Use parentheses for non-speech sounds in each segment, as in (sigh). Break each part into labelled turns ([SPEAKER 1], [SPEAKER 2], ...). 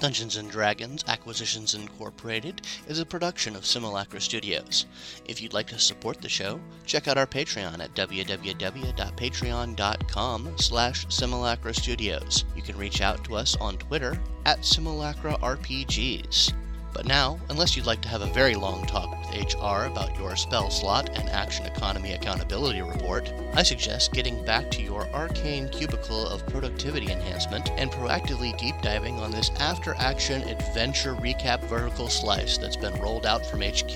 [SPEAKER 1] Dungeons & Dragons Acquisitions Incorporated is a production of Simulacra Studios. If you'd like to support the show, check out our Patreon at www.patreon.com slash Simulacra Studios. You can reach out to us on Twitter at Simulacra RPGs. But now, unless you'd like to have a very long talk with HR about your spell slot and action economy accountability report, I suggest getting back to your arcane cubicle of productivity enhancement and proactively deep diving on this after action adventure recap vertical slice that's been rolled out from HQ.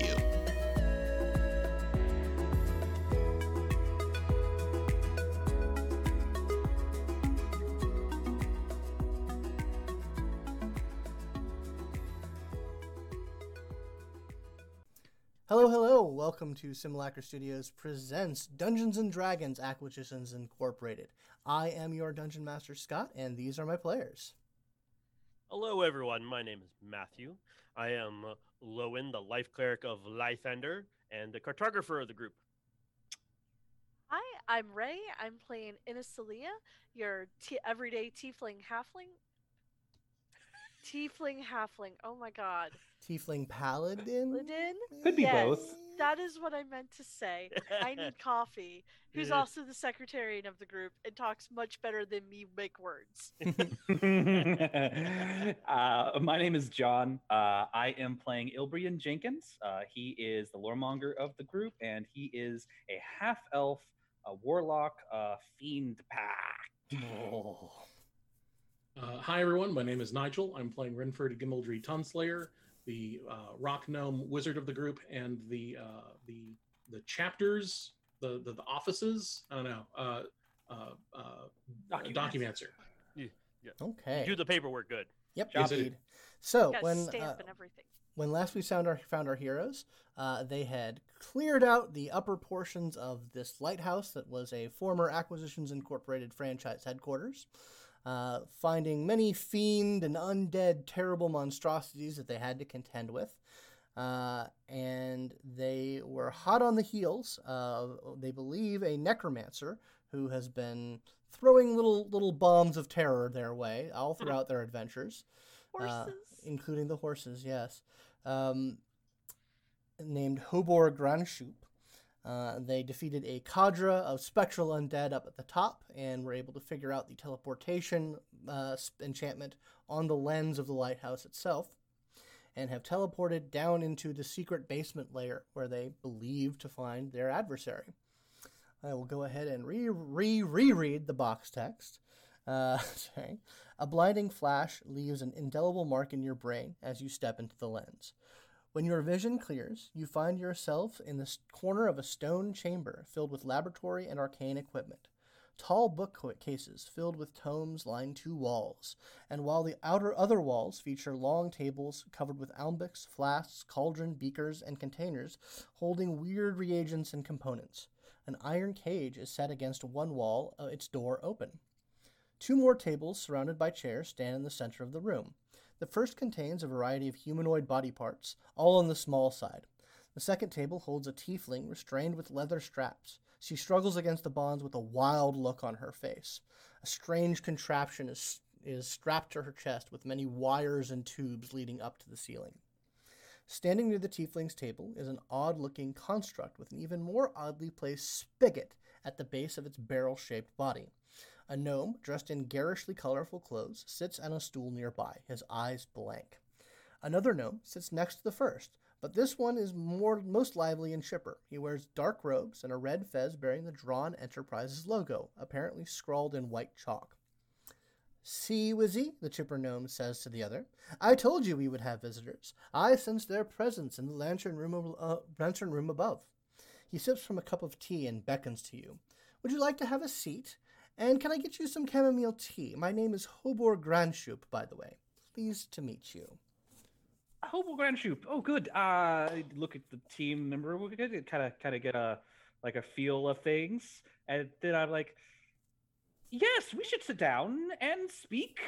[SPEAKER 2] Hello, hello. Welcome to Simulacra Studios presents Dungeons and Dragons Acquisitions Incorporated. I am your dungeon master Scott and these are my players.
[SPEAKER 3] Hello, everyone. My name is Matthew. I am uh, Lowen, the life cleric of Lythander and the cartographer of the group.
[SPEAKER 4] Hi, I'm Ray. I'm playing Inasilia, your t- everyday tiefling halfling. Tiefling halfling. Oh my god.
[SPEAKER 2] Tiefling Paladin.
[SPEAKER 4] Ludin?
[SPEAKER 5] Could be
[SPEAKER 4] yes,
[SPEAKER 5] both.
[SPEAKER 4] That is what I meant to say.
[SPEAKER 3] (laughs)
[SPEAKER 4] I need coffee, who's
[SPEAKER 3] Yeah.
[SPEAKER 4] also the secretarian of the group and talks much better than me make words.
[SPEAKER 5] (laughs) uh, my name is John. Uh, I am playing Ilbrian Jenkins. Uh, he is the loremonger of the group, and he is a half elf, a warlock, a fiend. Pack.
[SPEAKER 6] Uh, hi, everyone. My name is Nigel. I'm playing Renford Gimmeldry Tonslayer, the uh, rock gnome wizard of the group, and the uh, the the chapters, the, the the offices. I don't know. Uh, uh, uh,
[SPEAKER 5] Documancer.
[SPEAKER 6] documancer.
[SPEAKER 2] Okay.
[SPEAKER 3] Do the paperwork good.
[SPEAKER 2] Yep.
[SPEAKER 5] Job
[SPEAKER 2] indeed.
[SPEAKER 6] duty.
[SPEAKER 2] So
[SPEAKER 4] Got
[SPEAKER 2] when
[SPEAKER 4] stamp
[SPEAKER 2] uh,
[SPEAKER 4] and everything.
[SPEAKER 2] when last we found our found our heroes, uh, they had cleared out the upper portions of this lighthouse that was a former Acquisitions Incorporated franchise headquarters, uh, finding many fiend and undead terrible monstrosities that they had to contend with. Uh, and they were hot on the heels of, they believe, a necromancer who has been throwing little little bombs of terror their way all throughout their adventures uh,
[SPEAKER 4] Horses.
[SPEAKER 2] including the horses, yes. Um, named Hobor Granshoop. Uh, they defeated a cadre of spectral undead up at the top and were able to figure out the teleportation uh, sp- enchantment on the lens of the lighthouse itself and have teleported down into the secret basement layer where they believe to find their adversary. I will go ahead and re re reread the box text. Uh, (laughs) sorry. A blinding flash leaves an indelible mark in your brain as you step into the lens. When your vision clears, you find yourself in the s- corner of a stone chamber filled with laboratory and arcane equipment. Tall bookcases filled with tomes line two walls, and while the outer other walls feature long tables covered with alembics, flasks, cauldron, beakers, and containers holding weird reagents and components. An iron cage is set against one wall, uh, its door open. Two more tables surrounded by chairs stand in the center of the room. The first contains a variety of humanoid body parts, all on the small side. The second table holds a tiefling restrained with leather straps. She struggles against the bonds with a wild look on her face. A strange contraption is, is strapped to her chest with many wires and tubes leading up to the ceiling. Standing near the tiefling's table is an odd looking construct with an even more oddly placed spigot at the base of its barrel shaped body. A gnome, dressed in garishly colorful clothes, sits on a stool nearby, his eyes blank. Another gnome sits next to the first, but this one is more most lively and chipper. He wears dark robes and a red fez bearing the Drawn Enterprises logo, apparently scrawled in white chalk. See, Wizzy, the chipper gnome says to the other, I told you we would have visitors. I sense their presence in the lantern room, ab- uh, lantern room above. He sips from a cup of tea and beckons to you. Would you like to have a seat? And can I get you some chamomile tea? My name is Hobor Granshoop, by the way. Pleased to meet you.
[SPEAKER 5] Hobo Grand Shoop. Oh, good. Uh, look at the team member. We could kind of kind of get a like a feel of things, and then I'm like, yes, we should sit down and speak.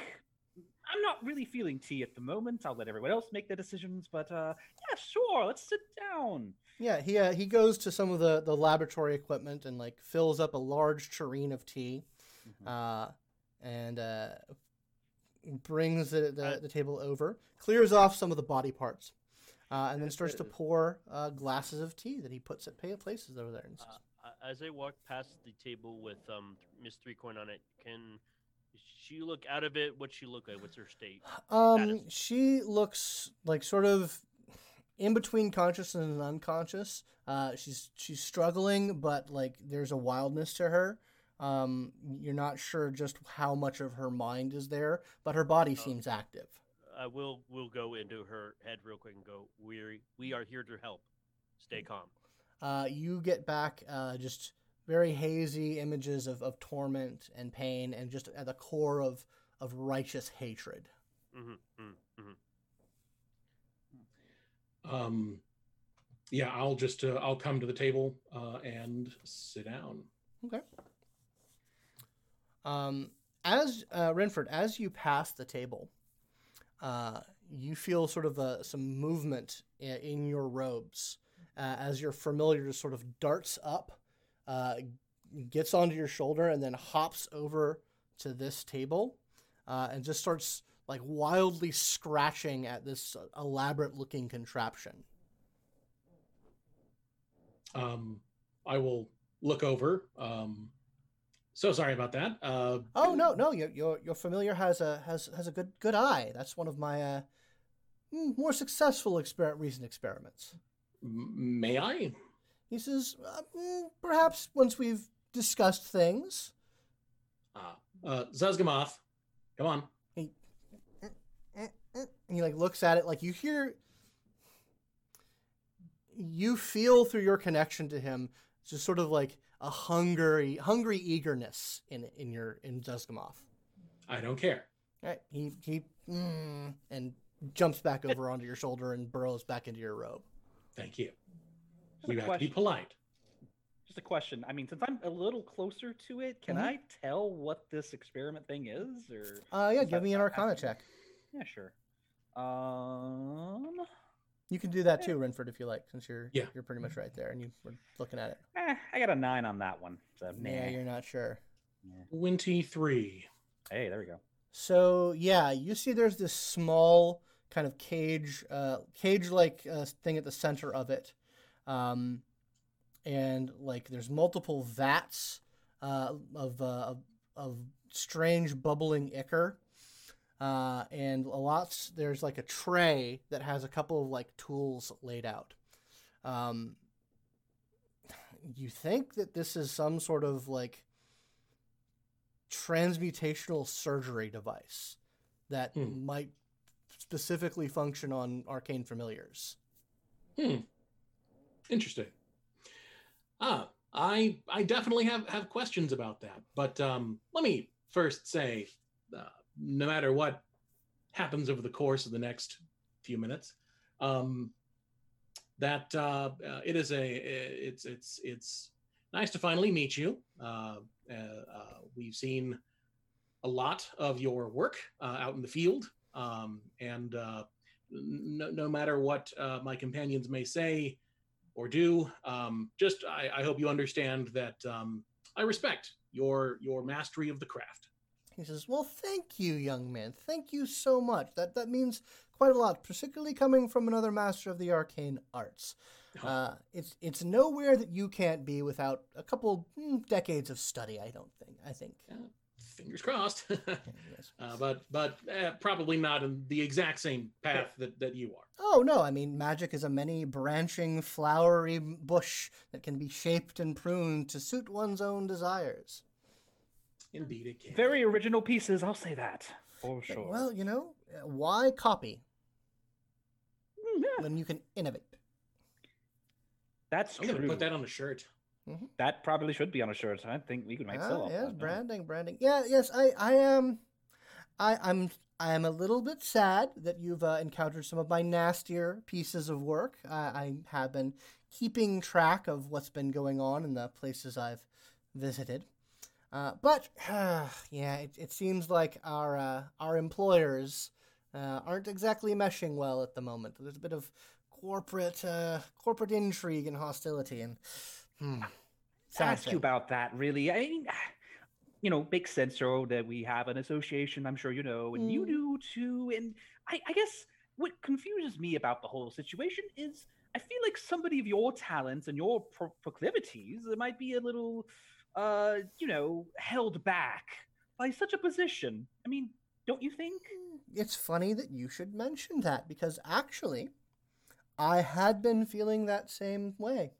[SPEAKER 5] I'm not really feeling tea at the moment. I'll let everyone else make their decisions, but uh, yeah, sure, let's sit down.
[SPEAKER 2] Yeah, he uh, he goes to some of the the laboratory equipment and like
[SPEAKER 5] Mm-hmm.
[SPEAKER 2] Mm-hmm. fills up a large tureen of tea, uh, and uh, brings the, the,
[SPEAKER 3] Uh,
[SPEAKER 2] the table over, clears off some of the body parts, uh, and then starts to pour uh, glasses of tea that he puts at pa- places over there. And says,
[SPEAKER 3] Uh, as I walk past the table with um, Miss Three Coin on it, can she look out of it? What she look like? What's her state?
[SPEAKER 4] (sighs)
[SPEAKER 2] Um, she looks like sort of in between conscious and unconscious. Uh, she's she's struggling, but like there's a wildness to her. Um, you're not sure just how much of her mind is there, but her body
[SPEAKER 3] Oh.
[SPEAKER 2] seems active.
[SPEAKER 3] I will will go into her head real quick and go. We we are here to help. Stay
[SPEAKER 4] Mm.
[SPEAKER 3] calm.
[SPEAKER 2] Uh, you get back uh, just very hazy images of, of torment and pain, and just at the core of of righteous hatred.
[SPEAKER 3] hmm hmm
[SPEAKER 6] Um, yeah, I'll just uh, I'll come to the table uh, and sit down.
[SPEAKER 2] Um, as uh, Renford, as you pass the table, uh, you feel sort of uh some movement in, in your robes uh, as your familiar sort of darts up, uh, gets onto your shoulder, and then hops over to this table uh, and just starts like wildly scratching at this elaborate looking contraption.
[SPEAKER 6] Um, I will look over. Um, so sorry about that. Uh,
[SPEAKER 2] Oh no, no, your your your familiar has a has has a good good eye. That's one of my uh, mm, more successful exper- recent experiments.
[SPEAKER 6] m- may I?
[SPEAKER 2] He says, uh, mm, perhaps once we've discussed things.
[SPEAKER 6] Ah, uh, Zazgamoth, come on.
[SPEAKER 2] And he like looks at it like you hear. You feel through your connection to him just sort of like a hungry, hungry eagerness in in your in Zeskamov.
[SPEAKER 6] I don't care.
[SPEAKER 2] Right? He he mm, and jumps back over onto your shoulder and burrows back into your robe.
[SPEAKER 6] Thank you.
[SPEAKER 5] Just a
[SPEAKER 6] You have to be
[SPEAKER 5] question.
[SPEAKER 6] polite.
[SPEAKER 5] Just a question. I mean, since I'm a little closer to it, can
[SPEAKER 2] Mhm.
[SPEAKER 6] Mm-hmm.
[SPEAKER 5] I tell what this experiment thing is? Or
[SPEAKER 2] Uh, yeah,
[SPEAKER 5] Is
[SPEAKER 2] give
[SPEAKER 5] that
[SPEAKER 2] me an
[SPEAKER 5] not
[SPEAKER 2] Arcana
[SPEAKER 5] happening?
[SPEAKER 2] check.
[SPEAKER 5] yeah, sure. Um,
[SPEAKER 2] You can do that too, Renford, if you like, since you're
[SPEAKER 6] Yeah.
[SPEAKER 2] you're pretty much right there and you were looking at it.
[SPEAKER 5] eh, I got a nine on that one. So Oh, nah.
[SPEAKER 2] Yeah, you're not sure.
[SPEAKER 6] Twenty-three.
[SPEAKER 5] Hey, there we go.
[SPEAKER 2] So yeah, you see, there's this small kind of cage, uh, cage-like uh, thing at the center of it, um, and like there's multiple vats uh, of, uh, of of strange bubbling ichor, uh, and a lot there's like a tray that has a couple of like tools laid out. Um, you think that this is some sort of like transmutational surgery device that
[SPEAKER 6] Hmm.
[SPEAKER 2] might specifically function on arcane familiars.
[SPEAKER 6] Interesting. Ah, I I definitely have have questions about that. But um, let me first say, uh, no matter what happens over the course of the next few minutes, um, that uh, uh, it is a it's it's it's nice to finally meet you. Uh, uh, uh, we've seen a lot of your work uh, out in the field, um, and uh, n- no, no matter what uh, my companions may say or do. Um, just I, I hope you understand that um, I respect your your mastery of the craft.
[SPEAKER 2] He says, "Well, thank you, young man. Thank you so much. That that means quite a lot, particularly coming from another master of the arcane arts.
[SPEAKER 6] Oh.
[SPEAKER 2] Uh, it's it's nowhere that you can't be without a couple mm, decades of study. I don't think. I think.
[SPEAKER 6] Fingers crossed, (laughs)
[SPEAKER 2] Yeah, yes.
[SPEAKER 6] uh, but but uh, probably not in the exact same path that, that you are.
[SPEAKER 2] Oh no! I mean, magic is a many branching, flowery bush that can be shaped and pruned to suit one's own desires.
[SPEAKER 6] Indeed, it can.
[SPEAKER 5] Very original pieces. I'll say that for
[SPEAKER 2] But,
[SPEAKER 5] sure.
[SPEAKER 2] Well, you know, uh, why copy
[SPEAKER 5] Mm, yeah,
[SPEAKER 2] when you can innovate?
[SPEAKER 5] that's
[SPEAKER 6] I'm gonna
[SPEAKER 5] true.
[SPEAKER 6] put
[SPEAKER 5] That,
[SPEAKER 6] that on a shirt.
[SPEAKER 5] probably should be on a shirt. I think we could make
[SPEAKER 2] Ah,
[SPEAKER 5] sell off
[SPEAKER 2] yes,
[SPEAKER 5] that, yeah.
[SPEAKER 2] branding, branding. Yeah, yes, I, I am, I, I'm, I am a little bit sad that you've uh, encountered some of my nastier pieces of work. I, I have been keeping track of what's been going on in the places I've visited. Uh, but (sighs) yeah, it, it seems like our uh, our employers uh, aren't exactly meshing well at the moment. There's a bit of corporate uh, corporate intrigue and hostility, and hmm,
[SPEAKER 5] ask
[SPEAKER 2] sad
[SPEAKER 5] you
[SPEAKER 2] thing.
[SPEAKER 5] about that really i mean (sighs) you know, makes sense, so that we have an association, I'm sure you know, and you
[SPEAKER 4] Mm.
[SPEAKER 5] do too. And I, I guess what confuses me about the whole situation is I feel like somebody of your talents and your pro- proclivities that might be a little, uh, you know, held back by such a position. I mean, don't you think?
[SPEAKER 2] It's funny that you should mention that because actually, I had been feeling that same way.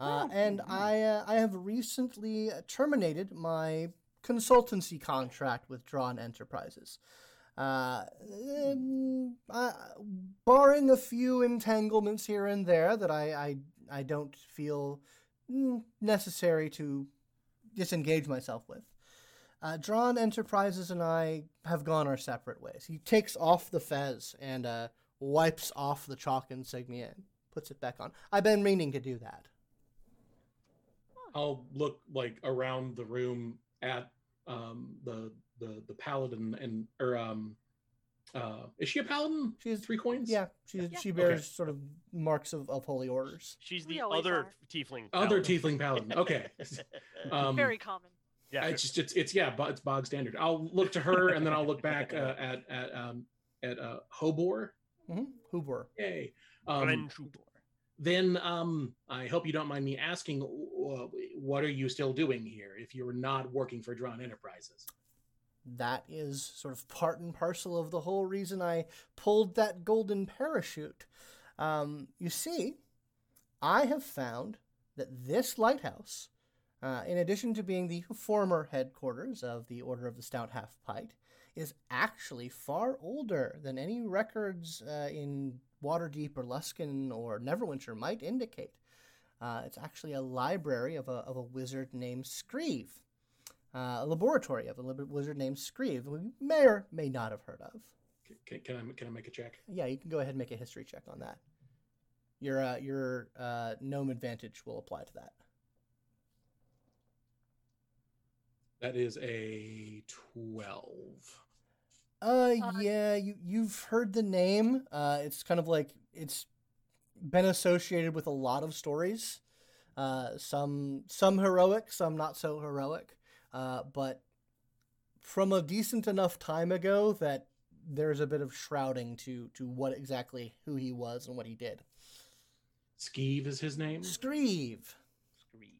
[SPEAKER 2] Uh,
[SPEAKER 5] Oh,
[SPEAKER 2] and
[SPEAKER 5] mhm.
[SPEAKER 2] I, uh, I have recently terminated my consultancy contract with Drawn Enterprises. Uh, um, uh, barring a few entanglements here and there that I, I, I don't feel mm, necessary to disengage myself with. Uh, Drawn Enterprises and I have gone our separate ways. He takes off the fez and uh, wipes off the chalk insignia and puts it back on. I've been meaning to do that.
[SPEAKER 6] I'll look like around the room at um, the the the paladin and or um, uh, is she a paladin?
[SPEAKER 2] She's-
[SPEAKER 6] three coins.
[SPEAKER 2] Yeah, she,
[SPEAKER 4] Yeah.
[SPEAKER 2] she
[SPEAKER 6] Okay.
[SPEAKER 2] bears sort of marks of, of holy orders.
[SPEAKER 3] She's
[SPEAKER 4] We
[SPEAKER 3] the
[SPEAKER 4] always
[SPEAKER 3] other
[SPEAKER 4] are.
[SPEAKER 3] tiefling.
[SPEAKER 6] Other
[SPEAKER 3] paladin. (laughs)
[SPEAKER 6] tiefling paladin. Okay. Um,
[SPEAKER 4] Very common.
[SPEAKER 3] yeah.
[SPEAKER 6] It's just it's it's yeah, but it's bog standard. I'll look to her and then I'll look back uh, at at um, at uh, Hobor.
[SPEAKER 2] Mm-hmm. Hoover.
[SPEAKER 6] Yay. Um,
[SPEAKER 3] Grandchupor.
[SPEAKER 6] then um, I hope you don't mind me asking, uh, what are you still doing here if you're not working for Drawn Enterprises?
[SPEAKER 2] That is sort of part and parcel of the whole reason I pulled that golden parachute. Um, you see, I have found that this lighthouse, uh, in addition to being the former headquarters of the Order of the Stout Half Pint, is actually far older than any records uh, in Waterdeep or Luskin or Neverwinter might indicate. Uh, it's actually a library of a, of a wizard named Screeve, uh, a laboratory of a lib- wizard named Screeve, who you may or may not have heard of.
[SPEAKER 6] Can, can I can I make a check?
[SPEAKER 2] Yeah, you can go ahead and make a history check on that. Your uh, your uh, gnome advantage will apply to that.
[SPEAKER 6] That is a twelve.
[SPEAKER 2] Uh,
[SPEAKER 4] Uh,
[SPEAKER 2] yeah, you you've heard the name. Uh, it's kind of like it's been associated with a lot of stories. Uh, some some heroic, some not so heroic. Uh, but from a decent enough time ago that there's a bit of shrouding to to what exactly who he was and what he did.
[SPEAKER 6] Skeeve is his name.
[SPEAKER 2] Screeve.
[SPEAKER 5] Scream.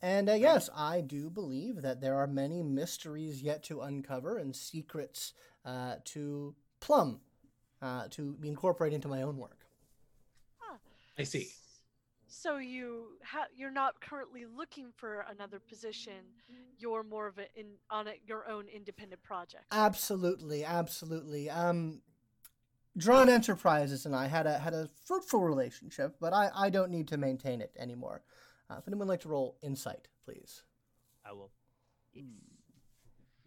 [SPEAKER 2] And uh, yes, I do believe that there are many mysteries yet to uncover and secrets uh, to plumb, uh, to incorporate into my own work.
[SPEAKER 6] I see.
[SPEAKER 4] So you ha- you're not currently looking for another position. You're more of a in on a, your own independent project.
[SPEAKER 2] Absolutely, absolutely. Um, Drawn Enterprises and I had a had a fruitful relationship, but I, I don't need to maintain it anymore. Uh, if anyone would like to roll insight, please.
[SPEAKER 3] I will.
[SPEAKER 4] Yes.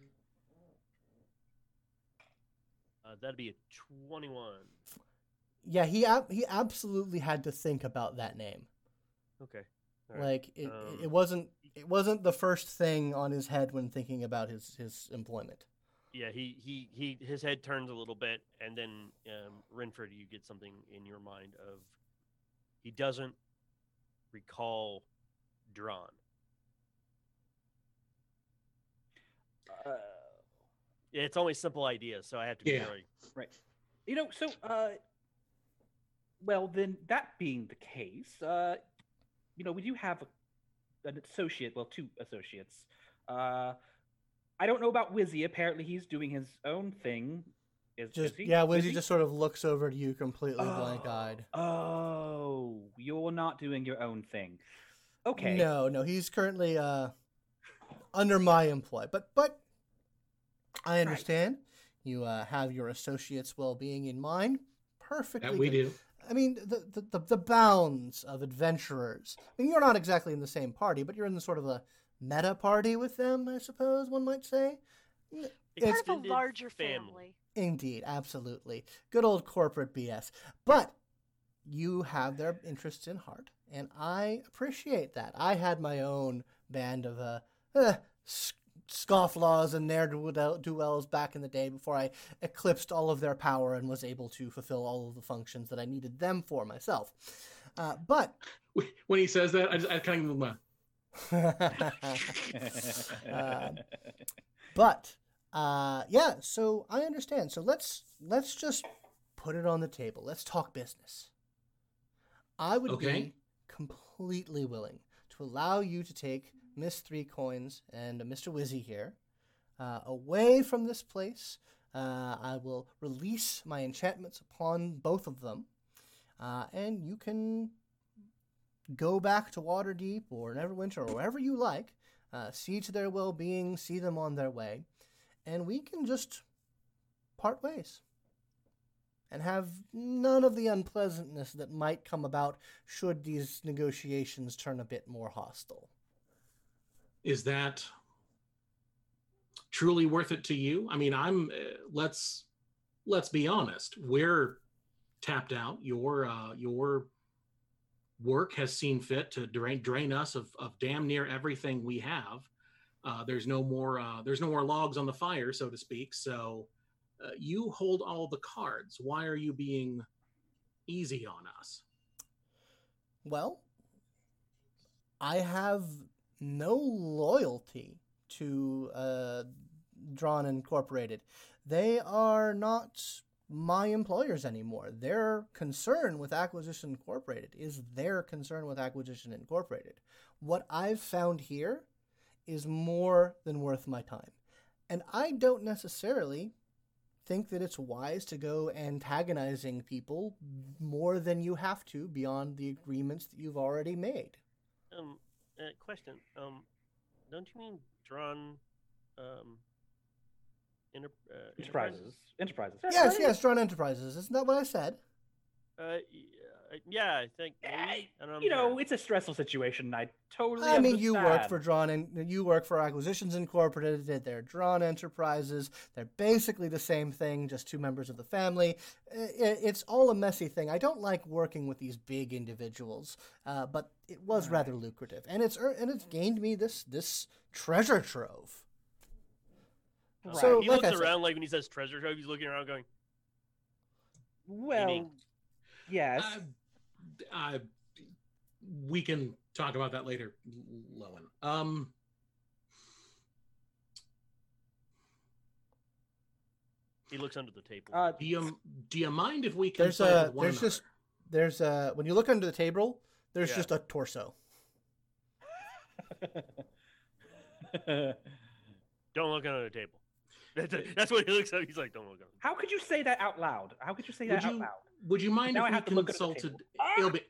[SPEAKER 5] Hmm.
[SPEAKER 3] Uh, that'd be a twenty-one.
[SPEAKER 2] Yeah, he ab- he absolutely had to think about that name.
[SPEAKER 3] Okay. All right.
[SPEAKER 2] Like it,
[SPEAKER 3] um,
[SPEAKER 2] it wasn't it wasn't the first thing on his head when thinking about his his employment.
[SPEAKER 3] Yeah, he he he. His head turns a little bit, and then um, Renford, you get something in your mind of he doesn't recall Drawn.
[SPEAKER 5] Uh,
[SPEAKER 3] Yeah, It's only simple ideas, so I have to be
[SPEAKER 6] Yeah.
[SPEAKER 3] very.
[SPEAKER 5] you know, so uh, well, then that being the case, uh, you know, we do have a, an associate, well, two associates. Uh, I don't know about Wizzy. Apparently, he's doing his own thing. Is, is
[SPEAKER 2] Just
[SPEAKER 5] he?
[SPEAKER 2] yeah, Wizzy
[SPEAKER 5] Wizzy?
[SPEAKER 2] just sort of looks over to you completely
[SPEAKER 5] oh,
[SPEAKER 2] blank-eyed.
[SPEAKER 5] Oh, you're not doing your own thing. Okay. (laughs)
[SPEAKER 2] No, no, he's currently uh, under my employ, but but I understand you uh, have your associate's well-being in mind. Perfectly.
[SPEAKER 6] That we
[SPEAKER 2] good.
[SPEAKER 6] do.
[SPEAKER 2] I mean, the, the, the, the bounds of adventurers. I mean, you're not exactly in the same party, but you're in the sort of a meta party with them, I suppose one might say.
[SPEAKER 4] Part of a
[SPEAKER 3] Extended
[SPEAKER 4] larger family.
[SPEAKER 2] Indeed, absolutely. Good old corporate BS. But you have their interests in heart, and I appreciate that. I had my own band of uh, uh, s- scofflaws and ne'er do wells back in the day before I eclipsed all of their power and was able to fulfill all of the functions that I needed them for myself. Uh, but (laughs)
[SPEAKER 6] When he says that, I just I kind of
[SPEAKER 5] (laughs)
[SPEAKER 2] Uh, but uh, yeah, so I understand. So let's let's just put it on the table. Let's talk business. I would
[SPEAKER 6] Okay.
[SPEAKER 2] be completely willing to allow you to take Miss Three Coins and Mr. Wizzy here uh, away from this place. Uh, I will release my enchantments upon both of them, uh, and you can go back to Waterdeep or Neverwinter or wherever you like, uh, see to their well being, see them on their way, and we can just part ways and have none of the unpleasantness that might come about should these negotiations turn a bit more hostile.
[SPEAKER 6] is that truly worth it to you i mean i'm uh, let's let's be honest we're tapped out your uh your work has seen fit to drain drain us of, of damn near everything we have uh there's no more uh there's no more logs on the fire so to speak so uh, you hold all the cards why are you being easy on us
[SPEAKER 2] Well, I have no loyalty to uh, Drawn Incorporated. They are not my employers anymore. Their concern with Acquisition Incorporated is their concern with Acquisition Incorporated. What I've found here is more than worth my time. And I don't necessarily think that it's wise to go antagonizing people more than you have to beyond the agreements that you've already made.
[SPEAKER 3] Um, uh, question. Um, don't you mean drawn? Um, enter, uh,
[SPEAKER 5] Enterprises. Enterprises.
[SPEAKER 2] yes, yes, Drawn Enterprises. Isn't that what I said?
[SPEAKER 3] Uh, y- uh, yeah, I think. Maybe.
[SPEAKER 5] Yeah,
[SPEAKER 3] I don't know.
[SPEAKER 5] You know, it's a stressful situation. I totally.
[SPEAKER 2] I mean, you work
[SPEAKER 5] understand.
[SPEAKER 2] for Drawn and you work for Acquisitions Incorporated. They're Drawn Enterprises. They're basically the same thing, just two members of the family. I- i- It's all a messy thing. I don't like working with these big individuals, uh, but it was
[SPEAKER 5] Right.
[SPEAKER 2] rather lucrative, and it's ear- and it's gained me this this treasure trove.
[SPEAKER 5] Right.
[SPEAKER 2] So,
[SPEAKER 3] he
[SPEAKER 2] like
[SPEAKER 3] looks
[SPEAKER 2] I said-
[SPEAKER 3] around like when he says treasure trove. He's looking around going,
[SPEAKER 5] Well, yes.
[SPEAKER 6] I, I, we can talk about that later, Lowen. Um,
[SPEAKER 3] he looks under the table.
[SPEAKER 5] Uh,
[SPEAKER 6] do you do you mind if we can?
[SPEAKER 2] There's a- there's just- There's a when you look under the table, there's
[SPEAKER 3] Yeah.
[SPEAKER 2] just a torso.
[SPEAKER 3] don't look under the table. (laughs) That's, that's what he looks like. He's like, don't look under. the
[SPEAKER 5] (laughs) How could you say that out loud? How could you say
[SPEAKER 6] Would
[SPEAKER 5] that out
[SPEAKER 6] you-
[SPEAKER 5] loud?
[SPEAKER 6] Would you mind
[SPEAKER 5] Now I
[SPEAKER 6] if
[SPEAKER 5] have to
[SPEAKER 6] we
[SPEAKER 5] look at the
[SPEAKER 6] consulted?
[SPEAKER 5] table. Ah!
[SPEAKER 6] It'll be-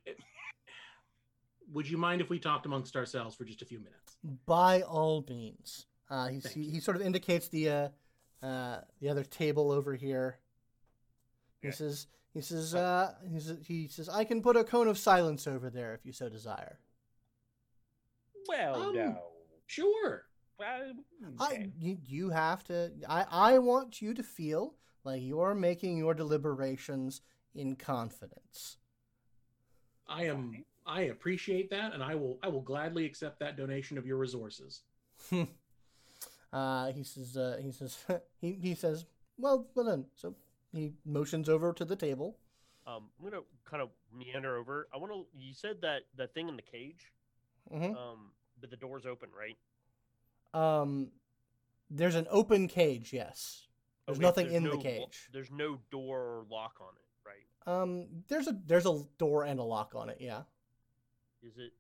[SPEAKER 6] would you mind if we talked amongst ourselves for just a few minutes?
[SPEAKER 2] By all means, uh, he's,
[SPEAKER 6] Thank
[SPEAKER 2] he,
[SPEAKER 6] you.
[SPEAKER 2] he sort of indicates the uh, uh, the other table over here. He
[SPEAKER 3] Okay.
[SPEAKER 2] says he says uh, he says he says I can put a cone of silence over there if you so desire.
[SPEAKER 5] Well,
[SPEAKER 6] Um,
[SPEAKER 5] no.
[SPEAKER 6] Sure.
[SPEAKER 5] Well,
[SPEAKER 2] I you, you have to. I I want you to feel like you're making your deliberations in confidence.
[SPEAKER 6] I am. I appreciate that, and I will. I will gladly accept that donation of your resources.
[SPEAKER 2] Uh, he says, uh, he says, (laughs) he, he says, well, well then. So he motions over to the table.
[SPEAKER 3] table." Um, I'm gonna kind of meander over. I want to. You said that that thing in the cage.
[SPEAKER 2] hmm
[SPEAKER 3] Um, but the door's open, right?
[SPEAKER 2] Um, there's an open cage. Yes. There's
[SPEAKER 3] Okay,
[SPEAKER 2] nothing in
[SPEAKER 3] no
[SPEAKER 2] the
[SPEAKER 3] lo-
[SPEAKER 2] cage.
[SPEAKER 3] there's no door or lock on it, right?
[SPEAKER 2] Um, there's a there's a door and a lock on it. Yeah.
[SPEAKER 3] Is it?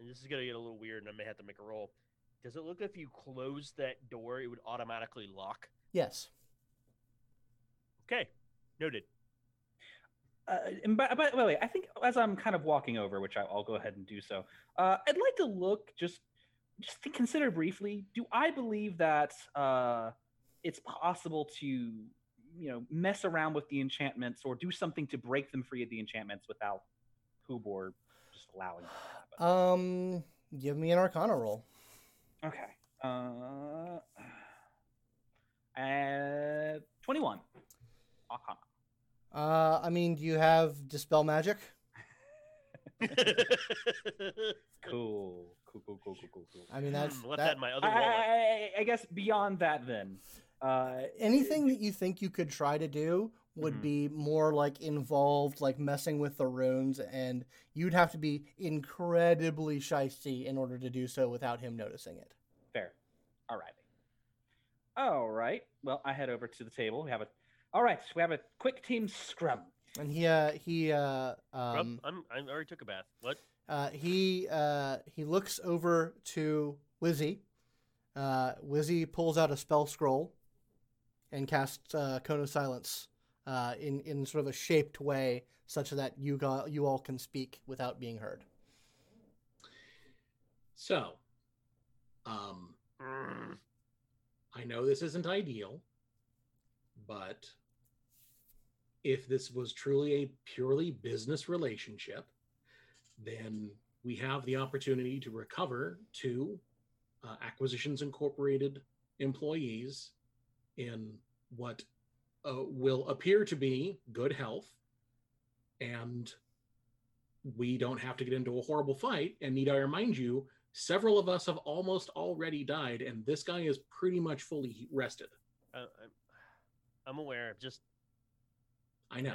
[SPEAKER 3] And this is gonna get a little weird, and I may have to make a roll. Does it look if you close that door, it would automatically lock?
[SPEAKER 2] Yes.
[SPEAKER 3] Okay, noted. (laughs)
[SPEAKER 5] Uh, and by, by the way, I think as I'm kind of walking over, which I, I'll go ahead and do so, uh, I'd like to look just just to consider briefly. Do I believe that uh, it's possible to you know mess around with the enchantments or do something to break them free of the enchantments without Hubor just allowing that to happen?
[SPEAKER 2] Um, give me an Arcana roll.
[SPEAKER 5] okay. Uh, uh, twenty-one. Arcana.
[SPEAKER 2] Uh, I mean, do you have dispel magic?
[SPEAKER 5] Cool. Cool. Cool. Cool. Cool. Cool. cool.
[SPEAKER 2] I mean, that's
[SPEAKER 3] Hmm, left that,
[SPEAKER 2] that-
[SPEAKER 3] in my other
[SPEAKER 5] I,
[SPEAKER 3] wallet.
[SPEAKER 5] I, I guess beyond that, then. Uh,
[SPEAKER 2] anything that you think you could try to do would
[SPEAKER 3] Mhm.
[SPEAKER 2] be more like involved, like messing with the runes, and you'd have to be incredibly shisty in order to do so without him noticing it.
[SPEAKER 5] Fair. All righty. All right. Well, I head over to the table. We have a. All right. We have a quick team scrum.
[SPEAKER 2] And he uh, he uh,
[SPEAKER 3] Well,
[SPEAKER 2] um,
[SPEAKER 3] I'm, I already took a bath. (clears throat) What?
[SPEAKER 2] uh, he uh, he looks over to Wizzy. Uh, Wizzy pulls out a spell scroll and casts uh, Cone of Silence uh, in in sort of a shaped way, such that you got, you all can speak without being heard.
[SPEAKER 6] So, um,
[SPEAKER 3] Mm.
[SPEAKER 6] I know this isn't ideal, but if this was truly a purely business relationship, then we have the opportunity to recover to uh, Acquisitions Incorporated employees in what uh, will appear to be good health. And we don't have to get into a horrible fight. And need I remind you, several of us have almost already died and this guy is pretty much fully rested
[SPEAKER 3] I, I'm, I'm aware. I'm just
[SPEAKER 6] i know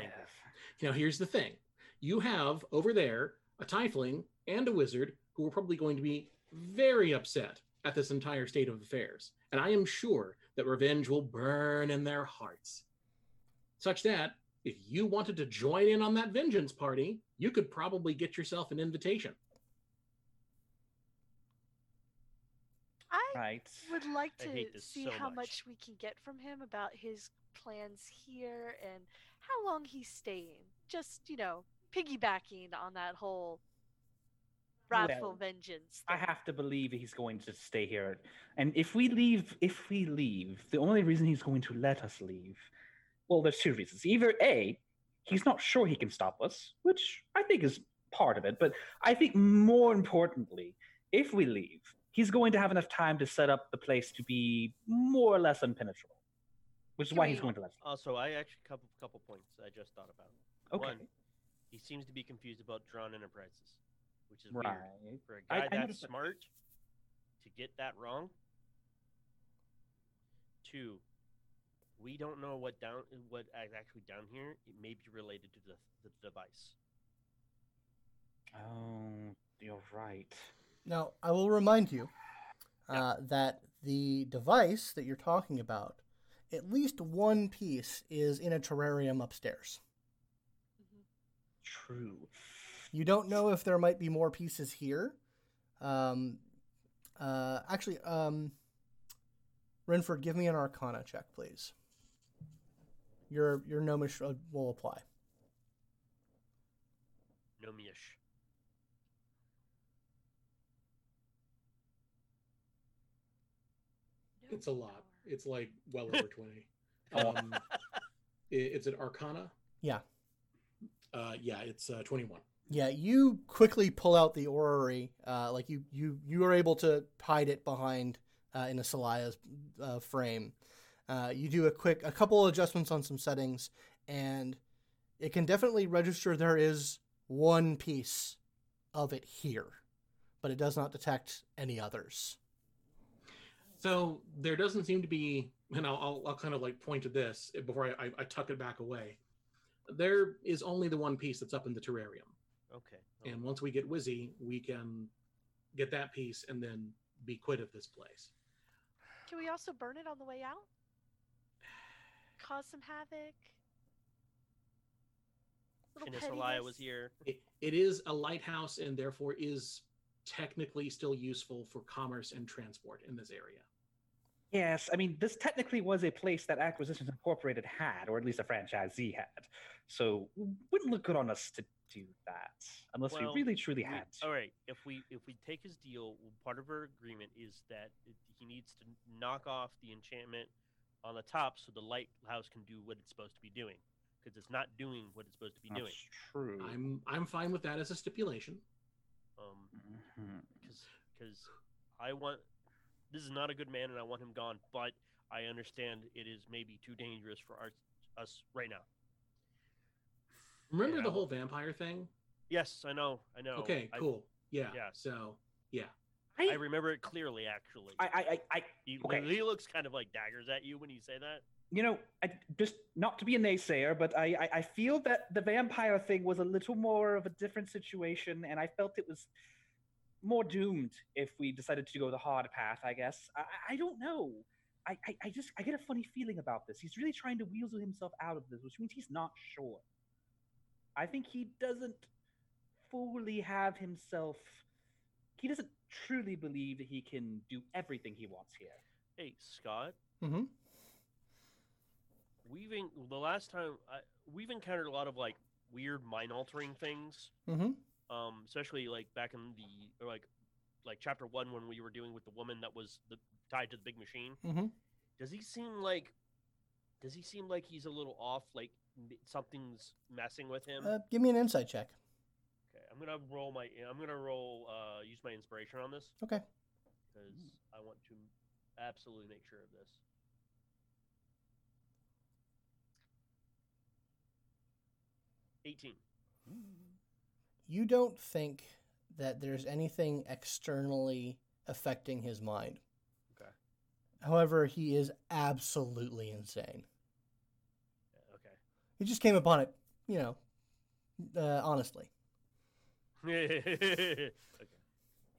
[SPEAKER 6] now here's the thing you have over there a tiefling and a wizard who are probably going to be very upset at this entire state of affairs and i am sure that revenge will burn in their hearts such that if you wanted to join in on that vengeance party you could probably get yourself an invitation
[SPEAKER 4] I
[SPEAKER 5] Right.
[SPEAKER 4] would like
[SPEAKER 3] I
[SPEAKER 4] to
[SPEAKER 3] hate this
[SPEAKER 4] see
[SPEAKER 3] so
[SPEAKER 4] how
[SPEAKER 3] much.
[SPEAKER 4] much. we can get from him about his plans here and how long he's staying. Just, you know, piggybacking on that whole wrathful
[SPEAKER 5] Well,
[SPEAKER 4] vengeance.
[SPEAKER 5] I
[SPEAKER 4] thing.
[SPEAKER 5] have to believe he's going to stay here. And if we leave, if we leave, the only reason he's going to let us leave, well, there's two reasons. Either A, he's not sure he can stop us, which I think is part of it. But I think more importantly, if we leave, he's going to have enough time to set up the place to be more or less impenetrable, which is
[SPEAKER 4] Can
[SPEAKER 5] why he's
[SPEAKER 4] we-
[SPEAKER 5] going to let us
[SPEAKER 3] also I actually couple couple points I just thought about.
[SPEAKER 5] leave. Okay.
[SPEAKER 3] One, he seems to be confused about Drawn Enterprises, which is
[SPEAKER 5] Right.
[SPEAKER 3] weird for a
[SPEAKER 5] I-
[SPEAKER 3] guy
[SPEAKER 5] I
[SPEAKER 3] that
[SPEAKER 5] noticed that.
[SPEAKER 3] smart to get that wrong. Two, we don't know what down what is actually down here. It may be related to the, the device.
[SPEAKER 5] Oh, you're right.
[SPEAKER 2] Now, I will remind you uh, that the device that you're talking about, at least one piece is in a terrarium upstairs.
[SPEAKER 4] Mhm.
[SPEAKER 5] True.
[SPEAKER 2] You don't know if there might be more pieces here. Um, uh, actually, um, Renford, give me an Arcana check, please. Your your gnomish uh, will apply.
[SPEAKER 3] No mish.
[SPEAKER 4] No
[SPEAKER 6] it's a lot
[SPEAKER 4] power.
[SPEAKER 6] it's like well (laughs) over 20
[SPEAKER 5] Oh.
[SPEAKER 6] um, i- it's an arcana
[SPEAKER 2] Yeah.
[SPEAKER 6] uh yeah it's uh 21
[SPEAKER 2] Yeah, you quickly pull out the orrery. Uh, like you, you, you are able to hide it behind uh, in a Celia's uh, frame. Uh, you do a quick, a couple adjustments on some settings, and it can definitely register there is one piece of it here, but it does not detect any others.
[SPEAKER 6] so there doesn't seem to be and i'll i'll, I'll kind of like point to this before I, I i tuck it back away there is only the one piece that's up in the terrarium
[SPEAKER 3] Okay. Um,
[SPEAKER 6] and once we get wizzy we can get that piece and then be quit of this place
[SPEAKER 4] Can we also burn it on the way out? Cause some havoc. Little
[SPEAKER 3] and if Elia was
[SPEAKER 4] pettiness?
[SPEAKER 3] here,
[SPEAKER 6] it, it is a lighthouse and therefore is technically still useful for commerce and transport in this area
[SPEAKER 5] Yes, I mean, this technically was a place that Acquisitions Incorporated had, or at least a franchisee had. So wouldn't look good on us to do that unless
[SPEAKER 3] Well,
[SPEAKER 5] we really
[SPEAKER 3] we-
[SPEAKER 5] truly had to.
[SPEAKER 3] all right. If we if we take his deal, well, part of our agreement is that it- he needs to knock off the enchantment on the top so the lighthouse can do what it's supposed to be doing because it's not doing what it's supposed to be
[SPEAKER 5] That's
[SPEAKER 3] doing.
[SPEAKER 5] true.
[SPEAKER 6] i'm i'm fine with that as a stipulation
[SPEAKER 3] Um,
[SPEAKER 5] Mhm.
[SPEAKER 3] because I want this is not a good man and I want him gone, but I understand it is maybe too dangerous for our, us right now.
[SPEAKER 6] remember
[SPEAKER 3] Yeah.
[SPEAKER 6] the whole vampire thing
[SPEAKER 3] Yes, I know, I know.
[SPEAKER 6] okay
[SPEAKER 3] I-
[SPEAKER 6] cool yeah,
[SPEAKER 3] yeah.
[SPEAKER 6] so
[SPEAKER 5] I,
[SPEAKER 3] I remember it clearly. Actually,
[SPEAKER 5] I, I, I,
[SPEAKER 3] he,
[SPEAKER 5] okay.
[SPEAKER 3] he looks kind of like daggers at you when you say that.
[SPEAKER 5] you know, I, just not to be a naysayer, but I, I, I feel that the vampire thing was a little more of a different situation, and I felt it was more doomed if we decided to go the hard path, I guess. I, I- I don't know. I, I, I just I get a funny feeling about this. He's really trying to weasel himself out of this, which means he's not sure. I think he doesn't fully have himself he doesn't truly believe that he can do everything he wants here.
[SPEAKER 3] Hey, Scott,
[SPEAKER 2] Mm-hmm.
[SPEAKER 3] we've en- the last time I, we've encountered a lot of like weird mind altering things,
[SPEAKER 2] Mm-hmm.
[SPEAKER 3] um, especially like back in the or like like chapter one when we were dealing with the woman that was the, tied to the big machine.
[SPEAKER 2] Mm-hmm.
[SPEAKER 3] Does he seem like does he seem like he's a little off? Like m- something's messing with him.
[SPEAKER 2] Uh, give me an insight check.
[SPEAKER 3] okay, I'm gonna roll my I'm gonna roll uh, use my inspiration on this.
[SPEAKER 2] Okay.
[SPEAKER 3] because I want to absolutely make sure of this. Eighteen.
[SPEAKER 2] You don't think that there's anything externally affecting his mind.
[SPEAKER 3] Okay.
[SPEAKER 2] However, he is absolutely insane.
[SPEAKER 3] Yeah,
[SPEAKER 2] He just came upon it, you know, uh, honestly.
[SPEAKER 3] Okay. (laughs) okay.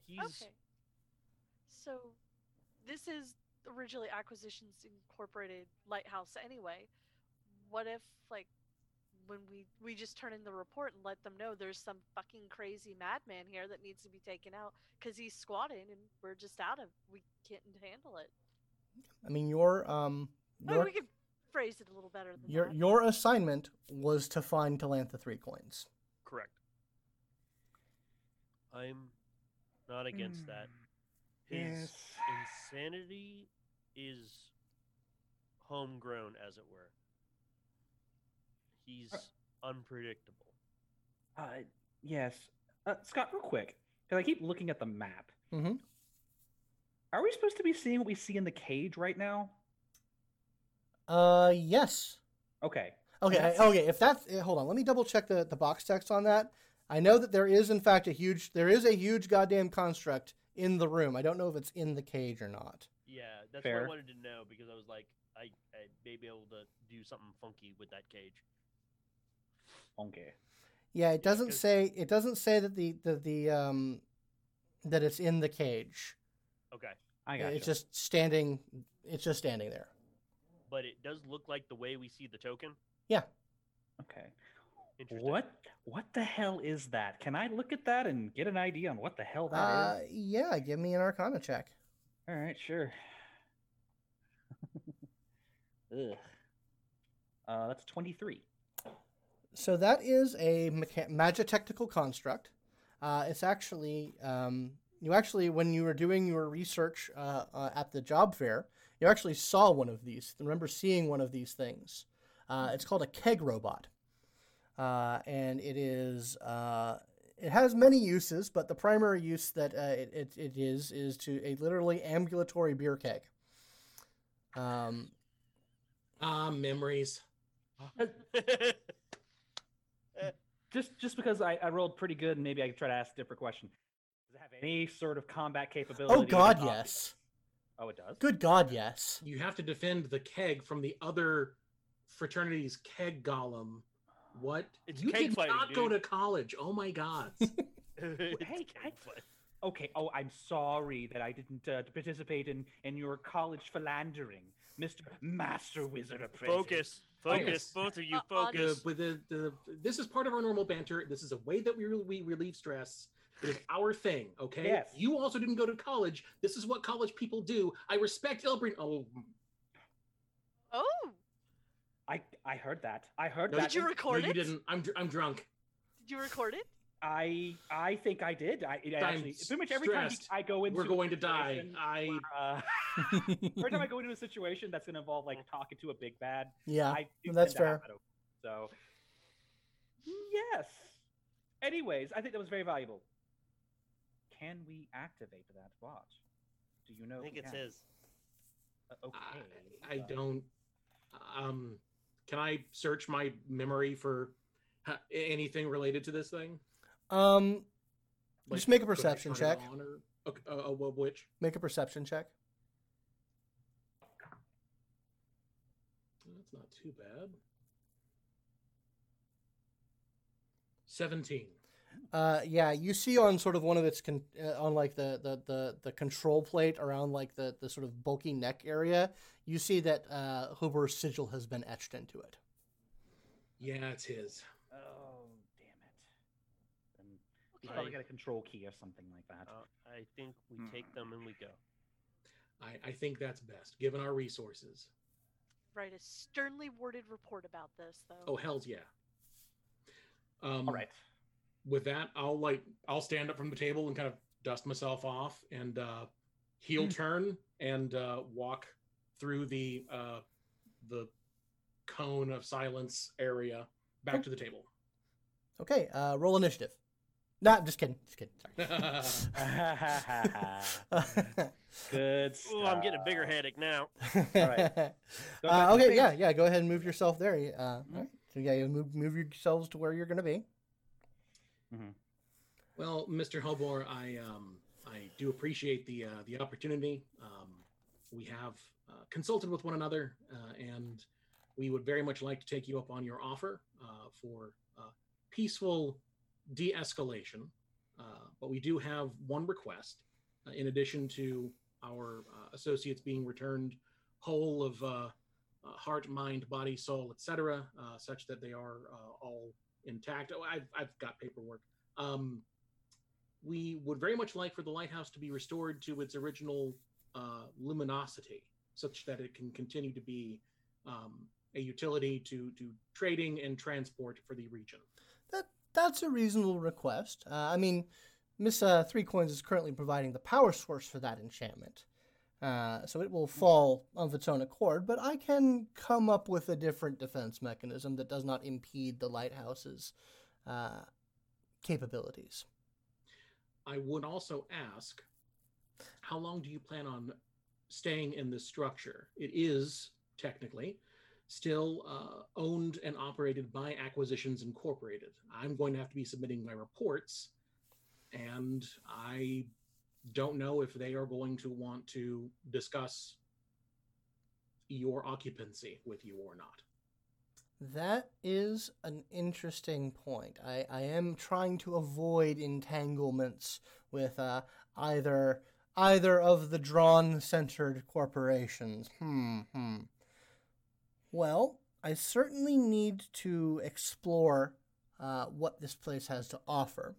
[SPEAKER 3] He's
[SPEAKER 4] Okay. So this is originally Acquisitions Incorporated Lighthouse anyway. What if like when we we just turn in the report and let them know there's some fucking crazy madman here that needs to be taken out cuz he's squatting and we're just out of we can't handle it.
[SPEAKER 2] I mean, your um,
[SPEAKER 4] Well,
[SPEAKER 2] your
[SPEAKER 4] we could phrase it a little better than
[SPEAKER 2] your
[SPEAKER 4] that.
[SPEAKER 2] your assignment was to find Talantha three coins.
[SPEAKER 3] correct. I'm not against that. His
[SPEAKER 5] Hmm. Mm, Yes.
[SPEAKER 3] insanity is homegrown, as it were. He's unpredictable.
[SPEAKER 5] Uh, yes. Uh, Scott, real quick, because I keep looking at the map.
[SPEAKER 2] Mhm.
[SPEAKER 5] Are we supposed to be seeing what we see in the cage right now?
[SPEAKER 2] Uh, yes.
[SPEAKER 5] Okay.
[SPEAKER 2] Okay, I,
[SPEAKER 5] That's-
[SPEAKER 2] okay. If that's eh, hold on, let me double check the, the box text on that. I know that there is in fact a huge there is a huge goddamn construct in the room. I don't know if it's in the cage or not.
[SPEAKER 3] Yeah, that's what
[SPEAKER 5] Fair.
[SPEAKER 3] I wanted to know because I was like, I, I may be able to do something funky with that cage.
[SPEAKER 5] Okay.
[SPEAKER 2] Yeah, it doesn't
[SPEAKER 3] 'cause-
[SPEAKER 2] say it doesn't say that the the, the um that it's in the cage.
[SPEAKER 3] Okay,
[SPEAKER 5] I got
[SPEAKER 2] It's just standing. It's just standing there.
[SPEAKER 3] but it does look like the way we see the token. (laughs)
[SPEAKER 5] okay.
[SPEAKER 3] Interesting.
[SPEAKER 5] What? What the hell is that? Can I look at that and get an idea on what the hell that is?
[SPEAKER 2] Uh, yeah. Give me an Arcana check. Uh,
[SPEAKER 5] All right, sure. (laughs) Ugh. Uh, that's twenty-three.
[SPEAKER 2] So that is a mecha- magitechnical construct. Uh, it's actually um, you actually when you were doing your research uh, uh, at the job fair, you actually saw one of these. I remember seeing one of these things. Uh, it's called a keg robot, uh, and it is uh, it has many uses, but the primary use that uh, it, it, it is is to a literally ambulatory beer keg. Um,
[SPEAKER 6] Ah, memories.
[SPEAKER 5] Just, just because I, I rolled pretty good, and maybe I could try to ask a different question. Does it have any sort of combat capability? Uh,
[SPEAKER 2] oh
[SPEAKER 5] with
[SPEAKER 2] God,
[SPEAKER 5] objects?
[SPEAKER 2] yes.
[SPEAKER 5] Oh, it does.
[SPEAKER 2] Good God, yes.
[SPEAKER 6] You have to defend the keg from the other fraternity's keg golem. What?
[SPEAKER 3] It's
[SPEAKER 6] you
[SPEAKER 3] keg
[SPEAKER 6] did
[SPEAKER 3] fighting,
[SPEAKER 6] not go to
[SPEAKER 3] dude.
[SPEAKER 6] college. Oh
[SPEAKER 3] (laughs)
[SPEAKER 6] my god.
[SPEAKER 3] It's
[SPEAKER 5] Hey,
[SPEAKER 3] kinda
[SPEAKER 5] I-
[SPEAKER 3] fun.
[SPEAKER 5] Okay. Oh, I'm sorry that I didn't uh, participate in in your college philandering, Mister Master Wizard Apprentice.
[SPEAKER 3] focus, focus, both of you,
[SPEAKER 4] Uh,
[SPEAKER 6] the,
[SPEAKER 3] focus.
[SPEAKER 6] but the, the, this is part of our normal banter. This is a way that we re- we relieve stress. It is our thing, okay?
[SPEAKER 5] Yes.
[SPEAKER 6] You also didn't go to college. This is what college people do. I respect Elbrin. Oh,
[SPEAKER 4] Oh,
[SPEAKER 5] I I heard that. I heard
[SPEAKER 6] No,
[SPEAKER 5] that.
[SPEAKER 4] did you
[SPEAKER 5] and
[SPEAKER 6] no,
[SPEAKER 4] record
[SPEAKER 6] you
[SPEAKER 4] it?
[SPEAKER 6] didn't. I'm dr- I'm drunk.
[SPEAKER 4] Did you record it?
[SPEAKER 5] I I think I did. I it
[SPEAKER 6] I'm
[SPEAKER 5] actually pretty much every time
[SPEAKER 6] stressed.
[SPEAKER 5] I go into
[SPEAKER 6] We're
[SPEAKER 5] a
[SPEAKER 6] going to die.
[SPEAKER 5] situation
[SPEAKER 6] I
[SPEAKER 5] where, uh, (laughs) every time I go into a situation that's going to involve
[SPEAKER 6] (laughs)
[SPEAKER 5] like talking to a big bad,
[SPEAKER 2] yeah.
[SPEAKER 5] I do
[SPEAKER 2] that's
[SPEAKER 5] tend to
[SPEAKER 2] fair.
[SPEAKER 5] have that over- So yes. Anyways, I think that was very valuable. Can we activate that watch? Do you know?
[SPEAKER 3] I
[SPEAKER 5] if
[SPEAKER 3] think
[SPEAKER 5] we
[SPEAKER 3] it's
[SPEAKER 5] can?
[SPEAKER 3] his.
[SPEAKER 5] Uh, okay.
[SPEAKER 6] I, I
[SPEAKER 5] uh,
[SPEAKER 6] don't. Um, can I search my memory for ha- anything related to this thing?
[SPEAKER 2] Um, Just make a
[SPEAKER 6] could I
[SPEAKER 2] perception
[SPEAKER 6] turn it
[SPEAKER 2] check.
[SPEAKER 6] on Or, okay, uh, uh, wh- which?
[SPEAKER 2] make a perception check.
[SPEAKER 6] Uh, That's not too bad. 17.
[SPEAKER 2] Uh, yeah, you see on sort of one of its con- uh, on like the, the the the control plate around like the the sort of bulky neck area, you see that uh, Huber's sigil has been etched into it.
[SPEAKER 6] Yeah, it's his.
[SPEAKER 5] Oh, damn it. Then he's
[SPEAKER 3] Okay.
[SPEAKER 5] probably got a control key or something like that.
[SPEAKER 3] Uh, I think we take them and we go.
[SPEAKER 6] I, I think that's best, given our resources.
[SPEAKER 4] Write a sternly worded report about this, though.
[SPEAKER 6] Oh, hells yeah.
[SPEAKER 2] (laughs)
[SPEAKER 6] Um,
[SPEAKER 5] All right. (laughs)
[SPEAKER 6] With that, I'll like I'll stand up from the table and kind of dust myself off and uh, heel turn and uh, walk through the uh, the cone of silence area back to the table.
[SPEAKER 2] Okay, uh, roll initiative. Nah, just kidding, just kidding.
[SPEAKER 5] (laughs)
[SPEAKER 2] (laughs) Sorry.
[SPEAKER 5] Good.
[SPEAKER 3] Oh, I'm getting a bigger
[SPEAKER 5] stuff.
[SPEAKER 3] headache now.
[SPEAKER 5] Alright. Go back
[SPEAKER 2] Uh,
[SPEAKER 5] to
[SPEAKER 2] okay,
[SPEAKER 5] the
[SPEAKER 2] yeah,
[SPEAKER 5] base.
[SPEAKER 2] yeah. Go ahead and move yourself there. y- Uh,
[SPEAKER 5] Mhm.
[SPEAKER 2] alright. So yeah, you move move yourselves to where you're gonna be.
[SPEAKER 6] Well, Mr. Hobor, I um, I do appreciate the uh, the opportunity. Um, we have uh, consulted with one another, uh, and we would very much like to take you up on your offer uh, for uh, peaceful de-escalation. Uh, but we do have one request, uh, in addition to our uh, associates being returned whole of uh, uh, heart, mind, body, soul, etc., uh, such that they are uh, all intact. Oh, I've I've got paperwork. Um, we would very much like for the lighthouse to be restored to its original uh, luminosity, such that it can continue to be um, a utility to to trading and transport for the region.
[SPEAKER 2] That that's a reasonable request. Uh, I mean, Miss uh, Three Coins is currently providing the power source for that enchantment, uh, so it will fall of its own accord. But I can come up with a different defense mechanism that does not impede the lighthouse's uh, capabilities.
[SPEAKER 6] I would also ask, how long do you plan on staying in this structure? It is technically still uh, owned and operated by Acquisitions Incorporated. I'm going to have to be submitting my reports, and I don't know if they are going to want to discuss your occupancy with you or not.
[SPEAKER 2] That is an interesting point. I, I am trying to avoid entanglements with uh, either either of the drawn centered corporations. Hmm, hmm. Well, I certainly need to explore uh, what this place has to offer.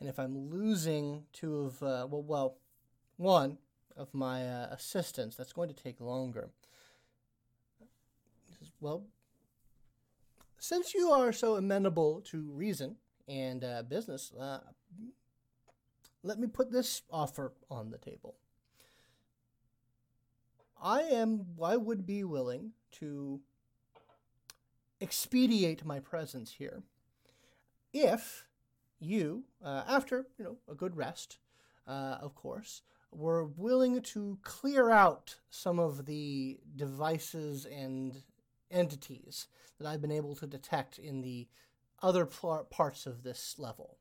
[SPEAKER 2] And if I'm losing two of, uh, well, well, one of my uh, assistants, that's going to take longer. He says, Well, since you are so amenable to reason and uh, business, uh, let me put this offer on the table. I am, I would be willing to expedite my presence here if you, uh, after you know a good rest, uh, of course, were willing to clear out some of the devices and entities that I've been able to detect in the other pl- parts of this level.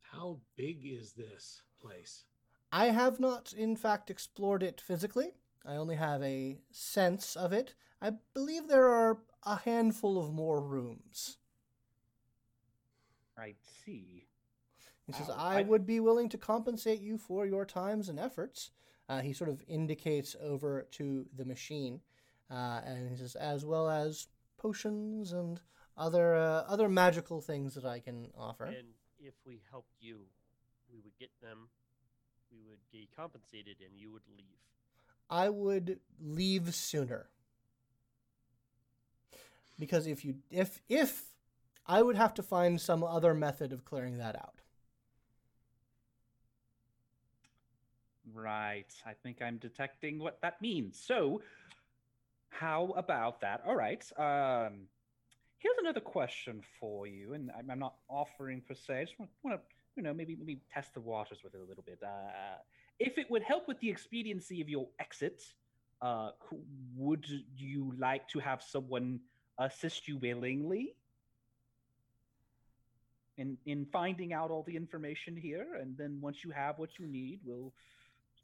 [SPEAKER 6] How big is this place?
[SPEAKER 2] I have not, in fact, explored it physically. I only have a sense of it. I believe there are a handful of more rooms.
[SPEAKER 5] I see.
[SPEAKER 2] He says,
[SPEAKER 5] Wow,
[SPEAKER 2] I,
[SPEAKER 5] I-
[SPEAKER 2] would be willing to compensate you for your times and efforts. Uh, he sort of indicates over to the machine, uh, and he says, as well as potions and other uh, other magical things that I can offer.
[SPEAKER 3] And if we helped you, we would get them, we would get compensated, and you would leave.
[SPEAKER 2] I would leave sooner. Because if you if if I would have to find some other method of clearing that out.
[SPEAKER 5] Right. I think I'm detecting what that means. So, how about that? All right. Um, here's another question for you, and I'm, I'm not offering per se. I just want, want to, you know, maybe maybe test the waters with it a little bit. Uh, if it would help with the expediency of your exit, uh, who- would you like to have someone assist you willingly? In, in finding out all the information here, and then once you have what you need, we'll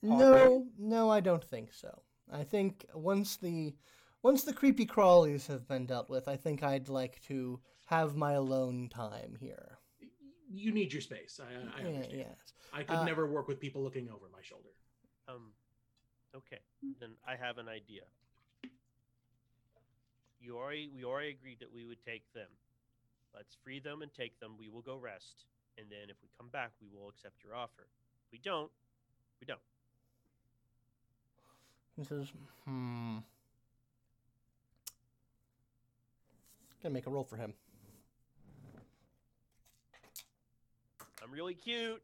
[SPEAKER 2] No, no, I don't think so. I think once the once the creepy crawlies have been dealt with, I think I'd like to have my alone time here.
[SPEAKER 6] You need your space. I, I- I
[SPEAKER 2] Yeah,
[SPEAKER 6] understand.
[SPEAKER 2] yes.
[SPEAKER 6] I could
[SPEAKER 2] Uh,
[SPEAKER 6] never work with people looking over my shoulder.
[SPEAKER 3] Um, okay, then I have an idea. You already we already agreed that we would take them. Let's free them and take them. We will go rest, and then if we come back, we will accept your offer. If we don't, we don't.
[SPEAKER 2] He says, hmm. Gonna make a roll for him.
[SPEAKER 3] I'm really cute.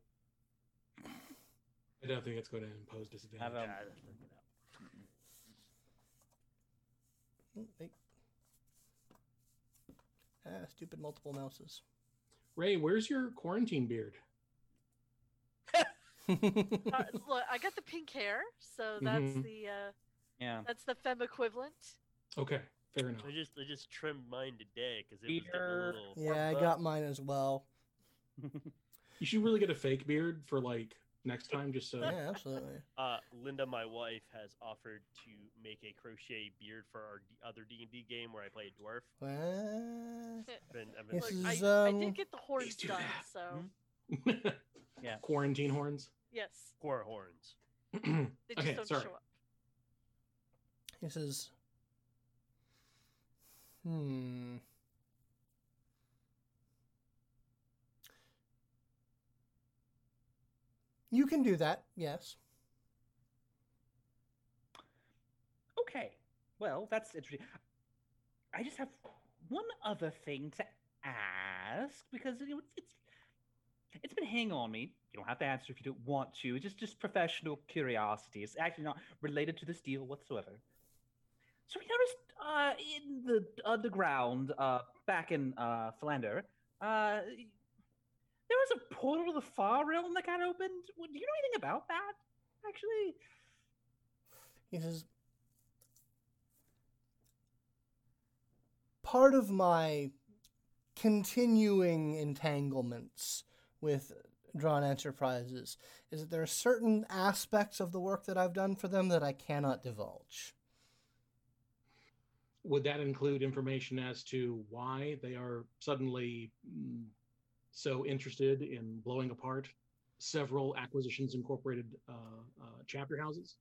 [SPEAKER 6] I don't think it's going to impose disadvantage.
[SPEAKER 5] Um,
[SPEAKER 3] Ah, let's work it out.
[SPEAKER 2] Mm, wait. Ah, stupid multiple mouses.
[SPEAKER 6] Ray, where's your quarantine beard?
[SPEAKER 4] Uh, look, I got the pink hair, so that's
[SPEAKER 6] Mhm.
[SPEAKER 4] the uh,
[SPEAKER 5] Yeah.
[SPEAKER 4] that's the femme equivalent.
[SPEAKER 6] Okay, fair enough.
[SPEAKER 3] I just I just trimmed mine today because it was getting a
[SPEAKER 5] Peter.
[SPEAKER 3] little.
[SPEAKER 2] yeah, I got mine as well.
[SPEAKER 6] You should really get a fake beard for like next time, just
[SPEAKER 5] (laughs)
[SPEAKER 6] so. (laughs)
[SPEAKER 2] Yeah, absolutely.
[SPEAKER 3] Uh, Linda, my wife, has offered to make a crochet beard for our d- other D and D game where I play a dwarf.
[SPEAKER 2] Well,
[SPEAKER 4] (laughs)
[SPEAKER 3] Been, I've been
[SPEAKER 2] This
[SPEAKER 4] Look,
[SPEAKER 3] playing-
[SPEAKER 4] I,
[SPEAKER 2] is,
[SPEAKER 4] I
[SPEAKER 2] um,
[SPEAKER 4] did get the horns
[SPEAKER 6] do
[SPEAKER 4] done,
[SPEAKER 6] that. Hmm?
[SPEAKER 4] so
[SPEAKER 5] Mhm. Yeah.
[SPEAKER 6] Quarantine horns. (clears throat)
[SPEAKER 4] yes,
[SPEAKER 3] horror horns.
[SPEAKER 4] they just
[SPEAKER 6] Okay,
[SPEAKER 4] don't
[SPEAKER 6] sorry.
[SPEAKER 4] show up.
[SPEAKER 2] He says, hmm. You can do that, yes.
[SPEAKER 5] Okay. Well, that's interesting. I just have one other thing to ask because you know, it's, it's it's been hanging on me. You don't have to answer if you don't want to. It's just just professional curiosity. It's actually not related to this deal whatsoever. So we noticed uh, in the underground uh, back in uh, Philander, uh, there was a portal to the Far Realm that got opened. Well, Do you know anything about that? Actually,
[SPEAKER 2] He says, part of my continuing entanglements with Drawn Enterprises is that there are certain aspects of the work that I've done for them that I cannot divulge.
[SPEAKER 6] Would that include information as to why they are suddenly mm, so interested in blowing apart several acquisitions incorporated uh, uh, chapter houses?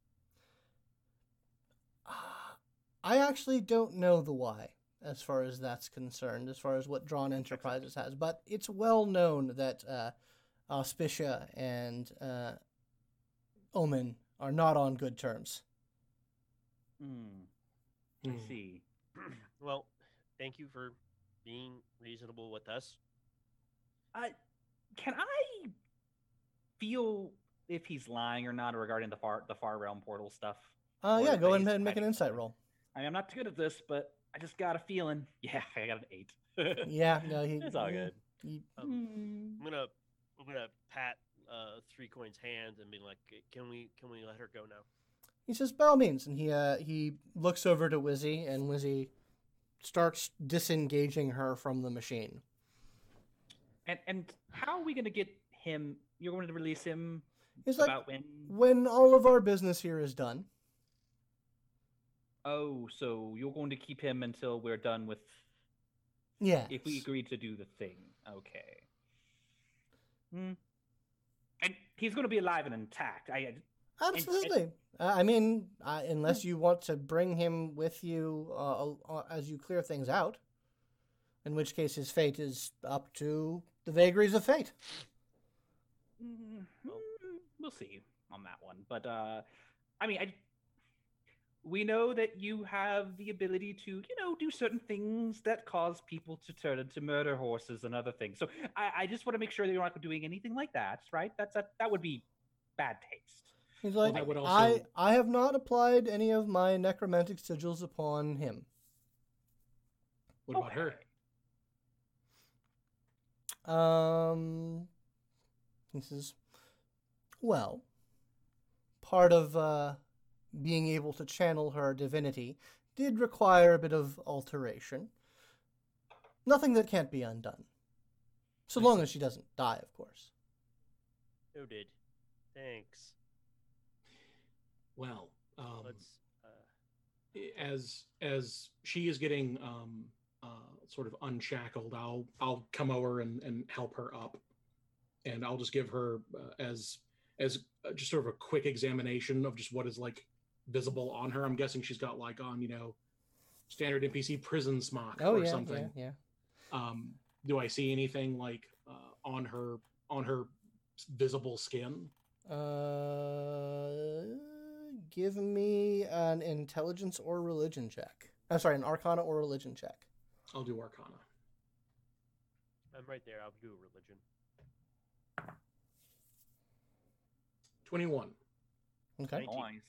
[SPEAKER 2] Uh, I actually don't know the why as far as that's concerned, as far as what Drawn Enterprises has, but it's well known that uh, Auspicia and uh, Omen are not on good terms.
[SPEAKER 5] hmm, I
[SPEAKER 6] Hmm.
[SPEAKER 5] see.
[SPEAKER 3] well, thank you for being reasonable with us.
[SPEAKER 5] Uh, can I feel if he's lying or not regarding the far the far realm portal stuff?
[SPEAKER 2] Uh,
[SPEAKER 5] Or
[SPEAKER 2] yeah,
[SPEAKER 5] if
[SPEAKER 2] go
[SPEAKER 5] he's
[SPEAKER 2] ahead and make an
[SPEAKER 5] hiding
[SPEAKER 2] insight
[SPEAKER 5] something. (laughs)
[SPEAKER 2] roll.
[SPEAKER 5] I mean, I'm not too good at this, but I just got a feeling. (laughs) Yeah, I got an eight. (laughs)
[SPEAKER 2] Yeah, no, he,
[SPEAKER 5] it's all
[SPEAKER 2] he-
[SPEAKER 5] good.
[SPEAKER 2] he-
[SPEAKER 3] Um, I'm gonna I'm gonna pat uh, Three Coin's hand and be like, "Can we can we let her go now?"
[SPEAKER 2] he says, by all means. And he, uh, he looks over to Wizzy, and Wizzy starts disengaging her from the machine.
[SPEAKER 5] And and how are we gonna get him? You're going to release him
[SPEAKER 2] He's like,
[SPEAKER 5] about when?
[SPEAKER 2] when all of our business here is done,
[SPEAKER 5] Oh, so you're going to keep him until we're done with
[SPEAKER 2] yeah.
[SPEAKER 5] if we agree to do the thing. Okay. Hmm. And he's going to be alive and intact. I- I
[SPEAKER 2] Absolutely. Uh, I mean, uh,
[SPEAKER 5] Hmm.
[SPEAKER 2] unless you want to bring him with you uh, uh, as you clear things out, in which case his fate is up to the vagaries of fate.
[SPEAKER 4] Mm-hmm.
[SPEAKER 5] Mm, mm, we'll see on that one. But uh, I mean, I, we know that you have the ability to, you know, do certain things that cause people to turn into murder horses and other things. So I, I just want to make sure that you're not doing anything like that, right? That's that, that would be bad taste.
[SPEAKER 2] He's like,
[SPEAKER 6] that would also-
[SPEAKER 2] I, I have not applied any of my necromantic sigils upon him.
[SPEAKER 6] What about her?
[SPEAKER 5] Okay.
[SPEAKER 2] Um, he says, well, part of uh, being able to channel her divinity did require a bit of alteration. Nothing that can't be undone. So
[SPEAKER 6] I
[SPEAKER 2] long
[SPEAKER 6] see.
[SPEAKER 2] as she doesn't die, of course.
[SPEAKER 3] Noted. Thanks.
[SPEAKER 6] Well, um,
[SPEAKER 3] Let's. Uh,
[SPEAKER 6] as as she is getting um, uh, sort of unshackled, I'll I'll come over and, and help her up, and I'll just give her uh, as as uh, just sort of a quick examination of just what is like visible on her. I'm guessing she's got like on you know standard NPC prison smock
[SPEAKER 2] Oh
[SPEAKER 6] or
[SPEAKER 2] yeah,
[SPEAKER 6] something.
[SPEAKER 2] yeah, yeah.
[SPEAKER 6] Um, do I see anything like uh, on her on her s- visible skin?
[SPEAKER 2] Uh, give me an intelligence or religion check. I'm sorry, an arcana or religion check.
[SPEAKER 6] I'll do Arcana.
[SPEAKER 3] I'm right there. I'll do a religion.
[SPEAKER 6] Twenty one.
[SPEAKER 2] Okay.
[SPEAKER 3] Nineteen.
[SPEAKER 5] Nice.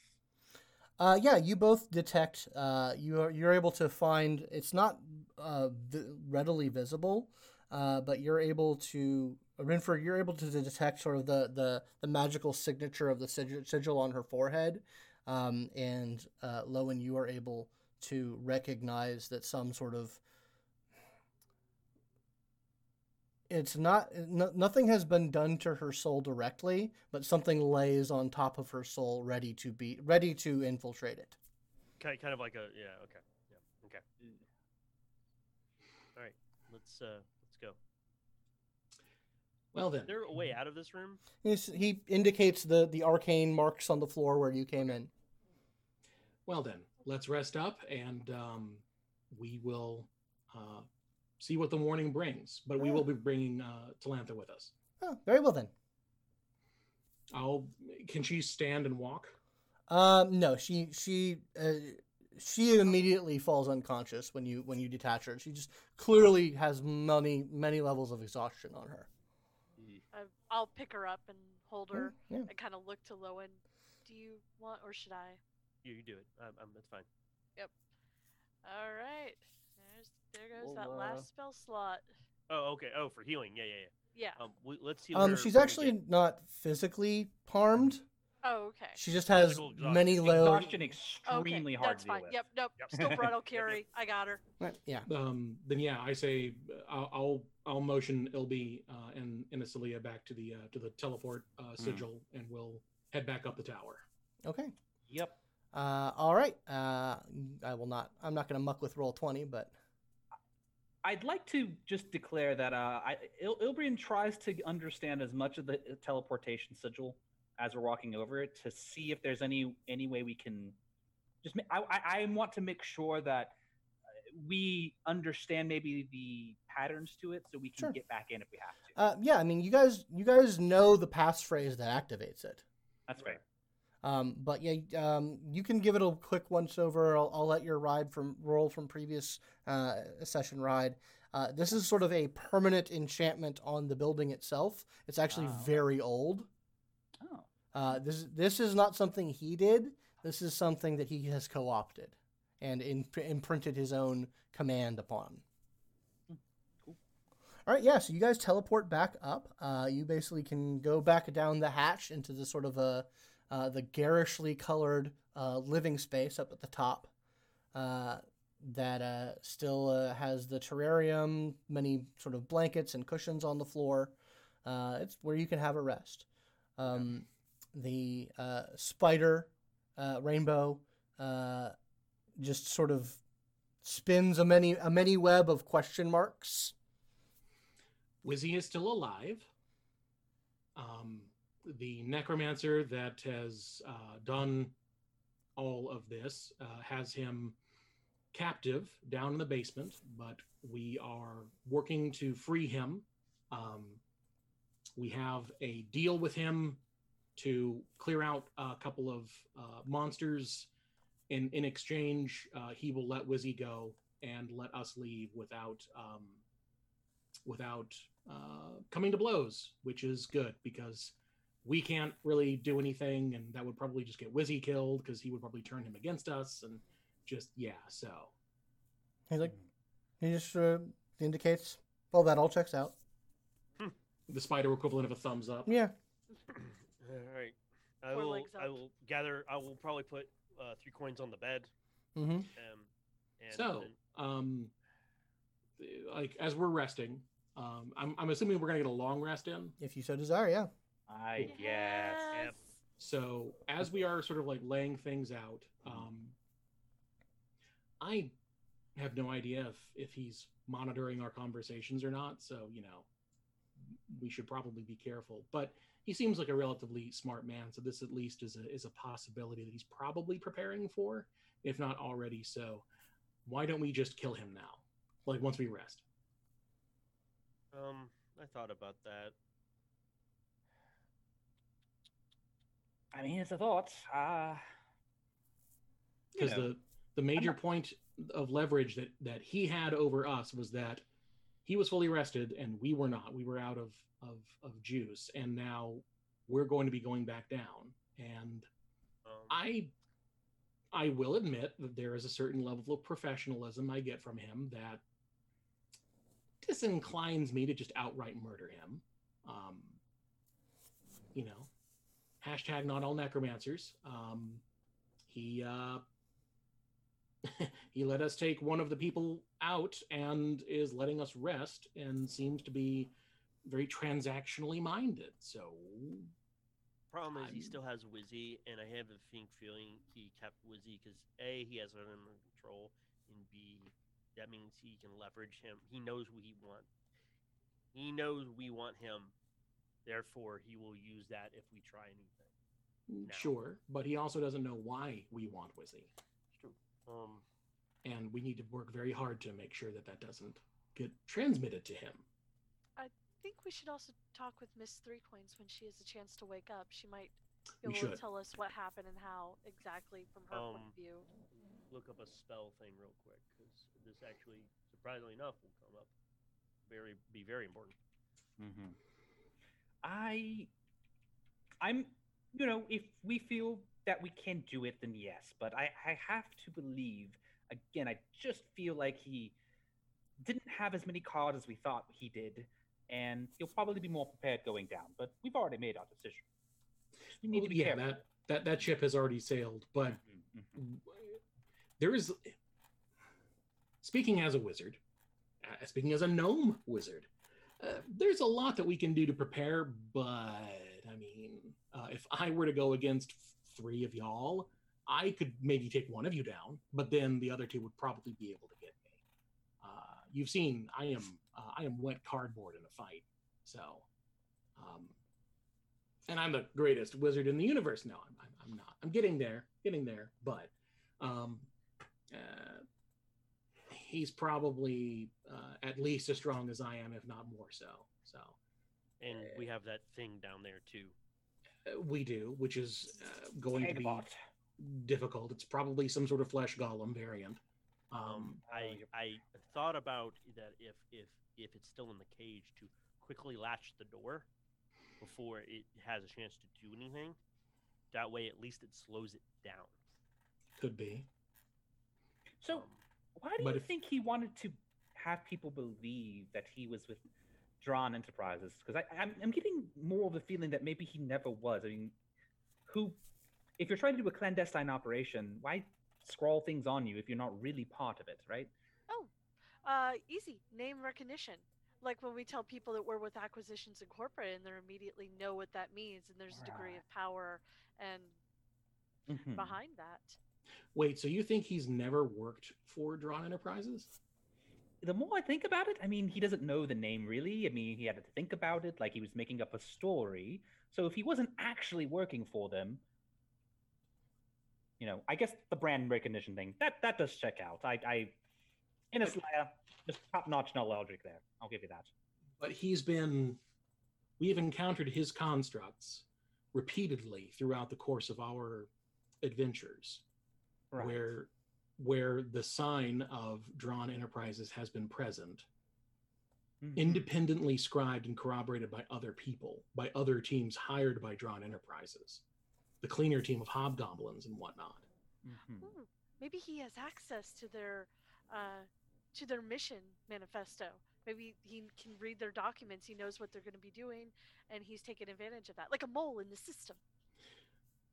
[SPEAKER 2] Uh, yeah, you both detect. Uh, you are you're able to find. It's not uh, vi- readily visible, uh, but you're able to Renfrew. You're able to detect sort of the the, the magical signature of the sigil, sigil on her forehead, um, and uh, Lowen, you are able to recognize that some sort of. It's not no, nothing has been done to her soul directly, but something lays on top of her soul, ready to be ready to infiltrate it.
[SPEAKER 3] Kind kind of like a yeah. Okay. Yeah. Okay. All right. Let's uh let's go.
[SPEAKER 6] Well then,
[SPEAKER 3] Is there a way out of this room?
[SPEAKER 2] He's, he indicates the the arcane marks on the floor where you came in.
[SPEAKER 6] well then, let's rest up and um, we will uh, see what the warning brings. But we will be bringing uh, Talantha with us.
[SPEAKER 2] Oh, very well then.
[SPEAKER 6] I'll. Can she stand and walk?
[SPEAKER 2] Um, no, she she uh, she immediately falls unconscious when you when you detach her. She just clearly has many many levels of exhaustion on her.
[SPEAKER 4] I, I'll pick her up and hold her
[SPEAKER 2] Yeah.
[SPEAKER 4] and kind of look to Lowen. Do you want, or should I?
[SPEAKER 3] You, you do it. Um, um, that's fine.
[SPEAKER 4] All right. There's, there goes
[SPEAKER 5] Well,
[SPEAKER 4] that
[SPEAKER 5] uh,
[SPEAKER 4] last spell slot.
[SPEAKER 3] Oh, okay. Oh, for healing. Yeah, yeah,
[SPEAKER 4] Yeah.
[SPEAKER 3] yeah.
[SPEAKER 5] oh.
[SPEAKER 3] Um, we, let's heal.
[SPEAKER 2] Um,
[SPEAKER 3] her
[SPEAKER 2] she's
[SPEAKER 3] when we
[SPEAKER 2] actually
[SPEAKER 3] get-
[SPEAKER 2] not physically harmed.
[SPEAKER 4] Oh, okay.
[SPEAKER 2] She just has
[SPEAKER 3] Physical exhaustion.
[SPEAKER 2] many layers.
[SPEAKER 5] Exhaustion
[SPEAKER 4] Okay,
[SPEAKER 5] extremely hard
[SPEAKER 4] that's
[SPEAKER 5] to deal
[SPEAKER 4] fine.
[SPEAKER 5] with.
[SPEAKER 4] Yep, nope.
[SPEAKER 3] (laughs) Yep.
[SPEAKER 4] Still bridal
[SPEAKER 3] (laughs)
[SPEAKER 5] (laughs)
[SPEAKER 3] Yep, yep.
[SPEAKER 4] carry. I got her.
[SPEAKER 2] Yeah.
[SPEAKER 6] Um, then yeah, I say uh, I'll I'll, I'll motion Ilby uh, and and Acilia back to the uh, to the teleport uh, sigil, and we'll head back up the tower.
[SPEAKER 2] Okay.
[SPEAKER 5] Yep.
[SPEAKER 2] Uh, all right. Uh, I will not. I'm not going to muck with roll twenty, but
[SPEAKER 5] I'd like to just declare that uh, I, Il- Ilbrian tries to understand as much of the uh, teleportation sigil as we're walking over it to see if there's any any way we can just. ma- I, I, I want to make sure that uh, we understand maybe the patterns to it, so we can
[SPEAKER 2] Sure.
[SPEAKER 5] get back in if we have to.
[SPEAKER 2] uh, yeah. I mean, you guys you guys know the passphrase that activates it.
[SPEAKER 5] That's right.
[SPEAKER 2] Um, but yeah, um, you can give it a quick once over. I'll, I'll let your ride from roll from previous uh, session ride. Uh, this is sort of a permanent enchantment on the building itself. It's actually
[SPEAKER 5] Ah, okay.
[SPEAKER 2] very old.
[SPEAKER 5] Oh,
[SPEAKER 2] Uh, this this is not something he did. This is something that he has co-opted and in, imprinted his own command upon.
[SPEAKER 5] Hmm, cool.
[SPEAKER 2] All right, yeah. So you guys teleport back up. Uh, you basically can go back down the hatch into the sort of a uh, the garishly colored uh, living space up at the top uh, that uh, still uh, has the terrarium, many sort of blankets and cushions on the floor. Uh, it's where you can have a rest. Um, the uh, spider uh, rainbow uh, just sort of spins a many a many web of question marks.
[SPEAKER 6] Wizzy is still alive. Um, the necromancer that has uh, done all of this uh, has him captive down in the basement, but we are working to free him. Um, we have a deal with him to clear out a couple of uh, monsters. In, in exchange, uh, he will let Wizzy go and let us leave without um, without uh, coming to blows, which is good because we can't really do anything, and that would probably just get Wizzy killed because he would probably turn him against us, and just yeah. So
[SPEAKER 2] He's like, he just uh, indicates, well, that all checks out.
[SPEAKER 6] the spider equivalent of a thumbs up.
[SPEAKER 2] Yeah.
[SPEAKER 3] (clears throat) All right. I
[SPEAKER 4] Four
[SPEAKER 3] will.
[SPEAKER 4] legs
[SPEAKER 3] I
[SPEAKER 4] up.
[SPEAKER 3] will gather. I will probably put uh, three coins on the bed.
[SPEAKER 2] Mm-hmm.
[SPEAKER 3] Um, and
[SPEAKER 6] So,
[SPEAKER 3] then-
[SPEAKER 6] um, like as we're resting, um, I'm, I'm assuming we're gonna get a long rest in.
[SPEAKER 2] If you so desire, yeah.
[SPEAKER 5] I guess.
[SPEAKER 3] Yep.
[SPEAKER 6] So as we are sort of like laying things out, um, I have no idea if if he's monitoring our conversations or not. So you know, we should probably be careful. But he seems like a relatively smart man, so this at least is a is a possibility that he's probably preparing for, if not already. So why don't we just kill him now? Like once we rest.
[SPEAKER 3] Um, I thought about that.
[SPEAKER 5] I mean, it's a thought. Uh, you
[SPEAKER 6] because
[SPEAKER 5] know.
[SPEAKER 6] the the major point of leverage that that he had over us was that he was fully rested and we were not we were out of of of juice and now we're going to be going back down and
[SPEAKER 3] Um,
[SPEAKER 6] i i will admit that there is a certain level of professionalism i get from him that disinclines me to just outright murder him um you know hashtag not all necromancers um he uh (laughs) he let us take one of the people out and is letting us rest and seems to be very transactionally minded so
[SPEAKER 3] problem is he
[SPEAKER 6] I'm-
[SPEAKER 3] still has Wizzy, and I have a think feeling he kept Wizzy because a he has it under control, and b that means he can leverage him. He knows what he want. He knows we want him. Therefore, he will use that if we try anything.
[SPEAKER 6] Mm, sure but he also doesn't know why we want wizzy
[SPEAKER 3] Um,
[SPEAKER 6] and we need to work very hard to make sure that that doesn't get transmitted to him
[SPEAKER 4] think we should also talk with Miss Three Coins when she has a chance to wake up. She might be able
[SPEAKER 6] We
[SPEAKER 4] to
[SPEAKER 6] should.
[SPEAKER 4] tell us what happened and how exactly from her point
[SPEAKER 3] Um,
[SPEAKER 4] of view.
[SPEAKER 3] look up a spell thing real quick because this actually, surprisingly enough, will come up. Very be very important.
[SPEAKER 5] Mm-hmm. I, I'm, you know, if we feel that we can do it, then yes. But I, I have to believe. Again, I just feel like he didn't have as many cards as we thought he did, and he'll probably be more prepared going down. But we've already made our decision. We need
[SPEAKER 6] Well,
[SPEAKER 5] to be
[SPEAKER 6] yeah
[SPEAKER 5] careful.
[SPEAKER 6] that that that ship has already sailed but
[SPEAKER 5] Mhm, mhm.
[SPEAKER 6] there is speaking as a wizard uh, speaking as a gnome wizard uh, there's a lot that we can do to prepare but i mean uh, if i were to go against three of y'all i could maybe take one of you down but then the other two would probably be able to get me uh, you've seen i am uh, i am wet cardboard in a fight so um, and i'm the greatest wizard in the universe no i'm, I'm, I'm not i'm getting there getting there but um, uh, he's probably uh, at least as strong as I am, if not more so. So
[SPEAKER 3] And we have that thing down there too.
[SPEAKER 6] uh, we do, which is uh, going to be
[SPEAKER 5] Agabot.
[SPEAKER 6] difficult. It's probably some sort of flesh golem variant. Um,
[SPEAKER 3] Um, I I thought about that if if if it's still in the cage to quickly latch the door before it has a chance to do anything. That way, at least it slows it down.
[SPEAKER 6] could be.
[SPEAKER 5] So,
[SPEAKER 3] Um,
[SPEAKER 5] why do
[SPEAKER 6] but
[SPEAKER 5] you
[SPEAKER 6] if-
[SPEAKER 5] think he wanted to have people believe that he was with Drawn Enterprises? Because I'm, I'm getting more of the feeling that maybe he never was. I mean, who, if you're trying to do a clandestine operation, why scrawl things on you if you're not really part of it, right?
[SPEAKER 4] Uh, easy name recognition. Like when we tell people that we're with Acquisitions Incorporated, and they immediately know what that means, and there's a degree of power and
[SPEAKER 6] Hmm.
[SPEAKER 5] Mhm.
[SPEAKER 4] behind that.
[SPEAKER 6] Wait, so you think he's never worked for Drawn Enterprises?
[SPEAKER 5] The more I think about it, I mean, he doesn't know the name really. I mean, he had to think about it, like he was making up a story. So if he wasn't actually working for them, you know, I guess the brand recognition thing that that does check out. I, I, in a slayer, just top notch logic there. I'll give you that.
[SPEAKER 6] But he's been. We have encountered his constructs repeatedly throughout the course of our adventures. where where the sign of drawn enterprises has been present
[SPEAKER 5] Mhm.
[SPEAKER 6] independently scribed and corroborated by other people by other teams hired by drawn enterprises the cleaner team of hobgoblins and whatnot
[SPEAKER 5] Mhm.
[SPEAKER 4] Ooh, Hmm. maybe he has access to their uh, to their mission manifesto. Maybe he can read their documents. He knows what they're going to be doing, and he's taking advantage of that, like a mole in the system.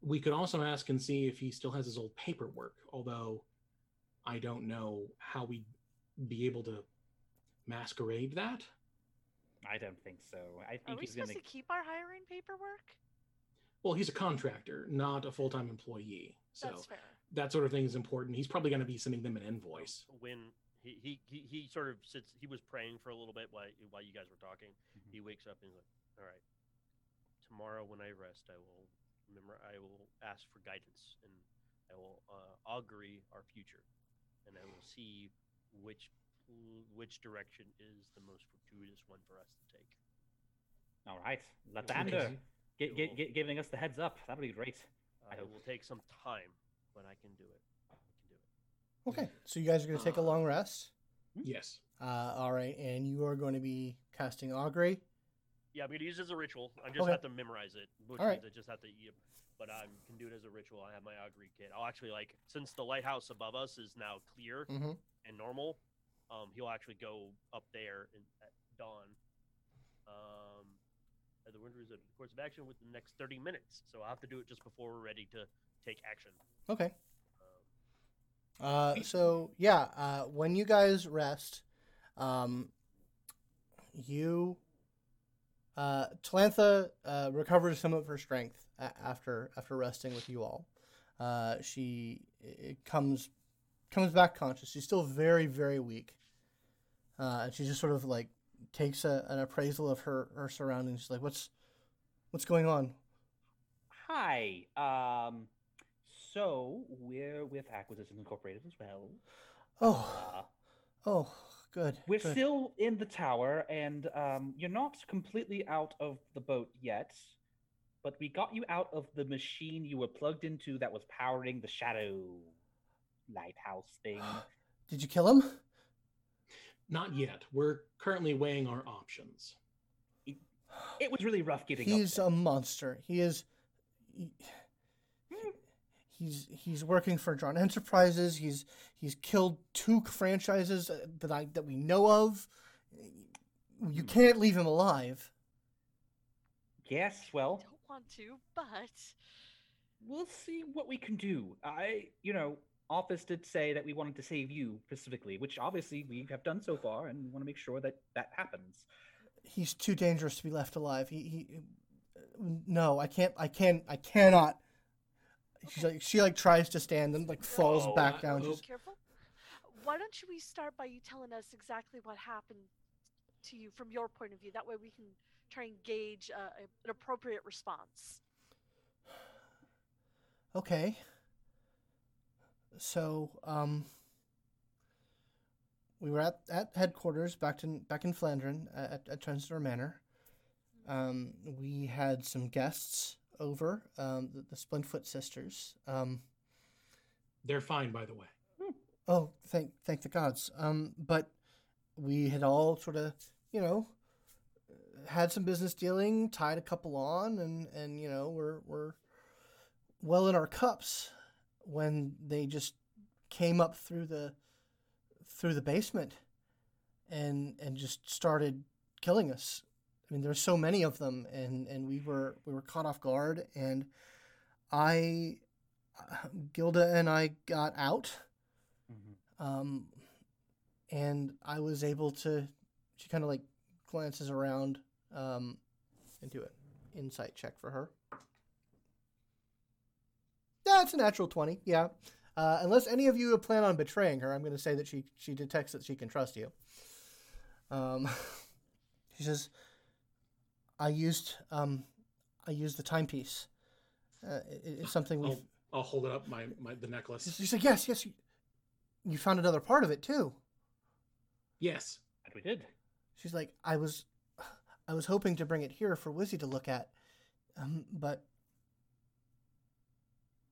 [SPEAKER 6] we could also ask and see if he still has his old paperwork although i don't know how we'd be able to masquerade that
[SPEAKER 5] I don't think so. I
[SPEAKER 4] Are
[SPEAKER 5] think
[SPEAKER 4] we
[SPEAKER 5] he's
[SPEAKER 4] supposed
[SPEAKER 5] gonna.
[SPEAKER 4] to keep our hiring paperwork?
[SPEAKER 6] Well, he's a contractor, not a full time employee. So
[SPEAKER 4] That's fair.
[SPEAKER 6] that sort of thing is important. He's probably going to be sending them an invoice.
[SPEAKER 3] When he, he he he sort of sits, he was praying for a little bit while while you guys were talking. He wakes up and he's like, "All right, tomorrow when I rest, I will remember. I will ask for guidance, and I will uh, augury our future, and I will see which which direction is the most fortuitous one for us to take."
[SPEAKER 5] All right,
[SPEAKER 6] Okay.
[SPEAKER 5] Lathander,
[SPEAKER 2] Hmm?
[SPEAKER 5] get, get, get, giving us the heads up. That'll be great. I
[SPEAKER 3] Uh, it
[SPEAKER 5] hope.
[SPEAKER 3] will take some time, but I can do it. I can do it.
[SPEAKER 2] Okay, so you guys are going to take a long rest.
[SPEAKER 6] Yes.
[SPEAKER 2] Uh, all right, and you are going to be casting augury.
[SPEAKER 3] Yeah, I'm gonna use it as a ritual. I just
[SPEAKER 2] Okay.
[SPEAKER 3] have to memorize it, which
[SPEAKER 2] All right.
[SPEAKER 3] means I just have to eat it. But I can do it as a ritual. I have my augury kit. I'll actually like since the lighthouse above us is now clear
[SPEAKER 2] Mhm.
[SPEAKER 3] and normal, um, he'll actually go up there in, at dawn. Um, and the winter is a course of action within the next 30 minutes, so I'll have to do it just before we're ready to take action.
[SPEAKER 2] Okay.
[SPEAKER 3] Um,
[SPEAKER 2] Uh, so yeah, uh, when you guys rest, um, you, uh, Talantha uh, recovers some of her strength a- after after resting with you all. Uh, she i- i- comes comes back conscious. She's still very very weak, uh, and she just sort of like takes a, an appraisal of her her surroundings. She's like, "What's what's going on?"
[SPEAKER 5] Hi. Um, so we're with Acquisition Incorporated as well.
[SPEAKER 2] Oh,
[SPEAKER 5] Uh,
[SPEAKER 2] oh, good.
[SPEAKER 5] We're
[SPEAKER 2] good.
[SPEAKER 5] still in the tower, and um, you're not completely out of the boat yet, but we got you out of the machine you were plugged into that was powering the shadow lighthouse
[SPEAKER 2] (gasps)
[SPEAKER 5] thing.
[SPEAKER 2] Did you kill him?
[SPEAKER 6] Not yet. We're currently weighing our options.
[SPEAKER 5] It was really rough getting
[SPEAKER 2] He's
[SPEAKER 5] up.
[SPEAKER 2] a monster. He is. he- he's he's working for John Enterprises. He's he's killed two franchises uh, that I, that we know of. You can't leave him alive.
[SPEAKER 5] there. yes, well,
[SPEAKER 4] Don't want to, but
[SPEAKER 5] we'll see what we can do. I, you know, Office did say that we wanted to save you specifically, which obviously we have done so far, and we want to make sure that that happens.
[SPEAKER 2] He's too dangerous to be left alive. He he. No, I can't. I can't. I cannot. She's like she like tries to stand and like falls
[SPEAKER 6] Oh,
[SPEAKER 2] back
[SPEAKER 6] I-
[SPEAKER 2] down.
[SPEAKER 6] oh.
[SPEAKER 2] She's-
[SPEAKER 4] careful. Why don't you- we start by you telling us exactly what happened to you from your point of view? That way we can try and gauge uh, a, an appropriate response.
[SPEAKER 2] Okay. So, um, we were at, at headquarters back in back in Flandrin uh, at, at Transistor Manor. Um, we had some guests over, um, the, the Splintfoot sisters. Um,
[SPEAKER 6] They're fine, by the way.
[SPEAKER 2] oh, thank thank the gods. Um, but we had all sort of, you know, had some business dealing, tied a couple on, and and you know we're we're well in our cups when they just came up through the through the basement and and just started killing us. I mean, there's so many of them, and and we were we were caught off guard, and I. Gilda and I got out, um, and I was able to. She kind of like glances around um, and do an insight check for her. That's a natural twenty. Yeah. Uh, unless any of you plan on betraying her, I'm going to say that she she detects that she can trust you. Um, (laughs) she says, "I used um, I used the timepiece. Uh, it, it's something we've."
[SPEAKER 6] I'll, I'll hold it up my, my the necklace.
[SPEAKER 2] She said, "Yes, yes. You, you found another part of it too."
[SPEAKER 6] Yes.
[SPEAKER 5] And we did.
[SPEAKER 2] She's like, "I was, I was hoping to bring it here for Wizzy to look at, um, but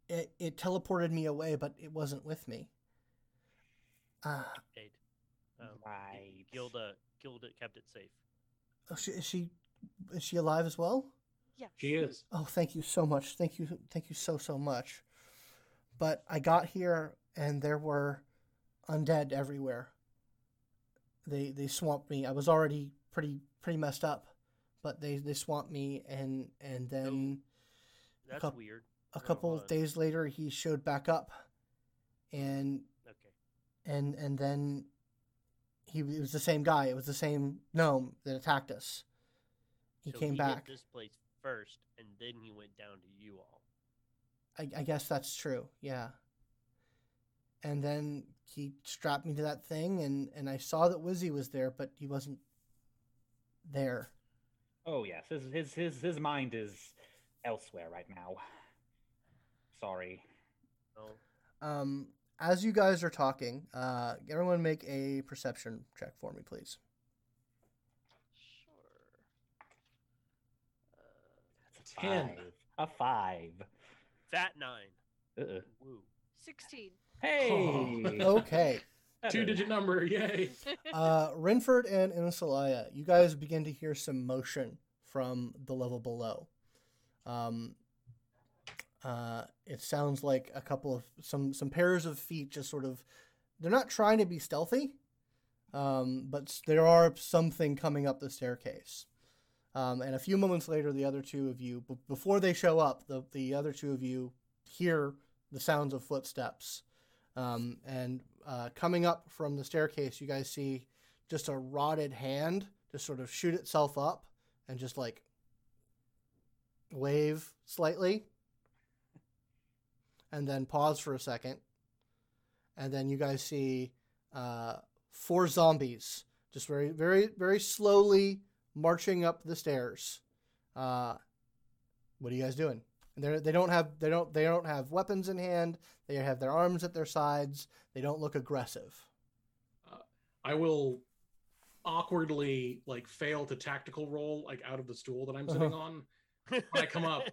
[SPEAKER 2] it it teleported me away, but it wasn't with me." Uh,
[SPEAKER 3] Eight. Um,
[SPEAKER 5] Right.
[SPEAKER 3] Gilda, Gilda kept it safe.
[SPEAKER 2] oh, she, is she is she alive as well?
[SPEAKER 4] Yes.
[SPEAKER 2] (laughs)
[SPEAKER 6] She is.
[SPEAKER 2] Oh, thank you so much. Thank you, thank you so so much. But I got here and there were undead everywhere. They they swamped me. I was already pretty pretty messed up, but they they swamped me and and then
[SPEAKER 3] That's
[SPEAKER 2] coup-
[SPEAKER 3] weird.
[SPEAKER 2] a
[SPEAKER 3] Oh,
[SPEAKER 2] couple
[SPEAKER 3] hold
[SPEAKER 2] of
[SPEAKER 3] on.
[SPEAKER 2] days later he showed back up, and
[SPEAKER 3] Okay.
[SPEAKER 2] and and then he it was the same guy. It was the same gnome that attacked us. He
[SPEAKER 3] So
[SPEAKER 2] came
[SPEAKER 3] hit
[SPEAKER 2] back.
[SPEAKER 3] this place first, and then he went down to you all.
[SPEAKER 2] I, I guess that's true. Yeah. And then he strapped me to that thing, and, and I saw that Wizzy was there, but he wasn't there.
[SPEAKER 5] Oh yes, his his his his mind is elsewhere right now. Sorry.
[SPEAKER 3] No,
[SPEAKER 2] Um, as you guys are talking, uh, everyone make a perception check for me,
[SPEAKER 3] (laughs)
[SPEAKER 2] please.
[SPEAKER 4] Sure. Uh,
[SPEAKER 5] That's a
[SPEAKER 6] Ten.
[SPEAKER 5] five. A five.
[SPEAKER 3] fat nine.
[SPEAKER 5] Uh-uh.
[SPEAKER 3] Woo.
[SPEAKER 4] 16.
[SPEAKER 5] Hey.
[SPEAKER 2] Oh, Okay.
[SPEAKER 6] Two
[SPEAKER 5] Better.
[SPEAKER 6] digit number, yay!
[SPEAKER 2] uh, Renford and Insalaya, you guys begin to hear some motion from the level below. Um, uh, it sounds like a couple of some some pairs of feet just sort of. They're not trying to be stealthy, um, but s- there are something coming up the staircase. Um, and a few moments later, the other two of you, b- before they show up, the the other two of you hear the sounds of footsteps um, and uh, coming up from the staircase, you guys see just a rotted hand just sort of shoot itself up and just like wave slightly and then pause for a second. And then you guys see uh, four zombies just very, very, very slowly marching up the stairs. Uh, what are you guys doing? And they're, they don't have they don't they don't have weapons in hand. They have their arms at their sides. They don't look aggressive.
[SPEAKER 6] I will awkwardly like fail to tactical roll like out of the stool that I'm sitting
[SPEAKER 2] Uh-huh.
[SPEAKER 6] on when I come up,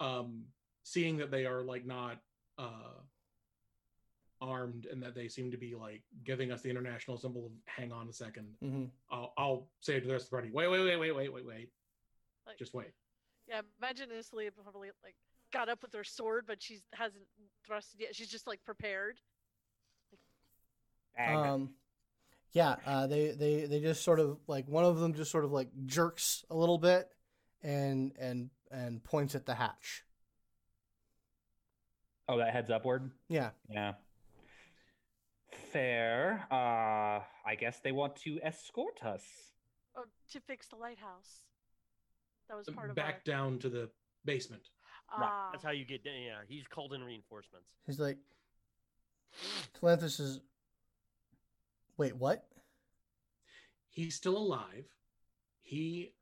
[SPEAKER 6] um, seeing that they are like not uh, armed and that they seem to be like giving us the international symbol of hang on a second.
[SPEAKER 2] Mm-hmm.
[SPEAKER 6] I'll, I'll say to the rest of the party, wait, wait, wait, wait, wait, wait, wait,
[SPEAKER 4] Like,
[SPEAKER 6] just wait.
[SPEAKER 4] yeah, imagine Isley probably like got up with her sword, but she hasn't thrusted yet. She's just like prepared.
[SPEAKER 5] Dang.
[SPEAKER 2] Um, yeah, uh, they, they they just sort of like one of them just sort of like jerks a little bit and and and points at the hatch.
[SPEAKER 5] oh, that heads upward.
[SPEAKER 2] Yeah,
[SPEAKER 5] Yeah. Fair. Uh, I guess they want to escort us.
[SPEAKER 4] Oh, to fix the lighthouse. That was part of
[SPEAKER 6] Back
[SPEAKER 4] our.
[SPEAKER 6] down to the basement.
[SPEAKER 4] Ah,
[SPEAKER 3] (laughs) That's how you get. down- Yeah, he's called in reinforcements.
[SPEAKER 2] he's like, Calanthus is. Wait, what?
[SPEAKER 6] He's still alive. He,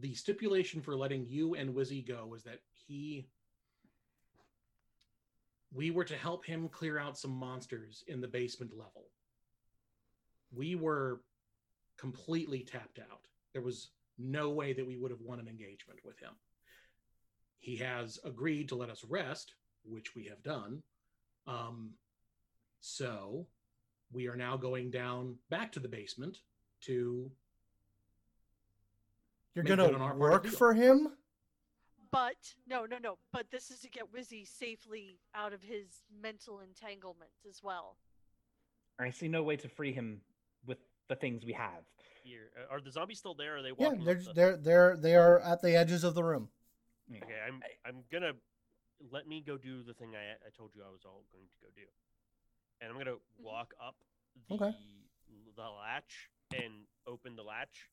[SPEAKER 6] the stipulation for letting you and Wizzy go was that he, we were to help him clear out some monsters in the basement level. We were completely tapped out. There was no way that we would have won an engagement with him. He has agreed to let us rest, which we have done. Um, so we are now going down back to the basement to
[SPEAKER 2] You're
[SPEAKER 6] Make good on our
[SPEAKER 2] gonna
[SPEAKER 6] part
[SPEAKER 2] work
[SPEAKER 6] deal.
[SPEAKER 2] for him?
[SPEAKER 4] but no, no, no. But this is to get Wizzy safely out of his mental entanglement as well.
[SPEAKER 5] I see no way to free him with the things we have.
[SPEAKER 3] Here, uh, are the zombies still there? Or are they
[SPEAKER 2] Yeah,
[SPEAKER 3] walking? up
[SPEAKER 2] they're
[SPEAKER 3] the-
[SPEAKER 2] they're they're they are at the edges of the room.
[SPEAKER 5] Yeah.
[SPEAKER 3] Okay, I'm. I'm gonna let me go do the thing I I told you I was all going to go do, and I'm gonna walk up the
[SPEAKER 2] Mm-hmm. Okay.
[SPEAKER 3] the latch and open the latch.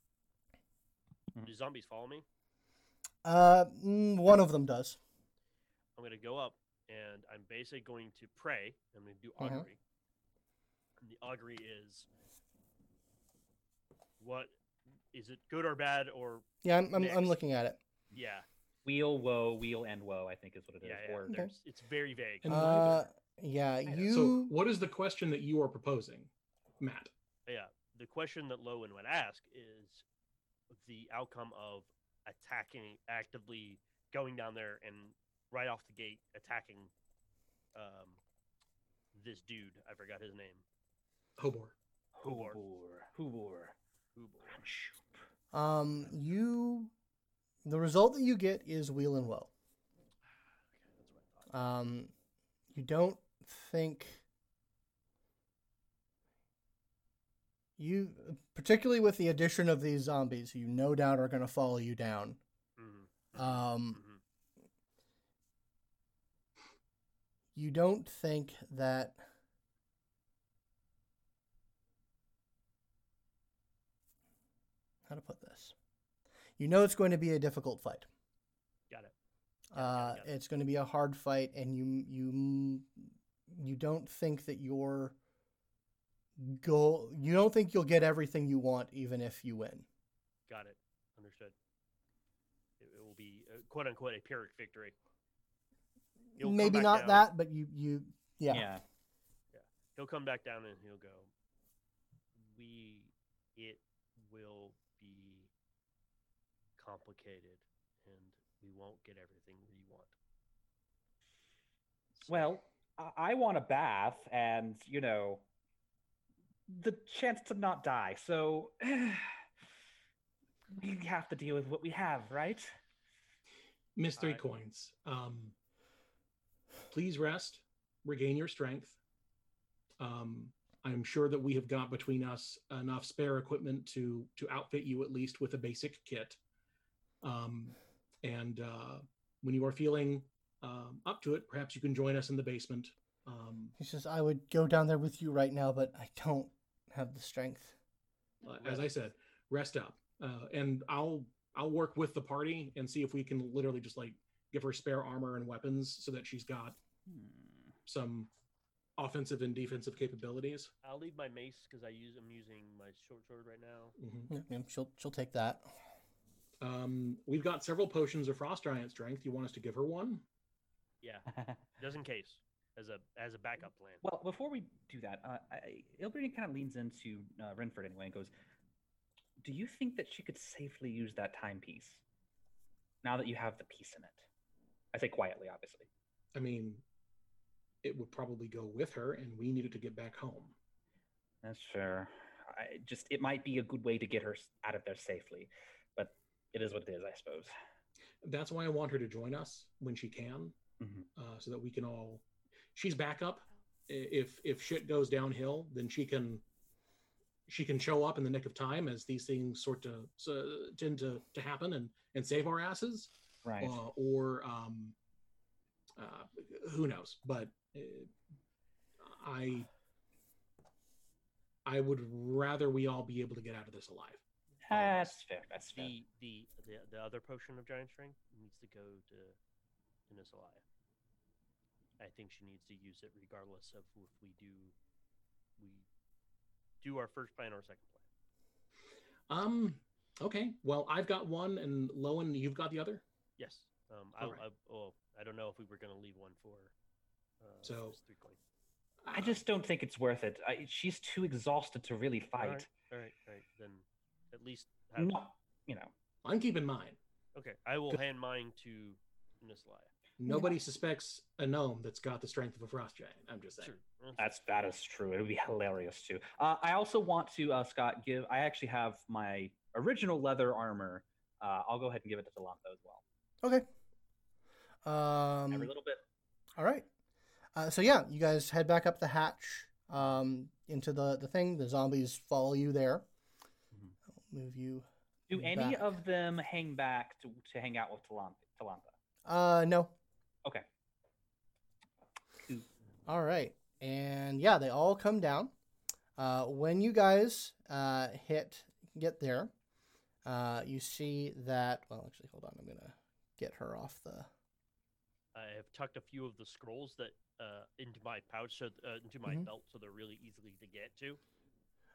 [SPEAKER 6] Mm-hmm.
[SPEAKER 5] Mhm.
[SPEAKER 3] Do zombies follow me?
[SPEAKER 2] Uh, mm, one of them does.
[SPEAKER 3] I'm gonna go up and I'm basically going to pray. I'm gonna do
[SPEAKER 2] Mhm.
[SPEAKER 3] augury. And the augury is what is it good or bad or
[SPEAKER 2] Yeah, I'm I'm, I'm
[SPEAKER 3] Next.
[SPEAKER 2] looking at it.
[SPEAKER 3] yeah
[SPEAKER 5] Wheel, woe, wheel, and woe. I think is what it is.
[SPEAKER 3] yeah, yeah
[SPEAKER 5] Or-
[SPEAKER 2] Okay.
[SPEAKER 3] there's, it's very vague.
[SPEAKER 6] And
[SPEAKER 2] Uh,
[SPEAKER 6] neither.
[SPEAKER 2] yeah, you.
[SPEAKER 6] So, what is the question that you are proposing, Matt?
[SPEAKER 3] Yeah, the question that Lowen would ask is the outcome of attacking actively going down there and right off the gate attacking um this dude. I forgot his name.
[SPEAKER 6] Hobor.
[SPEAKER 3] Hubor.
[SPEAKER 5] Hubor.
[SPEAKER 3] Hubor.
[SPEAKER 2] Um, you, the result that you get is wheel and woe.
[SPEAKER 3] That's what I thought.
[SPEAKER 2] Um, you don't think you, particularly with the addition of these zombies, who you no doubt are going to follow you down.
[SPEAKER 3] Mhm,
[SPEAKER 2] Um,
[SPEAKER 3] mhm.
[SPEAKER 2] you don't think that how to put this you know it's going to be a difficult fight
[SPEAKER 3] Yeah, yeah,
[SPEAKER 2] Uh,
[SPEAKER 3] yeah.
[SPEAKER 2] It's going to be a hard fight, and you you you don't think that your goal you don't think you'll get everything you want, even if you win.
[SPEAKER 3] Got it. Understood. It, it will be uh, quote unquote a pyrrhic victory. You'll come
[SPEAKER 2] Maybe
[SPEAKER 3] back
[SPEAKER 2] not
[SPEAKER 3] down.
[SPEAKER 2] that, but you you yeah.
[SPEAKER 3] He'll come back down and he'll go. We, it will be complicated, and we won't get everything we want. So-
[SPEAKER 5] Well, I-, I want a bath and, you know, the chance to not die. So (sighs) we have to deal with what we have, right?
[SPEAKER 6] Miss three
[SPEAKER 3] Alright.
[SPEAKER 6] coins. Um, please rest, regain your strength. Um, I'm sure that we have got between us enough spare equipment to to outfit you at least with a basic kit. Um, and uh, when you are feeling um, up to it, perhaps you can join us in the basement. Um,
[SPEAKER 2] He says I would go down there with you right now, but I don't have the strength.
[SPEAKER 6] uh, as I said, rest up, uh, and I'll I'll work with the party and see if we can literally just like give her spare armor and weapons so that she's got some offensive and defensive capabilities.
[SPEAKER 3] I'll leave my mace because I use I'm using my short sword right now.
[SPEAKER 6] Mhm.
[SPEAKER 2] Yeah, yeah, she'll she'll take that.
[SPEAKER 6] Um, we've got several potions of frost giant strength. You want us to give her one?
[SPEAKER 3] Yeah, just in case, as a as a backup plan.
[SPEAKER 5] well, before we do that, uh, I- Ilbrine kind of leans into uh, Renford anyway and goes, Do you think that she could safely use that timepiece now that you have the piece in it? I say quietly, obviously.
[SPEAKER 6] I mean, it would probably go with her, and we needed to get back home.
[SPEAKER 5] That's fair. I just it might be a good way to get her s- out of there safely, but it is what it is, I suppose.
[SPEAKER 6] That's why I want her to join us when she can,
[SPEAKER 5] Mhm.
[SPEAKER 6] uh, so that we can all. She's backup. I- If if shit goes downhill, then she can she can show up in the nick of time as these things sort to so, tend to to happen and and save our asses.
[SPEAKER 5] Right.
[SPEAKER 6] uh, or um, uh, who knows. But uh, I I would rather we all be able to get out of this alive.
[SPEAKER 5] that's fair. That's fair.
[SPEAKER 3] The, the the the other potion of giant strength needs to go to Inisalaya. I think she needs to use it regardless of if we do we do our first plan or second plan.
[SPEAKER 6] Um. Okay. Well, I've got one, and Lowen, you've got the other.
[SPEAKER 3] Yes. Um. I,
[SPEAKER 6] Alright.
[SPEAKER 3] I oh I don't know if we were going to leave one for. Uh,
[SPEAKER 6] So-
[SPEAKER 3] Miss three coin.
[SPEAKER 5] I just don't think it's worth it. I, she's too exhausted to really
[SPEAKER 3] All
[SPEAKER 5] fight.
[SPEAKER 3] right, All right. All right. Then at least have
[SPEAKER 5] No, you know.
[SPEAKER 6] I'm keeping mine.
[SPEAKER 3] okay. I will
[SPEAKER 6] Good.
[SPEAKER 3] hand mine to Inisalaya.
[SPEAKER 6] Nobody suspects a gnome that's got the strength of a frost giant. I'm just saying.
[SPEAKER 3] That's-
[SPEAKER 5] That's that is true. It would be hilarious too. Uh, I also want to uh, Scott give. I actually have my original leather armor. Uh, I'll go ahead and give it to Delonto as well.
[SPEAKER 2] Okay. Um,
[SPEAKER 3] Mm.
[SPEAKER 5] Every little bit.
[SPEAKER 2] All right. Uh, so yeah, you guys head back up the hatch um, into the the thing. The zombies follow you there.
[SPEAKER 5] Mhm.
[SPEAKER 3] Mm-hmm.
[SPEAKER 2] I'll move you.
[SPEAKER 5] Do any
[SPEAKER 2] back.
[SPEAKER 5] of them hang back to, to hang out with Talanta? Talanta.
[SPEAKER 2] Uh, no.
[SPEAKER 5] Okay. Cool.
[SPEAKER 2] All right. And yeah, they all come down. Uh, when you guys uh, hit get there, uh, you see that. Well, actually, hold on. I'm gonna get her off the.
[SPEAKER 3] I have tucked a few of the scrolls that uh, into my pouch, so uh, into my
[SPEAKER 2] Mhm.
[SPEAKER 3] belt, so they're really easily to get to.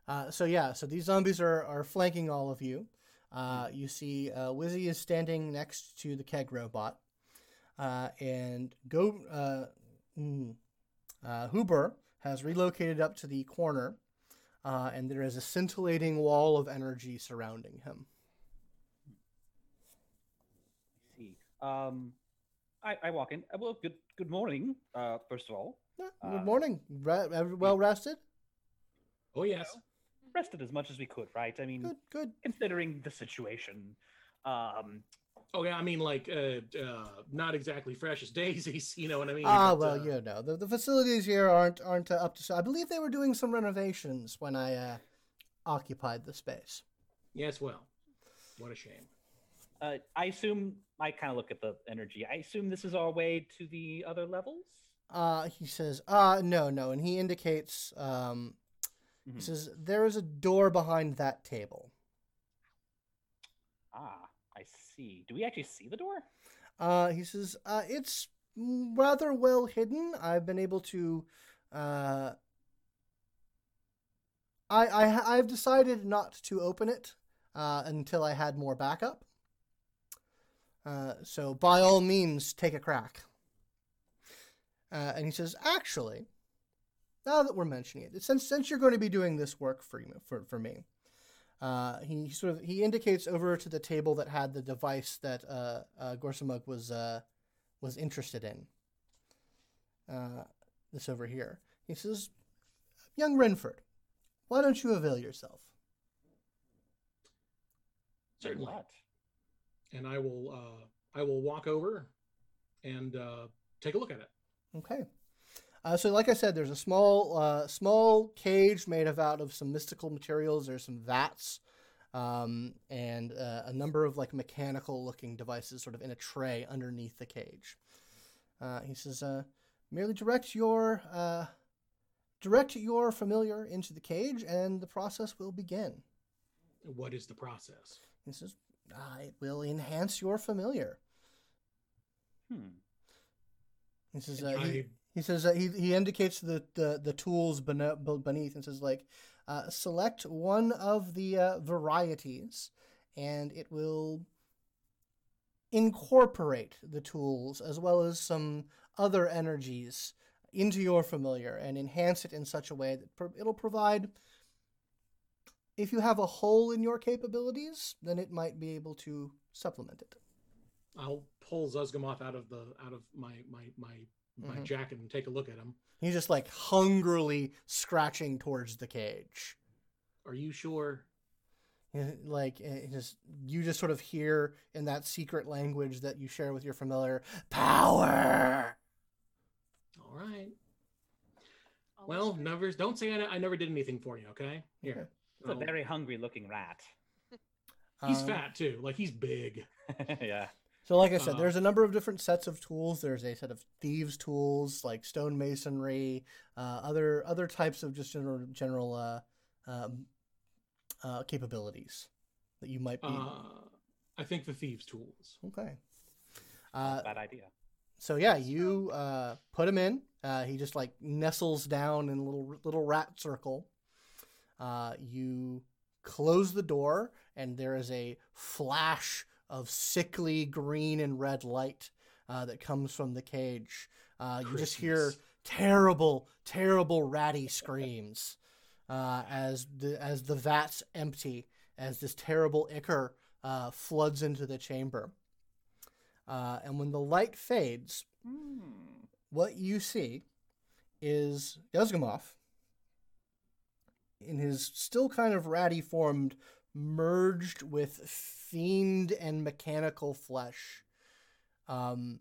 [SPEAKER 2] Uh, so yeah, so these zombies are, are flanking all of you. Uh, you see, uh, Wizzy is standing next to the keg robot, uh, and go uh, mm, uh, Huber has relocated up to the corner, uh, and there is a scintillating wall of energy surrounding him.
[SPEAKER 5] I see. Um, I, I walk in. Uh, Well, good good morning. Uh, first of all,
[SPEAKER 2] Yeah,
[SPEAKER 5] Uh,
[SPEAKER 2] good morning. Re- every- well rested.
[SPEAKER 6] Oh yes.
[SPEAKER 5] rested as much as we could, right? I mean,
[SPEAKER 2] Good, good.
[SPEAKER 5] considering the situation. Um,
[SPEAKER 6] Oh yeah. I mean, like, uh, uh, not exactly fresh as (laughs) daisies. You know what I mean?
[SPEAKER 2] Ah,
[SPEAKER 6] But,
[SPEAKER 2] well,
[SPEAKER 6] uh,
[SPEAKER 2] you know the, the facilities here aren't aren't uh, up to. I believe they were doing some renovations when I uh, occupied the space.
[SPEAKER 6] Yes. Well, what a shame.
[SPEAKER 5] uh, I assume I kind of look at the energy. I assume this is our way to the other levels.
[SPEAKER 2] Uh, he says, uh, no, no. And he indicates, um, he
[SPEAKER 6] Mm-hmm.
[SPEAKER 5] Mhm.
[SPEAKER 2] says, there is a door behind that table.
[SPEAKER 5] Ah, I see. Do we actually see the door?
[SPEAKER 2] Uh, he says, uh, It's rather well hidden. I've been able to. Uh, I, I, I've decided not to open it uh, until I had more backup. Uh, so, by all means, take a crack. Uh, and he says, Actually, now that we're mentioning it, since, since you're going to be doing this work for, you, for, for me, uh, he sort of he indicates over to the table that had the device that uh, uh, Gorsamug was uh, was interested in. Uh, this over here, he says, "Young Renford, why don't you avail yourself?"
[SPEAKER 6] Certainly.
[SPEAKER 5] What?
[SPEAKER 6] and I will uh, I will walk over and uh, take a look at it.
[SPEAKER 2] Okay. Uh, so, like I said, there's a small, uh, small cage made of out of some mystical materials. There's some vats, um, and uh, a number of like mechanical-looking devices, sort of in a tray underneath the cage. Uh, he says, uh, "Merely direct your, uh, direct your familiar into the cage, and the process will begin."
[SPEAKER 6] What is the process?
[SPEAKER 2] He says, ah, "It will enhance your familiar."
[SPEAKER 5] Hmm.
[SPEAKER 2] He says, uh, he-
[SPEAKER 6] I,
[SPEAKER 2] He says that he, he indicates the, the, the tools bene- be- beneath and says, like, uh, select one of the uh, varieties and it will incorporate the tools as well as some other energies into your familiar and enhance it in such a way that pro- it'll provide. If you have a hole in your capabilities, then it might be able to supplement it.
[SPEAKER 6] I'll pull Zuzgamoth out of the out of my my my, my
[SPEAKER 2] Mhm.
[SPEAKER 6] jacket and take a look at him.
[SPEAKER 2] He's just like hungrily scratching towards the cage.
[SPEAKER 6] Are you sure?
[SPEAKER 2] Yeah, Eh, like it just you just sort of hear in that secret language that you share with your familiar power
[SPEAKER 6] All right.
[SPEAKER 4] Almost
[SPEAKER 6] Well,
[SPEAKER 4] there.
[SPEAKER 6] never. Don't say I, I never did anything for you. Okay. Here.
[SPEAKER 5] It's a
[SPEAKER 6] I'll-
[SPEAKER 5] very hungry looking rat. (laughs)
[SPEAKER 6] he's
[SPEAKER 2] Um,
[SPEAKER 6] fat too. Like he's big.
[SPEAKER 5] yeah.
[SPEAKER 2] so like i said
[SPEAKER 6] Uh-huh.
[SPEAKER 2] there's a number of different sets of tools there's a set of thieves tools like stonemasonry uh, other other types of just general general uh, um, uh, capabilities that you might be
[SPEAKER 6] Uh, I think the thieves' tools.
[SPEAKER 2] okay uh,
[SPEAKER 5] Bad idea.
[SPEAKER 2] so yeah you uh, put him in uh, he just like nestles down in a little little rat circle uh, you close the door and there is a flash of sickly green and red light uh, that comes from the cage uh, you just hear
[SPEAKER 6] Christmas.
[SPEAKER 2] terrible terrible ratty screams uh, as the as the vats empty as this terrible ichor uh, floods into the chamber uh, and when the light fades
[SPEAKER 5] Hmm.
[SPEAKER 2] what you see is Yuzgamov in his still kind of ratty formed merged with fiend and mechanical flesh um,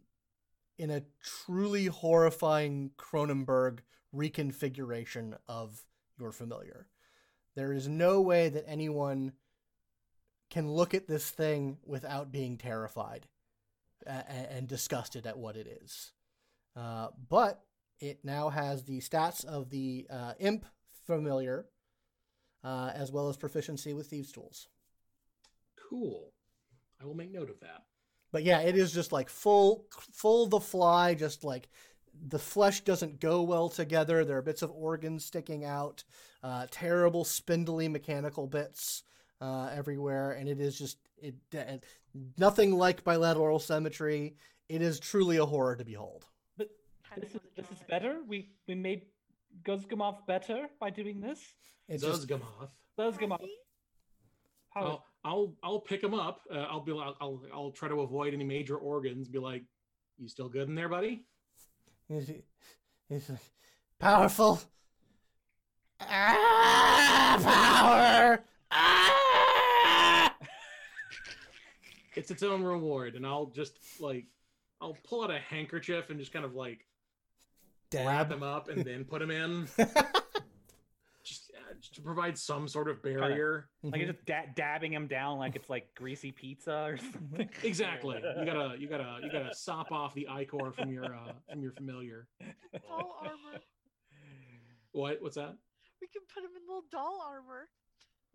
[SPEAKER 2] in a truly horrifying Cronenberg reconfiguration of your familiar. There is no way that anyone can look at this thing without being terrified uh, and, and disgusted at what it is. Uh, but it now has the stats of the uh, imp familiar, uh, as well as proficiency with thieves' tools.
[SPEAKER 6] Cool. I will make note of that.
[SPEAKER 2] But yeah, it is just like full, full the fly. Just like the flesh doesn't go well together. There are bits of organs sticking out, uh, terrible spindly mechanical bits uh, everywhere, and it is just it, it nothing like bilateral symmetry. It is truly a horror to behold.
[SPEAKER 5] But
[SPEAKER 4] Kinda
[SPEAKER 5] this is,
[SPEAKER 4] wanna
[SPEAKER 5] this
[SPEAKER 4] draw
[SPEAKER 5] is
[SPEAKER 4] it.
[SPEAKER 5] better. We we made Guzgamov better by doing this.
[SPEAKER 2] It's just-
[SPEAKER 6] Zuzgamoth.
[SPEAKER 5] Guzgamov.
[SPEAKER 4] Happy?
[SPEAKER 5] How,
[SPEAKER 6] I'll I'll I'll pick him up. Uh, I'll be I'll, I'll I'll try to avoid any major organs. Be like, you still good in there, buddy?
[SPEAKER 2] He's, he's like, powerful. Ah, power. Ah!
[SPEAKER 6] It's its own reward, and I'll just like I'll pull out a handkerchief and just kind of like wrap him up and then put him
[SPEAKER 3] (laughs)
[SPEAKER 6] in, just, uh, just to provide some sort of barrier.
[SPEAKER 2] Mm-hmm.
[SPEAKER 5] Like you're just da- dabbing him down like it's like greasy pizza or something.
[SPEAKER 6] Mm-hmm.
[SPEAKER 3] (laughs)
[SPEAKER 6] Exactly. You gotta you gotta you gotta sop off the ichor from your uh, from your familiar.
[SPEAKER 4] Doll armor.
[SPEAKER 6] What? What's that?
[SPEAKER 2] (laughs)
[SPEAKER 4] We can put him in little doll armor.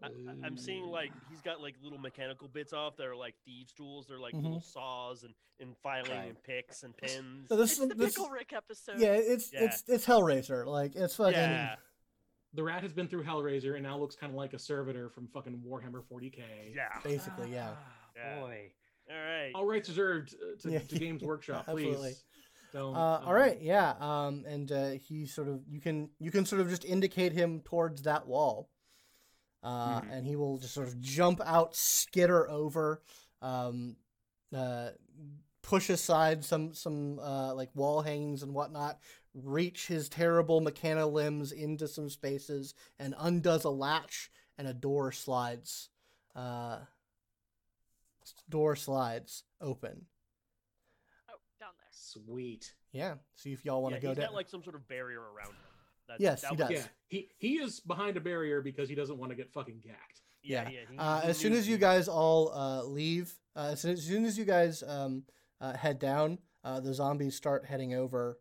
[SPEAKER 3] I, I- I'm seeing like he's got like little mechanical bits off that are like thieves' tools. They're like little saws and, and filing
[SPEAKER 7] Right.
[SPEAKER 3] and picks and pins.
[SPEAKER 2] Mm-hmm. So this,
[SPEAKER 4] It's the
[SPEAKER 2] this,
[SPEAKER 4] Pickle Rick episode.
[SPEAKER 2] yeah, it's
[SPEAKER 3] Yeah.
[SPEAKER 2] it's it's Hellraiser. Like it's fucking.
[SPEAKER 3] yeah,
[SPEAKER 6] The rat has been through Hellraiser and now looks kind of like a servitor from fucking Warhammer 40k.
[SPEAKER 3] yeah.
[SPEAKER 2] Basically, yeah.
[SPEAKER 5] Ah,
[SPEAKER 3] Yeah.
[SPEAKER 5] Boy.
[SPEAKER 3] All right.
[SPEAKER 6] All rights reserved uh, to,
[SPEAKER 2] Yeah.
[SPEAKER 6] to
[SPEAKER 3] (laughs)
[SPEAKER 6] Games Workshop,
[SPEAKER 2] Absolutely.
[SPEAKER 6] please. Don't,
[SPEAKER 2] Uh, all
[SPEAKER 6] um,
[SPEAKER 2] right, yeah. Um, and uh, he sort of you can you can sort of just indicate him towards that wall, uh,
[SPEAKER 3] Mm-hmm.
[SPEAKER 5] Mhm.
[SPEAKER 2] and he will just sort of jump out, skitter over, um, uh, push aside some some uh, like wall hangings and whatnot, reach his terrible mechana limbs into some spaces, and undoes a latch, and a door slides. Uh, door slides open.
[SPEAKER 4] Oh, down there.
[SPEAKER 6] Sweet.
[SPEAKER 2] Yeah. So if y'all want
[SPEAKER 3] yeah,
[SPEAKER 2] to go
[SPEAKER 3] he's
[SPEAKER 2] down.
[SPEAKER 3] got like some sort of barrier around him. That's,
[SPEAKER 2] Yes,
[SPEAKER 3] that
[SPEAKER 2] he
[SPEAKER 3] was-
[SPEAKER 2] does.
[SPEAKER 6] Yeah, he he is behind a barrier because he doesn't want to get fucking gacked.
[SPEAKER 3] Yeah,
[SPEAKER 2] Yeah.
[SPEAKER 3] yeah. he-
[SPEAKER 2] Uh,
[SPEAKER 3] he
[SPEAKER 2] as soon
[SPEAKER 3] knew
[SPEAKER 2] as you
[SPEAKER 5] Mm-hmm.
[SPEAKER 3] he-
[SPEAKER 2] guys all uh, leave, uh, as, soon, as soon as you guys um, uh, head down, uh, the zombies start heading over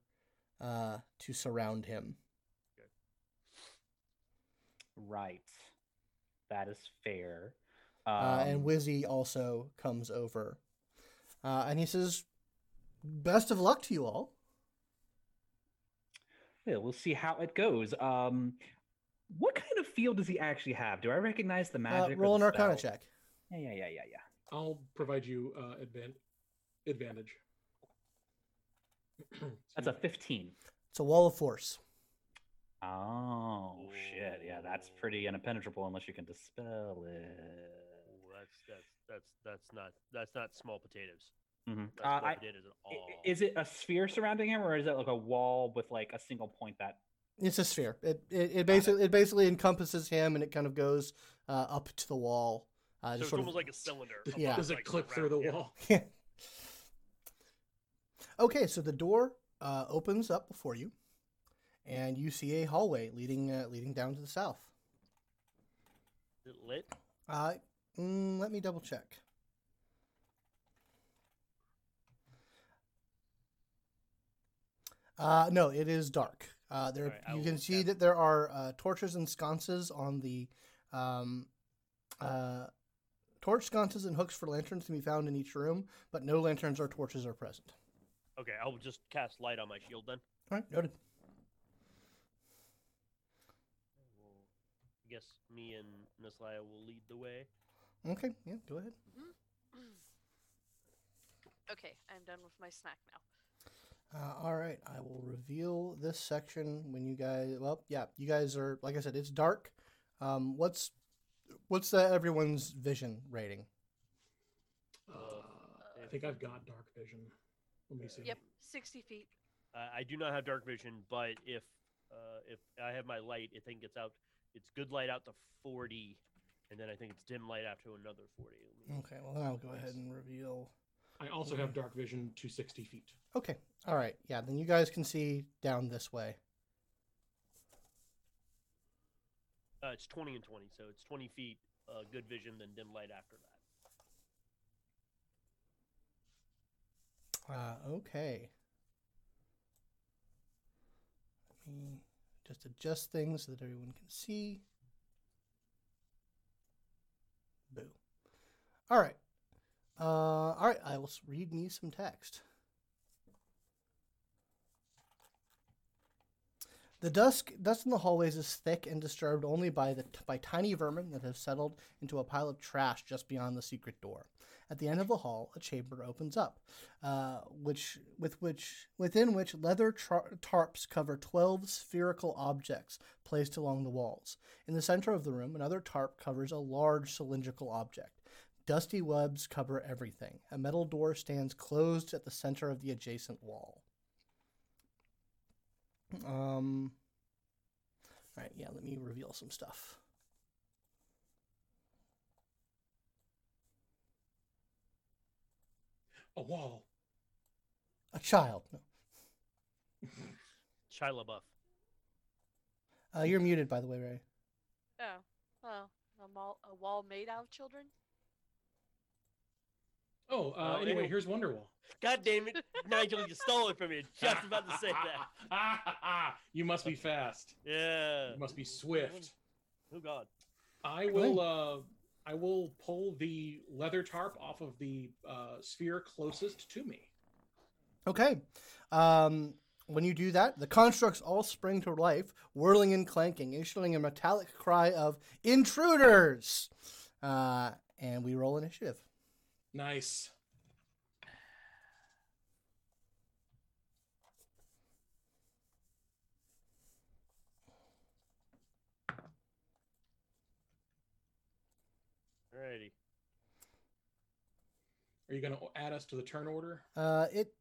[SPEAKER 2] uh, to surround him.
[SPEAKER 5] Right. That is fair.
[SPEAKER 2] Uh, and
[SPEAKER 5] Um,
[SPEAKER 2] Wizzy also comes over. Uh, and he says, Best of luck to you all.
[SPEAKER 5] Yeah, we'll see how it goes. Um, what kind of field does he actually have? Do I recognize the
[SPEAKER 2] Uh,
[SPEAKER 5] magic? or
[SPEAKER 2] roll an
[SPEAKER 5] the
[SPEAKER 2] arcana
[SPEAKER 5] spell?
[SPEAKER 2] check.
[SPEAKER 5] Yeah, yeah, yeah, yeah, yeah.
[SPEAKER 6] I'll provide you uh, advan- advantage. (clears throat)
[SPEAKER 5] That's a
[SPEAKER 3] Hmm.
[SPEAKER 5] fifteen.
[SPEAKER 2] It's a wall of force.
[SPEAKER 5] Oh shit! Yeah, that's pretty impenetrable unless you can dispel it.
[SPEAKER 3] Ooh, Oh, that's that's that's that's not that's not small potatoes.
[SPEAKER 5] Mhm.
[SPEAKER 3] That's
[SPEAKER 5] Uh,
[SPEAKER 3] small
[SPEAKER 5] I-
[SPEAKER 3] potatoes at
[SPEAKER 5] i-
[SPEAKER 3] all.
[SPEAKER 5] is it a sphere surrounding him, or is it like a wall with like a single point that?
[SPEAKER 2] It's a sphere. It, it, it, basically, it basically encompasses him and it kind of goes uh, up to the wall. Uh,
[SPEAKER 3] so
[SPEAKER 2] just
[SPEAKER 3] it's
[SPEAKER 2] sort of-
[SPEAKER 3] almost like a cylinder.
[SPEAKER 6] Does-
[SPEAKER 2] Yeah.
[SPEAKER 6] Does it
[SPEAKER 3] like,
[SPEAKER 6] clip through the
[SPEAKER 3] around- yeah.
[SPEAKER 6] wall?
[SPEAKER 2] (laughs) Okay, so the door uh, opens up before you, and you see a hallway leading uh, leading down to the south.
[SPEAKER 3] Is it lit?
[SPEAKER 2] Uh, mm, let me double check. Uh, no, it is dark. Uh, there,
[SPEAKER 3] Alright, I
[SPEAKER 2] you
[SPEAKER 3] will
[SPEAKER 2] can
[SPEAKER 3] look
[SPEAKER 2] see
[SPEAKER 3] at-
[SPEAKER 2] that there are uh, torches and sconces on the um, uh, torch sconces and hooks for lanterns can be found in each room, but no lanterns or torches are present.
[SPEAKER 3] Okay, I'll just cast light on my shield then.
[SPEAKER 2] All right, noted.
[SPEAKER 3] I guess me and Miss Leia will lead the way.
[SPEAKER 2] Okay, yeah, go ahead.
[SPEAKER 4] okay, I'm done with my snack now.
[SPEAKER 2] Uh, all right, I will reveal this section when you guys. Well, yeah, you guys are like I said, it's dark. Um, what's what's that everyone's vision rating?
[SPEAKER 6] Uh, I think I've got dark vision. Let me see.
[SPEAKER 4] Yep, 60 feet.
[SPEAKER 3] Uh, I do not have dark vision, but if uh, if I have my light, I think it's out. It's good light out to forty, and then I think it's dim light out to another forty. Let me-
[SPEAKER 2] Okay, well then I'll go ahead and reveal.
[SPEAKER 6] I also have dark vision to 60 feet.
[SPEAKER 2] Okay, all right, yeah, then you guys can see down this way.
[SPEAKER 3] Uh, it's twenty and twenty, so it's twenty feet. Uh, good vision, then dim light after that.
[SPEAKER 2] Uh, okay. Let me just adjust things so that everyone can see. Boo. All right. Uh, all right. I will s- read me some text. The dusk, dust in the hallways is thick and disturbed only by the by tiny vermin that have settled into a pile of trash just beyond the secret door. At the end of the hall, a chamber opens up, uh, which with which within which leather tra- tarps cover twelve spherical objects placed along the walls. In the center of the room, another tarp covers a large cylindrical object. Dusty webs cover everything. A metal door stands closed at the center of the adjacent wall. Um. All right, yeah. Let me reveal some stuff.
[SPEAKER 6] A wall.
[SPEAKER 2] A child. No.
[SPEAKER 3] Shia LaBeouf.
[SPEAKER 2] Uh, you're muted, by the way, Ray.
[SPEAKER 4] Oh, well, a, mall, a wall made out of children?
[SPEAKER 6] Oh, uh,
[SPEAKER 3] Oh,
[SPEAKER 6] anyway,
[SPEAKER 3] anyway. (laughs)
[SPEAKER 6] here's Wonderwall.
[SPEAKER 3] God damn it, Nigel! You stole it from me. Just about to say that.
[SPEAKER 6] that. (laughs) you must be fast.
[SPEAKER 3] Yeah.
[SPEAKER 6] You must be swift.
[SPEAKER 3] Oh God.
[SPEAKER 6] I will. Uh, I will pull the leather tarp off of the uh, sphere closest to me.
[SPEAKER 2] Okay. Um, when you do that, the constructs all spring to life, whirling and clanking, issuing a metallic cry of intruders. Uh, and we roll initiative.
[SPEAKER 6] Nice.
[SPEAKER 3] Alrighty.
[SPEAKER 6] Are you going to add us to the turn order?
[SPEAKER 2] Uh, it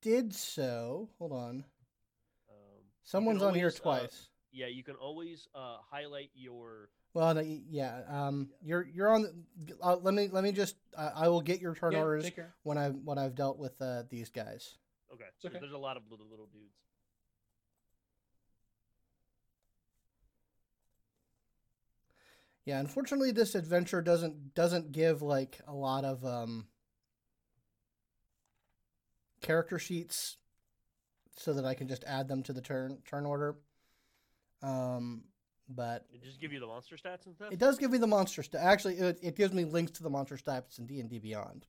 [SPEAKER 2] did so. Hold on.
[SPEAKER 3] Um, you can
[SPEAKER 2] Someone's on here
[SPEAKER 3] always, uh,
[SPEAKER 2] twice.
[SPEAKER 3] yeah, you can always uh, highlight your.
[SPEAKER 2] well, no, y- yeah. Um, you're you're on. the- Uh, let me let me just. Uh, I will get your turn
[SPEAKER 6] Yeah,
[SPEAKER 2] orders
[SPEAKER 6] take care.
[SPEAKER 2] when I when I've dealt with uh, these guys.
[SPEAKER 3] Okay.
[SPEAKER 6] It's okay.
[SPEAKER 3] There's a lot of little little dudes.
[SPEAKER 2] Yeah, unfortunately, this adventure doesn't doesn't give like a lot of um, character sheets, so that I can just add them to the turn turn order. Um, but
[SPEAKER 3] It just give you the monster stats and stuff.
[SPEAKER 2] it does give me the monster stat. Actually, it, it gives me links to the monster stats in D and D Beyond.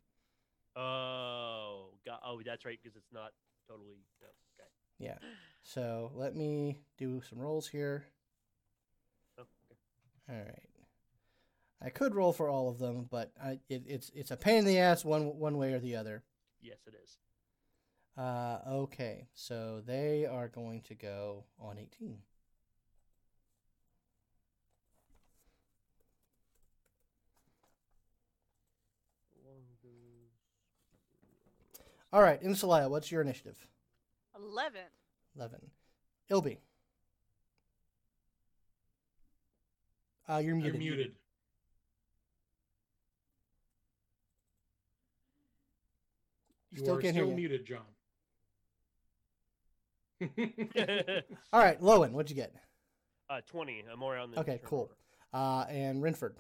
[SPEAKER 3] Oh, got, oh, that's right, because it's not totally. No, okay.
[SPEAKER 2] Yeah. So let me do some rolls here.
[SPEAKER 3] Oh, okay.
[SPEAKER 2] All right. I could roll for all of them, but I, it, it's it's a pain in the ass one one way or the other.
[SPEAKER 3] Yes, it is.
[SPEAKER 2] Uh, okay, so they are going to go on 18.
[SPEAKER 3] (laughs)
[SPEAKER 2] All right, Insalaya, what's your initiative? (clears throat)
[SPEAKER 4] 11.
[SPEAKER 2] 11. Ilby. Uh, you're
[SPEAKER 6] You're
[SPEAKER 2] muted.
[SPEAKER 6] muted. You
[SPEAKER 2] Still
[SPEAKER 6] are
[SPEAKER 2] can't hear
[SPEAKER 6] still
[SPEAKER 2] you.
[SPEAKER 6] muted, (laughs) John.
[SPEAKER 3] uh,
[SPEAKER 2] All right, Lowen, what'd you get?
[SPEAKER 3] twenty. I'm more on the.
[SPEAKER 2] Okay,
[SPEAKER 3] turn
[SPEAKER 2] cool.
[SPEAKER 3] order.
[SPEAKER 2] Uh, and Renford.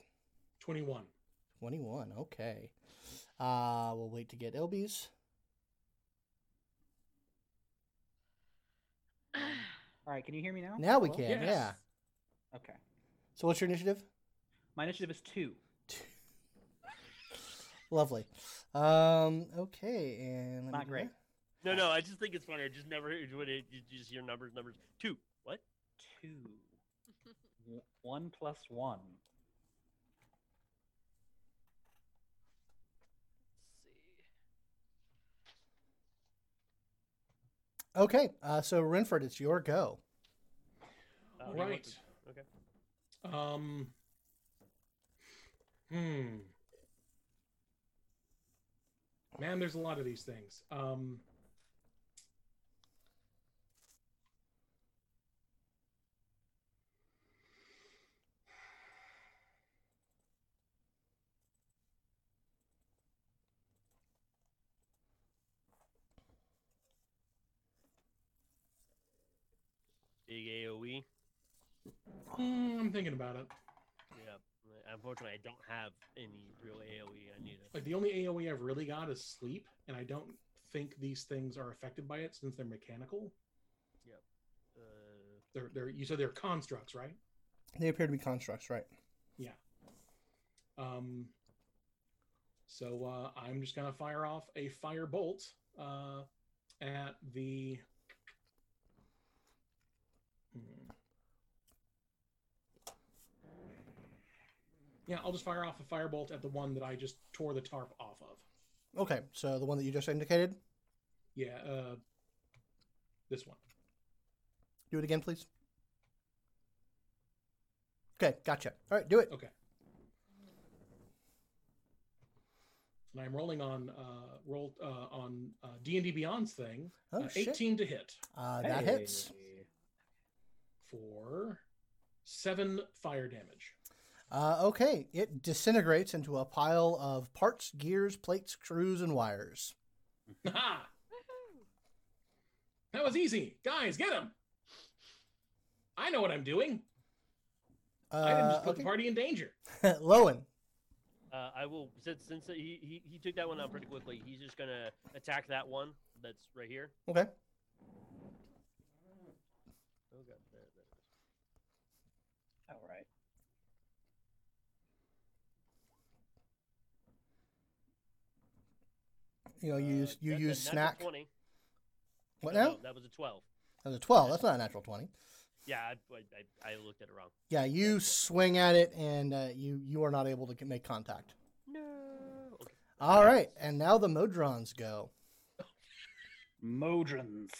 [SPEAKER 6] 21.
[SPEAKER 3] Oh,
[SPEAKER 2] 21. Okay. Uh, we'll wait to get Ilby's.
[SPEAKER 5] All right, can you hear me now?
[SPEAKER 2] Now we
[SPEAKER 5] Hello?
[SPEAKER 2] can, yeah.
[SPEAKER 6] Yes.
[SPEAKER 5] Okay.
[SPEAKER 2] So what's your initiative? (laughs)
[SPEAKER 5] My initiative is two.
[SPEAKER 2] Lovely. Um, okay, and let me
[SPEAKER 5] Not
[SPEAKER 2] do
[SPEAKER 5] great.
[SPEAKER 2] that.
[SPEAKER 3] No, no, I just think it's funny. I just never heard what it. You just hear numbers, numbers. Two. What? (laughs)
[SPEAKER 5] Two. W- One plus one.
[SPEAKER 4] see.
[SPEAKER 2] Okay, uh, so Renford, it's your go.
[SPEAKER 3] Uh, what do you want
[SPEAKER 6] Right.
[SPEAKER 3] to- Okay.
[SPEAKER 6] Um. Hmm. Man, there's a lot of these things. Um.
[SPEAKER 3] Big E. AOE.
[SPEAKER 6] mm, I'm thinking about it.
[SPEAKER 3] Yeah. Unfortunately, I don't have any real AOE. I need
[SPEAKER 6] Like the only AOE I've really got is sleep, and I don't think these things are affected by it since they're mechanical.
[SPEAKER 3] a. Uh,
[SPEAKER 6] They're they're you said they're constructs, right?
[SPEAKER 2] They appear to be constructs, right?
[SPEAKER 6] Um, so uh, I'm just gonna fire off a fire bolt uh, at the. Hmm. Yeah, I'll just fire off a firebolt at the one that I just tore the tarp off of.
[SPEAKER 2] Okay, so the one that you just indicated.
[SPEAKER 6] Yeah, uh, this one.
[SPEAKER 2] Do it again, please. Okay, gotcha. All right, do it.
[SPEAKER 6] Okay. And I'm rolling on uh, roll uh, on uh, D and D Beyond's thing.
[SPEAKER 2] Oh,
[SPEAKER 6] uh,
[SPEAKER 2] shit.
[SPEAKER 6] 18 to hit.
[SPEAKER 2] Uh, that
[SPEAKER 5] Hey.
[SPEAKER 2] hits.
[SPEAKER 6] for seven fire damage.
[SPEAKER 2] Uh, okay, it disintegrates into a pile of parts, gears, plates, screws, and wires.
[SPEAKER 6] Ha!
[SPEAKER 4] Woohoo!
[SPEAKER 6] that was easy. Guys, get him. I know what I'm doing.
[SPEAKER 2] Uh,
[SPEAKER 6] I didn't just put the
[SPEAKER 2] okay.
[SPEAKER 6] party in danger.
[SPEAKER 2] (laughs) Lowen.
[SPEAKER 3] Uh, I will since since he, he he took that one out pretty quickly. He's just gonna attack that one that's right here.
[SPEAKER 2] Okay.
[SPEAKER 3] Okay.
[SPEAKER 5] All right.
[SPEAKER 2] You know, you use you
[SPEAKER 3] Uh, that's a
[SPEAKER 2] use
[SPEAKER 3] natural
[SPEAKER 2] snack.
[SPEAKER 3] 20.
[SPEAKER 2] What
[SPEAKER 3] No,
[SPEAKER 2] now?
[SPEAKER 3] no, that was a 12.
[SPEAKER 2] That was a twelve. That's not a natural twenty.
[SPEAKER 3] Yeah, I, I, I- I looked at it wrong.
[SPEAKER 2] Yeah, you
[SPEAKER 3] Yeah.
[SPEAKER 2] swing at it, and uh, you you are not able to c- make contact.
[SPEAKER 3] No. Okay.
[SPEAKER 2] All right, and now the Modrons go.
[SPEAKER 5] Modrons.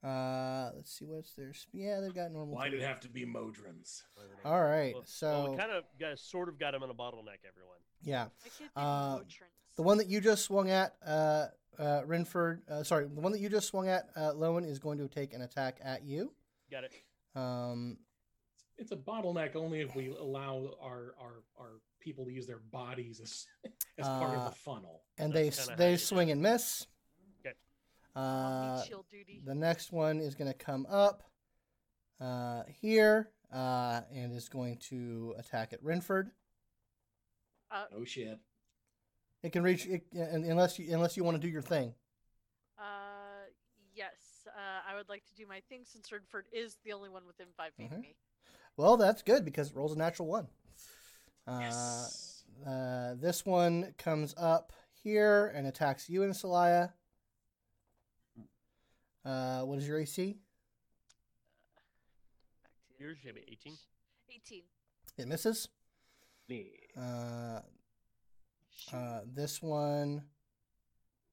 [SPEAKER 2] Uh, let's see what's their sp- yeah they've got normal.
[SPEAKER 6] Why did it
[SPEAKER 2] three.
[SPEAKER 6] have to be Modrons?
[SPEAKER 2] All right,
[SPEAKER 3] Well, well,
[SPEAKER 2] so
[SPEAKER 3] we kind of got sort of got him in a bottleneck, everyone.
[SPEAKER 2] yeah,
[SPEAKER 4] I can't think
[SPEAKER 2] Uh,
[SPEAKER 4] of Motrins.
[SPEAKER 2] the one that you just swung at, uh, uh, Renford. Uh, sorry, the one that you just swung at, uh, Lowen is going to take an attack at you.
[SPEAKER 3] Got it.
[SPEAKER 2] Um,
[SPEAKER 6] It's a bottleneck only if we allow our our, our people to use their bodies as, (laughs) as part
[SPEAKER 2] Uh,
[SPEAKER 6] of the funnel.
[SPEAKER 2] and
[SPEAKER 3] That's
[SPEAKER 2] they
[SPEAKER 3] kinda
[SPEAKER 2] s-
[SPEAKER 3] how
[SPEAKER 2] they
[SPEAKER 3] you do
[SPEAKER 2] swing and miss.
[SPEAKER 3] Okay.
[SPEAKER 2] Uh,
[SPEAKER 4] Need shield duty.
[SPEAKER 2] The next one is going to come up uh, here uh, and is going to attack at Renford.
[SPEAKER 4] Uh,
[SPEAKER 6] Oh shit!
[SPEAKER 2] It can reach it, un- unless you unless you want to do your thing.
[SPEAKER 4] uh, yes, uh, I would like to do my thing since Renford is the only one within five feet
[SPEAKER 2] Mhm.
[SPEAKER 4] of me.
[SPEAKER 2] Well, that's good because it rolls a natural one. Uh,
[SPEAKER 6] Yes.
[SPEAKER 2] (laughs) uh, this one comes up here and attacks you and Celaya. Uh, what is your AC?
[SPEAKER 4] Back to the
[SPEAKER 3] Yours
[SPEAKER 4] other
[SPEAKER 3] should be 18.
[SPEAKER 4] page. 18.
[SPEAKER 2] It misses.
[SPEAKER 5] Yeah.
[SPEAKER 2] Uh,
[SPEAKER 4] Shoot.
[SPEAKER 2] Uh, this one,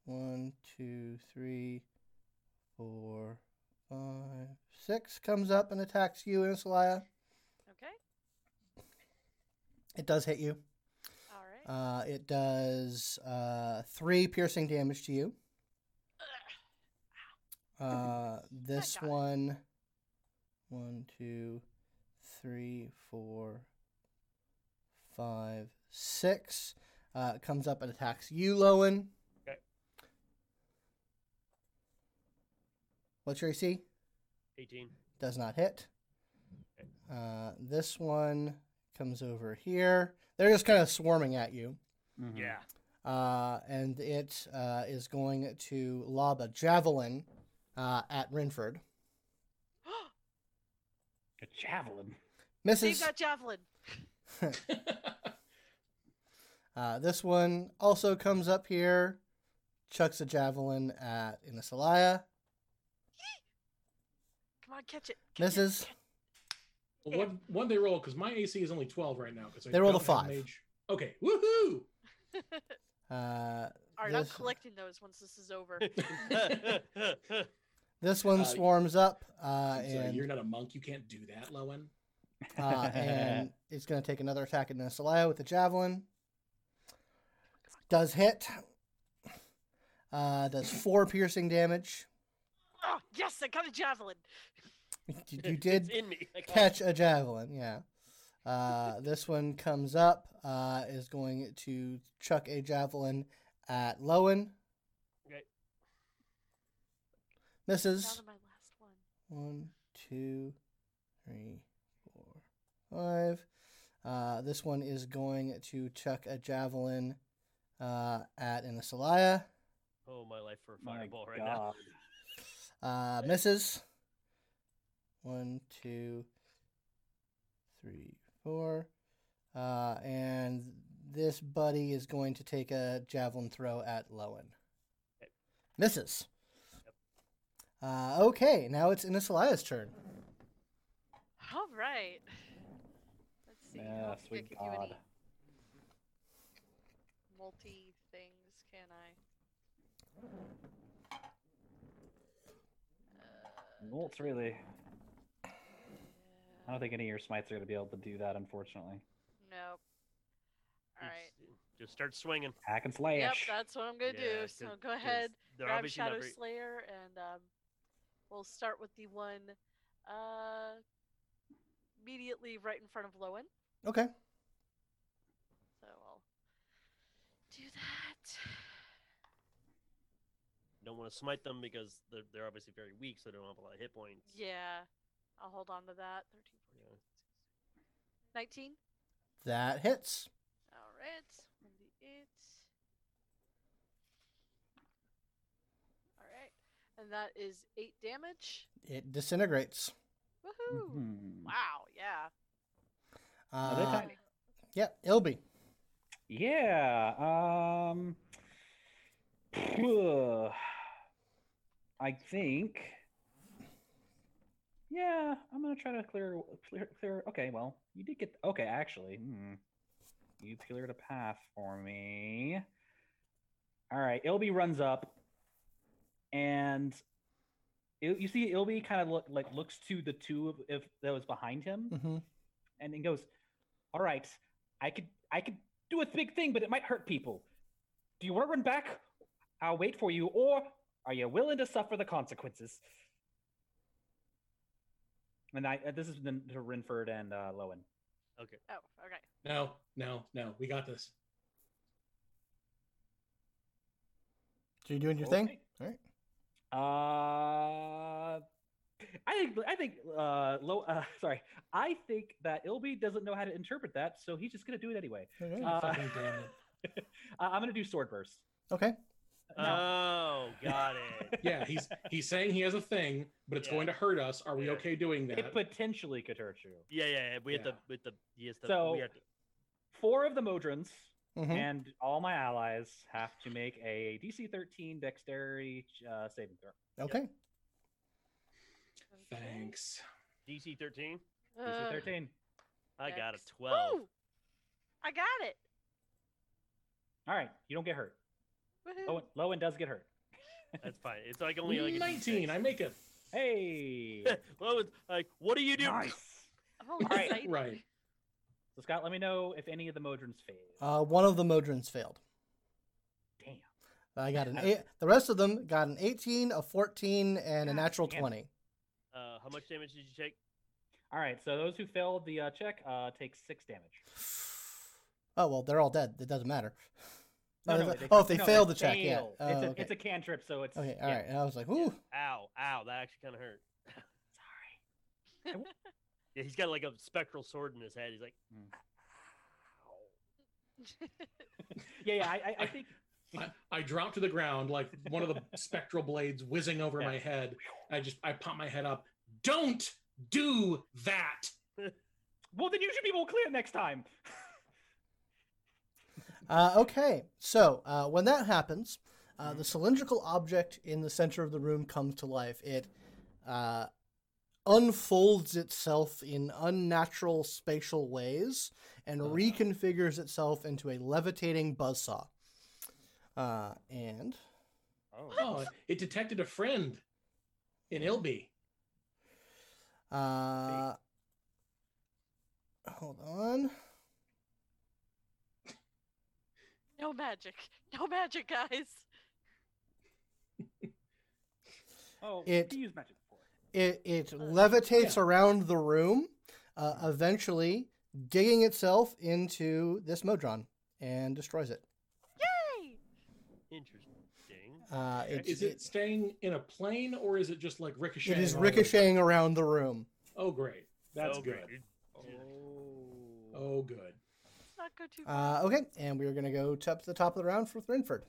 [SPEAKER 2] one, two, three, four, five, six comes up and attacks you, Isolaya.
[SPEAKER 4] okay.
[SPEAKER 2] It does hit you.
[SPEAKER 4] All right.
[SPEAKER 2] Uh, it does uh, three piercing damage to you.
[SPEAKER 4] (laughs)
[SPEAKER 2] Uh, this
[SPEAKER 4] got it.
[SPEAKER 2] one, one, two, three, four, five, six, uh, comes up and attacks you, Lowen.
[SPEAKER 3] Okay.
[SPEAKER 2] What's your AC?
[SPEAKER 3] 18.
[SPEAKER 2] Does not hit.
[SPEAKER 3] Okay.
[SPEAKER 2] Uh, this one comes over here. They're just kind of swarming at you.
[SPEAKER 5] Mm-hmm. Hmm. (laughs)
[SPEAKER 3] Yeah.
[SPEAKER 2] Uh, and it uh, is going to lob a javelin uh, at Renford. uh,
[SPEAKER 4] (gasps)
[SPEAKER 5] A javelin.
[SPEAKER 4] They've
[SPEAKER 2] Misses.
[SPEAKER 4] got javelin.
[SPEAKER 2] Uh, this one also comes up here, chucks a javelin at Inasalaya.
[SPEAKER 4] Come on, catch it. catch it,
[SPEAKER 2] Misses.
[SPEAKER 4] catch-
[SPEAKER 6] well, what what they roll? Because my AC is only twelve right now. Because
[SPEAKER 2] They rolled a five.
[SPEAKER 6] Mage. Okay, woohoo!
[SPEAKER 2] Uh,
[SPEAKER 4] All right, I'm
[SPEAKER 2] This-
[SPEAKER 4] collecting those once this is over.
[SPEAKER 2] this one
[SPEAKER 6] Uh,
[SPEAKER 2] swarms up uh,
[SPEAKER 6] I'm sorry, you're
[SPEAKER 2] and,
[SPEAKER 6] not a monk. You can't do that, Lowen.
[SPEAKER 2] uh,
[SPEAKER 6] (laughs)
[SPEAKER 2] and it's going to take another attack at Inasalaya with the javelin. Does hit. Uh, does four piercing damage.
[SPEAKER 4] oh, yes, I got a javelin.
[SPEAKER 2] You,
[SPEAKER 6] (laughs)
[SPEAKER 2] you did
[SPEAKER 3] It's in me. I caught it.
[SPEAKER 2] catch a javelin. Yeah. Uh, this one comes up. Uh, is going to chuck a javelin at Lowen.
[SPEAKER 3] Okay.
[SPEAKER 4] Down
[SPEAKER 2] Misses.
[SPEAKER 4] to my last one.
[SPEAKER 2] One, two, three, four, five. Uh, this one is going to chuck a javelin uh, at Anasalaya.
[SPEAKER 3] Oh, my life for a
[SPEAKER 5] My
[SPEAKER 3] fireball right now. (laughs)
[SPEAKER 5] God.
[SPEAKER 2] Uh, misses. One, two, three, four. Uh, and this buddy is going to take a javelin throw at Lowen.
[SPEAKER 3] Okay.
[SPEAKER 2] Misses. Uh, okay, now it's Inisalaya's turn.
[SPEAKER 4] All right. Let's see. I don't
[SPEAKER 5] Yeah,
[SPEAKER 4] think I
[SPEAKER 5] sweet
[SPEAKER 4] can do any
[SPEAKER 5] God.
[SPEAKER 4] Multi things, can I? Uh,
[SPEAKER 5] Well, it's really. I
[SPEAKER 4] Yeah,
[SPEAKER 5] don't think any of your smites are going to be able to do that, unfortunately.
[SPEAKER 4] nope. All
[SPEAKER 3] It's-
[SPEAKER 4] right.
[SPEAKER 3] Just start swinging.
[SPEAKER 5] Hack and
[SPEAKER 4] Yep,
[SPEAKER 5] slash.
[SPEAKER 4] that's what I'm gonna
[SPEAKER 3] Yeah,
[SPEAKER 4] do.
[SPEAKER 3] 'cause-
[SPEAKER 4] So go
[SPEAKER 3] 'cause
[SPEAKER 4] ahead,
[SPEAKER 3] They're
[SPEAKER 4] grab
[SPEAKER 3] obviously
[SPEAKER 4] Shadow
[SPEAKER 3] not very...
[SPEAKER 4] Slayer, and um, we'll start with the one uh, immediately right in front of Lowen.
[SPEAKER 2] Okay.
[SPEAKER 4] So I'll do that.
[SPEAKER 3] Don't want to smite them because they're, they're obviously very weak, so they don't have a lot of hit points.
[SPEAKER 4] Yeah, I'll hold on to that. 13, 14, 19.
[SPEAKER 2] That hits.
[SPEAKER 4] All right, 1d8. All right, and that is eight damage.
[SPEAKER 2] It disintegrates.
[SPEAKER 4] Woohoo!
[SPEAKER 5] Mhm.
[SPEAKER 4] Wow, yeah.
[SPEAKER 5] Are they
[SPEAKER 2] Uh,
[SPEAKER 5] talking-
[SPEAKER 2] yeah, Ilby.
[SPEAKER 5] Yeah. Um. Ugh. (sighs) I think. Yeah, I'm gonna try to clear, clear, clear. Okay, well, you did get. Okay, actually, hmm, you cleared a path for me. All right, Ilby runs up, and Il- you see Ilby kind of look like looks to the two of if that was behind him,
[SPEAKER 2] Mm-hmm.
[SPEAKER 5] and then goes, "All right, I could, I could do a big thing, but it might hurt people. Do you want to run back? I'll wait for you, or are you willing to suffer the consequences?" And I, uh, this is then to Rinford and uh, Lowen.
[SPEAKER 3] Okay.
[SPEAKER 4] Oh, okay.
[SPEAKER 6] No, no, no. We got this.
[SPEAKER 2] So you doing your thing? All right.
[SPEAKER 5] Uh, I think I think uh, low. Uh, (laughs) sorry, I think that Ilby doesn't know how to interpret that, so he's just gonna do it anyway.
[SPEAKER 2] Okay.
[SPEAKER 5] Uh,
[SPEAKER 6] fucking damn
[SPEAKER 5] (laughs) uh, I'm gonna do sword burst.
[SPEAKER 2] okay.
[SPEAKER 5] No.
[SPEAKER 3] Oh, got
[SPEAKER 4] (laughs)
[SPEAKER 3] it.
[SPEAKER 6] Uh, Yeah, he's he's saying he has a thing, but it's
[SPEAKER 3] Yeah.
[SPEAKER 6] going to hurt us. Are we
[SPEAKER 3] Yeah.
[SPEAKER 6] okay doing that?
[SPEAKER 5] it potentially could hurt you.
[SPEAKER 3] Yeah, yeah, yeah. We had
[SPEAKER 6] Yeah.
[SPEAKER 3] the with the he has the
[SPEAKER 5] So-
[SPEAKER 3] we had to,
[SPEAKER 5] Four of the Modrons
[SPEAKER 2] Mm-hmm.
[SPEAKER 5] and all my allies have to make a DC 13 Dexterity uh, saving throw.
[SPEAKER 2] okay.
[SPEAKER 4] Okay.
[SPEAKER 6] Thanks.
[SPEAKER 3] DC thirteen.
[SPEAKER 5] DC
[SPEAKER 4] Uh,
[SPEAKER 5] 13.
[SPEAKER 3] I got a
[SPEAKER 4] Dex.
[SPEAKER 3] twelve.
[SPEAKER 4] Woo! I got it.
[SPEAKER 5] All right, you don't get hurt.
[SPEAKER 4] Woohoo.
[SPEAKER 5] Lowen, Lowen does get hurt.
[SPEAKER 3] That's fine. It's like only like a
[SPEAKER 6] Nineteen. I make it
[SPEAKER 2] (laughs)
[SPEAKER 5] Hey,
[SPEAKER 3] D6. (laughs) well, it's like what do you do?
[SPEAKER 5] nice.
[SPEAKER 4] I'm all
[SPEAKER 5] Alright.
[SPEAKER 4] excited.
[SPEAKER 6] right.
[SPEAKER 5] So Scott, let me know if any of the Modrons fail.
[SPEAKER 2] Uh, one of the Modrons failed.
[SPEAKER 5] Damn.
[SPEAKER 2] I
[SPEAKER 5] (laughs)
[SPEAKER 2] got an eight. The rest of them got an 18, a 14, and a
[SPEAKER 5] God
[SPEAKER 2] natural
[SPEAKER 5] damn it.
[SPEAKER 2] 20.
[SPEAKER 3] Uh, how much damage did you take?
[SPEAKER 5] All right, so those who failed the uh, check uh, take six damage.
[SPEAKER 2] Oh, well, they're all dead. It doesn't matter.
[SPEAKER 5] No,
[SPEAKER 2] oh,
[SPEAKER 5] no,
[SPEAKER 2] they- oh, if they
[SPEAKER 5] no,
[SPEAKER 2] failed the check, yeah.
[SPEAKER 5] failed.
[SPEAKER 2] Oh,
[SPEAKER 5] it's, a,
[SPEAKER 2] okay.
[SPEAKER 5] it's a cantrip, so it's
[SPEAKER 2] Okay, all right.
[SPEAKER 5] yeah.
[SPEAKER 2] And I was like, ooh.
[SPEAKER 3] Ow, ow, that actually kind of hurt.
[SPEAKER 5] Sorry.
[SPEAKER 3] (laughs) Yeah, he's got like a spectral sword in his head. He's like,
[SPEAKER 5] Yeah, yeah. I, I, I think
[SPEAKER 6] I, I drop to the ground like one
[SPEAKER 5] (laughs)
[SPEAKER 6] of the spectral blades whizzing over
[SPEAKER 5] Yeah.
[SPEAKER 6] my head. I just I pop my head up. Don't do that.
[SPEAKER 5] well, then you should be more clear next time.
[SPEAKER 2] Uh, okay, so uh, when that happens, uh, the cylindrical object in the center of the room comes to life. It uh, unfolds itself in unnatural spatial ways and reconfigures itself into a levitating buzzsaw. Uh, and
[SPEAKER 4] (laughs)
[SPEAKER 6] Oh, it detected a friend in Ilby.
[SPEAKER 2] uh, hold on.
[SPEAKER 4] (laughs) no magic. No magic, guys.
[SPEAKER 5] Oh,
[SPEAKER 2] It-
[SPEAKER 5] it, use magic before.
[SPEAKER 2] It it
[SPEAKER 4] Uh,
[SPEAKER 2] levitates around the room, uh, eventually digging itself into this Modron and destroys it.
[SPEAKER 4] Yay!
[SPEAKER 3] interesting.
[SPEAKER 2] Uh, it,
[SPEAKER 6] Is it
[SPEAKER 2] it,
[SPEAKER 6] staying in a plane or is it just like
[SPEAKER 2] it
[SPEAKER 6] ricocheting?
[SPEAKER 2] is
[SPEAKER 6] all over?
[SPEAKER 2] ricocheting around the room.
[SPEAKER 6] Oh, great. That's
[SPEAKER 3] Oh,
[SPEAKER 6] good.
[SPEAKER 3] great.
[SPEAKER 5] Oh.
[SPEAKER 6] Oh, good.
[SPEAKER 4] Let's not go too
[SPEAKER 2] Uh,
[SPEAKER 4] far.
[SPEAKER 2] okay, and we are going to go to up to the top of the round for Thrinford.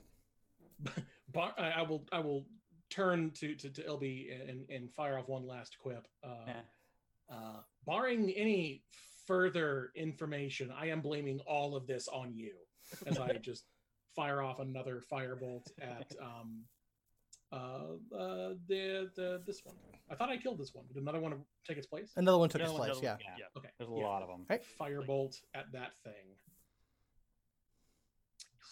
[SPEAKER 6] Bar- I, I will. I will turn to to, to Ilby and and fire off one last quip. Uh,
[SPEAKER 5] Nah.
[SPEAKER 6] uh, barring any further information, I am blaming all of this on you.
[SPEAKER 5] (laughs)
[SPEAKER 6] As I just fire off another firebolt at um, uh, uh, the the this one. I thought I killed this one. Did another one take its place?
[SPEAKER 2] Another one took
[SPEAKER 3] The
[SPEAKER 2] its
[SPEAKER 3] other one
[SPEAKER 2] place.
[SPEAKER 3] doesn't-
[SPEAKER 2] Yeah.
[SPEAKER 3] yeah.
[SPEAKER 6] Okay.
[SPEAKER 5] There's a
[SPEAKER 6] yeah.
[SPEAKER 5] lot of them.
[SPEAKER 2] Right.
[SPEAKER 6] Firebolt at that thing.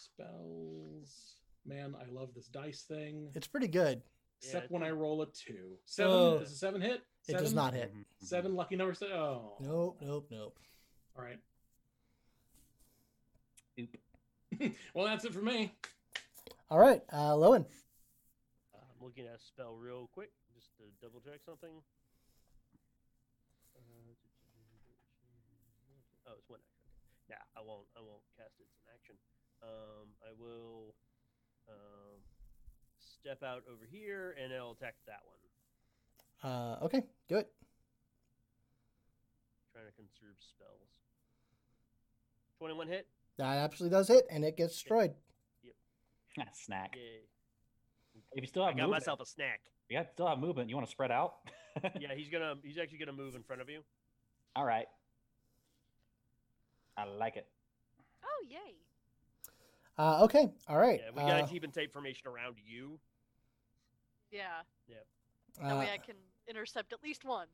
[SPEAKER 6] Spells. Man, I love this dice thing.
[SPEAKER 2] It's pretty good.
[SPEAKER 6] Except
[SPEAKER 3] it's
[SPEAKER 6] when
[SPEAKER 3] a-
[SPEAKER 6] I roll a two. Seven.
[SPEAKER 2] Oh.
[SPEAKER 6] Does a seven hit?
[SPEAKER 2] It
[SPEAKER 6] Seven?
[SPEAKER 2] does not hit.
[SPEAKER 5] Mhm, mhm.
[SPEAKER 6] (laughs) Seven lucky numbers. to- Oh.
[SPEAKER 2] Nope, nope, nope.
[SPEAKER 6] All right.
[SPEAKER 5] Oop.
[SPEAKER 6] (laughs) well, that's it for me.
[SPEAKER 2] All right, uh, Lowen.
[SPEAKER 3] Uh, I'm looking at a spell real quick, just to double check something. Uh, Oh, it's one action. Okay. Nah, I won't. I won't cast it. It's an action. Um, I will um, step out over here, and I'll attack that one.
[SPEAKER 2] Uh, okay, do it.
[SPEAKER 3] Trying to conserve spells. Twenty-one hit.
[SPEAKER 2] That absolutely does hit, and it gets destroyed.
[SPEAKER 5] Ah, Snack.
[SPEAKER 3] Yay!
[SPEAKER 5] If you still
[SPEAKER 3] I
[SPEAKER 5] have
[SPEAKER 3] got
[SPEAKER 5] movement,
[SPEAKER 3] myself a
[SPEAKER 5] (laughs)
[SPEAKER 3] snack.
[SPEAKER 5] you got, still have movement. You want to spread out? (laughs)
[SPEAKER 3] Yeah, he's gonna. He's actually gonna move in front of you.
[SPEAKER 5] All right. I like it.
[SPEAKER 4] Oh, yay.
[SPEAKER 2] Uh, okay. All right.
[SPEAKER 3] Yeah, we gotta
[SPEAKER 2] uh,
[SPEAKER 3] keep and tape formation around you.
[SPEAKER 2] (laughs)
[SPEAKER 4] Yeah. That
[SPEAKER 2] uh,
[SPEAKER 4] way I can intercept at least one.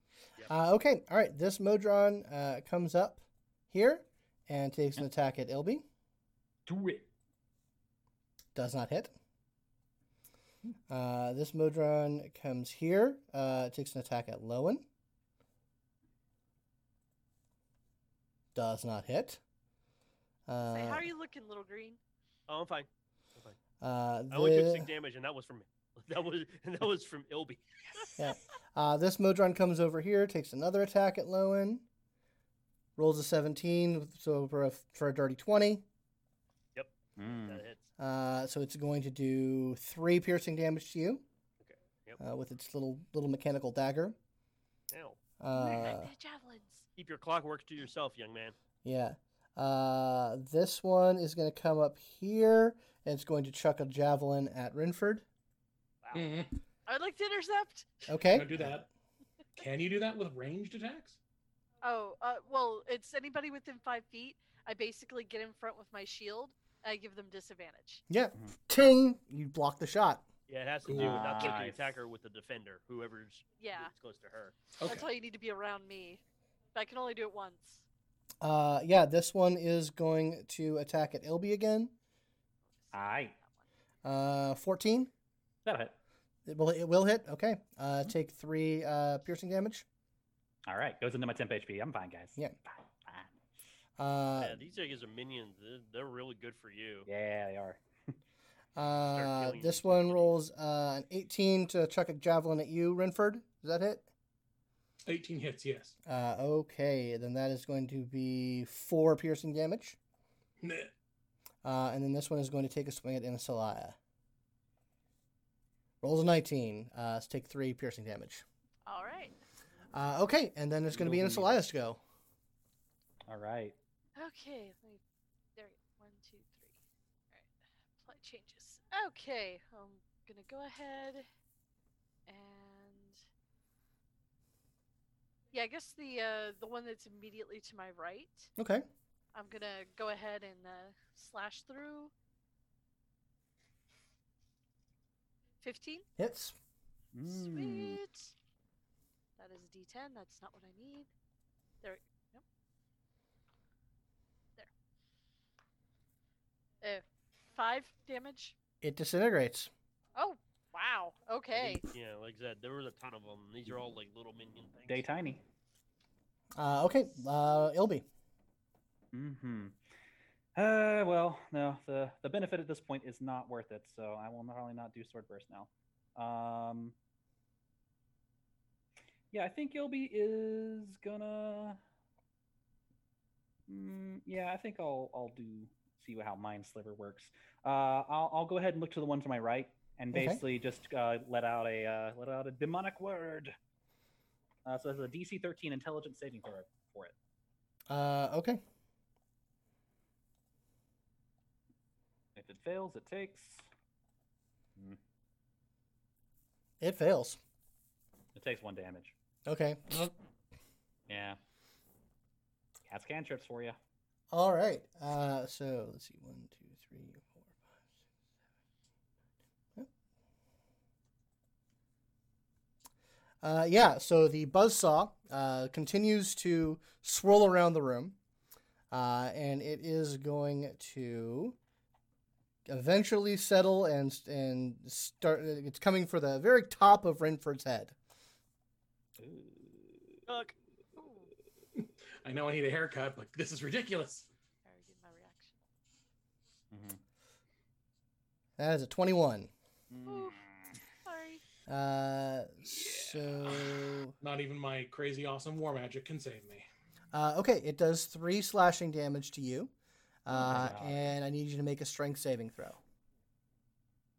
[SPEAKER 2] uh, okay. All right. This Modron uh, comes up here and takes an attack at Ilby.
[SPEAKER 5] Do it.
[SPEAKER 2] Does not hit. Uh, this Modron comes here, uh, takes an attack at Lowen. Does not hit. Uh,
[SPEAKER 4] Say, how are you looking, little green?
[SPEAKER 3] Oh, I'm fine. I'm fine.
[SPEAKER 2] uh,
[SPEAKER 3] I only took
[SPEAKER 2] the-
[SPEAKER 3] six damage, and that was from (laughs) that was and that was from
[SPEAKER 5] (laughs)
[SPEAKER 3] Ilby.
[SPEAKER 2] Uh, this Modron comes over here, takes another attack at Lowen, rolls a 17, with- so for a, for a dirty 20.
[SPEAKER 3] That
[SPEAKER 5] Hmm.
[SPEAKER 3] hits.
[SPEAKER 2] Uh, so it's going to do three piercing damage to you
[SPEAKER 3] Okay, yep.
[SPEAKER 2] uh, with its little little mechanical dagger.
[SPEAKER 3] Now
[SPEAKER 2] Uh,
[SPEAKER 4] They're javelins.
[SPEAKER 3] keep your clockwork to yourself, young man.
[SPEAKER 2] yeah. Uh, this one is going to come up here, and it's going to chuck a javelin at Rinford.
[SPEAKER 3] Wow.
[SPEAKER 6] Mhm.
[SPEAKER 4] I'd like to intercept.
[SPEAKER 2] Okay.
[SPEAKER 6] Don't do that. Can you do that with ranged attacks?
[SPEAKER 4] Oh, uh, well, it's anybody within five feet. I basically get in front with my shield. I give them disadvantage.
[SPEAKER 2] Yeah.
[SPEAKER 3] Mm-hmm.
[SPEAKER 5] Mhm.
[SPEAKER 2] Ting! You block the shot.
[SPEAKER 3] Yeah, it has to do with not taking the
[SPEAKER 5] Nice.
[SPEAKER 3] attacker with the defender, whoever's
[SPEAKER 4] Yeah,
[SPEAKER 3] that's close to her.
[SPEAKER 6] Okay.
[SPEAKER 4] that's why you need to be around me. But I can only do it once.
[SPEAKER 2] Uh, yeah, this one is going to attack at Ilby again.
[SPEAKER 5] Aye.
[SPEAKER 2] Uh, 14.
[SPEAKER 5] That'll hit.
[SPEAKER 2] It will, it will hit. Okay. Uh,
[SPEAKER 3] Mm-hmm.
[SPEAKER 2] take three uh, piercing damage.
[SPEAKER 5] All right. Goes into my temp HP. I'm fine, guys.
[SPEAKER 2] Yeah.
[SPEAKER 5] Fine, fine.
[SPEAKER 2] Uh,
[SPEAKER 3] yeah, these niggas are minions. They're, they're really good for you.
[SPEAKER 5] Yeah, they are.
[SPEAKER 2] uh,
[SPEAKER 3] killing
[SPEAKER 2] this
[SPEAKER 3] these
[SPEAKER 2] one
[SPEAKER 3] things.
[SPEAKER 2] rolls uh, an 18 to chuck a javelin at you, Renford. Does that hit?
[SPEAKER 6] 18 hits, yes.
[SPEAKER 2] Uh, okay. Then that is going to be four piercing damage.
[SPEAKER 6] Nah.
[SPEAKER 2] Uh, and then this one is going to take a swing at Inasalaya. Rolls a 19. Uh, let's take three piercing damage.
[SPEAKER 4] All right.
[SPEAKER 2] Uh, okay. And then it's going to be
[SPEAKER 5] Ooh.
[SPEAKER 2] Inasalaya's go.
[SPEAKER 5] All right.
[SPEAKER 4] Okay. Let me. There. we go. One, two, three. All right. Apply changes. Okay. I'm gonna go ahead and. Yeah, I guess the uh, the one that's immediately to my right.
[SPEAKER 2] Okay.
[SPEAKER 4] I'm gonna go ahead and uh, slash through. 15?
[SPEAKER 2] Hits.
[SPEAKER 5] Mm.
[SPEAKER 4] Sweet! That is a d10. That's not what I need. There. Nope. There. Uh, five damage.
[SPEAKER 2] It disintegrates.
[SPEAKER 4] Oh, wow. Okay.
[SPEAKER 3] These- Yeah, like I said, there was a ton of them. These are all like little minion things.
[SPEAKER 5] Day tiny.
[SPEAKER 2] Uh, okay. Uh, Ilby.
[SPEAKER 5] Mm-hmm. Uh, well, no, the the benefit at this point is not worth it, so I will not- probably not do sword burst now. Um, yeah, I think Gilby is gonna. Mm, yeah, I think I'll I'll do see how Mind Sliver works. Uh, I'll I'll go ahead and look to the one to my right and
[SPEAKER 2] Okay.
[SPEAKER 5] basically just uh, let out a uh, let out a demonic word. Uh, so that's a DC 13 intelligence saving throw for it.
[SPEAKER 2] Uh, okay.
[SPEAKER 5] If it fails, it takes.
[SPEAKER 2] It fails.
[SPEAKER 5] It takes one damage.
[SPEAKER 2] Okay.
[SPEAKER 5] Yeah. Cats cantrips for you.
[SPEAKER 2] All right. Uh, so let's see. One, two, three, four, five, six, seven. eight. Yep. Uh, yeah. So the buzzsaw uh, continues to swirl around the room, uh, and it is going to eventually settle and and start. It's coming for the very top of Renford's head.
[SPEAKER 3] Look,
[SPEAKER 6] I know I need a haircut, but this is ridiculous.
[SPEAKER 4] I already did my reaction.
[SPEAKER 5] Mm-hmm.
[SPEAKER 2] That is a twenty-one.
[SPEAKER 4] Oof. Sorry.
[SPEAKER 2] Uh,
[SPEAKER 6] Yeah.
[SPEAKER 2] so
[SPEAKER 6] Not even my crazy awesome war magic can save me.
[SPEAKER 2] uh, okay, it does three slashing damage to you,
[SPEAKER 6] Oh
[SPEAKER 2] uh,
[SPEAKER 5] God.
[SPEAKER 2] and I need you to make a strength
[SPEAKER 5] Mm-hmm.
[SPEAKER 2] saving throw.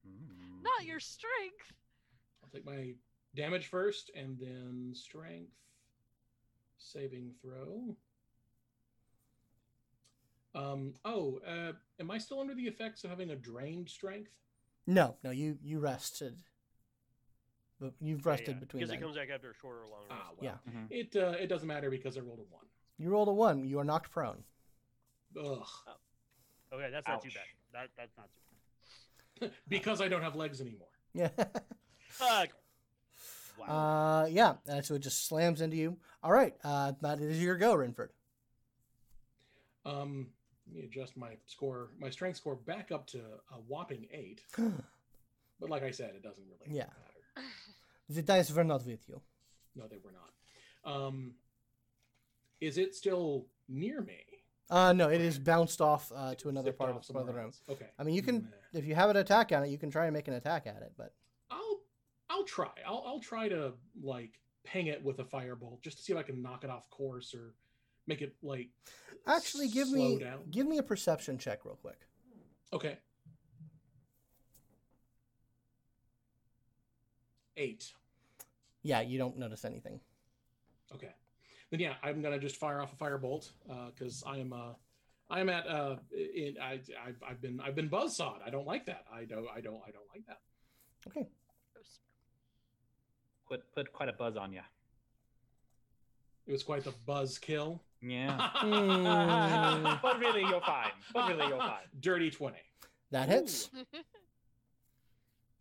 [SPEAKER 5] Mm.
[SPEAKER 4] Not your strength.
[SPEAKER 6] I'll take my damage first and then strength saving throw. Um, oh, uh, am I still under the effects of having a drained strength?
[SPEAKER 2] No, no, you you rested. But You've
[SPEAKER 3] Yeah,
[SPEAKER 2] rested
[SPEAKER 3] yeah,
[SPEAKER 2] between
[SPEAKER 3] Because
[SPEAKER 2] them.
[SPEAKER 3] it comes back after a shorter or longer.
[SPEAKER 6] Ah,
[SPEAKER 3] rest.
[SPEAKER 6] well.
[SPEAKER 2] Yeah.
[SPEAKER 5] Mhm.
[SPEAKER 6] It uh, it doesn't matter because I rolled a
[SPEAKER 2] You rolled a one. You are knocked prone. (laughs)
[SPEAKER 6] one. Ugh.
[SPEAKER 3] Okay, that's not too
[SPEAKER 5] Ouch.
[SPEAKER 3] bad.
[SPEAKER 7] that that's not too bad.
[SPEAKER 6] because I don't have legs anymore.
[SPEAKER 2] Yeah.
[SPEAKER 7] Fuck. Wow.
[SPEAKER 2] Uh, yeah. Uh, so it just slams into you. All right. Uh, that is your go, Renford.
[SPEAKER 6] Um, let me adjust my score, my strength score back up to a whopping
[SPEAKER 2] (gasps)
[SPEAKER 6] eight. But like I said, it doesn't really
[SPEAKER 2] Yeah.
[SPEAKER 6] matter.
[SPEAKER 2] The dice were not with you.
[SPEAKER 6] No, they were not. Um, is it still near me?
[SPEAKER 2] Uh, no, it is bounced off uh, to another
[SPEAKER 6] Zipped
[SPEAKER 2] part
[SPEAKER 6] off
[SPEAKER 2] of part of the
[SPEAKER 6] somewhere
[SPEAKER 2] room.
[SPEAKER 6] else. Okay.
[SPEAKER 2] I mean, you can-
[SPEAKER 6] Meh.
[SPEAKER 2] If you have an attack on it, you can try and make an attack at it. But
[SPEAKER 6] I'll I'll try. I'll I'll try to like ping it with a firebolt just to see if I can knock it off course or make it like
[SPEAKER 2] actually, give
[SPEAKER 6] slow
[SPEAKER 2] me
[SPEAKER 6] down.
[SPEAKER 2] give me a perception check real quick.
[SPEAKER 6] Okay. Eight.
[SPEAKER 2] Yeah, you don't notice anything.
[SPEAKER 6] Okay. Then yeah, I'm gonna just fire off a firebolt because I am uh I am at uh in, I I've, I've been I've been buzzsawed. I don't like that. I don't I don't I don't like that.
[SPEAKER 2] Okay.
[SPEAKER 4] Gross.
[SPEAKER 5] Put put quite a buzz on you.
[SPEAKER 6] It was quite the buzz kill. (laughs)
[SPEAKER 5] Yeah.
[SPEAKER 2] Mm.
[SPEAKER 5] (laughs) but really, you're fine. But really, (laughs) you're fine.
[SPEAKER 6] Hmm. Dirty twenty
[SPEAKER 2] That hits.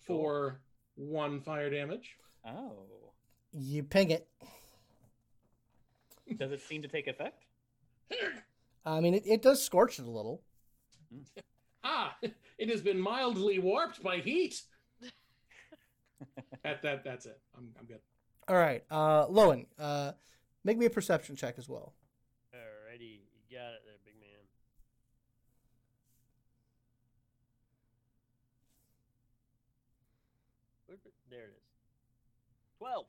[SPEAKER 6] for one fire damage.
[SPEAKER 5] Oh,
[SPEAKER 2] You ping it.
[SPEAKER 5] does it seem to take effect?
[SPEAKER 2] I mean, it, it does scorch it a little.
[SPEAKER 6] Ah, it has been mildly warped by heat. that that that's it. I'm I'm good.
[SPEAKER 2] All right, uh, Lowen, uh, make me a perception check as well.
[SPEAKER 3] Alrighty, you got it there, big man. Where did- There it is. Twelve.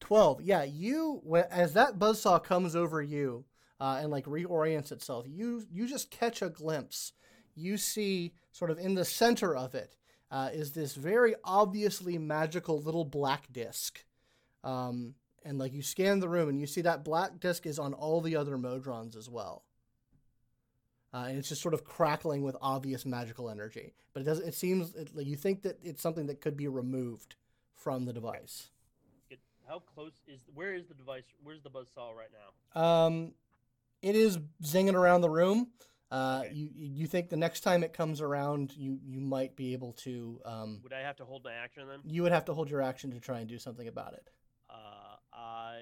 [SPEAKER 2] 12 yeah you when, as that buzzsaw comes over you uh, and like reorients itself you you just catch a glimpse you see sort of in the center of it uh, is this very obviously magical little black disc um, and like you scan the room and you see that black disc is on all the other modrons as well uh, and it's just sort of crackling with obvious magical energy but it does it seems it, like you think that it's something that could be removed from the device
[SPEAKER 3] Good. How close is? Where is the device? Where's the buzzsaw right now?
[SPEAKER 2] Um, it is zinging around the room. Uh,
[SPEAKER 3] Okay.
[SPEAKER 2] you you think the next time it comes around, you you might be able to. Um,
[SPEAKER 3] Would I have to hold my action then?
[SPEAKER 2] you would have to hold your action to try and do something about it.
[SPEAKER 3] Uh, I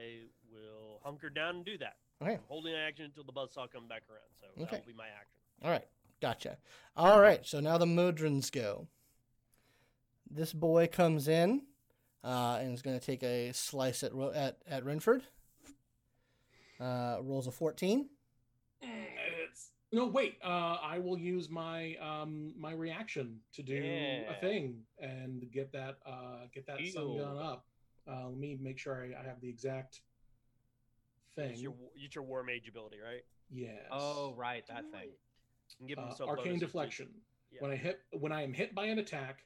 [SPEAKER 3] will hunker down and do that.
[SPEAKER 2] Okay.
[SPEAKER 3] I'm holding my action until the buzzsaw comes back around, so
[SPEAKER 2] Okay.
[SPEAKER 3] that'll be my action.
[SPEAKER 2] All right, gotcha. All right, so now the Mudrons go. This boy comes in, uh, and is going to take a slice at Ro- at at Renford. Uh, rolls a fourteen.
[SPEAKER 6] It's- no wait uh, i will use my um my reaction to do
[SPEAKER 5] Yeah.
[SPEAKER 6] a thing and get that uh get that sun
[SPEAKER 5] Ew.
[SPEAKER 6] gun up uh, let me make sure I, I have the exact thing
[SPEAKER 3] It's your, it's your war mage ability, right?
[SPEAKER 6] yes
[SPEAKER 5] Oh, right, that
[SPEAKER 4] Do
[SPEAKER 5] thing.
[SPEAKER 4] it.
[SPEAKER 3] You can give
[SPEAKER 6] uh,
[SPEAKER 3] himself
[SPEAKER 6] arcane
[SPEAKER 3] bonuses to-
[SPEAKER 6] deflection
[SPEAKER 3] yeah.
[SPEAKER 6] when i hit when i am hit by an attack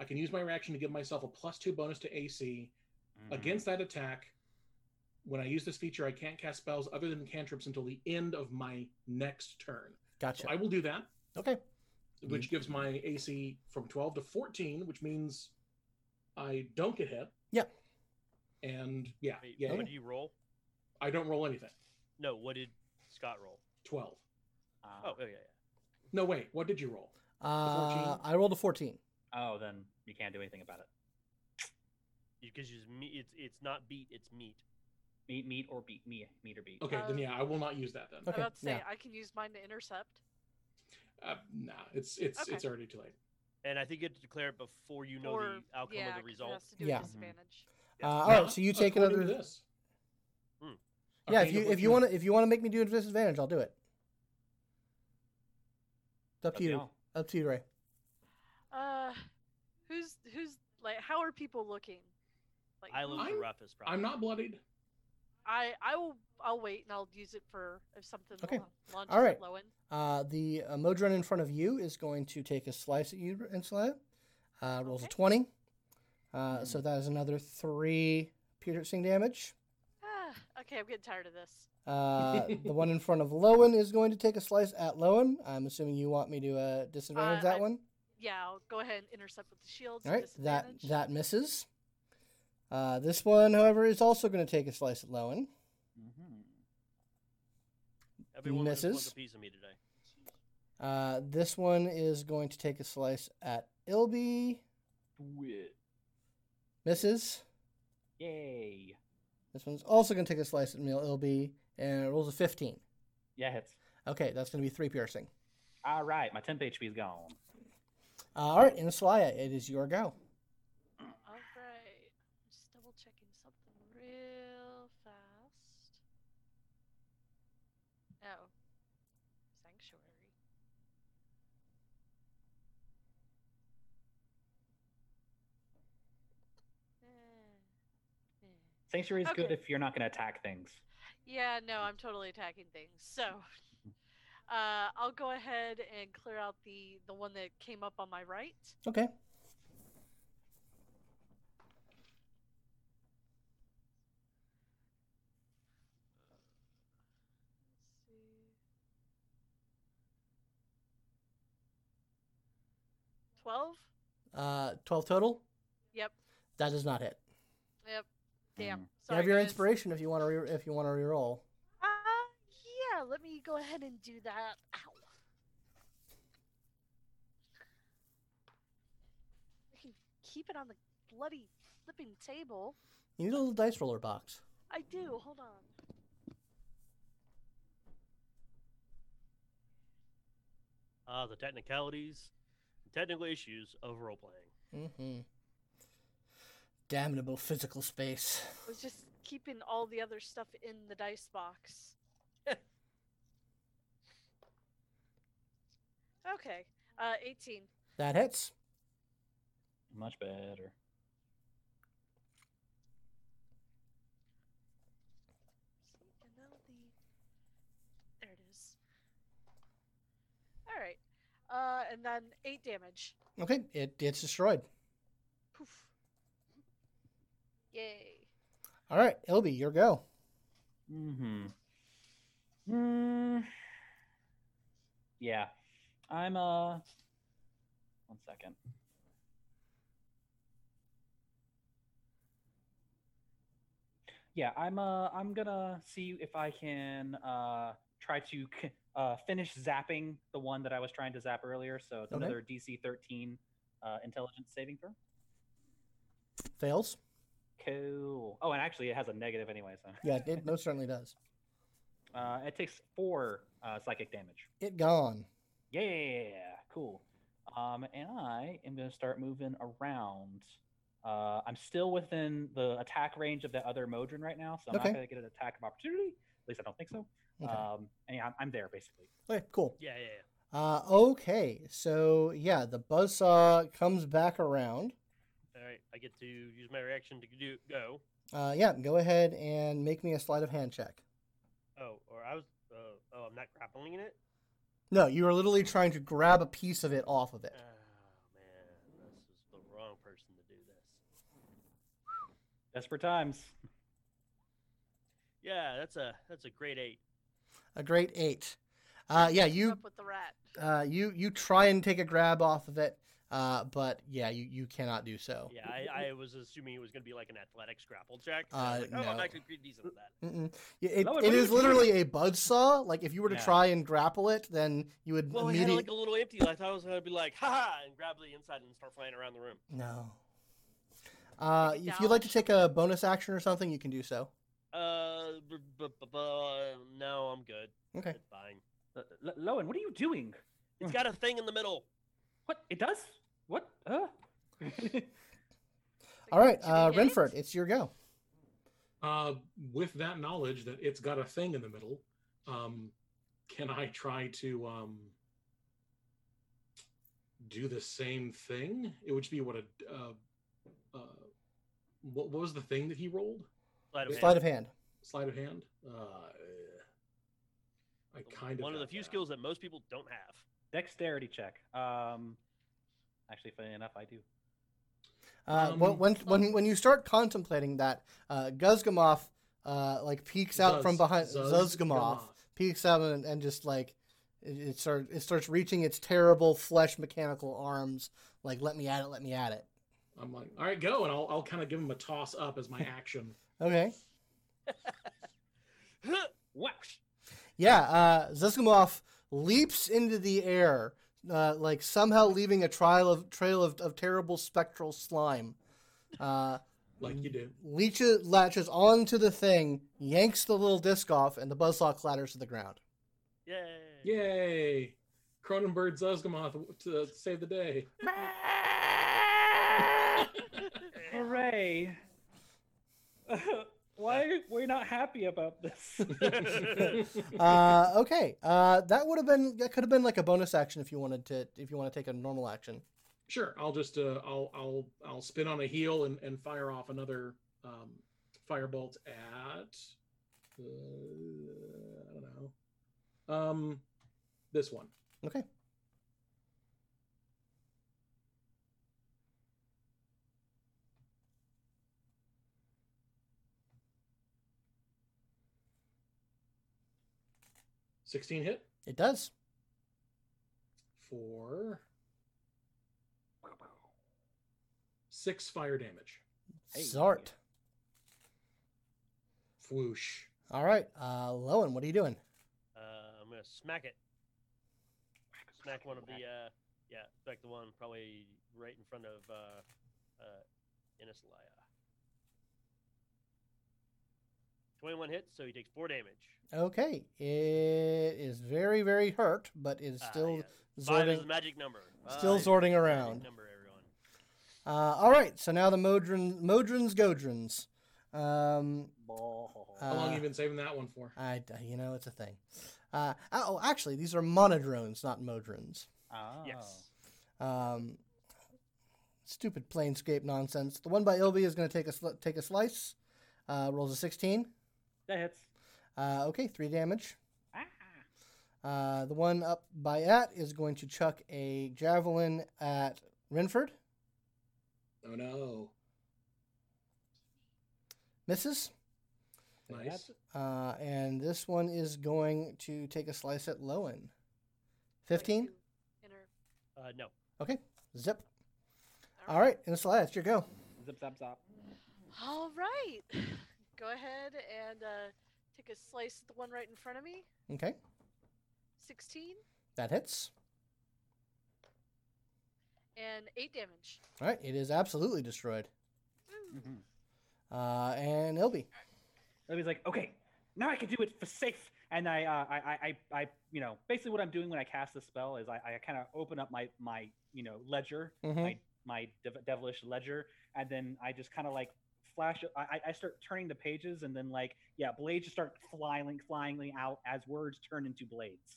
[SPEAKER 6] i can use my reaction to give myself a plus two bonus to ac
[SPEAKER 5] Mm-hmm.
[SPEAKER 6] against that attack when i use this feature i can't cast spells other than cantrips until the end of my next turn
[SPEAKER 2] Gotcha.
[SPEAKER 6] so i will do that
[SPEAKER 2] Okay.
[SPEAKER 6] which gives my AC from 12 to 14, which means I don't get hit.
[SPEAKER 2] Yeah.
[SPEAKER 6] And yeah,
[SPEAKER 3] Wait,
[SPEAKER 6] yeah,
[SPEAKER 3] What did you roll?
[SPEAKER 6] I don't roll anything.
[SPEAKER 3] No, what did Scott roll?
[SPEAKER 6] 12.
[SPEAKER 3] Oh,
[SPEAKER 5] Ah.
[SPEAKER 3] oh yeah, yeah.
[SPEAKER 6] No, wait, what did you roll?
[SPEAKER 2] Uh,
[SPEAKER 6] 14?
[SPEAKER 2] I rolled a fourteen.
[SPEAKER 5] Oh, then you can't do anything about it.
[SPEAKER 3] Because it's meat. It's it's not beat. It's meat.
[SPEAKER 5] Meet, meet, or beat me, meet or beat.
[SPEAKER 6] Okay, then
[SPEAKER 4] Uh,
[SPEAKER 6] yeah, I will not use that then.
[SPEAKER 4] I'm
[SPEAKER 2] Okay,
[SPEAKER 4] about to say
[SPEAKER 2] yeah.
[SPEAKER 4] I can use mine to intercept.
[SPEAKER 6] Uh, nah, it's it's
[SPEAKER 4] Okay.
[SPEAKER 6] it's already too late.
[SPEAKER 3] And I think you have to declare it before you know
[SPEAKER 4] or
[SPEAKER 3] the outcome
[SPEAKER 4] yeah,
[SPEAKER 3] of
[SPEAKER 4] 'cause
[SPEAKER 3] the result.
[SPEAKER 4] It has to do with
[SPEAKER 2] Yeah. Mhm.
[SPEAKER 4] disadvantage.
[SPEAKER 2] Uh, all right,
[SPEAKER 6] Not
[SPEAKER 2] so you take
[SPEAKER 6] according to
[SPEAKER 2] another.
[SPEAKER 6] This.
[SPEAKER 3] Hmm.
[SPEAKER 2] Yeah, if
[SPEAKER 6] Arcane
[SPEAKER 2] you if you
[SPEAKER 6] Deflection-
[SPEAKER 2] want to if you want to make me do a disadvantage, I'll do it. It's up
[SPEAKER 5] But
[SPEAKER 2] to you.
[SPEAKER 5] no.
[SPEAKER 2] Up to you, Ray.
[SPEAKER 4] Uh, who's who's like? How are people looking? Like
[SPEAKER 3] I
[SPEAKER 4] who-
[SPEAKER 3] look
[SPEAKER 6] I'm-
[SPEAKER 3] the roughest. Probably.
[SPEAKER 6] I'm not bloodied.
[SPEAKER 4] I I will I'll wait and I'll use it for if something.
[SPEAKER 2] Okay.
[SPEAKER 4] la- Launches
[SPEAKER 2] All right.
[SPEAKER 4] At Lowen.
[SPEAKER 2] Uh, the uh, Modron in front of you is going to take a slice at you, Insulet. Uh, rolls a
[SPEAKER 4] Okay. Hmm.
[SPEAKER 2] twenty. Uh, So that is another three piercing damage.
[SPEAKER 4] Ah, (sighs) okay, I'm getting tired of this. (laughs)
[SPEAKER 2] Uh, the one in front of Lowen is going to take a slice at Lowen. I'm assuming you want me to uh, disadvantage
[SPEAKER 4] Uh,
[SPEAKER 2] that
[SPEAKER 4] I-
[SPEAKER 2] one.
[SPEAKER 4] Yeah, I'll go ahead and intercept with the shields.
[SPEAKER 2] All
[SPEAKER 4] at
[SPEAKER 2] right, that
[SPEAKER 4] disadvantage.
[SPEAKER 2] that misses. Uh, this one, however, is also going to take a slice at Lowen.
[SPEAKER 5] Mhm.
[SPEAKER 3] Everyone just wants
[SPEAKER 2] misses.
[SPEAKER 3] a piece of me today.
[SPEAKER 2] Uh, this one is going to take a slice at Ilby.
[SPEAKER 5] Do it.
[SPEAKER 2] Misses.
[SPEAKER 5] Yay.
[SPEAKER 2] This one's also going to take a slice at Meal Ilby and it rolls a 15.
[SPEAKER 5] Yeah, hits.
[SPEAKER 2] Okay, that's going to be three piercing.
[SPEAKER 5] All right, my temp HP is gone.
[SPEAKER 2] Uh, all right, Insalaya, it is your go.
[SPEAKER 4] All right. I'm just double checking something real fast. Oh. Sanctuary. Eh, eh.
[SPEAKER 5] Sanctuary is good
[SPEAKER 4] Okay.
[SPEAKER 5] if you're not going to attack things.
[SPEAKER 4] Yeah, no, I'm totally attacking things. So, (laughs) uh, I'll go ahead and clear out the the one that came up on my right.
[SPEAKER 2] Okay.
[SPEAKER 4] Let's see. Twelve.
[SPEAKER 2] Uh, 12 total.
[SPEAKER 4] Yep.
[SPEAKER 2] That does not hit.
[SPEAKER 4] Yep. Damn.
[SPEAKER 5] Mm.
[SPEAKER 2] You
[SPEAKER 4] Sorry,
[SPEAKER 2] have your
[SPEAKER 4] guys.
[SPEAKER 2] inspiration if you want to re- if you want to reroll.
[SPEAKER 4] Uh, yeah. Let me go ahead and do that. Ow. I can keep it on the bloody flipping table.
[SPEAKER 2] You need a little dice roller box.
[SPEAKER 4] I do. Hold on.
[SPEAKER 3] Ah, the technicalities, technical issues of role playing.
[SPEAKER 2] Mm-hmm. Damnable physical space.
[SPEAKER 4] was just keeping all the other stuff in the dice box. okay, uh, 18.
[SPEAKER 2] That hits.
[SPEAKER 5] Much better.
[SPEAKER 4] See, and now the there it is. All right, uh, and then eight damage.
[SPEAKER 2] Okay, it it's destroyed.
[SPEAKER 4] Poof. Yay.
[SPEAKER 2] All right, Ilby, your go.
[SPEAKER 5] Mm-hmm. Mm. Yeah. I'm uh one second. Yeah, I'm uh I'm gonna see if I can uh try to c- uh finish zapping the one that I was trying to zap earlier. So it's
[SPEAKER 2] Okay.
[SPEAKER 5] another DC 13 uh intelligence saving throw.
[SPEAKER 2] Fails.
[SPEAKER 5] Cool. Oh, and actually it has a negative anyway, so
[SPEAKER 2] Yeah, it most certainly does.
[SPEAKER 5] uh it takes 4 uh psychic damage.
[SPEAKER 2] It gone.
[SPEAKER 5] Yeah, cool. Um, and I am going to start moving around. Uh, I'm still within the attack range of the other Modron right now, so I'm
[SPEAKER 2] Okay.
[SPEAKER 5] not going to get an attack of opportunity. At least I don't think so.
[SPEAKER 2] Okay.
[SPEAKER 5] Um, and yeah, I'm, I'm there basically.
[SPEAKER 2] okay, cool.
[SPEAKER 3] Yeah, yeah, yeah.
[SPEAKER 2] Uh, okay, so yeah, the buzzsaw comes back around.
[SPEAKER 3] All right, I get to use my reaction to do go.
[SPEAKER 2] Uh, yeah, go ahead and make me a sleight of hand check.
[SPEAKER 3] Oh, or I was. Uh, oh, I'm not grappling it.
[SPEAKER 2] No, you are literally trying to grab a piece of it off of it.
[SPEAKER 3] Oh man, this is the wrong person to do this.
[SPEAKER 5] Desperate times.
[SPEAKER 3] Yeah, that's a that's a great eight.
[SPEAKER 2] A great eight. Uh, yeah,
[SPEAKER 4] Keep
[SPEAKER 2] you
[SPEAKER 4] Up with the rat.
[SPEAKER 2] uh, you you try and take a grab off of it, uh, but yeah, you, you cannot do so.
[SPEAKER 3] Yeah, I, I was assuming it was going to be like an athletics grapple check. and
[SPEAKER 2] Uh,
[SPEAKER 3] I was like, oh, I'm
[SPEAKER 2] no.
[SPEAKER 3] actually pretty decent at that.
[SPEAKER 2] Mm-mm. Y- It,
[SPEAKER 5] No, it
[SPEAKER 2] it
[SPEAKER 5] really
[SPEAKER 2] is
[SPEAKER 5] can't.
[SPEAKER 2] literally a buzzsaw. Like if you were to
[SPEAKER 5] Yeah.
[SPEAKER 2] try and grapple it, then you would
[SPEAKER 3] Well, I had
[SPEAKER 2] immediately
[SPEAKER 3] like a little empty. I thought I was going to be like, ha ha, and grab the inside and start flying around the room.
[SPEAKER 2] no. Uh,
[SPEAKER 4] Like a
[SPEAKER 2] if you'd like to
[SPEAKER 4] dodge?
[SPEAKER 2] take a bonus action or something, you can do so.
[SPEAKER 3] Uh, b- b- b- bu- no, I'm good.
[SPEAKER 2] Okay.
[SPEAKER 3] It's fine.
[SPEAKER 5] L- L- Lowen, what are you doing?
[SPEAKER 3] It's got a thing in the middle.
[SPEAKER 5] What? It does? What? Uh?
[SPEAKER 4] Like,
[SPEAKER 2] All right,
[SPEAKER 4] should we
[SPEAKER 2] uh,
[SPEAKER 4] hit it?
[SPEAKER 2] Renford, it's your go.
[SPEAKER 6] Uh, with that knowledge that it's got a thing in the middle, um, can I try to um, do the same thing? It would be what a uh, uh, what, what was the thing that he rolled?
[SPEAKER 3] Sleight of
[SPEAKER 6] Yeah.
[SPEAKER 2] Sleight of hand.
[SPEAKER 3] hand.
[SPEAKER 6] Sleight of hand. Uh, eh. I kind of
[SPEAKER 3] one of the
[SPEAKER 6] got
[SPEAKER 3] few
[SPEAKER 6] that.
[SPEAKER 3] skills that most people don't have.
[SPEAKER 5] (laughs)
[SPEAKER 3] (laughs)
[SPEAKER 5] Dexterity check. Um, actually, funny enough, I do.
[SPEAKER 2] Uh, wh-
[SPEAKER 6] Um,
[SPEAKER 2] when, when when you start contemplating that, uh, Guzgamov uh, like peeks out from
[SPEAKER 6] Zuz-
[SPEAKER 2] behind.
[SPEAKER 6] Zuz-
[SPEAKER 2] Zuzgamov
[SPEAKER 6] Gamoth.
[SPEAKER 2] peeks out and, and just like it, it starts it starts reaching its terrible flesh mechanical arms. Like let me at it, let me at it.
[SPEAKER 6] I'm like, all right, go, and I'll, I'll kind of give him a toss
[SPEAKER 2] (laughs)
[SPEAKER 6] up as my action.
[SPEAKER 2] Okay.
[SPEAKER 5] Whoosh!
[SPEAKER 2] Yeah, uh, Zuzgamov leaps into the air, uh, like somehow leaving a trail of trail of, of terrible spectral slime. Uh,
[SPEAKER 6] like you do.
[SPEAKER 2] leeches latches onto the thing, yanks the little disc off, and the buzzsaw clatters to the
[SPEAKER 3] (laughs)
[SPEAKER 2] ground.
[SPEAKER 3] Yay.
[SPEAKER 6] Yay! Cronenberg's Uzgamoth to save the day.
[SPEAKER 5] Hooray! (laughs) Why are we not happy about
[SPEAKER 3] (laughs)
[SPEAKER 5] this?
[SPEAKER 6] (laughs)
[SPEAKER 2] Uh, okay, uh, that would have been that could have been like a bonus action if you wanted to if you want to take a normal action.
[SPEAKER 6] Sure, I'll just uh, I'll I'll I'll spin on a heel and, and fire off another um, firebolt at uh, I don't know um this one.
[SPEAKER 2] Okay.
[SPEAKER 6] Sixteen hit
[SPEAKER 2] It does.
[SPEAKER 6] for six fire damage.
[SPEAKER 7] Hey.
[SPEAKER 2] Zart.
[SPEAKER 6] Whoosh.
[SPEAKER 2] All right, uh, Lowen, what are you doing?
[SPEAKER 3] Uh, I'm gonna smack it. Smack one of the uh, yeah, smack the one probably right in front of uh, uh, Inesalaya. Twenty-one hits, so he takes four damage.
[SPEAKER 2] Okay, it is very very hurt, but is
[SPEAKER 3] Ah,
[SPEAKER 2] still
[SPEAKER 3] yeah. Five is
[SPEAKER 2] zorting-
[SPEAKER 3] the magic number.
[SPEAKER 2] Still
[SPEAKER 3] Five is
[SPEAKER 2] zorting
[SPEAKER 3] the magic
[SPEAKER 2] around.
[SPEAKER 3] Number everyone.
[SPEAKER 2] Uh, all right, so now the Modrin, Modrins, Godrins. Um,
[SPEAKER 6] How long
[SPEAKER 2] Uh,
[SPEAKER 6] you been saving that one for?
[SPEAKER 2] I, you know, it's a thing. Uh, oh, actually, these are monodrones, not Modrins.
[SPEAKER 7] Oh.
[SPEAKER 3] Yes.
[SPEAKER 2] Um, stupid planescape nonsense. The one by Ilby is going to take a sli- take a slice. Uh, rolls a sixteen.
[SPEAKER 5] That hits.
[SPEAKER 2] Uh, okay, three damage.
[SPEAKER 7] Ah.
[SPEAKER 2] Uh, the one up by At is going to chuck a javelin at Renford.
[SPEAKER 6] Oh no!
[SPEAKER 2] Misses.
[SPEAKER 6] Nice.
[SPEAKER 2] Uh, and this one is going to take a slice at Lowen. Fifteen.
[SPEAKER 4] Inner.
[SPEAKER 3] Uh, no.
[SPEAKER 2] Zip.
[SPEAKER 4] I don't
[SPEAKER 2] All
[SPEAKER 4] know.
[SPEAKER 2] right, and it's last. Your go.
[SPEAKER 5] Zip, zap, zap.
[SPEAKER 4] All right. (clears throat) Go ahead and uh, take a slice at the one right in front of me.
[SPEAKER 2] Okay,
[SPEAKER 4] 16
[SPEAKER 2] that hits.
[SPEAKER 4] and 8 damage.
[SPEAKER 2] All right, it is absolutely destroyed.
[SPEAKER 5] Mm.
[SPEAKER 4] Woo.
[SPEAKER 3] Mm-hmm.
[SPEAKER 7] Mhm.
[SPEAKER 2] Uh, and Ilby.
[SPEAKER 5] And he's like, okay, now I can do it for safe. And I, uh, I, I, I, I, you know, basically what I'm doing when I cast this spell is I, I kind of open up my, my, you know, ledger,
[SPEAKER 2] Mm-hmm.
[SPEAKER 5] my, my dev- devilish ledger, and then I just kind of like flash. I, I- I start turning the pages, and then like, yeah, blades just start flying, flying out as words turn into blades.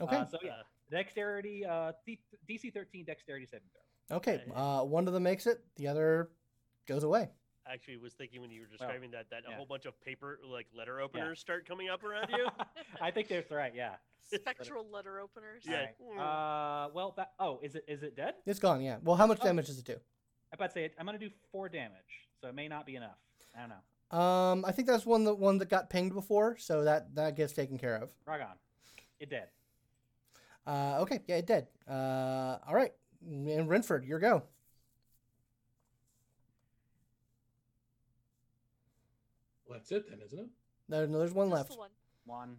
[SPEAKER 2] Okay.
[SPEAKER 5] Uh, so yeah,
[SPEAKER 3] Uh,
[SPEAKER 5] dexterity, uh, D- DC 13 dexterity saving throw.
[SPEAKER 2] Okay,
[SPEAKER 3] Uh,
[SPEAKER 2] uh, one of them makes it, the other goes away.
[SPEAKER 3] actually, was thinking when you were describing that that
[SPEAKER 5] yeah.
[SPEAKER 3] a whole bunch of paper like letter openers start coming up around (laughs)
[SPEAKER 5] (laughs)
[SPEAKER 3] you.
[SPEAKER 5] I think that's right. Yeah.
[SPEAKER 4] Spectral letter openers.
[SPEAKER 3] (laughs) Yeah.
[SPEAKER 5] All right. Uh, well, that. Oh, is it? Is it dead?
[SPEAKER 2] It's gone, yeah. Well, how much
[SPEAKER 5] Oh.
[SPEAKER 2] damage does it do?
[SPEAKER 5] I about to say it, I'm gonna do four damage, so it may not be enough. I don't know.
[SPEAKER 2] Um, I think that's one the one that got pinged before, so that that gets taken care of.
[SPEAKER 5] Rock on. It did.
[SPEAKER 2] Uh, okay, yeah, it did. Uh, all right, and Renford, your go.
[SPEAKER 6] Well, that's it then, isn't it?
[SPEAKER 2] There, no, there's one
[SPEAKER 4] Just
[SPEAKER 2] left.
[SPEAKER 4] the one.
[SPEAKER 5] One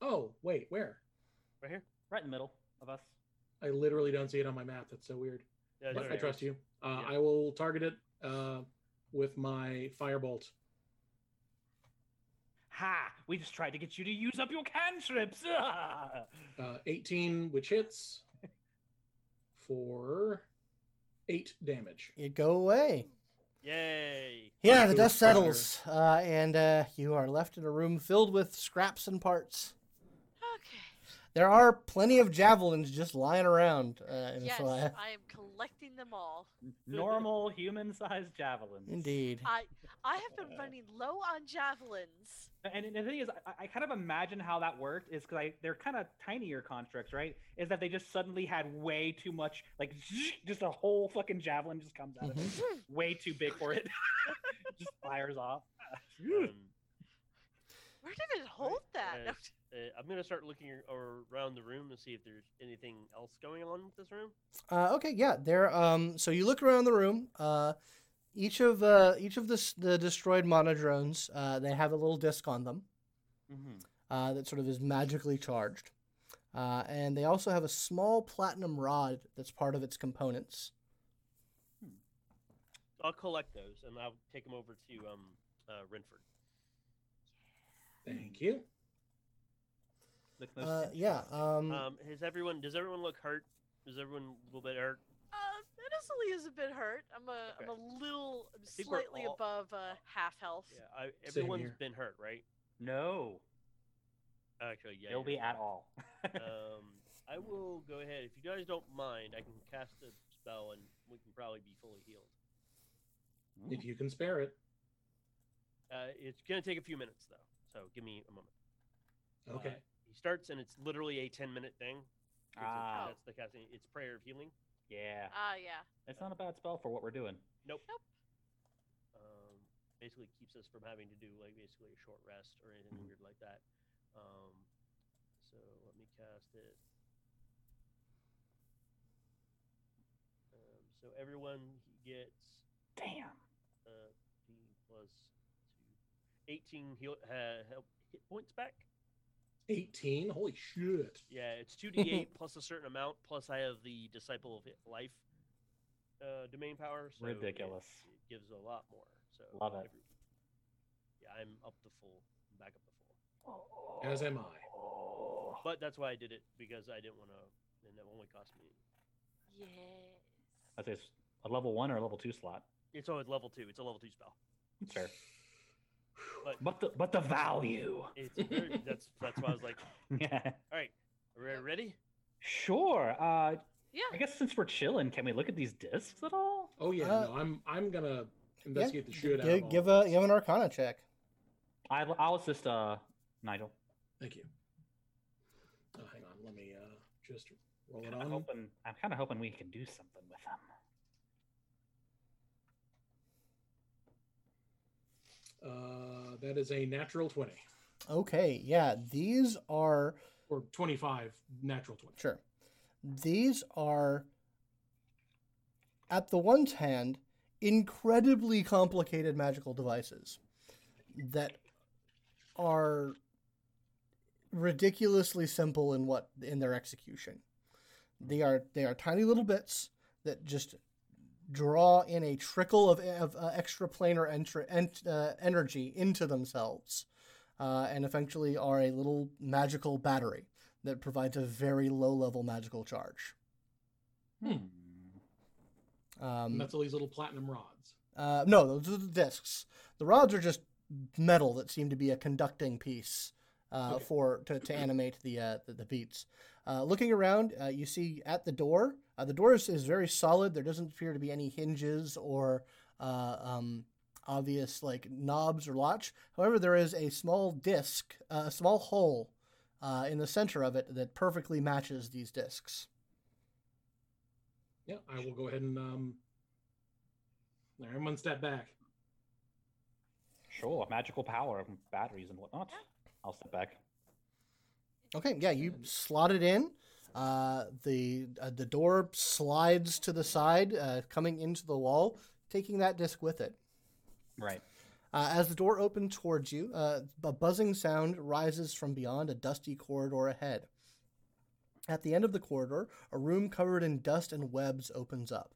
[SPEAKER 6] Oh wait, where?
[SPEAKER 3] Right here.
[SPEAKER 5] right in the middle of us.
[SPEAKER 6] I literally don't see it on my map. That's so weird.
[SPEAKER 3] Yeah,
[SPEAKER 6] But
[SPEAKER 3] sorry.
[SPEAKER 6] I trust you. Uh,
[SPEAKER 3] Yeah.
[SPEAKER 6] I will target it uh, with my firebolt.
[SPEAKER 5] Ha! We just tried to get you to use up your cantrips. (laughs) Ah!
[SPEAKER 6] Uh, 18, which
[SPEAKER 2] (laughs)
[SPEAKER 6] hits for eight damage.
[SPEAKER 2] You go away.
[SPEAKER 3] Yay.
[SPEAKER 2] Yeah,
[SPEAKER 6] Let's
[SPEAKER 2] the
[SPEAKER 6] do a
[SPEAKER 2] dust
[SPEAKER 6] fire.
[SPEAKER 2] settles, uh, and uh, you are left in a room filled with scraps and parts.
[SPEAKER 4] Okay.
[SPEAKER 2] There are plenty of javelins just lying around. Uh, in
[SPEAKER 4] Yes,
[SPEAKER 2] Celaya.
[SPEAKER 4] I am collecting them all.
[SPEAKER 5] Normal human-sized javelins.
[SPEAKER 2] Indeed.
[SPEAKER 4] I I have been running low on javelins.
[SPEAKER 5] And, and the thing is, I, I kind of imagine how that worked is because they're kind of tinier constructs, right? Is that they just suddenly had way too much, like just a whole fucking javelin just comes out of
[SPEAKER 6] Mm-hmm.
[SPEAKER 5] it, way too big for it, (laughs) just fires off.
[SPEAKER 3] Um,
[SPEAKER 4] Where did it hold that?
[SPEAKER 3] uh, uh, I'm gonna start looking ar- around the room to see if there's anything else going on with this room.
[SPEAKER 2] Uh, okay, yeah. There. Um. So you look around the room. Uh, each of uh, each of the s- the destroyed monodrones. Uh, they have a little disc on them.
[SPEAKER 7] Mhm.
[SPEAKER 2] Uh, that sort of is magically charged. Uh, and they also have a small platinum rod that's part of its components.
[SPEAKER 3] I'll collect those and I'll take them over to um, uh, Renford.
[SPEAKER 6] Thank you.
[SPEAKER 5] Look most
[SPEAKER 2] Uh, yeah. Um,
[SPEAKER 3] Um, has everyone? Does everyone look hurt? Is everyone a little bit hurt?
[SPEAKER 4] (laughs) Uh, Nestle is a bit hurt. I'm a, am a little, I'm
[SPEAKER 3] think we're
[SPEAKER 4] slightly
[SPEAKER 3] all-
[SPEAKER 4] above uh, half health.
[SPEAKER 3] Yeah, I, everyone's
[SPEAKER 6] here.
[SPEAKER 3] been hurt, right?
[SPEAKER 5] No,
[SPEAKER 3] Actually, yeah.
[SPEAKER 5] no
[SPEAKER 3] you're
[SPEAKER 5] be at
[SPEAKER 3] right.
[SPEAKER 5] all.
[SPEAKER 3] Um, I will go ahead. If you guys don't mind, I can cast a spell and we can probably be fully healed.
[SPEAKER 6] If you can spare it.
[SPEAKER 3] Uh, it's gonna take a few minutes though, so give me a moment.
[SPEAKER 6] Okay.
[SPEAKER 3] Uh, he starts, and it's literally a ten-minute thing. It's a-
[SPEAKER 5] Ah.
[SPEAKER 3] that's the casting. It's prayer of healing.
[SPEAKER 5] yeah,
[SPEAKER 4] Ah, yeah.
[SPEAKER 5] it's not a bad spell for what we're doing.
[SPEAKER 3] Nope.
[SPEAKER 4] Nope.
[SPEAKER 3] Um, basically keeps us from having to do like basically a short rest or anything weird like that. Um, so let me cast it. Um, so everyone gets
[SPEAKER 5] Damn.
[SPEAKER 3] uh, D plus two, 18 heal, uh, help- hit points back.
[SPEAKER 6] 18. Holy shit.
[SPEAKER 3] Yeah, it's 2d8 plus a certain amount. Plus, I have the Disciple of Hi- Life uh, domain power. So it-
[SPEAKER 5] Ridiculous.
[SPEAKER 3] It, gives a lot more. So
[SPEAKER 5] Love it.
[SPEAKER 3] every- yeah, I'm up to full. I'm back up to full.
[SPEAKER 6] As am I.
[SPEAKER 3] But that's why I did it because I didn't want to, and that only cost me.
[SPEAKER 4] Yes.
[SPEAKER 5] I say it's a level one or a level two slot.
[SPEAKER 3] It's always level two. It's a level two spell.
[SPEAKER 5] Sure.
[SPEAKER 3] But
[SPEAKER 5] But the but the value. (laughs)
[SPEAKER 3] it's very, that's that's why I was like,
[SPEAKER 5] Yeah.
[SPEAKER 3] all right, re- ready?
[SPEAKER 5] Sure. Uh,
[SPEAKER 4] Yeah.
[SPEAKER 5] I guess since we're chilling, can we look at these discs at all?
[SPEAKER 6] Oh yeah,
[SPEAKER 2] Uh,
[SPEAKER 6] no, I'm I'm gonna
[SPEAKER 2] yeah,
[SPEAKER 6] investigate
[SPEAKER 2] g-
[SPEAKER 6] the shit out.
[SPEAKER 2] give,
[SPEAKER 6] of all
[SPEAKER 2] give
[SPEAKER 6] of
[SPEAKER 2] a
[SPEAKER 6] this.
[SPEAKER 2] give an Arcana check.
[SPEAKER 5] I, I'll assist uh, Nigel.
[SPEAKER 6] Thank you. Oh, hang on, let me uh, just roll it
[SPEAKER 5] Kinda
[SPEAKER 6] on.
[SPEAKER 5] hoping, I'm kind of hoping we can do something with them.
[SPEAKER 6] Uh, that is a natural twenty
[SPEAKER 2] Okay. Yeah. These are
[SPEAKER 6] or twenty-five natural twenty.
[SPEAKER 2] Sure. These are, at the one hand, incredibly complicated magical devices that are ridiculously simple in what in their execution. They are they are tiny little bits that just draw in a trickle of, of uh, extra planar entr ent, uh, energy into themselves, uh, and eventually are a little magical battery that provides a very low level magical charge.
[SPEAKER 6] And
[SPEAKER 2] Um,
[SPEAKER 6] that's all these little platinum rods.
[SPEAKER 2] uh, no, those are the discs. The rods are just metal that seem to be a conducting piece uh,
[SPEAKER 6] Okay.
[SPEAKER 2] for to, to animate the, uh, the the beats. Uh, looking around, uh, you see at the door. Uh, the door is, is very solid. There doesn't appear to be any hinges or uh, um, obvious like knobs or latch. However, there is a small disc, uh, a small hole uh, in the center of it that perfectly matches these discs.
[SPEAKER 6] Yeah, I will go ahead and um. There, I'm one step back.
[SPEAKER 5] Sure, magical power and batteries and whatnot. I'll step back.
[SPEAKER 2] Okay, yeah, you
[SPEAKER 6] And-
[SPEAKER 2] slot it in. Uh, the uh, the door slides to the side, uh, coming into the wall, taking that disc with it.
[SPEAKER 5] Right.
[SPEAKER 2] Uh, as the door opens towards you, uh, a buzzing sound rises from beyond a dusty corridor ahead. At the end of the corridor, a room covered in dust and webs opens up.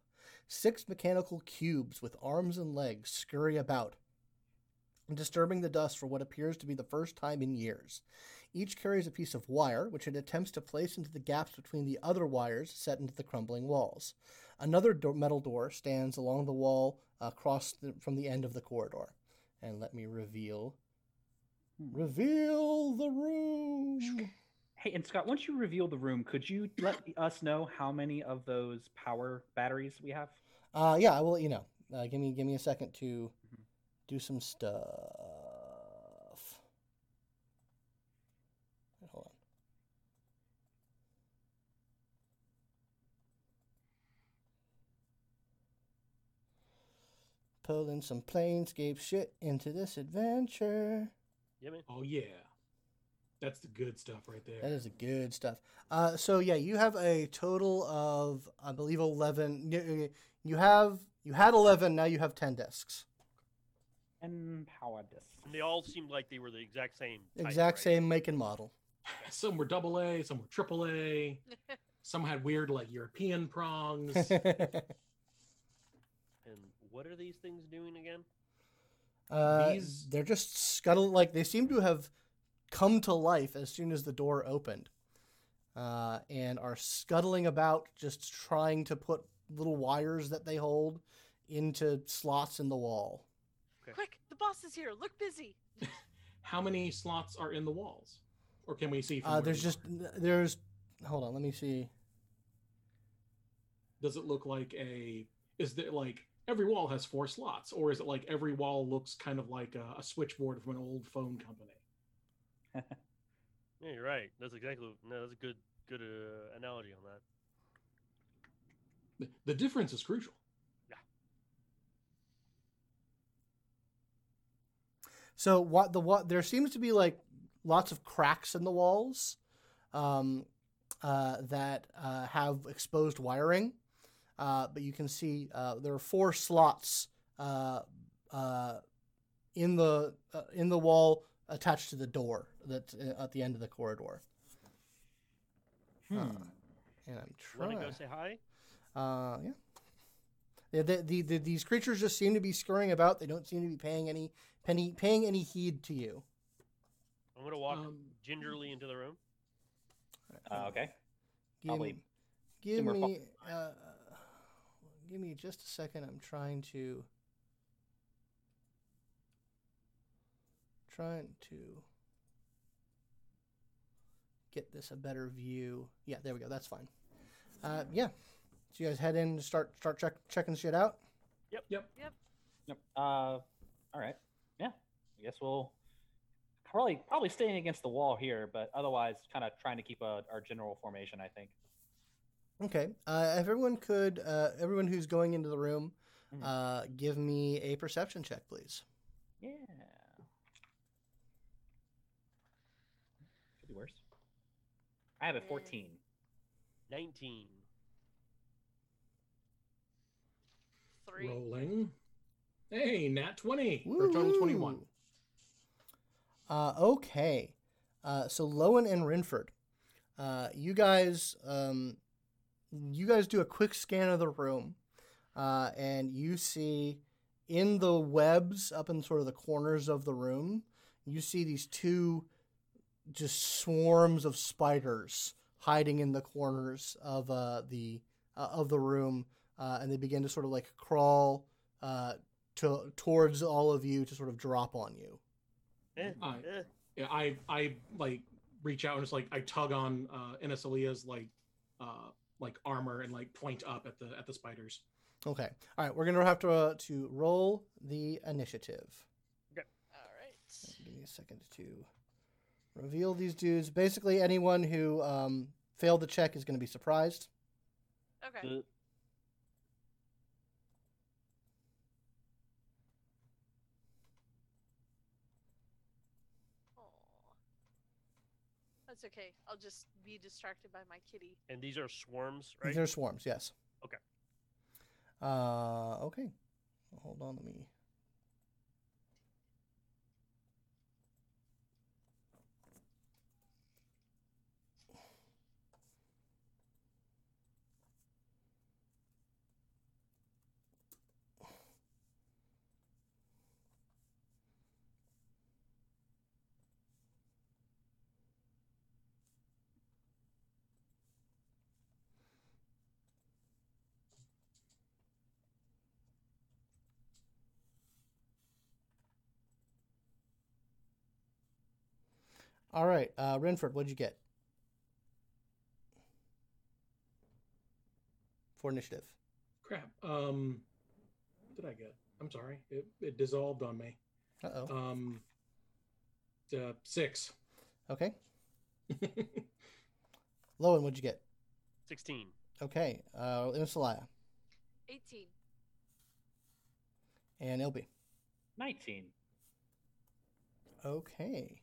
[SPEAKER 2] Six mechanical cubes with arms and legs scurry about, disturbing the dust for what appears to be the first time in years. Each carries a piece of wire, which it attempts to place into the gaps between the other wires set into the crumbling walls. Another do- metal door stands along the wall uh, across the, from the end of the corridor. And let me reveal. Reveal the room!
[SPEAKER 5] Hey, and Scott, once you reveal the room, could you let us know how many of those power batteries we have?
[SPEAKER 2] Uh, yeah, I will let you know. Uh, give me give me a second to do some stuff. Hold on. Pulling some Planescape shit into this adventure.
[SPEAKER 3] Yeah, man.
[SPEAKER 6] Oh yeah, that's the good stuff right there.
[SPEAKER 2] That is the good stuff. Uh, so yeah, you have a total of I believe eleven. y- y- You have you had eleven. Now you have ten discs.
[SPEAKER 5] And power discs.
[SPEAKER 3] And they all seemed like they were the exact same. type,
[SPEAKER 2] Exact
[SPEAKER 3] right?
[SPEAKER 2] same make and model.
[SPEAKER 6] Some were double A, some were triple A. Some had weird like European prongs.
[SPEAKER 3] And what are these things doing again?
[SPEAKER 2] (laughs) Uh,
[SPEAKER 6] These-
[SPEAKER 2] They're just scuttled. Like they seem to have come to life as soon as the door opened, uh, and are scuttling about, just trying to put little wires that they hold into slots in the wall.
[SPEAKER 4] Quick, the boss is here. Look busy.
[SPEAKER 6] How many slots are in the walls, or can we see? From
[SPEAKER 2] Uh,
[SPEAKER 6] where
[SPEAKER 2] there's
[SPEAKER 6] we
[SPEAKER 2] just
[SPEAKER 6] are?
[SPEAKER 2] there's. Hold on, let me see.
[SPEAKER 6] Does it look like a? Is there like every wall has four slots, or is it like every wall looks kind of like a, a switchboard from an old phone company?
[SPEAKER 3] Yeah, you're right. That's exactly. No, that's a good good uh, analogy on that.
[SPEAKER 6] The, the difference is crucial.
[SPEAKER 2] So what the what there seems to be like lots of cracks in the walls um, uh, that uh, have exposed wiring, uh, but you can see uh, there are four slots uh, uh, in the uh, in the wall attached to the door that's uh, at the end of the corridor. Uh, and I'm
[SPEAKER 3] Want
[SPEAKER 2] trying.
[SPEAKER 3] to go say hi?
[SPEAKER 2] Uh, yeah. The, the, the, the, these creatures just seem to be scurrying about. They don't seem to be paying any penny paying any heed to you.
[SPEAKER 3] I'm gonna walk
[SPEAKER 6] Um,
[SPEAKER 3] gingerly into the room.
[SPEAKER 5] Uh, okay.
[SPEAKER 2] Give,
[SPEAKER 5] Probably
[SPEAKER 2] me- give
[SPEAKER 5] more
[SPEAKER 2] me,
[SPEAKER 5] fun.
[SPEAKER 2] uh, give me just a second. I'm trying to, trying to get this a better view. Yeah, there we go. That's fine. Uh, yeah. So you guys head in, and start start check, checking shit out.
[SPEAKER 5] Yep. Uh, all right. Yeah. I guess we'll probably probably staying against the wall here, but otherwise, kind of trying to keep a, our general formation. I think.
[SPEAKER 2] Okay. Uh, if everyone could, uh, everyone who's going into the room,
[SPEAKER 5] Mhm.
[SPEAKER 2] uh, give me a perception check, please.
[SPEAKER 5] Yeah. Could be worse. I have a
[SPEAKER 4] Yeah.
[SPEAKER 5] fourteen.
[SPEAKER 3] Nineteen.
[SPEAKER 4] Three.
[SPEAKER 6] Rolling. Hey, nat twenty for a total twenty-one.
[SPEAKER 2] Woo-hoo. Uh, okay. Uh, so Lowen and Renford, uh, you guys, um, you guys do a quick scan of the room, uh, and you see in the webs up in sort of the corners of the room, you see these two just swarms of spiders hiding in the corners of uh, the uh, of the room, uh, and they begin to sort of like crawl uh, to towards all of you to sort of drop on you.
[SPEAKER 3] Eh,
[SPEAKER 6] Alright.
[SPEAKER 3] eh.
[SPEAKER 6] Yeah, I I like reach out and just like I tug on uh Inesalia's like uh like armor and like point up at the at the spiders.
[SPEAKER 2] Okay. All right. We're gonna have to uh, to roll the initiative.
[SPEAKER 4] All right.
[SPEAKER 2] Give me a second to reveal these dudes. Basically, anyone who um, failed the check is gonna be surprised.
[SPEAKER 4] Okay.
[SPEAKER 5] Uh,
[SPEAKER 4] Aw. That's okay. I'll just be distracted by my kitty.
[SPEAKER 3] And these are swarms, right?
[SPEAKER 2] These are swarms. Yes.
[SPEAKER 3] Okay.
[SPEAKER 2] Uh. Okay. Hold on. Let me. All right. Uh, Renford, what'd you get for initiative?
[SPEAKER 6] Crap. Um what did I get? I'm sorry. It it dissolved on me.
[SPEAKER 2] Uh oh.
[SPEAKER 6] Um uh, six. (laughs)
[SPEAKER 2] Okay. Lowen, what'd you get?
[SPEAKER 3] Sixteen.
[SPEAKER 2] Okay. Uh, Insalaya
[SPEAKER 4] 18.
[SPEAKER 2] and Ilby.
[SPEAKER 5] Nineteen.
[SPEAKER 2] Okay.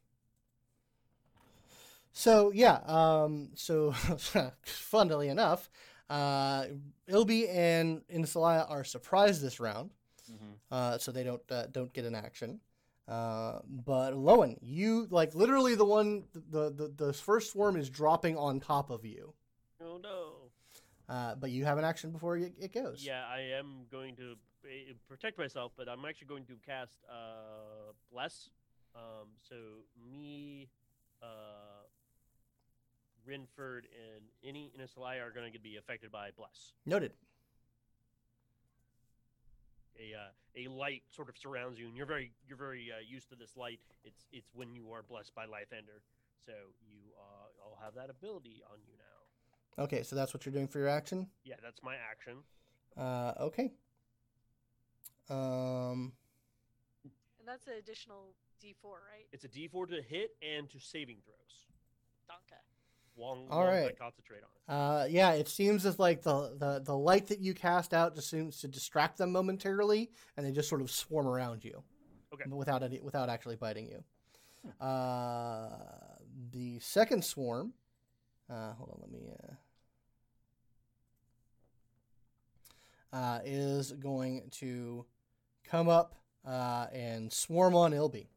[SPEAKER 2] So yeah, um, so (laughs) funnily enough, uh, Ilby and Insalaya are surprised this round,
[SPEAKER 5] Mm-hmm.
[SPEAKER 2] uh, so they don't uh, don't get an action. Uh, but Lowen, you like literally the one the, the the first swarm is dropping on top of you.
[SPEAKER 3] Oh no.
[SPEAKER 2] Uh, but you have an action before it, it goes.
[SPEAKER 3] Yeah, I am going to eh, protect myself, but I'm actually going to cast uh, Bless. Um, so me, uh, Rinford, and any Innisalai are going to be affected by Bless.
[SPEAKER 2] Noted.
[SPEAKER 3] A, uh, a light sort of surrounds you, and you're very you're very uh, used to this light. It's it's when you are blessed by Life Ender, so you uh, all have that ability on you now.
[SPEAKER 2] Okay, so that's what you're doing for your action.
[SPEAKER 3] Yeah, that's my action.
[SPEAKER 2] Uh, okay. Um,
[SPEAKER 4] And that's an additional D4, right?
[SPEAKER 3] It's a D4 to hit and to saving throws.
[SPEAKER 4] Donka.
[SPEAKER 3] Long,
[SPEAKER 2] All
[SPEAKER 3] long I
[SPEAKER 2] right.
[SPEAKER 3] concentrate on it.
[SPEAKER 2] uh, yeah, it seems as like the, the the light that you cast out just seems to distract them momentarily, and they just sort of swarm around you.
[SPEAKER 3] Okay.
[SPEAKER 2] Without any, without actually biting you. Uh, the second swarm. Uh, hold on, let me. Uh, uh, is going to come up uh, and swarm on Ilby.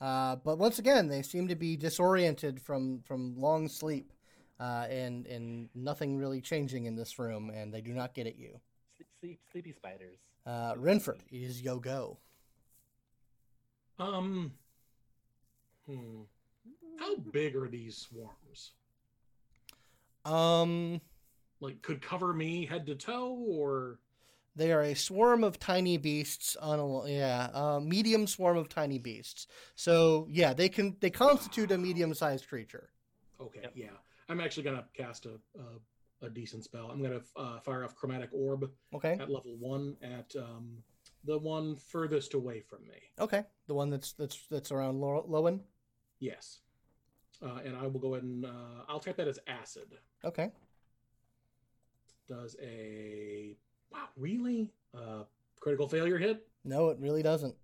[SPEAKER 2] Uh, but once again, they seem to be disoriented from, from long sleep, uh, and and nothing really changing in this room, and they do not get at you.
[SPEAKER 5] (laughs) Sleep, sleep, sleepy spiders.
[SPEAKER 2] Uh, Renford it is yo go.
[SPEAKER 6] Um, hmm. How big are these swarms?
[SPEAKER 2] Um,
[SPEAKER 6] Like, could cover me head to toe, or
[SPEAKER 2] they are a swarm of tiny beasts on a lo- yeah, uh, medium swarm of tiny beasts. So yeah, they can they constitute a medium sized creature.
[SPEAKER 6] okay,
[SPEAKER 5] Yep.
[SPEAKER 6] yeah. I'm actually gonna cast a a, a decent spell. I'm gonna uh, fire off chromatic orb
[SPEAKER 2] Okay,
[SPEAKER 6] at level one at um, the one furthest away from me.
[SPEAKER 2] okay, the one that's that's that's around Lo- Lowen.
[SPEAKER 6] Yes. Uh, and I will go ahead and uh, I'll type that as acid.
[SPEAKER 2] Okay,
[SPEAKER 6] Does a wow really uh, critical failure hit?
[SPEAKER 2] no, it really doesn't.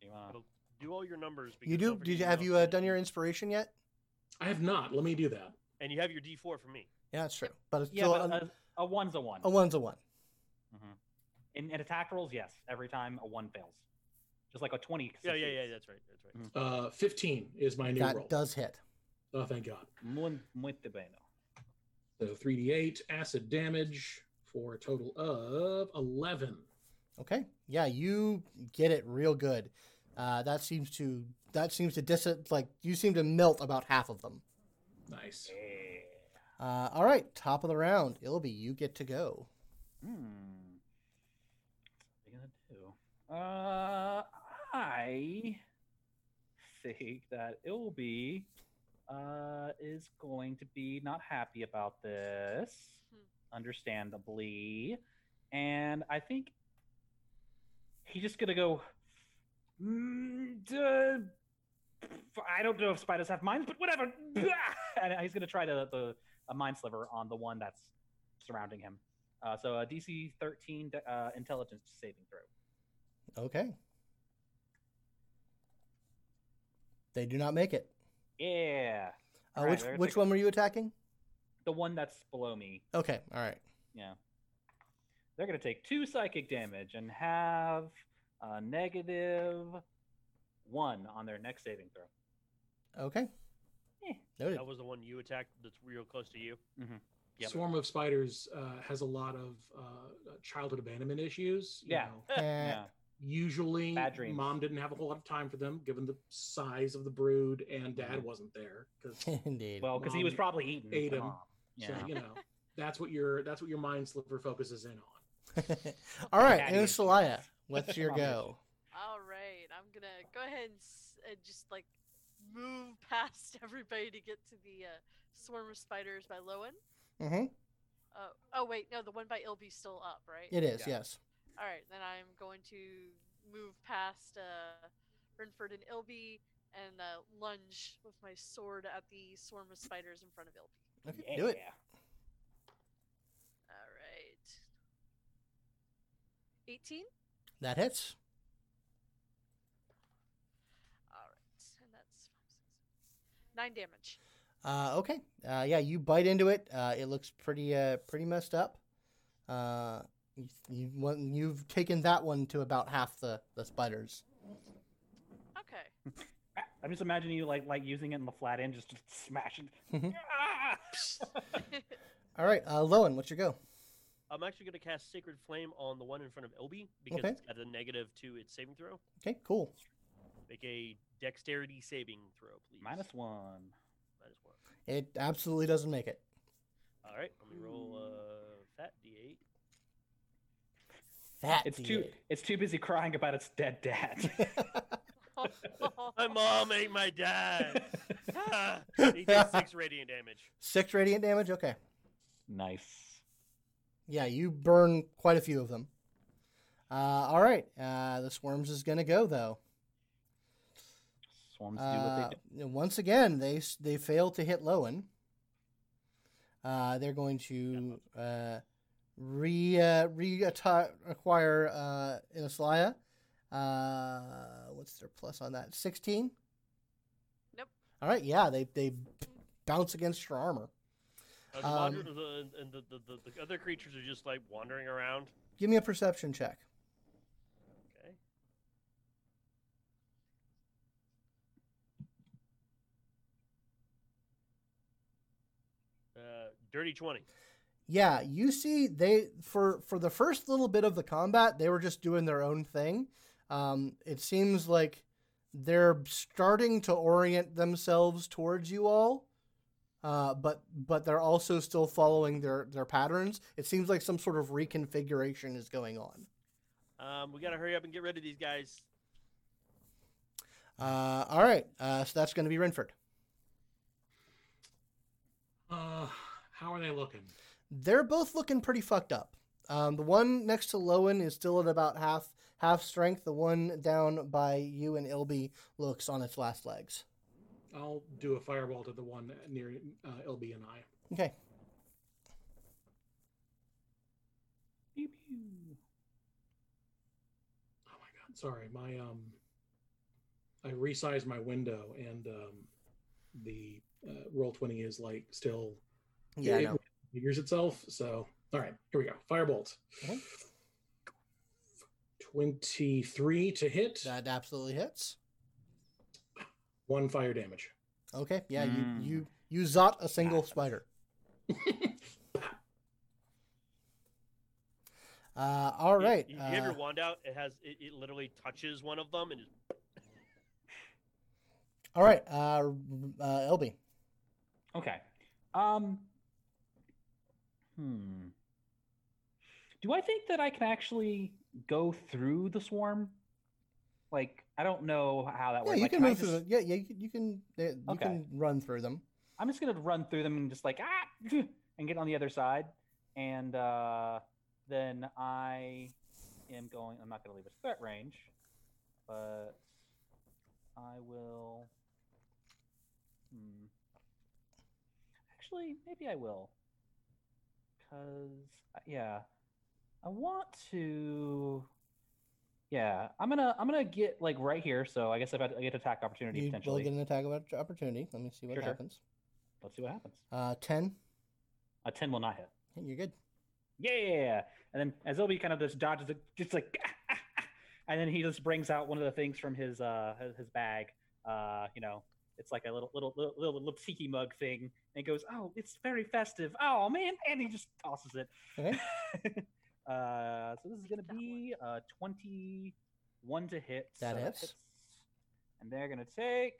[SPEAKER 5] You wanna-
[SPEAKER 3] Well, Do all your numbers.
[SPEAKER 2] You
[SPEAKER 3] because
[SPEAKER 2] do?
[SPEAKER 3] don't
[SPEAKER 2] Did
[SPEAKER 3] forget
[SPEAKER 2] you have
[SPEAKER 3] also
[SPEAKER 2] you uh,
[SPEAKER 3] have
[SPEAKER 2] done
[SPEAKER 3] D-
[SPEAKER 2] your inspiration yet?
[SPEAKER 6] I have not. Let me do that.
[SPEAKER 3] And you have your D4 for me.
[SPEAKER 2] Yeah, that's true. But it's
[SPEAKER 5] yeah,
[SPEAKER 2] still
[SPEAKER 5] but
[SPEAKER 2] a,
[SPEAKER 5] a, uh, a one's a one.
[SPEAKER 2] a one's a one.
[SPEAKER 5] hmm In, in attack rolls, yes, every time a one fails, just like a twenty.
[SPEAKER 3] Yeah, yeah, yeah.
[SPEAKER 5] succeeds.
[SPEAKER 3] That's right. That's right.
[SPEAKER 2] Mm-hmm.
[SPEAKER 5] Mhm.
[SPEAKER 6] Uh, 15 is my new
[SPEAKER 2] That
[SPEAKER 6] roll.
[SPEAKER 2] does hit.
[SPEAKER 6] Oh, thank God.
[SPEAKER 5] Muy, muito bueno.
[SPEAKER 6] So 3d8 acid damage for a total of 11.
[SPEAKER 2] Okay. Yeah, you get it real good. Uh, that seems to that seems to dis like you seem to melt about half of them.
[SPEAKER 6] Nice.
[SPEAKER 5] Eh.
[SPEAKER 2] Uh, all right, top of the round, Ilby, you get to go.
[SPEAKER 5] Hmm. What are they gonna do? Uh, I think that Ilby uh, is going to be not happy about this, understandably, and I think he's just gonna go. Mm, duh, I don't know if spiders have minds, but whatever. (laughs) and he's gonna try to the a mind sliver on the one that's surrounding him. Uh, so a DC 13 de- uh, intelligence saving throw.
[SPEAKER 2] Okay. They do not make it.
[SPEAKER 5] Yeah,
[SPEAKER 2] Uh,
[SPEAKER 5] Alright,
[SPEAKER 2] which
[SPEAKER 5] they're
[SPEAKER 2] which
[SPEAKER 5] taking-
[SPEAKER 2] one were you attacking?
[SPEAKER 5] the one that's below me.
[SPEAKER 2] Okay. All right.
[SPEAKER 5] Yeah, they're gonna take two psychic damage and have a negative one on their next saving throw.
[SPEAKER 2] Okay.
[SPEAKER 5] Eh.
[SPEAKER 2] Noted.
[SPEAKER 3] That was the one you attacked. That's real close to you. Yep.
[SPEAKER 6] Swarm of Spiders uh, has a lot of uh, childhood abandonment issues. you
[SPEAKER 5] Yeah.
[SPEAKER 6] know.
[SPEAKER 2] Eh,
[SPEAKER 5] Yeah,
[SPEAKER 6] usually,
[SPEAKER 5] Bad dreams.
[SPEAKER 6] mom didn't have a whole lot of time for them, given the size of the brood, and
[SPEAKER 5] Mm-hmm.
[SPEAKER 6] dad wasn't there because
[SPEAKER 2] Eh, (laughs) Indeed.
[SPEAKER 5] well, because he was
[SPEAKER 6] Mom
[SPEAKER 5] probably eaten.
[SPEAKER 6] ate him.
[SPEAKER 5] Aw, (laughs) Yeah.
[SPEAKER 6] So, you know, that's what your that's what your mind sliver focuses in on.
[SPEAKER 2] all right,
[SPEAKER 5] Daddy issues.
[SPEAKER 2] Anasalaya, what's
[SPEAKER 5] (laughs)
[SPEAKER 2] your
[SPEAKER 5] Mommy
[SPEAKER 2] go?
[SPEAKER 4] All right, I'm gonna go ahead and, s- and just like move (laughs) past everybody to get to the uh, swarm of spiders by Lowen.
[SPEAKER 2] Mm-hmm.
[SPEAKER 4] Uh, oh wait, no, the one by Ilby's still up, right?
[SPEAKER 2] It is
[SPEAKER 5] Yeah.
[SPEAKER 2] yes.
[SPEAKER 4] All right, then I'm going to move past uh, Renford and Ilby and uh, lunge with my sword at the swarm of spiders in front of Ilby.
[SPEAKER 2] Okay,
[SPEAKER 5] yeah.
[SPEAKER 2] do it.
[SPEAKER 4] All right, eighteen.
[SPEAKER 2] That hits.
[SPEAKER 4] All right, and that's five, six, seven, nine damage.
[SPEAKER 2] Uh, okay. Uh, yeah, you bite into it. Uh, it looks pretty uh, pretty messed up. Uh, You, you, want- you've taken that one to about half the, the spiders.
[SPEAKER 4] Okay.
[SPEAKER 5] I- I'm just imagining you like like using it in the flat end, just smashing.
[SPEAKER 2] Mhm.
[SPEAKER 5] Ah!
[SPEAKER 2] All right, uh, Lowen, what's your go?
[SPEAKER 3] I'm actually going to cast Sacred Flame on the one in front of Elby because
[SPEAKER 2] Okay.
[SPEAKER 3] it's got a negative to its saving throw.
[SPEAKER 2] Okay, cool.
[SPEAKER 3] Make a dexterity saving throw, please.
[SPEAKER 5] (laughs) Minus one.
[SPEAKER 3] Minus one.
[SPEAKER 2] It absolutely doesn't make it.
[SPEAKER 3] All right, let me roll a fat d8.
[SPEAKER 2] That
[SPEAKER 5] It's too it's too busy crying about its dead dad. (laughs)
[SPEAKER 3] My
[SPEAKER 4] (laughs)
[SPEAKER 3] mom ate my dad. (laughs) he did six radiant damage.
[SPEAKER 2] (laughs) Six radiant damage. Okay.
[SPEAKER 5] nice.
[SPEAKER 2] Yeah, you burn quite a few of them. Uh, all right, uh, the swarms is gonna go though.
[SPEAKER 5] Swarms do what they do.
[SPEAKER 2] Uh, once again, they s- they fail to hit Lowen. Uh, they're going to uh, re uh, reacquire uh, Inaslaya. Uh, what's their plus on that? Sixteen.
[SPEAKER 4] Nope.
[SPEAKER 2] All right. Yeah, they they bounce against your armor.
[SPEAKER 3] Uh, the
[SPEAKER 2] Um,
[SPEAKER 3] wander- the- and the, the, the, the other creatures are just like wandering around.
[SPEAKER 2] Give me a perception check.
[SPEAKER 3] Okay. Uh, dirty 20.
[SPEAKER 2] Yeah, you see, they for for the first little bit of the combat, they were just doing their own thing. Um, it seems like they're starting to orient themselves towards you all, uh, but but they're also still following their their patterns. It seems like some sort of reconfiguration is going on.
[SPEAKER 3] Um, we got to hurry up and get rid of these guys.
[SPEAKER 2] Uh, all right, uh, so that's going to be Renford.
[SPEAKER 6] Uh, how are they looking?
[SPEAKER 2] They're both looking pretty fucked up. Um, the one next to Lowen is still at about half half strength. The one down by you and Ilby looks on its last legs.
[SPEAKER 6] I'll do a fireball to the one near uh, LB and I.
[SPEAKER 2] Okay.
[SPEAKER 5] Pew, pew.
[SPEAKER 6] Oh my god, sorry. My um, I resized my window, and um, the uh, roll twenty is like still
[SPEAKER 2] Yeah, I
[SPEAKER 6] it
[SPEAKER 2] know.
[SPEAKER 6] figures itself. So all right, here we go. Firebolt.
[SPEAKER 2] Okay.
[SPEAKER 6] Twenty three to hit.
[SPEAKER 2] That absolutely hits.
[SPEAKER 6] One fire damage. (laughs)
[SPEAKER 2] Okay. Yeah,
[SPEAKER 5] Mm.
[SPEAKER 2] you you you zot a single
[SPEAKER 5] (laughs)
[SPEAKER 2] spider. Uh, all
[SPEAKER 3] You-
[SPEAKER 2] right.
[SPEAKER 3] You, you have
[SPEAKER 2] Uh,
[SPEAKER 3] your wand out. It has. It, it literally touches one of them and just
[SPEAKER 2] all right. Uh, uh, LB.
[SPEAKER 5] Okay. Um. Hmm. Do I think that I can actually go through the swarm? Like, I don't know how that
[SPEAKER 2] Yeah,
[SPEAKER 5] works.
[SPEAKER 2] you
[SPEAKER 5] Like,
[SPEAKER 2] can
[SPEAKER 5] I
[SPEAKER 2] move through.
[SPEAKER 5] just-
[SPEAKER 2] The, yeah, yeah, you can. You can, uh, you
[SPEAKER 5] Okay.
[SPEAKER 2] can run through them.
[SPEAKER 5] I'm just gonna run through them and just like ah, (laughs) and get on the other side, and uh, then I am going. I'm not gonna leave its threat range, but I will. Hmm. Actually, maybe I will, cause uh, yeah, I want to. Yeah, I'm gonna I'm gonna get like right here. So I guess I've had, I get attack opportunity
[SPEAKER 2] You will
[SPEAKER 5] potentially.
[SPEAKER 2] get an attack of oppor- opportunity. Let me see what
[SPEAKER 5] Sure, sure.
[SPEAKER 2] happens.
[SPEAKER 5] Let's see what happens.
[SPEAKER 2] Uh, ten.
[SPEAKER 5] A ten will not hit.
[SPEAKER 2] Hey, You're good.
[SPEAKER 5] yeah and then as Obi kind of just dodges it just like "Ah, and then he just brings out one of the things from his uh his- his bag uh you know it's like a little little little, little, little tiki mug thing and goes oh it's very festive oh man and he just tosses it
[SPEAKER 2] Okay.
[SPEAKER 5] uh so this is
[SPEAKER 4] Take
[SPEAKER 5] gonna
[SPEAKER 4] that one.
[SPEAKER 5] be uh 21 to hit
[SPEAKER 2] That
[SPEAKER 5] so
[SPEAKER 2] hits.
[SPEAKER 5] and they're gonna take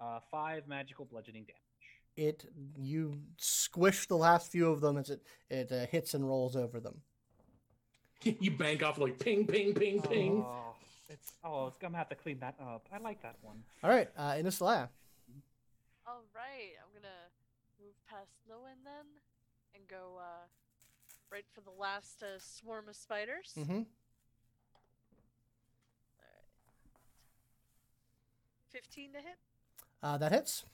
[SPEAKER 5] uh five magical bludgeoning damage
[SPEAKER 2] It you squish the last few of them as it it uh, hits and rolls over them.
[SPEAKER 6] you bank off like ping, ping, ping, ping.
[SPEAKER 5] Oh, it's oh, it's gonna have to clean that up. I like that one.
[SPEAKER 2] All right. Uh, Inislaya.
[SPEAKER 4] All right, I'm gonna move past Lowen then, and go uh, right for the last uh, swarm of spiders.
[SPEAKER 2] Mm-hmm.
[SPEAKER 4] Fifteen to hit.
[SPEAKER 2] Uh, that hits.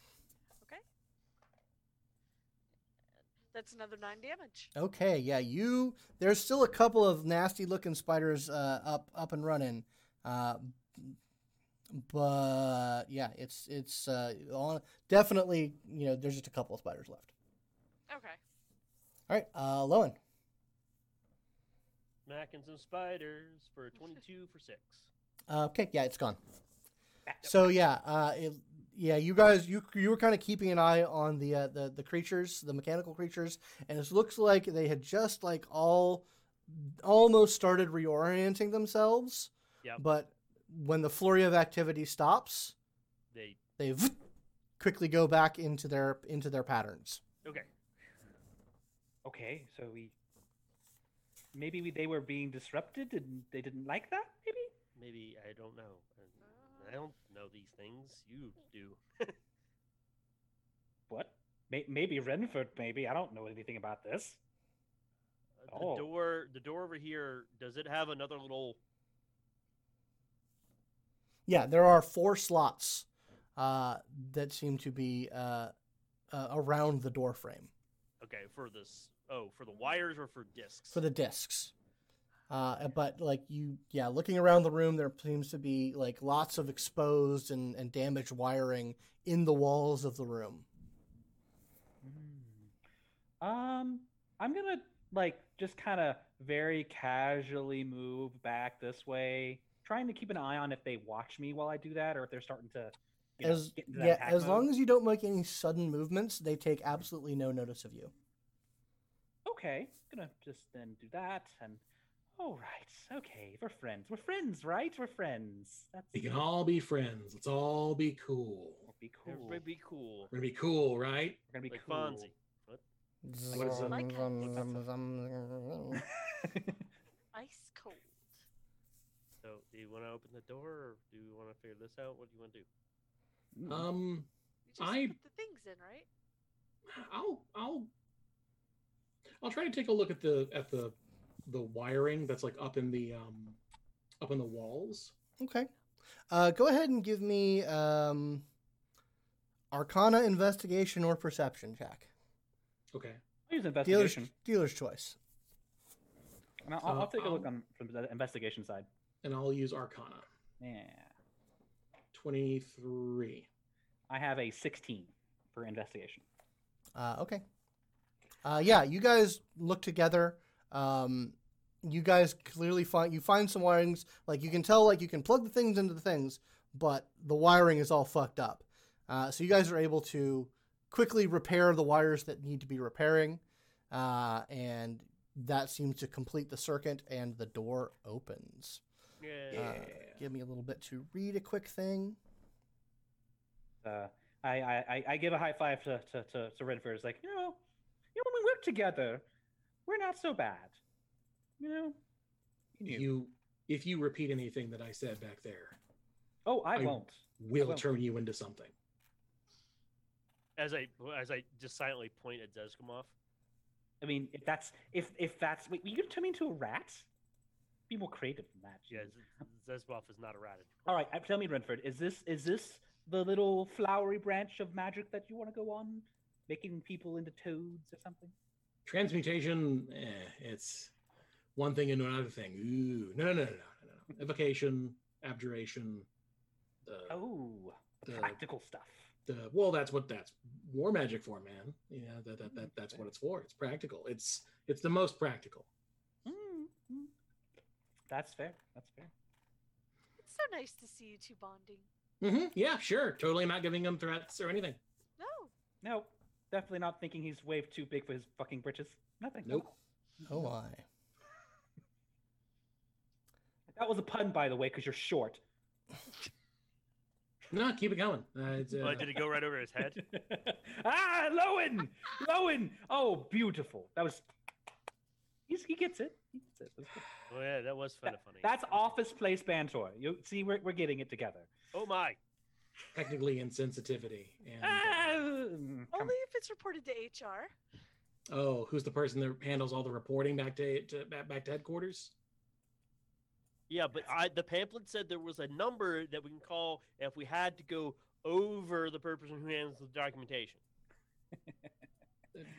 [SPEAKER 4] That's another nine damage.
[SPEAKER 2] Okay, yeah, you. There's still a couple of nasty looking spiders uh, up up and running, uh, but yeah, it's it's uh, on, definitely you know there's just a couple of spiders left.
[SPEAKER 4] Okay.
[SPEAKER 2] All right, uh, Lowen.
[SPEAKER 3] smacking some spiders for a 22 for six.
[SPEAKER 2] Uh, okay, yeah, it's gone. So yeah, uh, it, yeah, you guys, you you were kind of keeping an eye on the uh, the the creatures, the mechanical creatures, and it looks like they had just like all almost started reorienting themselves.
[SPEAKER 3] Yep.
[SPEAKER 2] But when the flurry of activity stops,
[SPEAKER 3] They
[SPEAKER 2] they quickly go back into their into their patterns.
[SPEAKER 3] okay.
[SPEAKER 5] Okay, so we maybe we, they were being disrupted and they didn't like that. Maybe.
[SPEAKER 3] Maybe I don't know. I- I don't know these things. You do.
[SPEAKER 5] What? May- Maybe Renford. Maybe I don't know anything about this.
[SPEAKER 3] Uh, The
[SPEAKER 5] Oh.
[SPEAKER 3] door, the door over here. Does it have another little?
[SPEAKER 2] Yeah, there are four slots uh, that seem to be uh, uh, around the door frame
[SPEAKER 3] Okay, for this. Oh, for the wires or for discs?
[SPEAKER 2] for the discs. Uh, but like you, yeah, looking around the room, there seems to be like lots of exposed and, and damaged wiring in the walls of the room.
[SPEAKER 5] Hmm. Um, I'm gonna like just kind of very casually move back this way, trying to keep an eye on if they watch me while I do that, or if they're starting to. You know,
[SPEAKER 2] As
[SPEAKER 5] get into that
[SPEAKER 2] yeah,
[SPEAKER 5] attack
[SPEAKER 2] as long
[SPEAKER 5] mode.
[SPEAKER 2] as you don't make any sudden movements, they take absolutely no notice of you.
[SPEAKER 5] Okay, gonna just then do that, and all right, okay, we're friends. We're friends, right? We're friends. That's
[SPEAKER 6] We can all be friends. Let's all be cool.
[SPEAKER 5] we'll be cool.
[SPEAKER 3] Everybody be cool.
[SPEAKER 6] We're gonna be cool, right?
[SPEAKER 5] We're gonna be
[SPEAKER 3] Like
[SPEAKER 5] cool.
[SPEAKER 3] Fonzie.
[SPEAKER 5] (laughs)
[SPEAKER 6] What is it?
[SPEAKER 4] Like Ice cold.
[SPEAKER 3] So, do you want to open the door, or do you want to figure this out? What do you want to do?
[SPEAKER 2] Hmm.
[SPEAKER 5] Mm.
[SPEAKER 6] Um,
[SPEAKER 4] You just
[SPEAKER 6] I-
[SPEAKER 4] put the things in, right?
[SPEAKER 6] I'll I'll I'll try to take a look at the at the the wiring that's like up in the um up in the walls.
[SPEAKER 2] Okay. Uh, go ahead and give me um, Arcana investigation or perception check.
[SPEAKER 6] Okay.
[SPEAKER 5] I'll use
[SPEAKER 2] Dealer's,
[SPEAKER 5] investigation.
[SPEAKER 2] dealer's choice.
[SPEAKER 5] And I'll, I'll
[SPEAKER 6] Uh,
[SPEAKER 5] take a look
[SPEAKER 6] I'll-
[SPEAKER 5] on from the investigation side.
[SPEAKER 6] And I'll use Arcana.
[SPEAKER 5] Yeah.
[SPEAKER 6] Twenty three.
[SPEAKER 5] I have a 16 for investigation.
[SPEAKER 2] Uh, okay. Uh, yeah, you guys look together. Um, you guys clearly find you find some wirings. Like you can tell, like you can plug the things into the things, but the wiring is all fucked up. Uh, so you guys are able to quickly repair the wires that need to be repairing, uh, and that seems to complete the circuit. And the door opens.
[SPEAKER 3] Yeah.
[SPEAKER 2] Uh, give me a little bit to read a quick thing.
[SPEAKER 5] Uh, I, I, I- I give a high five to, to, to, to Redford. It's like, you know, you know, when we work together, we're not so bad. You know? You.
[SPEAKER 6] You if you repeat anything that I said back there,
[SPEAKER 5] oh, I,
[SPEAKER 6] I-
[SPEAKER 5] won't.
[SPEAKER 6] we'll
[SPEAKER 5] won't.
[SPEAKER 6] turn you into something.
[SPEAKER 3] As I as I just silently point at Zeskumov.
[SPEAKER 5] I mean, if that's, if, if that's, wait, you going to turn me into a rat? Be more creative than that.
[SPEAKER 3] Yeah,
[SPEAKER 5] Jesus.
[SPEAKER 3] Zeskumov is not erratic.
[SPEAKER 5] All right. uh, Tell me, Renford, is this, is this the little flowery branch of magic that you want to go on? Making people into toads or something?
[SPEAKER 6] Transmutation, eh, it's one thing into another thing. Ooh, no, no, no, no, no, no. no. Evocation, abjuration, the,
[SPEAKER 5] Oh, the
[SPEAKER 6] the-
[SPEAKER 5] practical stuff.
[SPEAKER 6] the well, that's what that's war magic for, man. Yeah, that, that, that that's what it's for. It's practical. It's it's the most practical.
[SPEAKER 5] Mm-hmm. That's fair. That's fair.
[SPEAKER 4] It's so nice to see you two bonding.
[SPEAKER 6] hmm Yeah, sure. Totally not giving them threats or anything.
[SPEAKER 4] No,
[SPEAKER 5] No, definitely not thinking he's way too big for his fucking britches. Nothing.
[SPEAKER 6] Nope.
[SPEAKER 2] Oh my.
[SPEAKER 5] That was a pun, by the way, because you're short.
[SPEAKER 6] No, keep it going. Uh, it's, uh,
[SPEAKER 3] Well, Oh, did it go right over his
[SPEAKER 5] (laughs)
[SPEAKER 3] head?
[SPEAKER 5] ah, Lowen, Lowen. Oh, beautiful. That was. He's, he gets it. He gets it. That's good.
[SPEAKER 3] Oh yeah, that was kind of funny.
[SPEAKER 5] That's office place banter. You see, we're, we're getting it together.
[SPEAKER 3] Oh my.
[SPEAKER 6] technically insensitivity. And
[SPEAKER 5] Ah,
[SPEAKER 6] uh,
[SPEAKER 5] mm, come-
[SPEAKER 4] only if it's reported to HR.
[SPEAKER 6] oh, who's the person that handles all the reporting back to, to back, back to headquarters?
[SPEAKER 3] Yeah, but I, the pamphlet said there was a number that we can call if we had to go over the person who handles the documentation.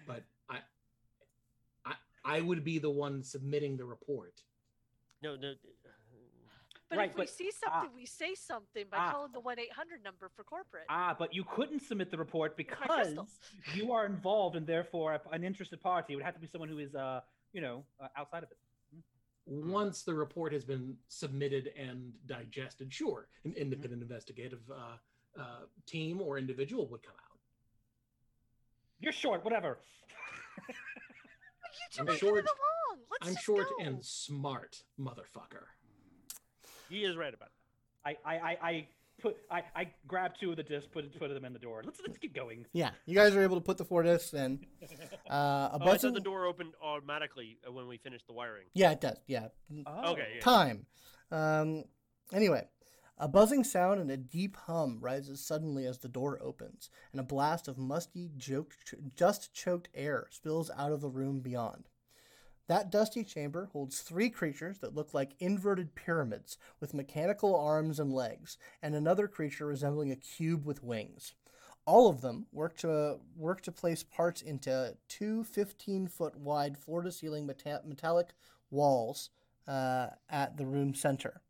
[SPEAKER 6] But I, I, I would be the one submitting the report.
[SPEAKER 3] No, no.
[SPEAKER 4] But
[SPEAKER 5] Right,
[SPEAKER 4] if we
[SPEAKER 5] but-
[SPEAKER 4] see
[SPEAKER 5] ah.
[SPEAKER 4] something, we say something by
[SPEAKER 5] Ah.
[SPEAKER 4] calling the one eight hundred number for corporate.
[SPEAKER 5] Ah, but you couldn't submit the report
[SPEAKER 4] my
[SPEAKER 5] because
[SPEAKER 4] crystals.
[SPEAKER 5] you are involved, and therefore an interested party would have to be someone who is, uh, you know, uh, outside of it.
[SPEAKER 6] once the report has been submitted and digested, sure, an independent investigative uh, uh, team or individual would come out.
[SPEAKER 5] You're short, whatever.
[SPEAKER 4] You
[SPEAKER 6] I'm
[SPEAKER 4] two are
[SPEAKER 6] short-
[SPEAKER 4] getting along. Let's
[SPEAKER 6] I'm
[SPEAKER 4] just
[SPEAKER 6] short
[SPEAKER 4] go.
[SPEAKER 6] and smart, motherfucker.
[SPEAKER 3] He is right about
[SPEAKER 5] I, I, I, I put I, I grabbed two of the discs, put put them in the door. Let's let's keep going.
[SPEAKER 2] Yeah, you guys are able to put the four discs
[SPEAKER 3] (laughs)
[SPEAKER 2] in. Uh, a
[SPEAKER 3] that. Oh, I
[SPEAKER 2] bunch
[SPEAKER 3] thought
[SPEAKER 2] of
[SPEAKER 3] the door opened automatically uh, when we finished the wiring.
[SPEAKER 2] yeah, it does. Yeah,
[SPEAKER 5] Oh.
[SPEAKER 3] Okay, yeah.
[SPEAKER 2] time. Um, anyway, a buzzing sound and a deep hum rises suddenly as the door opens, and a blast of musty, joked, just choked air spills out of the room beyond. That dusty chamber holds three creatures that look like inverted pyramids with mechanical arms and legs, and another creature resembling a cube with wings. All of them work to work to place parts into two 15-foot wide floor-to-ceiling meta- metallic walls uh, at the room center.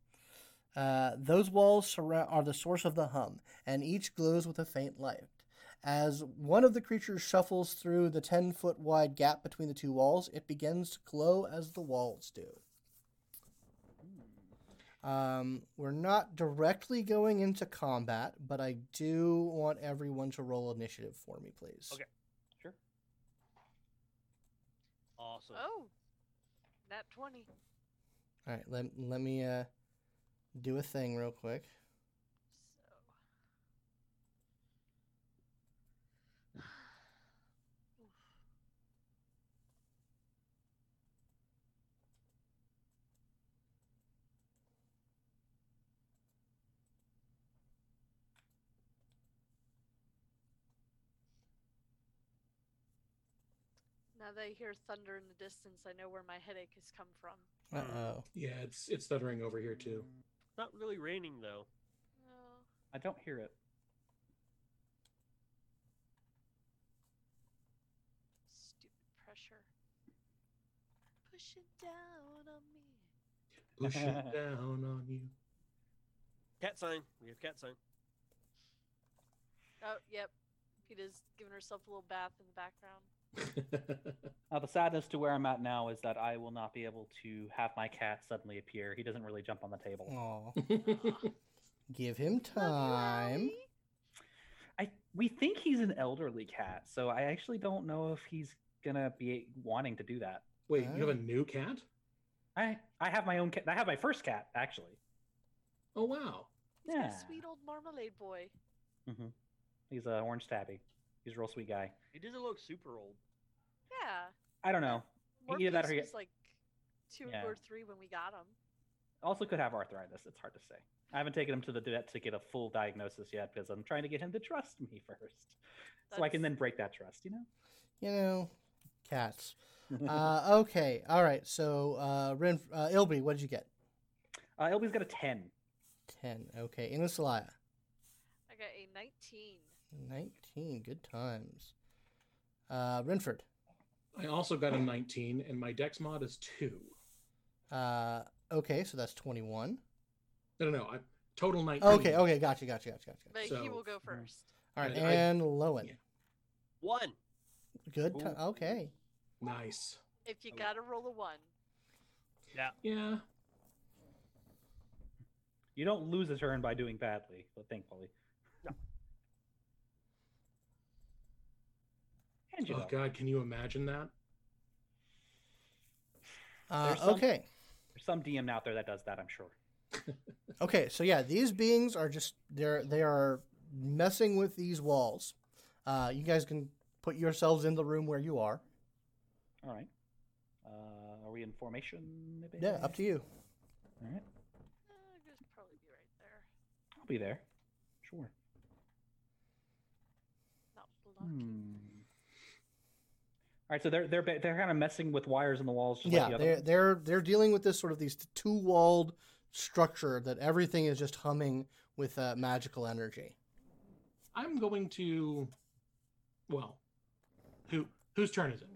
[SPEAKER 2] Uh, those walls surround, are the source of the hum, and each glows with a faint light. As one of the creatures shuffles through the 10 foot wide gap between the two walls, it begins to glow as the walls do. Um, we're not directly going into combat, but I do want everyone to roll initiative for me, please.
[SPEAKER 3] Okay. Awesome.
[SPEAKER 4] Oh, nat twenty.
[SPEAKER 2] All right, let, let me uh, do a thing real quick.
[SPEAKER 4] So. Now that I hear thunder in the distance, I know where my headache has come from.
[SPEAKER 2] Uh oh.
[SPEAKER 6] Yeah, it's it's stuttering over here too.
[SPEAKER 3] It's not really raining though.
[SPEAKER 4] Oh.
[SPEAKER 5] I don't hear it.
[SPEAKER 4] Stupid pressure. Pushing down on me.
[SPEAKER 6] Push it (laughs) down on you.
[SPEAKER 3] Cat sign. We have cat sign.
[SPEAKER 4] Oh, yep. Peta's giving herself a little bath in the background.
[SPEAKER 5] Now the sadness to where I'm at now is that I will not be able to have my cat suddenly appear. He doesn't really jump on the table.
[SPEAKER 2] Aw. Give him
[SPEAKER 4] Love
[SPEAKER 2] time.
[SPEAKER 4] you, Owlie.
[SPEAKER 5] I we think he's an elderly cat, so I actually don't know if he's gonna be wanting to do that.
[SPEAKER 6] Wait, you have
[SPEAKER 2] Ah.
[SPEAKER 6] a new cat?
[SPEAKER 5] I I have my own cat. I have my first cat actually.
[SPEAKER 6] Oh wow.
[SPEAKER 4] He's got a
[SPEAKER 5] Yeah.
[SPEAKER 4] Sweet old marmalade boy.
[SPEAKER 5] He's a orange tabby. He's a real sweet guy.
[SPEAKER 3] He doesn't look super old.
[SPEAKER 4] Yeah.
[SPEAKER 5] I don't know. Either that
[SPEAKER 4] Morpheus
[SPEAKER 5] or he-
[SPEAKER 4] was like two
[SPEAKER 5] Yeah.
[SPEAKER 4] or three when we got him.
[SPEAKER 5] Also could have arthritis. It's hard to say. I haven't taken him to the vet to get a full diagnosis yet because I'm trying to get him to trust me (laughs) first, so I can then
[SPEAKER 4] That's-
[SPEAKER 5] break that trust. You know.
[SPEAKER 2] You know, cats. Uh, (laughs) okay. All right. So, uh, Ren, uh, Ilby, what did you get?
[SPEAKER 5] (laughs) Uh, Elby's got a ten.
[SPEAKER 2] 10. Okay. Inisalaya,
[SPEAKER 4] I got a 19.
[SPEAKER 2] 19. Good times. Uh, Renford,
[SPEAKER 6] I also got a 19, and my dex mod is two.
[SPEAKER 2] uh, okay. So that's 21.
[SPEAKER 6] No, no, no. I, total 19.
[SPEAKER 2] Okay. Okay. Gotcha. Gotcha. Gotcha. Gotcha.
[SPEAKER 4] But he
[SPEAKER 6] So-
[SPEAKER 4] will go first.
[SPEAKER 2] All right.
[SPEAKER 6] I- I-
[SPEAKER 2] And Lowen.
[SPEAKER 6] yeah.
[SPEAKER 3] One.
[SPEAKER 2] Good time.
[SPEAKER 5] Ooh.
[SPEAKER 2] Okay.
[SPEAKER 6] Nice.
[SPEAKER 4] If you gotta roll a one.
[SPEAKER 6] Yeah.
[SPEAKER 5] You don't lose a turn by doing badly, but thankfully. And you
[SPEAKER 6] Oh
[SPEAKER 5] know,
[SPEAKER 6] God, can you imagine that?
[SPEAKER 2] Uh,
[SPEAKER 5] There's some-
[SPEAKER 2] okay.
[SPEAKER 5] there's some DM out there that does that, I'm sure.
[SPEAKER 2] Okay, so yeah, these beings are just they're they are messing with these walls. Uh, you guys can put yourselves in the room where you are.
[SPEAKER 5] All right. Uh, are we in formation? Maybe?
[SPEAKER 2] Yeah, up to you.
[SPEAKER 5] All right.
[SPEAKER 4] Uh, I'd just probably be right there.
[SPEAKER 5] I'll be there. Sure.
[SPEAKER 4] Not blocking.
[SPEAKER 5] Hmm. All right, so they're they're ba- they're kind of messing with wires in the walls. Just
[SPEAKER 2] yeah,
[SPEAKER 5] like the
[SPEAKER 2] they're
[SPEAKER 5] other
[SPEAKER 2] they're they're dealing with this sort of these two walled structure that everything is just humming with uh, magical energy.
[SPEAKER 6] I'm going to. Well, who whose turn is it?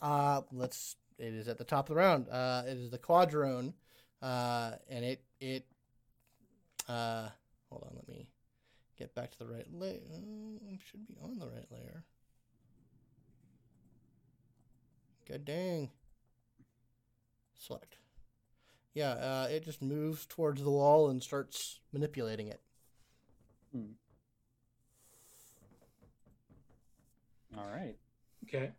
[SPEAKER 2] Uh, let's. It is at the top of the round. Uh, it is the quadrone, uh, and it it. Uh, hold on, let me get back to the right layer. Should be on the right layer. Good dang. Select. Yeah, uh, it just moves towards the wall and starts manipulating it.
[SPEAKER 5] All right.
[SPEAKER 6] Okay.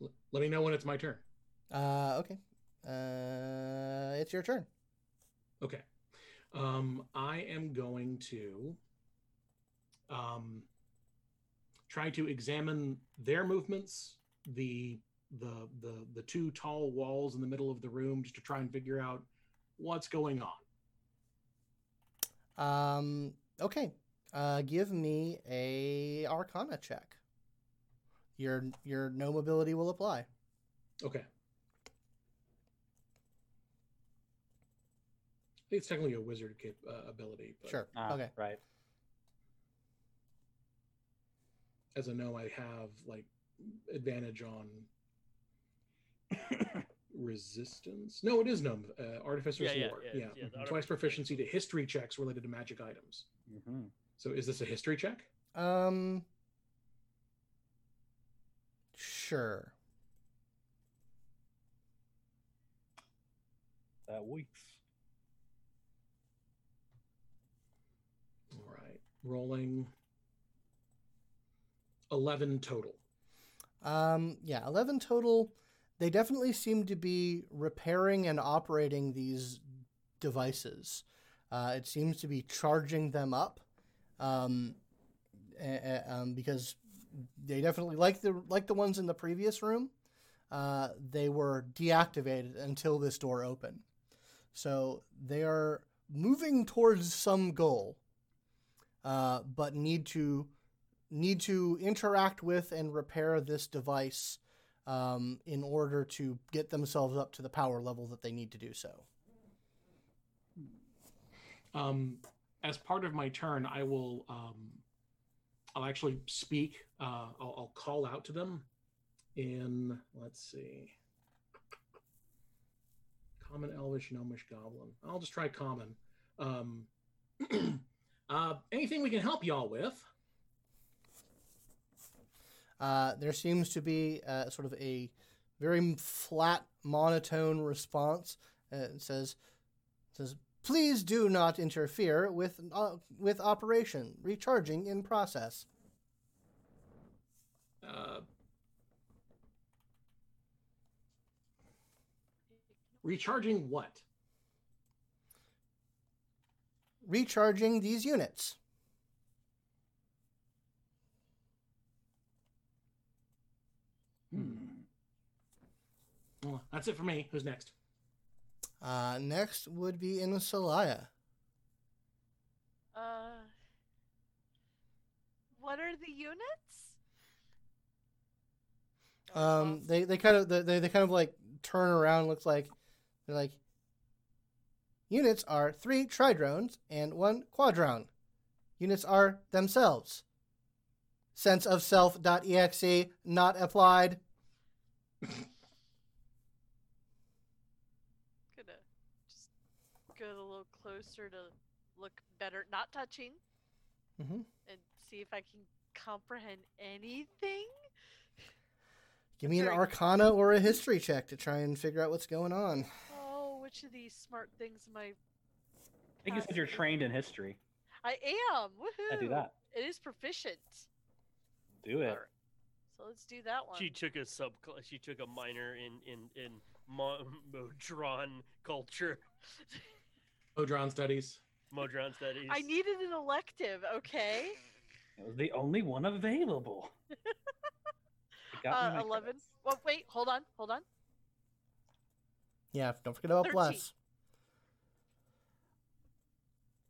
[SPEAKER 6] L- let me know when it's my turn.
[SPEAKER 2] Uh, okay. Uh, it's your turn.
[SPEAKER 6] Okay. Um, I am going to um, try to examine their movements, the the the the two tall walls in the middle of the room, just to try and figure out what's going on.
[SPEAKER 2] Um, okay. Uh, give me a Arcana check. Your your gnome ability will apply.
[SPEAKER 6] Okay. It's technically a wizard cap- uh, ability, but
[SPEAKER 2] Sure.
[SPEAKER 5] Ah,
[SPEAKER 2] okay.
[SPEAKER 5] Right.
[SPEAKER 6] as a gnome, I have like advantage on (coughs) resistance. No, it is gnome uh, artificer's
[SPEAKER 3] Yeah, yeah,
[SPEAKER 6] lore.
[SPEAKER 3] yeah,
[SPEAKER 6] Yeah, Mm-hmm.
[SPEAKER 3] yeah, the
[SPEAKER 6] twice
[SPEAKER 3] artificer's
[SPEAKER 6] proficiency to history checks related to magic items.
[SPEAKER 5] Mm-hmm.
[SPEAKER 6] So is this a history check?
[SPEAKER 2] Um. Sure.
[SPEAKER 5] That weeks.
[SPEAKER 6] All right, rolling eleven total.
[SPEAKER 2] Um, yeah, 11 total. They definitely seem to be repairing and operating these devices. Uh, it seems to be charging them up um, a- a- um, because they definitely, like the, like the ones in the previous room, uh, they were deactivated until this door opened. So they are moving towards some goal, uh, but need to need to interact with and repair this device um, in order to get themselves up to the power level that they need to do so.
[SPEAKER 6] Um, as part of my turn, I will um, I'll actually speak. Uh, I'll, I'll call out to them in let's see, common Elvish, Gnomish, Goblin. I'll just try common. Um, (clears throat) uh, anything we can help y'all with?
[SPEAKER 2] Uh, there seems to be uh, sort of a very flat, monotone response. Uh, it says, it "says Please do not interfere with uh, with operation recharging in process."
[SPEAKER 6] Uh, recharging what?
[SPEAKER 2] Recharging these units.
[SPEAKER 5] Hmm.
[SPEAKER 6] Well, that's it for me. Who's next?
[SPEAKER 2] Uh, next would be in Celaya.
[SPEAKER 4] Uh, what are the units?
[SPEAKER 2] Um, they they kind of they they kind of like turn around. Looks like they're like units are three tridrones and one quadrone. Units are themselves. Sense of self.exe not applied.
[SPEAKER 4] Gonna just get a little closer to look better, not touching,
[SPEAKER 2] Mhm.
[SPEAKER 4] and see if I can comprehend anything.
[SPEAKER 2] Give me an
[SPEAKER 4] Very-
[SPEAKER 2] arcana or a history check to try and figure out what's going on.
[SPEAKER 4] Oh, which of these smart things am I?
[SPEAKER 5] I think you said you're trained in history.
[SPEAKER 4] I am. Woohoo!
[SPEAKER 5] Yeah, do that.
[SPEAKER 4] It is proficient.
[SPEAKER 5] Do it.
[SPEAKER 4] Alright, So let's do that one.
[SPEAKER 3] She took a sub. She took a minor in in in Mo- Modron culture,
[SPEAKER 6] Odron studies.
[SPEAKER 3] Modron studies.
[SPEAKER 4] I needed an elective. Okay.
[SPEAKER 5] It was the only one available. It got me
[SPEAKER 4] Uh,
[SPEAKER 5] my
[SPEAKER 4] Eleven.
[SPEAKER 5] credits.
[SPEAKER 4] Well, wait. Hold on. Hold on.
[SPEAKER 2] Yeah, don't forget about
[SPEAKER 4] Thirteen.
[SPEAKER 2] bless.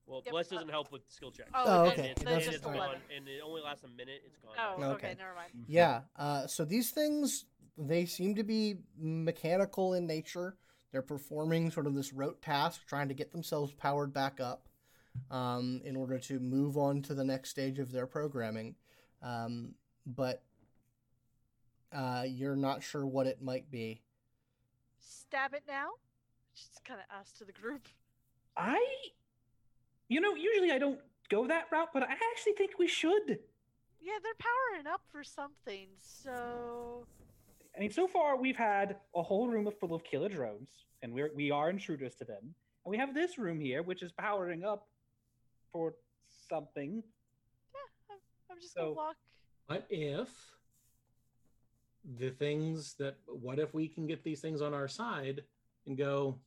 [SPEAKER 3] Well,
[SPEAKER 4] Yep,
[SPEAKER 3] bless
[SPEAKER 4] uh,
[SPEAKER 3] doesn't help with skill checks.
[SPEAKER 4] Oh,
[SPEAKER 2] Oh,
[SPEAKER 3] And
[SPEAKER 2] okay.
[SPEAKER 3] it's-
[SPEAKER 2] It
[SPEAKER 3] and
[SPEAKER 2] does
[SPEAKER 3] it's
[SPEAKER 2] just
[SPEAKER 3] gone,
[SPEAKER 4] eleven.
[SPEAKER 3] and it only lasts a minute. It's gone.
[SPEAKER 4] Oh,
[SPEAKER 3] by.
[SPEAKER 4] okay.
[SPEAKER 2] Okay.
[SPEAKER 4] Never mind.
[SPEAKER 5] Mm-hmm.
[SPEAKER 2] Yeah. Uh, so these things, they seem to be mechanical in nature. They're performing sort of this rote task, trying to get themselves powered back up um, in order to move on to the next stage of their programming. Um, but uh, you're not sure what it might be.
[SPEAKER 4] Stab it now. Just kind of asked to the group. (laughs)
[SPEAKER 5] I, you know, usually I don't go that route, but I actually think we should.
[SPEAKER 4] Yeah, they're powering up for something. So
[SPEAKER 5] I mean, so far we've had a whole room full of killer drones, and we're we are intruders to them. And we have this room here, which is powering up for something.
[SPEAKER 4] Yeah, I'm, I'm just gonna
[SPEAKER 5] So-
[SPEAKER 4] walk.
[SPEAKER 6] What if the things that what if we can get these things on our side and go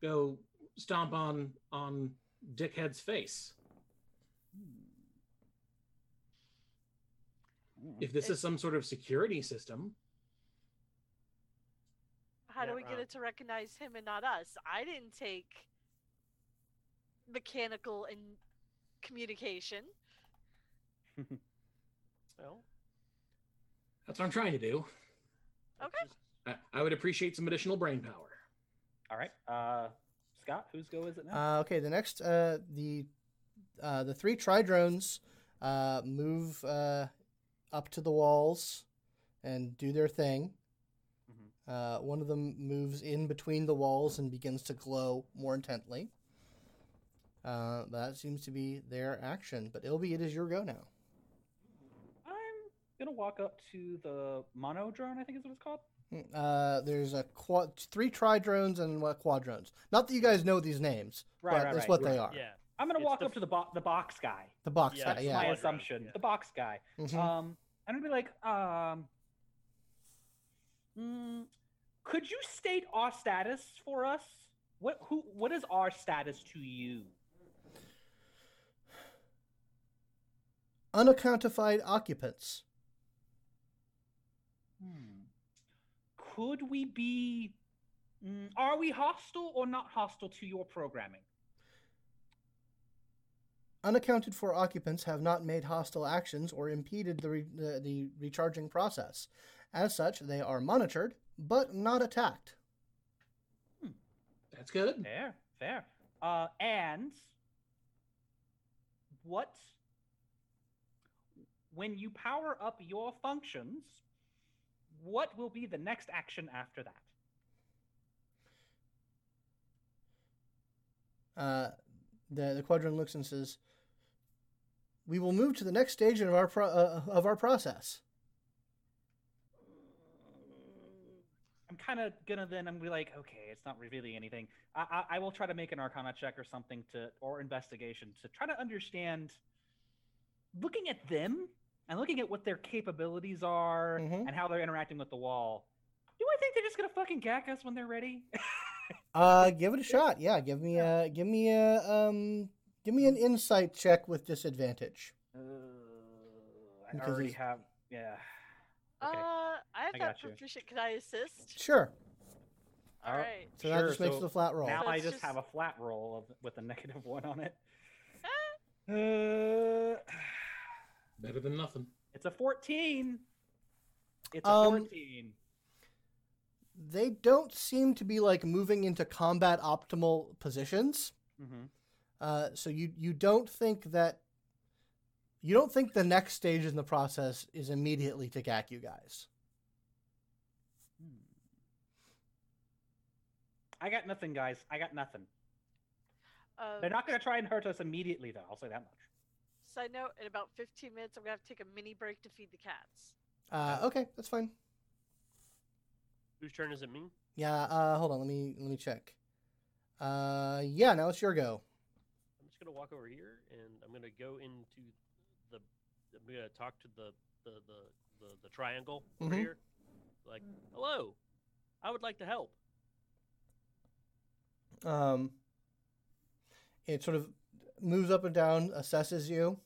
[SPEAKER 6] go stomp on on dickhead's face?
[SPEAKER 5] Hmm.
[SPEAKER 6] If this is some sort of security system,
[SPEAKER 4] How do
[SPEAKER 3] Yeah,
[SPEAKER 4] we get
[SPEAKER 5] uh,
[SPEAKER 3] um,
[SPEAKER 4] it to recognize him and not us? I didn't take mechanical and communication.
[SPEAKER 3] Well,
[SPEAKER 6] that's what I'm trying to do.
[SPEAKER 3] let's
[SPEAKER 4] Okay.
[SPEAKER 3] just-
[SPEAKER 6] I, I would appreciate some additional brain power.
[SPEAKER 5] All right, uh, Scott, whose go is it now?
[SPEAKER 2] Uh, okay, the next uh, the uh, the three tri drones uh, move uh, up to the walls and do their thing.
[SPEAKER 5] Mm-hmm.
[SPEAKER 2] Uh, one of them moves in between the walls and begins to glow more intently. Uh, that seems to be their action. But Ilby, it is your go now.
[SPEAKER 5] I'm gonna walk up to the mono drone. I think is what it's called.
[SPEAKER 2] Uh, there's a quad, three tri drones and what quadrones. Not that you guys know these names,
[SPEAKER 5] Right,
[SPEAKER 2] but
[SPEAKER 5] right,
[SPEAKER 2] that's
[SPEAKER 5] right,
[SPEAKER 2] what
[SPEAKER 5] right.
[SPEAKER 2] they are.
[SPEAKER 3] yeah.
[SPEAKER 5] I'm gonna
[SPEAKER 3] It's
[SPEAKER 5] walk
[SPEAKER 3] the-
[SPEAKER 5] up to the bo- the box guy.
[SPEAKER 2] The box
[SPEAKER 3] Yeah,
[SPEAKER 2] guy,
[SPEAKER 3] it's
[SPEAKER 2] yeah.
[SPEAKER 5] My
[SPEAKER 3] Mono drone,
[SPEAKER 5] assumption,
[SPEAKER 3] yeah.
[SPEAKER 5] the box guy.
[SPEAKER 2] Mhm.
[SPEAKER 5] Um, I'm gonna be like, um, mm, could you state our status for us? What who? What is our status to you?
[SPEAKER 2] Unaccountified occupants.
[SPEAKER 5] Hmm. Could we be? Mm, are we hostile or not hostile to your programming?
[SPEAKER 2] Unaccounted for occupants have not made hostile actions or impeded the, re- the, the recharging process. As such, they are monitored, but not attacked.
[SPEAKER 6] That's good.
[SPEAKER 5] Fair, fair. Uh, and what? When you power up your functions, what will be the next action after that?
[SPEAKER 2] Uh, the, the quadrant looks and says, We will move to the next stage of our, pro- uh, of our process.
[SPEAKER 5] I'm kind of gonna then I'm gonna be like, okay, it's not really anything. I, I I will try to make an Arcana check or something to or investigation to try to understand. Looking at them and looking at what their capabilities are
[SPEAKER 2] Mhm.
[SPEAKER 5] and how they're interacting with the wall, do I think they're just gonna fucking gack us when they're ready? (laughs)
[SPEAKER 2] Uh, give it a shot. Yeah, give me a give me a um give me an insight check with disadvantage.
[SPEAKER 5] Uh, I
[SPEAKER 2] Because
[SPEAKER 5] already
[SPEAKER 2] it's-
[SPEAKER 5] have. Yeah.
[SPEAKER 4] Uh, I have
[SPEAKER 5] I
[SPEAKER 4] that
[SPEAKER 5] got you.
[SPEAKER 4] proficient. Can I assist?
[SPEAKER 2] Sure.
[SPEAKER 4] All
[SPEAKER 5] All right.
[SPEAKER 4] right.
[SPEAKER 2] So that
[SPEAKER 5] Sure,
[SPEAKER 2] just makes
[SPEAKER 5] so
[SPEAKER 2] it a flat roll.
[SPEAKER 5] Now
[SPEAKER 4] So
[SPEAKER 5] I
[SPEAKER 4] it's
[SPEAKER 5] just,
[SPEAKER 4] just-
[SPEAKER 5] have a flat roll of, with a negative (laughs) one on it.
[SPEAKER 4] Ah.
[SPEAKER 5] Uh,
[SPEAKER 6] Better than nothing. (laughs)
[SPEAKER 5] it's a 14. It's a
[SPEAKER 2] Um,
[SPEAKER 5] 14.
[SPEAKER 2] They don't seem to be like moving into combat optimal positions.
[SPEAKER 5] Mm-hmm.
[SPEAKER 2] Uh, so you you don't think that you don't think the next stage in the process is immediately to gack you guys.
[SPEAKER 5] I got nothing, guys. I got nothing.
[SPEAKER 4] Uh,
[SPEAKER 5] They're not going to try and hurt us immediately, though. I'll say that much.
[SPEAKER 4] Side note: In about 15 minutes, I'm gonna have to take a mini break to feed the cats.
[SPEAKER 2] Uh, okay, that's fine.
[SPEAKER 3] Whose turn is it? Me.
[SPEAKER 2] Yeah. Uh, hold on. Let me let me check. Uh, yeah. Now it's your go.
[SPEAKER 3] I'm just gonna walk over here and I'm gonna go into the. I'm gonna talk to the the the the, the triangle over
[SPEAKER 2] Mhm.
[SPEAKER 3] here. Like, hello, I would like to help.
[SPEAKER 2] Um, it sort of moves up and down, assesses you,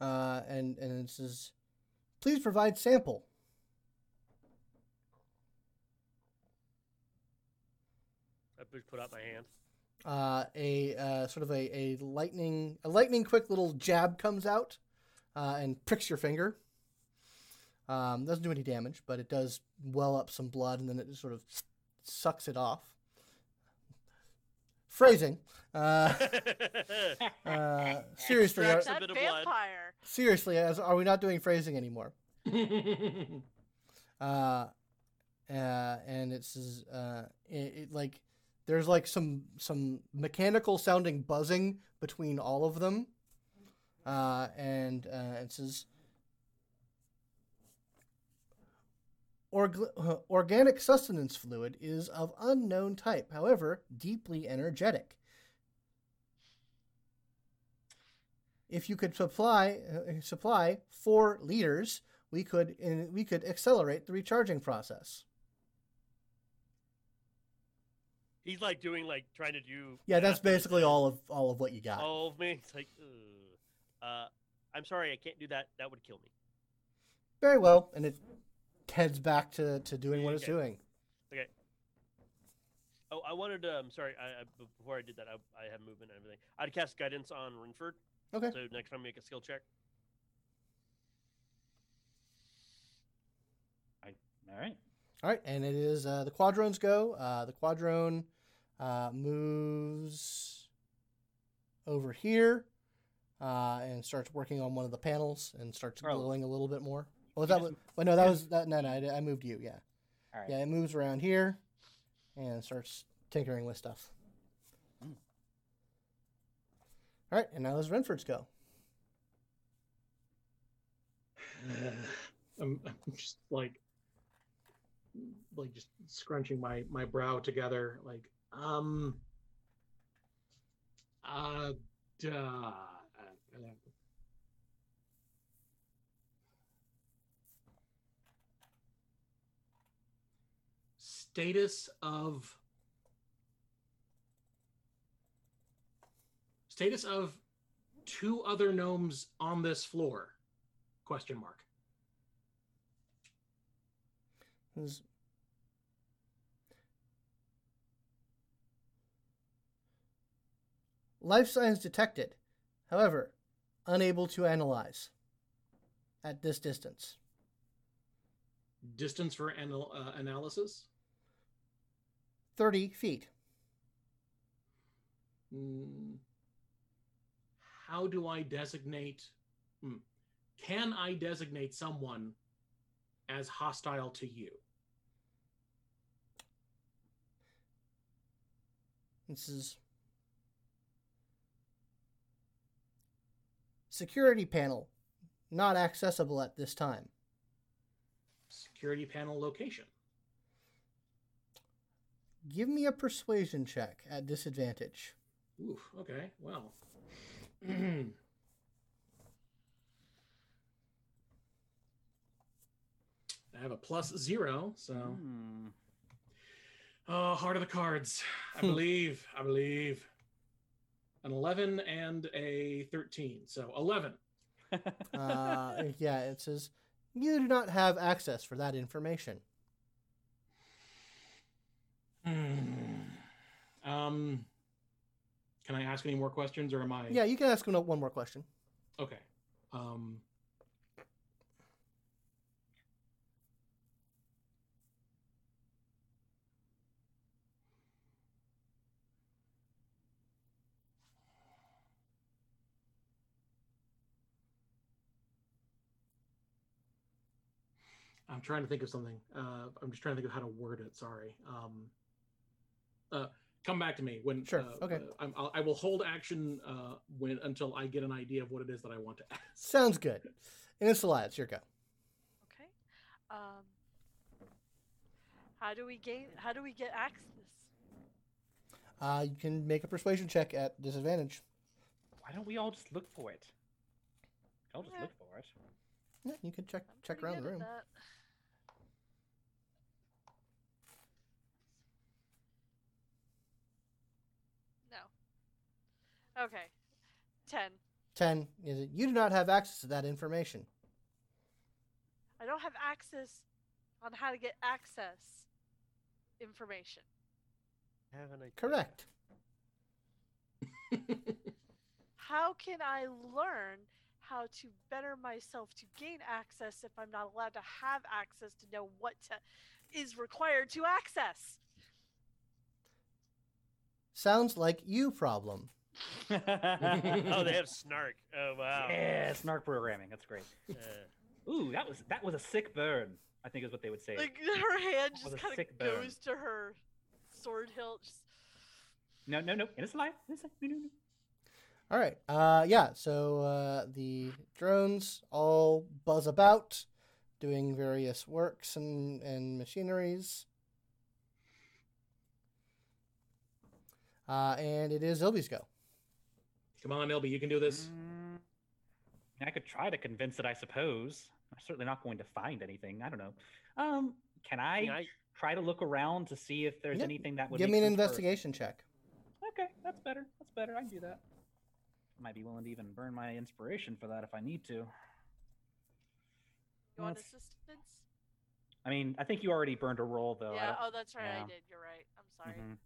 [SPEAKER 2] uh, and and it says, "Please provide sample."
[SPEAKER 3] I put put out my hand.
[SPEAKER 2] Uh, a uh, sort of a, a lightning a lightning quick little jab comes out uh, and pricks your finger. Um, doesn't do any damage, but it does well up some blood, and then it just sort of sucks it off. Phrasing. Uh, (laughs)
[SPEAKER 3] (laughs)
[SPEAKER 2] uh, seriously, are-
[SPEAKER 3] Extract- There's a
[SPEAKER 4] That
[SPEAKER 3] bit of blood.
[SPEAKER 4] vampire.
[SPEAKER 2] Seriously, as are we not doing phrasing anymore?
[SPEAKER 6] That's
[SPEAKER 2] Uh, uh, and it's uh, it, it like there's like some some mechanical sounding buzzing between all of them, uh, and uh, it says, Org- uh, organic sustenance fluid is of unknown type, however, deeply energetic. If you could supply uh, supply four liters, we could uh, we could accelerate the recharging process.
[SPEAKER 3] He's like doing like trying to do.
[SPEAKER 2] Yeah, that's
[SPEAKER 3] math in his
[SPEAKER 2] basically
[SPEAKER 3] head.
[SPEAKER 2] all of all of what you got.
[SPEAKER 3] All of me. (laughs) It's like, ugh. uh, I'm sorry, I can't do that. That would kill me.
[SPEAKER 2] Very well, and it heads back to, to doing what it's
[SPEAKER 3] Okay.
[SPEAKER 2] doing.
[SPEAKER 3] Oh, I wanted to. I'm sorry. I, I b- before I did that, I, I have movement and everything. I'd cast guidance on Renford.
[SPEAKER 2] Okay.
[SPEAKER 3] So next time, make a skill
[SPEAKER 5] (laughs)
[SPEAKER 3] check.
[SPEAKER 5] All right.
[SPEAKER 2] All right, and it is uh, the quadrones go. Uh, the quadrone uh, moves over here uh, and starts working on one of the panels and starts
[SPEAKER 5] Oh.
[SPEAKER 2] glowing a little bit more. Well,
[SPEAKER 5] You
[SPEAKER 2] that
[SPEAKER 5] just-
[SPEAKER 2] was, well, no, that
[SPEAKER 5] you
[SPEAKER 2] was that. No, no, I, I moved you. Yeah,
[SPEAKER 5] All right.
[SPEAKER 2] yeah, it moves around here and starts tinkering with stuff.
[SPEAKER 5] Mm.
[SPEAKER 2] All right, and now is Renford's go.
[SPEAKER 6] I'm, I'm just like like just scrunching my my brow together like um uh duh. status of status of two other gnomes on this floor question mark
[SPEAKER 2] Is- Life signs detected, however, unable to analyze at this distance.
[SPEAKER 6] distance for anal- uh, analysis
[SPEAKER 2] 30 feet.
[SPEAKER 6] Mm. how do i designate Hmm. can i designate someone as hostile to you
[SPEAKER 2] This is security panel not accessible at this time.
[SPEAKER 6] security panel location
[SPEAKER 2] Give me a persuasion check at disadvantage.
[SPEAKER 6] Oof, okay well (clears throat) i have a plus zero so
[SPEAKER 5] Hmm.
[SPEAKER 6] Oh, Heart of the Cards. I
[SPEAKER 2] Hmm.
[SPEAKER 6] believe. I believe. An 11 and a 13. So 11.
[SPEAKER 2] Uh, yeah, it says you do not have access for that information. Hmm.
[SPEAKER 6] Um, can I ask any more questions or am I?
[SPEAKER 2] Yeah, you can ask him one more question.
[SPEAKER 6] Okay. Um, I'm trying to think of something. Uh, I'm just trying to think of how to word it. Sorry. Um, uh, come back to me when.
[SPEAKER 2] Sure,
[SPEAKER 6] uh,
[SPEAKER 2] okay.
[SPEAKER 6] uh, I'm, I'll, I will hold action uh, when until I get an idea of what it is that I want to ask.
[SPEAKER 2] Sounds good. And it's alive. It's your go.
[SPEAKER 4] Okay. Um, how do we gain? How do we get access?
[SPEAKER 2] Uh, you can make a persuasion check at disadvantage.
[SPEAKER 5] Why don't we all just look for it? I'll just
[SPEAKER 4] Yeah.
[SPEAKER 5] look for it.
[SPEAKER 2] Yeah, you can check
[SPEAKER 4] I'm
[SPEAKER 2] check
[SPEAKER 4] pretty
[SPEAKER 2] around the
[SPEAKER 4] good
[SPEAKER 2] room.
[SPEAKER 4] at that. No. Okay. Ten.
[SPEAKER 2] Ten is it? You do not have access to that information.
[SPEAKER 4] I don't have access on how to get access information.
[SPEAKER 3] Have an idea.
[SPEAKER 2] Correct.
[SPEAKER 4] How can I learn how to better myself to gain access if I'm not allowed to have access to know what to, is required to access?
[SPEAKER 2] Sounds like you problem.
[SPEAKER 3] (laughs) oh, they have snark. Oh wow.
[SPEAKER 5] Yeah, snark programming. That's great.
[SPEAKER 3] Uh,
[SPEAKER 5] Ooh, that was that was a sick burn. I think is what they would say.
[SPEAKER 4] Like (laughs) her hand
[SPEAKER 5] With
[SPEAKER 4] just
[SPEAKER 5] a
[SPEAKER 4] kind
[SPEAKER 5] sick
[SPEAKER 4] of
[SPEAKER 5] burn.
[SPEAKER 4] goes to her sword hilt. Just,
[SPEAKER 5] No, no, no. It's alive. It's alive. No, no, no.
[SPEAKER 2] All right. Uh, yeah. So uh, the drones all buzz about. doing various works and, and machineries. Uh, and it is Ilby's go.
[SPEAKER 6] Come on, Ilby, you can do this.
[SPEAKER 5] Mm, I could try to convince it, I suppose. I'm certainly not going to find anything. I don't know. Um, can (laughs) I,
[SPEAKER 3] Can I-
[SPEAKER 5] try to look around to see if there's
[SPEAKER 2] Yeah,
[SPEAKER 5] anything that would
[SPEAKER 2] Give
[SPEAKER 5] make
[SPEAKER 2] me an
[SPEAKER 5] sense for-
[SPEAKER 2] investigation check.
[SPEAKER 5] Okay, that's better. That's better. I can do that. Might be willing to even burn my inspiration for that if I need to.
[SPEAKER 4] You want
[SPEAKER 5] That's-
[SPEAKER 4] assistance?
[SPEAKER 5] I mean, I think you already burned a roll though. I
[SPEAKER 4] yeah.
[SPEAKER 5] don't-
[SPEAKER 4] Oh, that's right.
[SPEAKER 5] yeah.
[SPEAKER 4] I did. You're right. I'm sorry.
[SPEAKER 5] Mhm.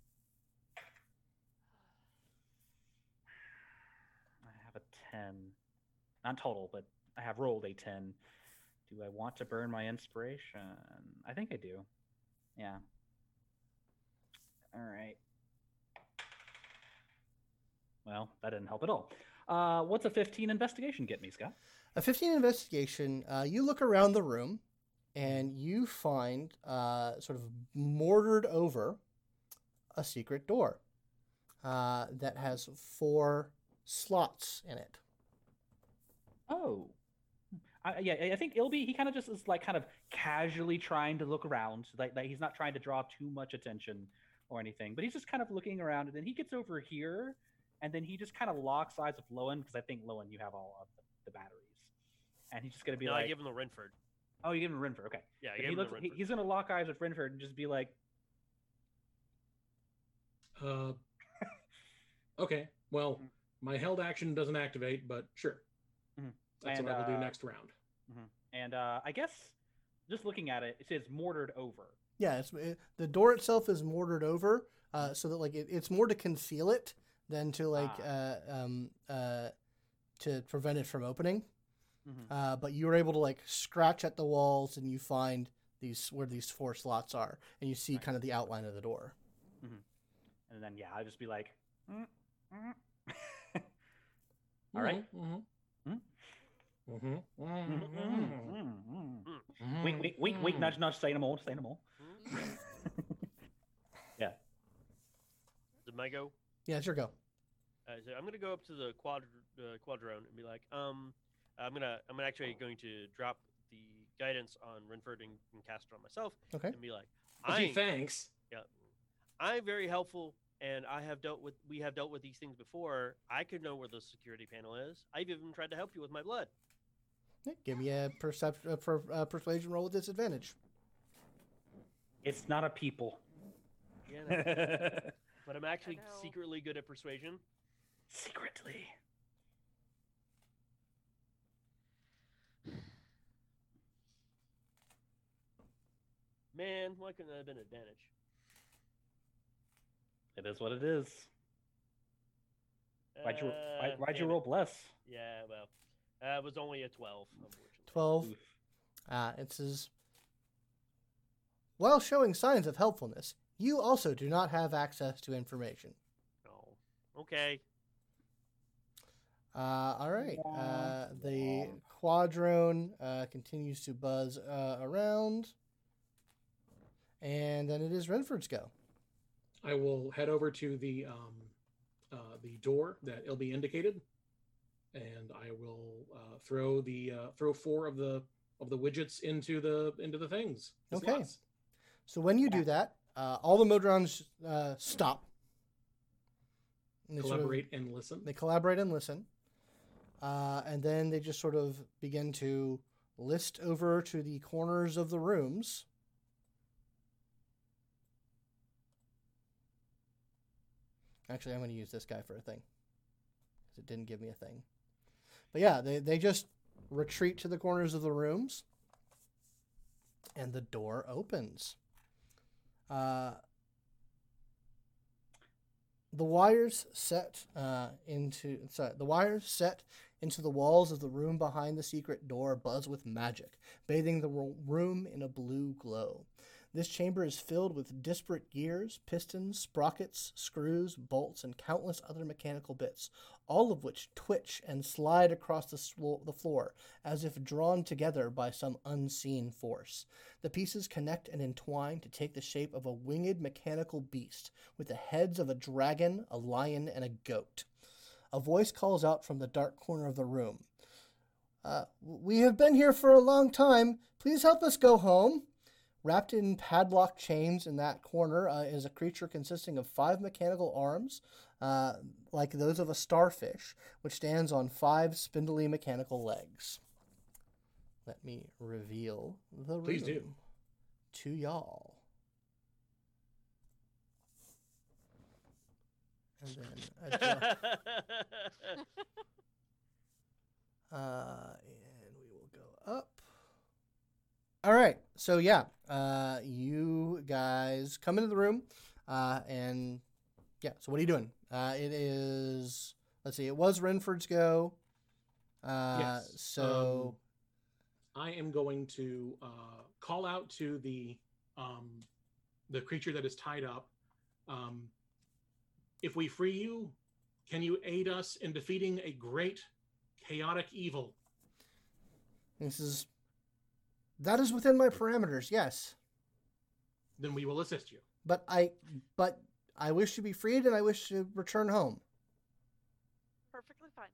[SPEAKER 5] I have a 10. Not total, but I have rolled a 10. Do I want to burn my inspiration? I think I do. Yeah. All right. Well, that didn't help at all. Uh, what's a 15 investigation get me, Scott?
[SPEAKER 2] A 15 investigation, uh, you look around the room and you find, uh, sort of mortared over, a secret door uh, that has four slots in it.
[SPEAKER 5] Oh. I, yeah, I- I think Ilby, he kind of just is like kind of casually trying to look around. Like, like he's not trying to draw too much attention or anything, but he's just kind of looking around. And then he gets over here and then he just kind of locks eyes with Lowen because I think Lowen, you have all of the, the batteries. And he's just going to be
[SPEAKER 3] no,
[SPEAKER 5] like,
[SPEAKER 3] I gave him the Renford.
[SPEAKER 5] oh, you give him Renford. Okay.
[SPEAKER 3] Yeah, I
[SPEAKER 5] But
[SPEAKER 3] gave
[SPEAKER 5] he
[SPEAKER 3] him
[SPEAKER 5] looks,
[SPEAKER 3] the
[SPEAKER 5] he,
[SPEAKER 3] Renford.
[SPEAKER 5] he's going to lock eyes with Renford and just be like, Mm-hmm.
[SPEAKER 6] Uh, okay, well, my held action doesn't activate, but sure.
[SPEAKER 5] Mhm.
[SPEAKER 6] That's what
[SPEAKER 5] And,
[SPEAKER 6] I will
[SPEAKER 5] uh,
[SPEAKER 6] do next round.
[SPEAKER 5] and uh, I guess just looking at it, it says mortared over.
[SPEAKER 2] Yeah, it's, it, the door itself is mortared over, uh, so that like it, it's more to conceal it than to like
[SPEAKER 5] Ah.
[SPEAKER 2] uh, um, uh, to prevent it from opening.
[SPEAKER 5] Mhm.
[SPEAKER 2] Uh, but you were able to like scratch at the walls, and you find these where these four slots are, and you see
[SPEAKER 5] Right.
[SPEAKER 2] kind of the outline of the door.
[SPEAKER 5] And then, yeah, I'll just be like, mm, mm. All right.
[SPEAKER 6] Mhm,
[SPEAKER 5] Mhm.
[SPEAKER 6] mhm. Mhm,
[SPEAKER 5] Mm,
[SPEAKER 6] mhm,
[SPEAKER 5] mm, mm, mm.
[SPEAKER 6] mhm,
[SPEAKER 5] Wink, wink, wink, wink,
[SPEAKER 6] mhm.
[SPEAKER 5] nudge, nudge, say no more, say no more.
[SPEAKER 3] Hmm?
[SPEAKER 5] (laughs)
[SPEAKER 3] Did my go?
[SPEAKER 2] Yeah, it's your go.
[SPEAKER 3] Uh, so I'm gonna go up to the quad uh, quadrone and be like, um, I'm gonna I'm actually going to drop the guidance on Renford and, and cast it on myself
[SPEAKER 2] Okay.
[SPEAKER 3] and be like,
[SPEAKER 6] Oh,
[SPEAKER 3] I
[SPEAKER 6] Gee, thanks.
[SPEAKER 3] yeah, I'm very helpful and I have dealt with we have dealt with these things before. I could know where the security panel is. I've even tried to help you with my blood.
[SPEAKER 2] Yeah, give me a perception, uh, per, uh, persuasion roll with disadvantage.
[SPEAKER 5] It's not a people.
[SPEAKER 3] Yeah, and I-
[SPEAKER 5] (laughs) Secretly.
[SPEAKER 3] but I'm actually
[SPEAKER 4] know.
[SPEAKER 3] secretly good at persuasion. Man, why couldn't that have been an advantage?
[SPEAKER 5] It is what it is. Why'd you, why,
[SPEAKER 3] Uh,
[SPEAKER 5] why'd you
[SPEAKER 3] damn it.
[SPEAKER 5] roll bless?
[SPEAKER 3] Yeah, well, uh, it was only a 12, unfortunately.
[SPEAKER 2] Twelve.
[SPEAKER 5] Oof.
[SPEAKER 2] Uh, it says, while showing signs of helpfulness, you also do not have access to information.
[SPEAKER 3] Oh, okay.
[SPEAKER 2] Uh, all right. Uh, the
[SPEAKER 5] Womp
[SPEAKER 2] quadrone uh, continues to buzz uh, around. And then it is Renford's go.
[SPEAKER 6] I will head over to the um, uh, the door that LB indicated, and I will uh, throw the uh, throw four of the of the widgets into the into the things. the
[SPEAKER 2] Okay.
[SPEAKER 6] slots.
[SPEAKER 2] So when you do that, uh, all the Modrons uh, stop. And they sort of-
[SPEAKER 6] Collaborate and listen.
[SPEAKER 2] they collaborate and listen. Uh, and then they just sort of begin to list over to the corners of the rooms. Actually, I'm going to use this guy for a thing. 'Cause it didn't give me a thing. But yeah, they, they just retreat to the corners of the rooms. And the door opens. Uh, the wires set uh, into sorry, the wires set into the walls of the room behind the secret door buzz with magic, bathing the ro- room in a blue glow. This chamber is filled with disparate gears, pistons, sprockets, screws, bolts, and countless other mechanical bits, all of which twitch and slide across the, slo- the floor as if drawn together by some unseen force. The pieces connect and entwine to take the shape of a winged mechanical beast with the heads of a dragon, a lion, and a goat. A voice calls out from the dark corner of the room Uh, we have been here for a long time. Please help us go home. Wrapped in padlock chains in that corner uh, is a creature consisting of five mechanical arms, uh, like those of a starfish, which stands on five spindly mechanical legs. Let me reveal the room
[SPEAKER 6] Please do.
[SPEAKER 2] to y'all. And
[SPEAKER 3] (laughs)
[SPEAKER 2] then (laughs) adjust. Uh, and we will go up. All right. So yeah, uh, you guys come into the room, uh, and yeah. So what are you doing? Uh, it is. Let's see. It was Renford's go. Uh,
[SPEAKER 6] Yes, um,
[SPEAKER 2] so
[SPEAKER 6] I am going to uh, call out to the um, the creature that is tied up. Um, if we free you, can you aid us in defeating a great chaotic evil?
[SPEAKER 2] this is. That is within my parameters. Yes,
[SPEAKER 6] Then we will assist you.
[SPEAKER 2] but I, but I wish to be freed, and I wish to return home.
[SPEAKER 4] Perfectly fine.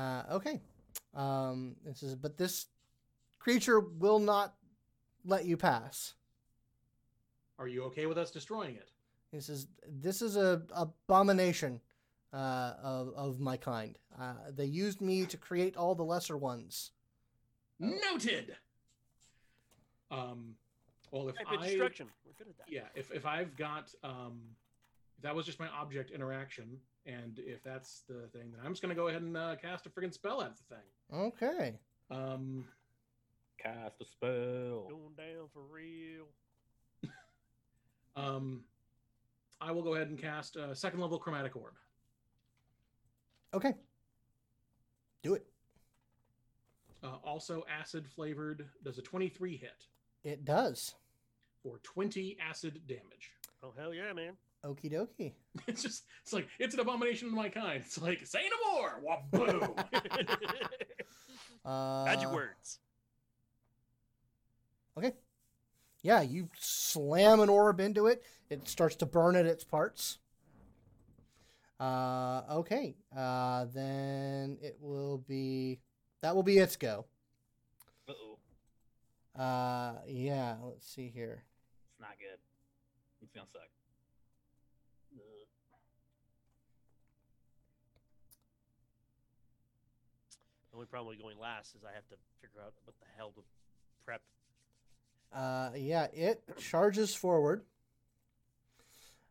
[SPEAKER 2] Uh, okay. Um, this is. But this creature will not let you pass.
[SPEAKER 6] Are you okay with us destroying it?
[SPEAKER 2] This is this is a abomination uh, of of my kind. Uh, they used me to create all the lesser ones.
[SPEAKER 6] Noted. Um, well, if
[SPEAKER 3] Type in
[SPEAKER 6] I
[SPEAKER 3] destruction. We're good at that.
[SPEAKER 6] yeah if, if i've got um if that was just my object interaction and if that's the thing then i'm just going to go ahead and uh, cast a friggin' spell at the thing
[SPEAKER 2] Okay.
[SPEAKER 6] um
[SPEAKER 5] Cast a spell.
[SPEAKER 3] Going down for real.
[SPEAKER 6] um i will go ahead and cast a second level chromatic orb
[SPEAKER 2] Okay. Do it.
[SPEAKER 6] uh, also acid flavored does a 23 hit
[SPEAKER 2] It does.
[SPEAKER 6] for 20 acid damage (laughs)
[SPEAKER 3] Oh hell yeah, man! (laughs)
[SPEAKER 2] Okie dokie.
[SPEAKER 6] it's just it's like it's an abomination of my kind it's like say no more Wah-boom.
[SPEAKER 2] Uh,
[SPEAKER 7] Add your words.
[SPEAKER 2] Yeah, you slam an orb into it. It starts to burn at its parts. Uh, okay. Uh, then it will be that will be its go.
[SPEAKER 7] Uh oh.
[SPEAKER 2] Uh, yeah. Let's see here.
[SPEAKER 7] It's not good. It's gonna suck. Ugh.
[SPEAKER 3] The only problem with going last is I have to figure out what the hell to prep.
[SPEAKER 2] Uh, yeah, it charges forward.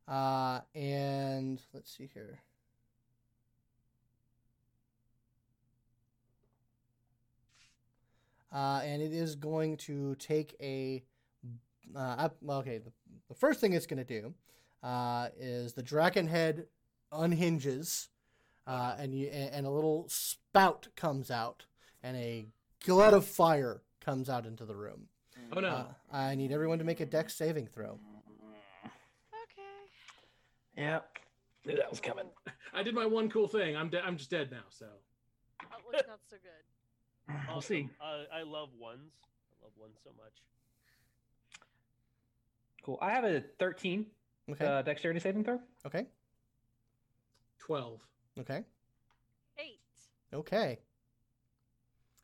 [SPEAKER 2] Uh, and let's see here. Uh, and it is going to take a. Uh, up- well, okay, the, the first thing it's going to do uh, is the dragon head unhinges, uh, and you and and a little spout comes out, and a glut of fire comes out into the room.
[SPEAKER 6] oh no
[SPEAKER 2] Uh, I need everyone to make a dex saving throw.
[SPEAKER 5] (laughs)
[SPEAKER 4] Okay.
[SPEAKER 5] Yep. Knew that was coming.
[SPEAKER 6] i did my one cool thing i'm, de- I'm just dead now so
[SPEAKER 4] Outlook not so good.
[SPEAKER 5] I'll
[SPEAKER 3] Awesome.
[SPEAKER 5] see.
[SPEAKER 3] Uh, I love ones. I love ones so much.
[SPEAKER 5] Cool. I have a 13
[SPEAKER 2] Okay.
[SPEAKER 5] uh, dexterity saving throw.
[SPEAKER 2] okay.
[SPEAKER 6] 12
[SPEAKER 2] Okay.
[SPEAKER 4] Eight.
[SPEAKER 2] Okay.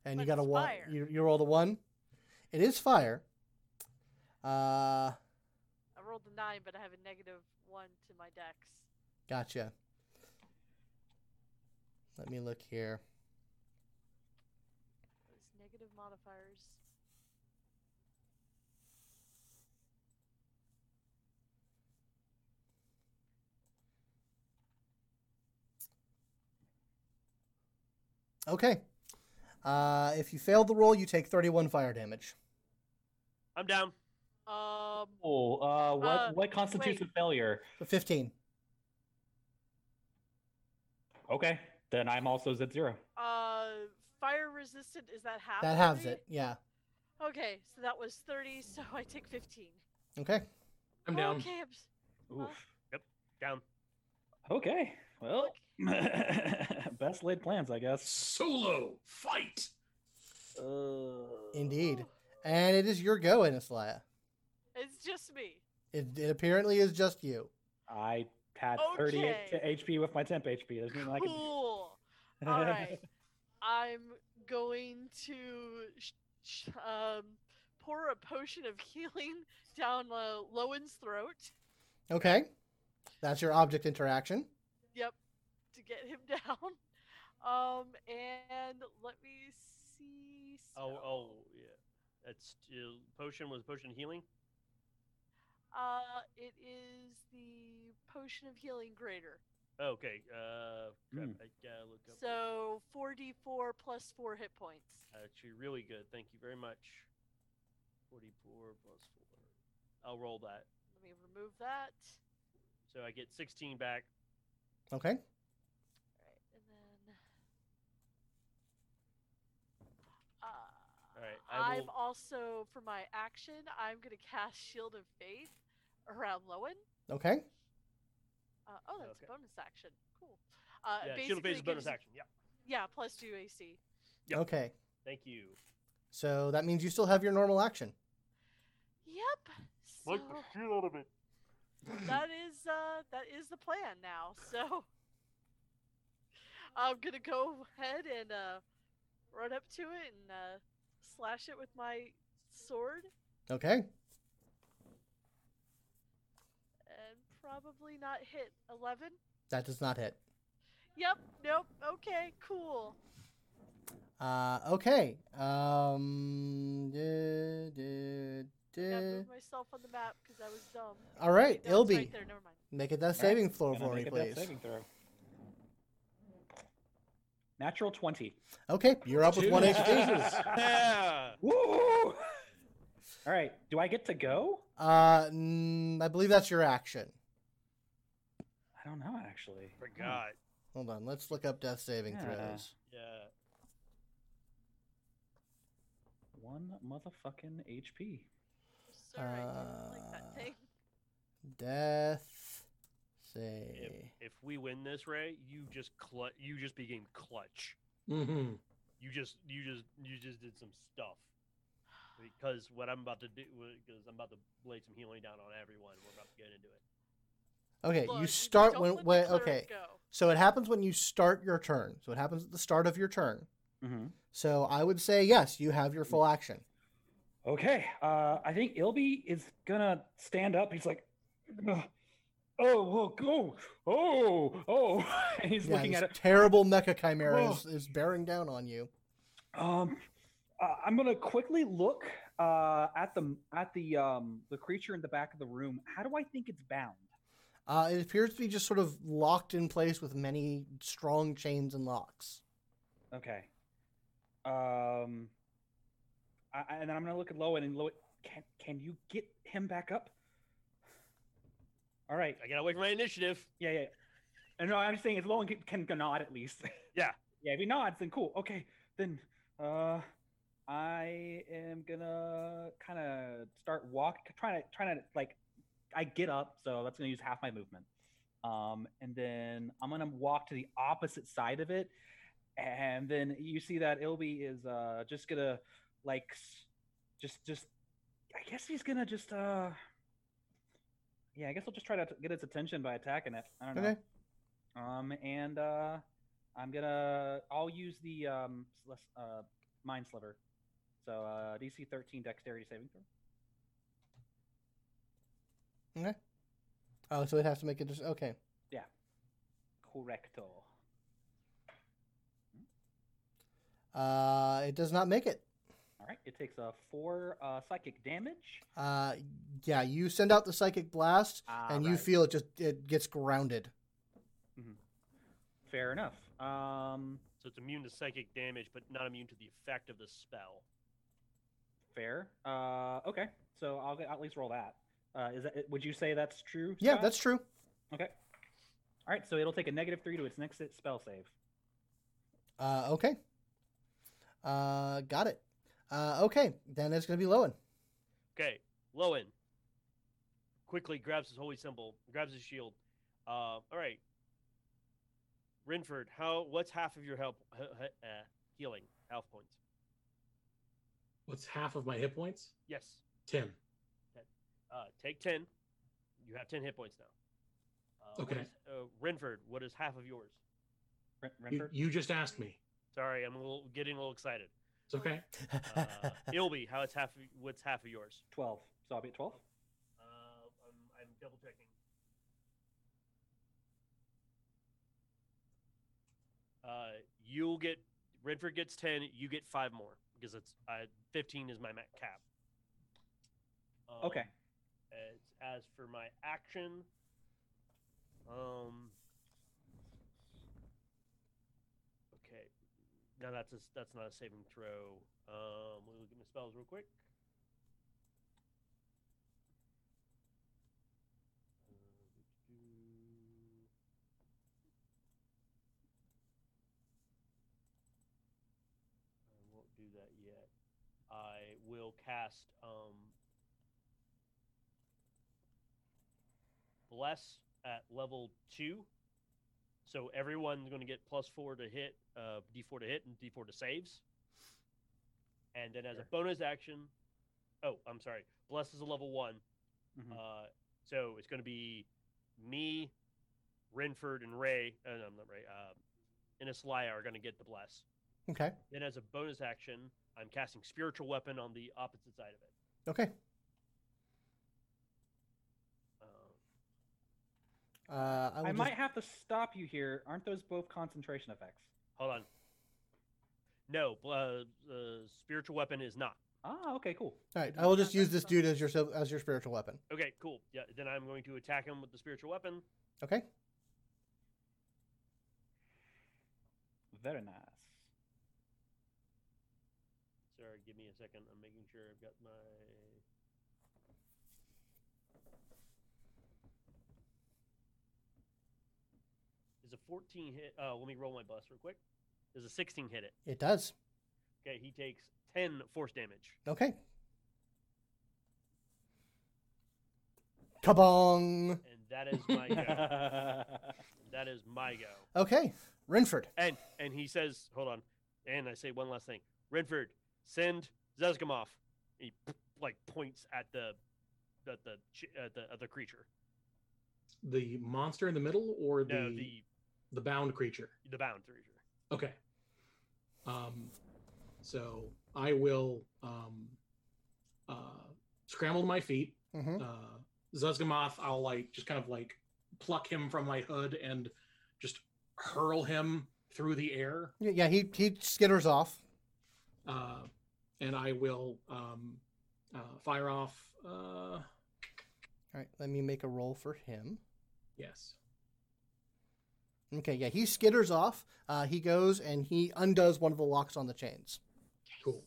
[SPEAKER 2] And you
[SPEAKER 4] But
[SPEAKER 2] got a
[SPEAKER 4] it's
[SPEAKER 2] one.
[SPEAKER 4] fire.
[SPEAKER 2] You, you roll the one. It is fire. Uh,
[SPEAKER 4] I rolled a nine, but I have a negative one to my dex.
[SPEAKER 2] gotcha. Let me look here.
[SPEAKER 4] Those negative modifiers.
[SPEAKER 2] Okay. Uh, if you failed the roll, you take 31 fire damage.
[SPEAKER 3] I'm down.
[SPEAKER 4] Um,
[SPEAKER 5] Oh, uh, what
[SPEAKER 4] Uh,
[SPEAKER 5] what constitutes
[SPEAKER 4] wait.
[SPEAKER 5] a failure?
[SPEAKER 2] So 15.
[SPEAKER 5] Okay, then I'm also at zero.
[SPEAKER 4] uh, fire resistant is that half?
[SPEAKER 2] That
[SPEAKER 4] of
[SPEAKER 2] halves it. Yeah.
[SPEAKER 4] Okay, so that was thirty. So I take fifteen.
[SPEAKER 2] Okay.
[SPEAKER 6] i'm down
[SPEAKER 4] Okay. I'm s-
[SPEAKER 5] Oof.
[SPEAKER 3] Down.
[SPEAKER 5] Okay. Well, (laughs) best laid plans, I guess.
[SPEAKER 6] solo fight
[SPEAKER 2] Indeed.
[SPEAKER 4] oh,
[SPEAKER 2] And it is your go, Inislaya.
[SPEAKER 4] It's just me.
[SPEAKER 2] It, it apparently is just you.
[SPEAKER 5] I had 38
[SPEAKER 4] Okay.
[SPEAKER 5] (laughs) to HP with my temp HP. There's nothing I can do.
[SPEAKER 4] Cool. All right. I'm going to sh- sh- um, pour a potion of healing (laughs) down uh, Lowen's throat.
[SPEAKER 2] Okay. That's your object interaction.
[SPEAKER 4] Yep, to get him (laughs) down. Um, and let me see.
[SPEAKER 3] Oh,
[SPEAKER 4] so,
[SPEAKER 3] oh, yeah. That's uh, potion was potion healing.
[SPEAKER 4] Uh, it is the potion of healing greater.
[SPEAKER 3] Okay. Uh, crap,
[SPEAKER 5] Mm.
[SPEAKER 3] I gotta look up.
[SPEAKER 4] So 4d4 plus 4 hit points.
[SPEAKER 3] Actually, really good. Thank you very much. Forty-four plus four. I'll roll that.
[SPEAKER 4] Let me remove that.
[SPEAKER 3] So I get sixteen back.
[SPEAKER 2] Okay.
[SPEAKER 4] Alright, and then. Uh,
[SPEAKER 3] Alright, I
[SPEAKER 4] I'm
[SPEAKER 3] will-
[SPEAKER 4] also, for my action, I'm going to cast Shield of Faith around Lowen.
[SPEAKER 2] Okay.
[SPEAKER 4] Uh, oh, that's
[SPEAKER 3] Okay.
[SPEAKER 4] a bonus action. Cool. Uh,
[SPEAKER 3] yeah, shield of
[SPEAKER 4] basically
[SPEAKER 3] faith is
[SPEAKER 4] it
[SPEAKER 3] bonus
[SPEAKER 4] gives-
[SPEAKER 3] action. Yeah.
[SPEAKER 4] Yeah, plus 2 AC.
[SPEAKER 3] Yep.
[SPEAKER 2] Okay.
[SPEAKER 3] Thank you.
[SPEAKER 2] So that means you still have your normal action.
[SPEAKER 4] Yep. So
[SPEAKER 3] shit out of it.
[SPEAKER 4] that is uh, that is the plan now. So I'm gonna go ahead and uh, run up to it and uh, slash it with my sword
[SPEAKER 2] Okay.
[SPEAKER 4] and probably not hit 11.
[SPEAKER 2] That does not hit.
[SPEAKER 4] Yep. Nope. Okay. Cool.
[SPEAKER 2] Uh, okay. Um, duh, duh,
[SPEAKER 4] Gotta
[SPEAKER 2] duh.
[SPEAKER 4] move myself on the map because I was dumb.
[SPEAKER 2] All right,
[SPEAKER 4] No, it's
[SPEAKER 2] Eh. Ilby.
[SPEAKER 4] Right there. Never mind.
[SPEAKER 2] Make a death saving throw
[SPEAKER 5] Gonna
[SPEAKER 2] for me,
[SPEAKER 5] make a death
[SPEAKER 2] please.
[SPEAKER 5] saving throw. Natural 20.
[SPEAKER 2] Okay, you're up with one
[SPEAKER 5] (laughs)
[SPEAKER 2] HP. (laughs)
[SPEAKER 6] Jesus.
[SPEAKER 3] Yeah.
[SPEAKER 5] Woo! All right. Do I get to go?
[SPEAKER 2] Uh, mm, I believe that's your action.
[SPEAKER 5] I don't know, actually.
[SPEAKER 3] (laughs) Forgot.
[SPEAKER 2] Hold on, let's look up death saving
[SPEAKER 5] Yeah.
[SPEAKER 2] throws.
[SPEAKER 3] Yeah.
[SPEAKER 5] One motherfucking HP.
[SPEAKER 4] Sorry, I didn't like
[SPEAKER 2] Uh,
[SPEAKER 4] that thing.
[SPEAKER 2] Death
[SPEAKER 3] If,
[SPEAKER 2] save.
[SPEAKER 3] if we win this, Ray, you just clut. You just became clutch.
[SPEAKER 6] Mm-hmm.
[SPEAKER 3] You just you just you just did some stuff. Because what I'm about to do, because I'm about to lay some healing down on everyone. We're about to get into it.
[SPEAKER 2] Okay,
[SPEAKER 4] Look,
[SPEAKER 2] you start
[SPEAKER 4] don't
[SPEAKER 2] when.
[SPEAKER 4] let the
[SPEAKER 2] when
[SPEAKER 4] cleric
[SPEAKER 2] okay,
[SPEAKER 4] go.
[SPEAKER 2] so it happens when you start your turn. So it happens at the start of your turn.
[SPEAKER 5] Mm-hmm.
[SPEAKER 2] So I would say yes, you have your full action.
[SPEAKER 5] Okay. Uh, I think Ilby is gonna stand up. He's like, "Ugh. oh, well, go, oh, oh. (laughs) And he's
[SPEAKER 2] Yeah,
[SPEAKER 5] looking
[SPEAKER 2] this
[SPEAKER 5] at it.
[SPEAKER 2] terrible mecha chimera
[SPEAKER 5] Whoa.
[SPEAKER 2] is, is bearing down on you.
[SPEAKER 5] Um, uh, I'm gonna quickly look uh, at the at the um, the creature in the back of the room. How do I think it's bound?
[SPEAKER 2] Uh, it appears to be just sort of locked in place with many strong chains and locks.
[SPEAKER 5] Okay. Um, I, I- and then I'm gonna look at Lowen and Lowen. Can can you get him back up? All right.
[SPEAKER 3] I got away from my initiative.
[SPEAKER 5] Yeah, yeah. And no, I'm just saying as long as it can nod at least. (laughs)
[SPEAKER 3] Yeah.
[SPEAKER 5] Yeah, if he nods, then cool. Okay, then uh, I am gonna kind of start walk, trying to trying to like, I get up, so that's gonna use half my movement. Um, and then I'm gonna walk to the opposite side of it, and then you see that Ilby is uh just gonna like, s- just just, I guess he's gonna just uh. Yeah, I guess I'll just try to t- get its attention by attacking it. I don't know.
[SPEAKER 2] Okay.
[SPEAKER 5] Um, and uh, I'm gonna I'll use the um celest- uh, mind sliver. So uh, DC 13 dexterity saving throw.
[SPEAKER 2] Oh, so it has to make it just okay.
[SPEAKER 5] Correcto.
[SPEAKER 2] Uh, it does not make it.
[SPEAKER 5] All right, it takes a four uh, psychic damage.
[SPEAKER 2] Uh, yeah, you send out the psychic blast, and you
[SPEAKER 5] Alright,
[SPEAKER 2] feel it just it gets grounded.
[SPEAKER 5] fair enough. Um,
[SPEAKER 3] So it's immune to psychic damage, but not immune to the effect of the spell.
[SPEAKER 5] fair. Uh, okay, so I'll, get- at least roll that. Uh, is that would you say that's true?
[SPEAKER 2] Yeah,
[SPEAKER 5] Scott?
[SPEAKER 2] that's true.
[SPEAKER 5] all right. So it'll take a negative three to its next spell save.
[SPEAKER 2] Uh, okay. Uh, got it. Uh, okay, then it's gonna be Lowen.
[SPEAKER 3] Okay, Lowen quickly grabs his holy symbol, grabs his shield. Uh, all right, Renford, how? What's half of your help he- he- uh, healing health points?
[SPEAKER 6] What's half of my hit points?
[SPEAKER 3] Yes,
[SPEAKER 6] Ten.
[SPEAKER 3] uh, take ten. You have ten hit points now. Uh, what
[SPEAKER 6] Okay.
[SPEAKER 3] is- uh, Renford, what is half of yours?
[SPEAKER 5] Ren-
[SPEAKER 6] You,
[SPEAKER 5] Renford.
[SPEAKER 6] you just asked me.
[SPEAKER 3] Sorry, I'm a little, getting a little excited.
[SPEAKER 6] It's okay.
[SPEAKER 2] (laughs)
[SPEAKER 3] Uh, Ilby, how it's half? of- What's half of yours?
[SPEAKER 5] 12. So I'll be at 12?
[SPEAKER 3] Uh, I'm, I'm double checking. Uh, you'll get Redford gets ten. You get five more because it's uh, fifteen is my ma- cap.
[SPEAKER 2] Oh.
[SPEAKER 3] Um,
[SPEAKER 5] Okay.
[SPEAKER 3] As, as for my action, um, okay, now that's a, s- that's not a saving throw. Um, we'll look at my spells real quick. Uh, do-do-do. I won't Uh, do that yet. I will cast um, Bless at level two. So everyone's going to get plus four to hit, uh, d4 to hit, and d4 to saves. And then as a bonus action, oh, I'm sorry. Bless is a level one.
[SPEAKER 5] Mhm.
[SPEAKER 3] Uh, so it's going to be me, Renford, and Ray. Uh, no, not Ray. Uh, Innes Laya are going to get the bless.
[SPEAKER 2] okay.
[SPEAKER 3] Then, as a bonus action, I'm casting Spiritual Weapon on the opposite side of it.
[SPEAKER 2] Okay.
[SPEAKER 3] Um,
[SPEAKER 2] Uh, I, will
[SPEAKER 5] I
[SPEAKER 2] just-
[SPEAKER 5] might have to stop you here. Aren't those both concentration effects?
[SPEAKER 3] hold on. No, bl- uh, uh, Spiritual Weapon is not.
[SPEAKER 5] Ah, okay, cool.
[SPEAKER 2] All right. I will just use this dude as your sil- as your spiritual weapon.
[SPEAKER 3] Okay, cool. Yeah, then I'm going to attack him with the Spiritual Weapon.
[SPEAKER 2] Okay.
[SPEAKER 5] Very nice.
[SPEAKER 3] Sorry, give me a second. I'm making sure I've got my. Is a 14 hit? Uh, let me roll my bus real quick. Is a 16 hit it?
[SPEAKER 2] It does.
[SPEAKER 3] Okay, he takes 10 force damage.
[SPEAKER 2] Okay. Kabong.
[SPEAKER 3] and that is
[SPEAKER 5] (laughs)
[SPEAKER 3] my go. that is my go.
[SPEAKER 2] Okay. Renford.
[SPEAKER 3] And and he says, hold on, and I say one last thing. Renford, send Zezgamov. He like points at the the the chi- at the other creature.
[SPEAKER 6] The monster in the middle or the
[SPEAKER 3] No,
[SPEAKER 6] the,
[SPEAKER 3] the
[SPEAKER 6] bound creature?
[SPEAKER 3] the bound creature.
[SPEAKER 6] Okay. Um, so I will um, uh, scramble to my feet.
[SPEAKER 2] Mm-hmm.
[SPEAKER 6] Uh, Zuzgamoth, I'll like just kind of like pluck him from my hood and just hurl him through the air.
[SPEAKER 2] Yeah, he he skitters off.
[SPEAKER 6] Uh, and I will um, uh, fire off. Uh,
[SPEAKER 2] All right. Let me make a roll for him.
[SPEAKER 6] yes.
[SPEAKER 2] Okay. Yeah, he skitters off. Uh, he goes and he undoes one of the locks on the chains.
[SPEAKER 6] Cool.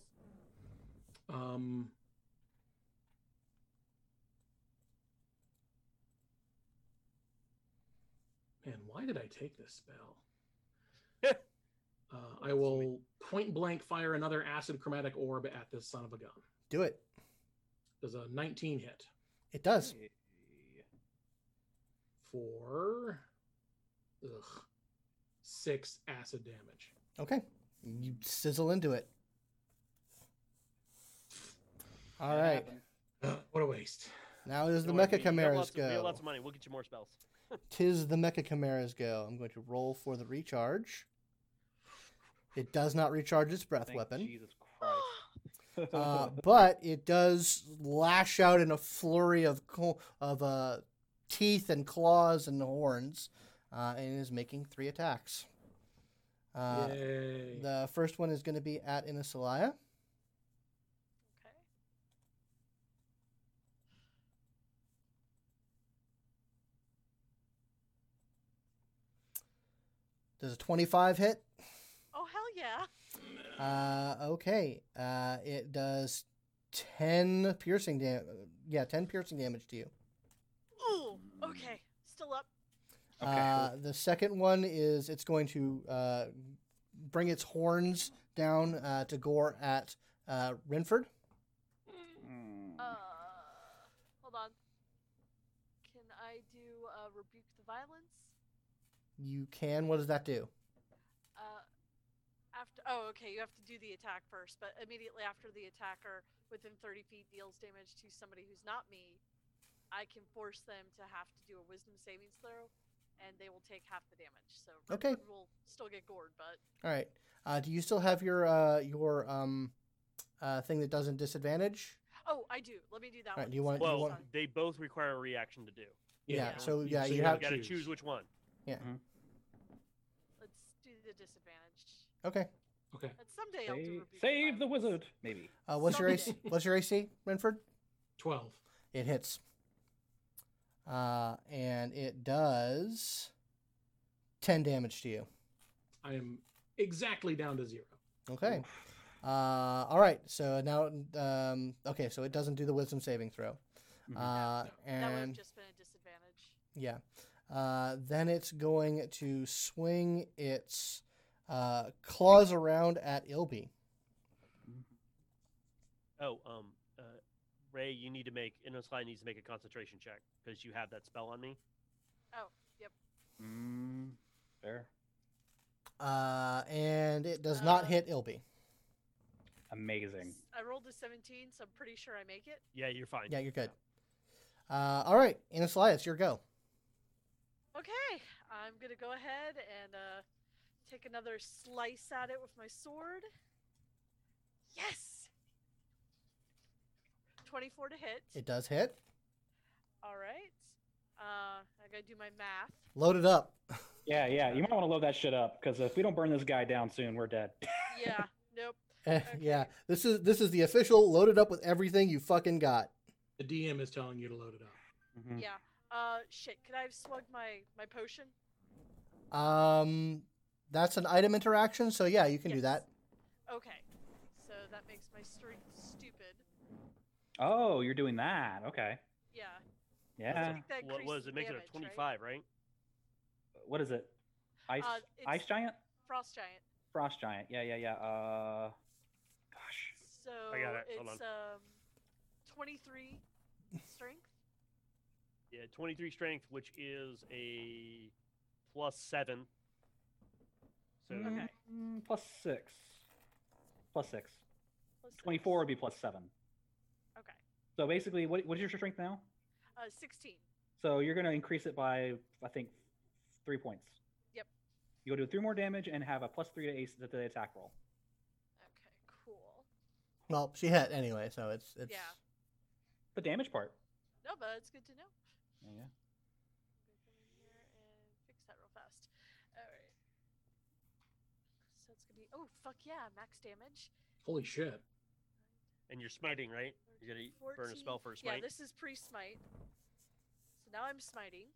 [SPEAKER 6] Um, man, why did I take this (laughs) spell? uh, I will point blank fire another acid chromatic orb at this son of a gun.
[SPEAKER 2] Do it.
[SPEAKER 6] Does a 19 hit
[SPEAKER 2] It does.
[SPEAKER 6] for ugh, six acid damage.
[SPEAKER 2] Okay. You sizzle into it. All right.
[SPEAKER 6] (gasps) what a waste.
[SPEAKER 2] Now it is the
[SPEAKER 3] Don't worry, we-
[SPEAKER 2] Mecha
[SPEAKER 3] we have
[SPEAKER 2] Chimera's
[SPEAKER 3] lots of- We have
[SPEAKER 2] go.
[SPEAKER 3] lots of money. We'll get you more spells.
[SPEAKER 2] Tis the Mecha Chimera's go. I'm going to roll for the recharge. It does not recharge its breath
[SPEAKER 5] Thank (laughs)
[SPEAKER 2] weapon,
[SPEAKER 5] Jesus Christ.
[SPEAKER 2] (gasps)
[SPEAKER 5] (laughs)
[SPEAKER 2] uh, but it does lash out in a flurry of co- of uh, teeth and claws and horns, uh, and is making three attacks. Uh,
[SPEAKER 6] Yay.
[SPEAKER 2] the first one is going to be at Inasalaya.
[SPEAKER 4] Okay.
[SPEAKER 2] Does a 25 hit?
[SPEAKER 4] Oh hell yeah!
[SPEAKER 2] Uh, okay. Uh, it does ten piercing damage. Yeah, ten piercing damage to you.
[SPEAKER 4] Ooh. Okay. Still up.
[SPEAKER 5] Okay,
[SPEAKER 2] Uh, the second one is it's going to uh, bring its horns down uh, to gore at uh, Renford.
[SPEAKER 5] Mm.
[SPEAKER 4] Uh, hold on. Can I do uh, rebuke the violence?
[SPEAKER 2] You can. What does that do?
[SPEAKER 4] Uh, after oh okay, you have to do the attack first, but immediately after the attacker within 30 feet deals damage to somebody who's not me, I can force them to have to do a Wisdom savings throw, and they will take half the damage. So
[SPEAKER 2] Okay.
[SPEAKER 4] Redwood will still get gored, but
[SPEAKER 2] All right. Uh, do you still have your uh, your um, uh, thing that doesn't disadvantage?
[SPEAKER 4] oh, I do. Let me do that
[SPEAKER 2] Alright, do Uh,
[SPEAKER 4] one.
[SPEAKER 2] you want- do you
[SPEAKER 4] Sorry.
[SPEAKER 3] Well,
[SPEAKER 2] want-
[SPEAKER 3] they both require a reaction to do.
[SPEAKER 2] Yeah, so,
[SPEAKER 6] you-
[SPEAKER 2] yeah, you
[SPEAKER 3] You
[SPEAKER 2] have-
[SPEAKER 3] got to choose which one.
[SPEAKER 4] Let's do the disadvantage.
[SPEAKER 2] Okay.
[SPEAKER 6] Okay.
[SPEAKER 4] And someday I'll do
[SPEAKER 5] Save,
[SPEAKER 4] rebuke
[SPEAKER 5] save the
[SPEAKER 4] violence.
[SPEAKER 5] wizard, maybe.
[SPEAKER 2] Uh, what's your AC?
[SPEAKER 4] Someday.
[SPEAKER 2] What's your AC, Renford?
[SPEAKER 6] 12.
[SPEAKER 2] It hits. Uh, and it does ten damage to you.
[SPEAKER 6] I am exactly down to zero.
[SPEAKER 2] Okay. Uh, all right. So now, um, okay. So it doesn't do the wisdom saving throw.
[SPEAKER 5] Mhm.
[SPEAKER 2] Uh,
[SPEAKER 4] That would have
[SPEAKER 2] and
[SPEAKER 4] just been a disadvantage.
[SPEAKER 2] yeah. Uh, then it's going to swing its uh, claws around at Ilby.
[SPEAKER 3] Oh, um, uh, Ray, you need to make Inoslai needs to make a concentration check because you have that spell on me.
[SPEAKER 4] Oh, yep.
[SPEAKER 5] Mm, fair.
[SPEAKER 2] Uh, and it does not
[SPEAKER 4] Uh,
[SPEAKER 2] hit Ilby.
[SPEAKER 5] Amazing.
[SPEAKER 4] S- I rolled a 17, so I'm pretty sure I make it.
[SPEAKER 3] Yeah, you're fine.
[SPEAKER 2] Yeah, you're good. Uh, all right, Anaslai, it's your go.
[SPEAKER 4] Okay, I'm gonna go ahead and uh, take another slice at it with my sword. Yes! 24 to hit.
[SPEAKER 2] It does hit.
[SPEAKER 4] All right. Uh, I gotta do my math.
[SPEAKER 2] Load it up. (laughs)
[SPEAKER 5] Yeah, yeah. You might want to load that shit up because if we don't burn this guy down soon, we're (laughs) dead.
[SPEAKER 4] Yeah, nope.
[SPEAKER 2] Eh, Yeah,
[SPEAKER 4] Okay.
[SPEAKER 2] this is this is the official. Load it up with everything you fucking got.
[SPEAKER 6] The DM is telling you to load it up.
[SPEAKER 5] Mhm.
[SPEAKER 4] Yeah. Uh, shit, could I have slugged my, my potion?
[SPEAKER 2] Um, that's an item interaction, so yeah, you can do
[SPEAKER 4] Yes.
[SPEAKER 2] that.
[SPEAKER 4] Okay. So that makes my strength stupid.
[SPEAKER 5] Oh, you're doing that. Okay.
[SPEAKER 4] Yeah.
[SPEAKER 5] Yeah.
[SPEAKER 4] think that
[SPEAKER 3] What was
[SPEAKER 4] increases
[SPEAKER 3] it? Makes
[SPEAKER 4] damage,
[SPEAKER 3] it a
[SPEAKER 4] right?
[SPEAKER 3] 25, right?
[SPEAKER 5] What is it? Ice
[SPEAKER 4] Uh, it's
[SPEAKER 5] Ice Giant?
[SPEAKER 4] Frost Giant.
[SPEAKER 5] Frost Giant. Yeah, yeah, yeah. Uh gosh.
[SPEAKER 4] So
[SPEAKER 3] got it, hold
[SPEAKER 4] it's um, 23 strength.
[SPEAKER 3] Yeah, 23 strength, which is a plus seven. So
[SPEAKER 4] Okay.
[SPEAKER 5] Mm, plus 6. Plus 6.
[SPEAKER 4] plus six.
[SPEAKER 5] 24 would be plus 7.
[SPEAKER 4] Okay.
[SPEAKER 5] So basically what what is your strength now?
[SPEAKER 4] Uh, 16.
[SPEAKER 5] So you're going to increase it by I think 3 points.
[SPEAKER 4] Yep.
[SPEAKER 5] You'll do 3 more damage and have a plus 3 to ace to the attack roll.
[SPEAKER 4] Okay, cool.
[SPEAKER 2] Well, she hit anyway, so it's it's.
[SPEAKER 4] Yeah.
[SPEAKER 5] The damage part.
[SPEAKER 4] No, but it's good to know.
[SPEAKER 5] Yeah.
[SPEAKER 4] I'm gonna come in here and fix that real fast. Alright. So it's gonna be. Oh, fuck yeah, max damage.
[SPEAKER 6] Holy shit.
[SPEAKER 3] and you're smiting, right? You're gonna burn a
[SPEAKER 4] 14.
[SPEAKER 3] spell for a smite.
[SPEAKER 4] Yeah, this is pre smite. So now I'm smiting.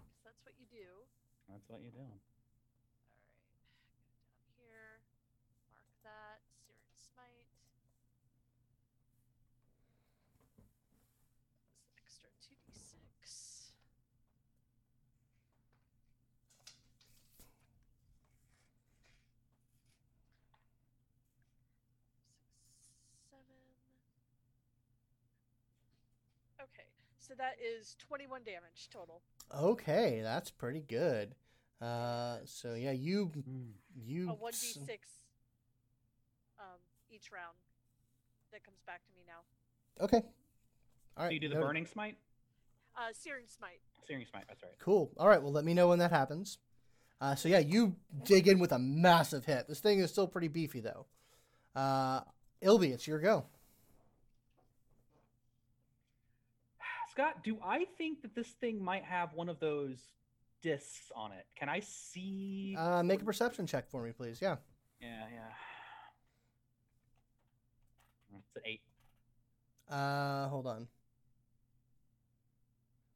[SPEAKER 4] 'Cause that's what you do.
[SPEAKER 5] That's what you do.
[SPEAKER 4] Alright, go down here. Mark that. Searing Smite. That's an extra 2d6. Six, seven. Okay, so that is 21 damage total.
[SPEAKER 2] Okay, that's pretty good. Uh, so yeah, you you
[SPEAKER 4] a one
[SPEAKER 2] s-
[SPEAKER 4] d six um each round that comes back to me now.
[SPEAKER 2] Okay. All right.
[SPEAKER 5] So you do the
[SPEAKER 2] noted.
[SPEAKER 5] burning smite?
[SPEAKER 4] Uh Searing Smite.
[SPEAKER 5] Searing smite, that's right.
[SPEAKER 2] Cool. All right. Well, let me know when that happens. Uh, so yeah, you dig in with a massive hit. This thing is still pretty beefy though. Uh, Ilby, it's your go.
[SPEAKER 5] Scott, do I think that this thing might have one of those discs on it? Can I see?
[SPEAKER 2] Uh, make a perception check for me, please. Yeah.
[SPEAKER 5] yeah, yeah. Mm, It's an eight.
[SPEAKER 2] Uh, hold on.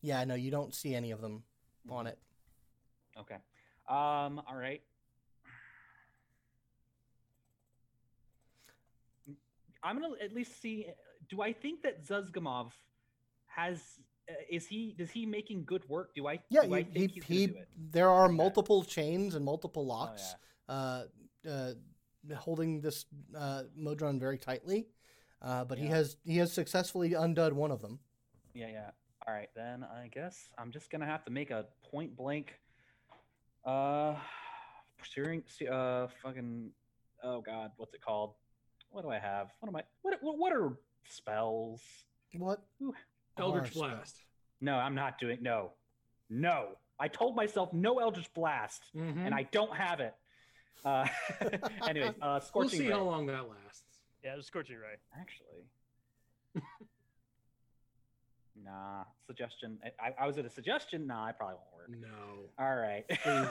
[SPEAKER 2] Yeah, no, you don't see any of them on it.
[SPEAKER 5] Okay. Um. All right. I'm gonna at least see. Do I think that Zuzgamov has? Uh, is he? Does he making good work? Do I?
[SPEAKER 2] Yeah,
[SPEAKER 5] do I
[SPEAKER 2] you, he,
[SPEAKER 5] think he's
[SPEAKER 2] he,
[SPEAKER 5] gonna do it?
[SPEAKER 2] there are
[SPEAKER 5] Okay.
[SPEAKER 2] multiple chains and multiple
[SPEAKER 5] Oh,
[SPEAKER 2] locks
[SPEAKER 5] yeah.
[SPEAKER 2] uh, uh, holding this uh, Modron very tightly, uh, but he
[SPEAKER 5] Yeah.
[SPEAKER 2] has he has successfully undone one of them.
[SPEAKER 5] Yeah, yeah. All right, then I guess I'm just gonna have to make a point blank. Uh, searing. se- Uh, fucking. Oh God, what's it called? What do I have? What am I? What? What, what are spells?
[SPEAKER 2] What?
[SPEAKER 6] Eldritch
[SPEAKER 2] Horror spell.
[SPEAKER 6] Blast.
[SPEAKER 5] No, I'm not doing no. No. I told myself no Eldritch Blast, and I don't have it. Uh, (laughs) anyways, uh,
[SPEAKER 6] we'll
[SPEAKER 5] Scorching
[SPEAKER 6] see
[SPEAKER 5] Ray,
[SPEAKER 6] how long that lasts.
[SPEAKER 3] Yeah, it was Scorching Ray.
[SPEAKER 5] Actually. (laughs) nah, suggestion. I- I, I was at a suggestion. Nah, I probably won't work.
[SPEAKER 6] No.
[SPEAKER 5] All right.
[SPEAKER 6] The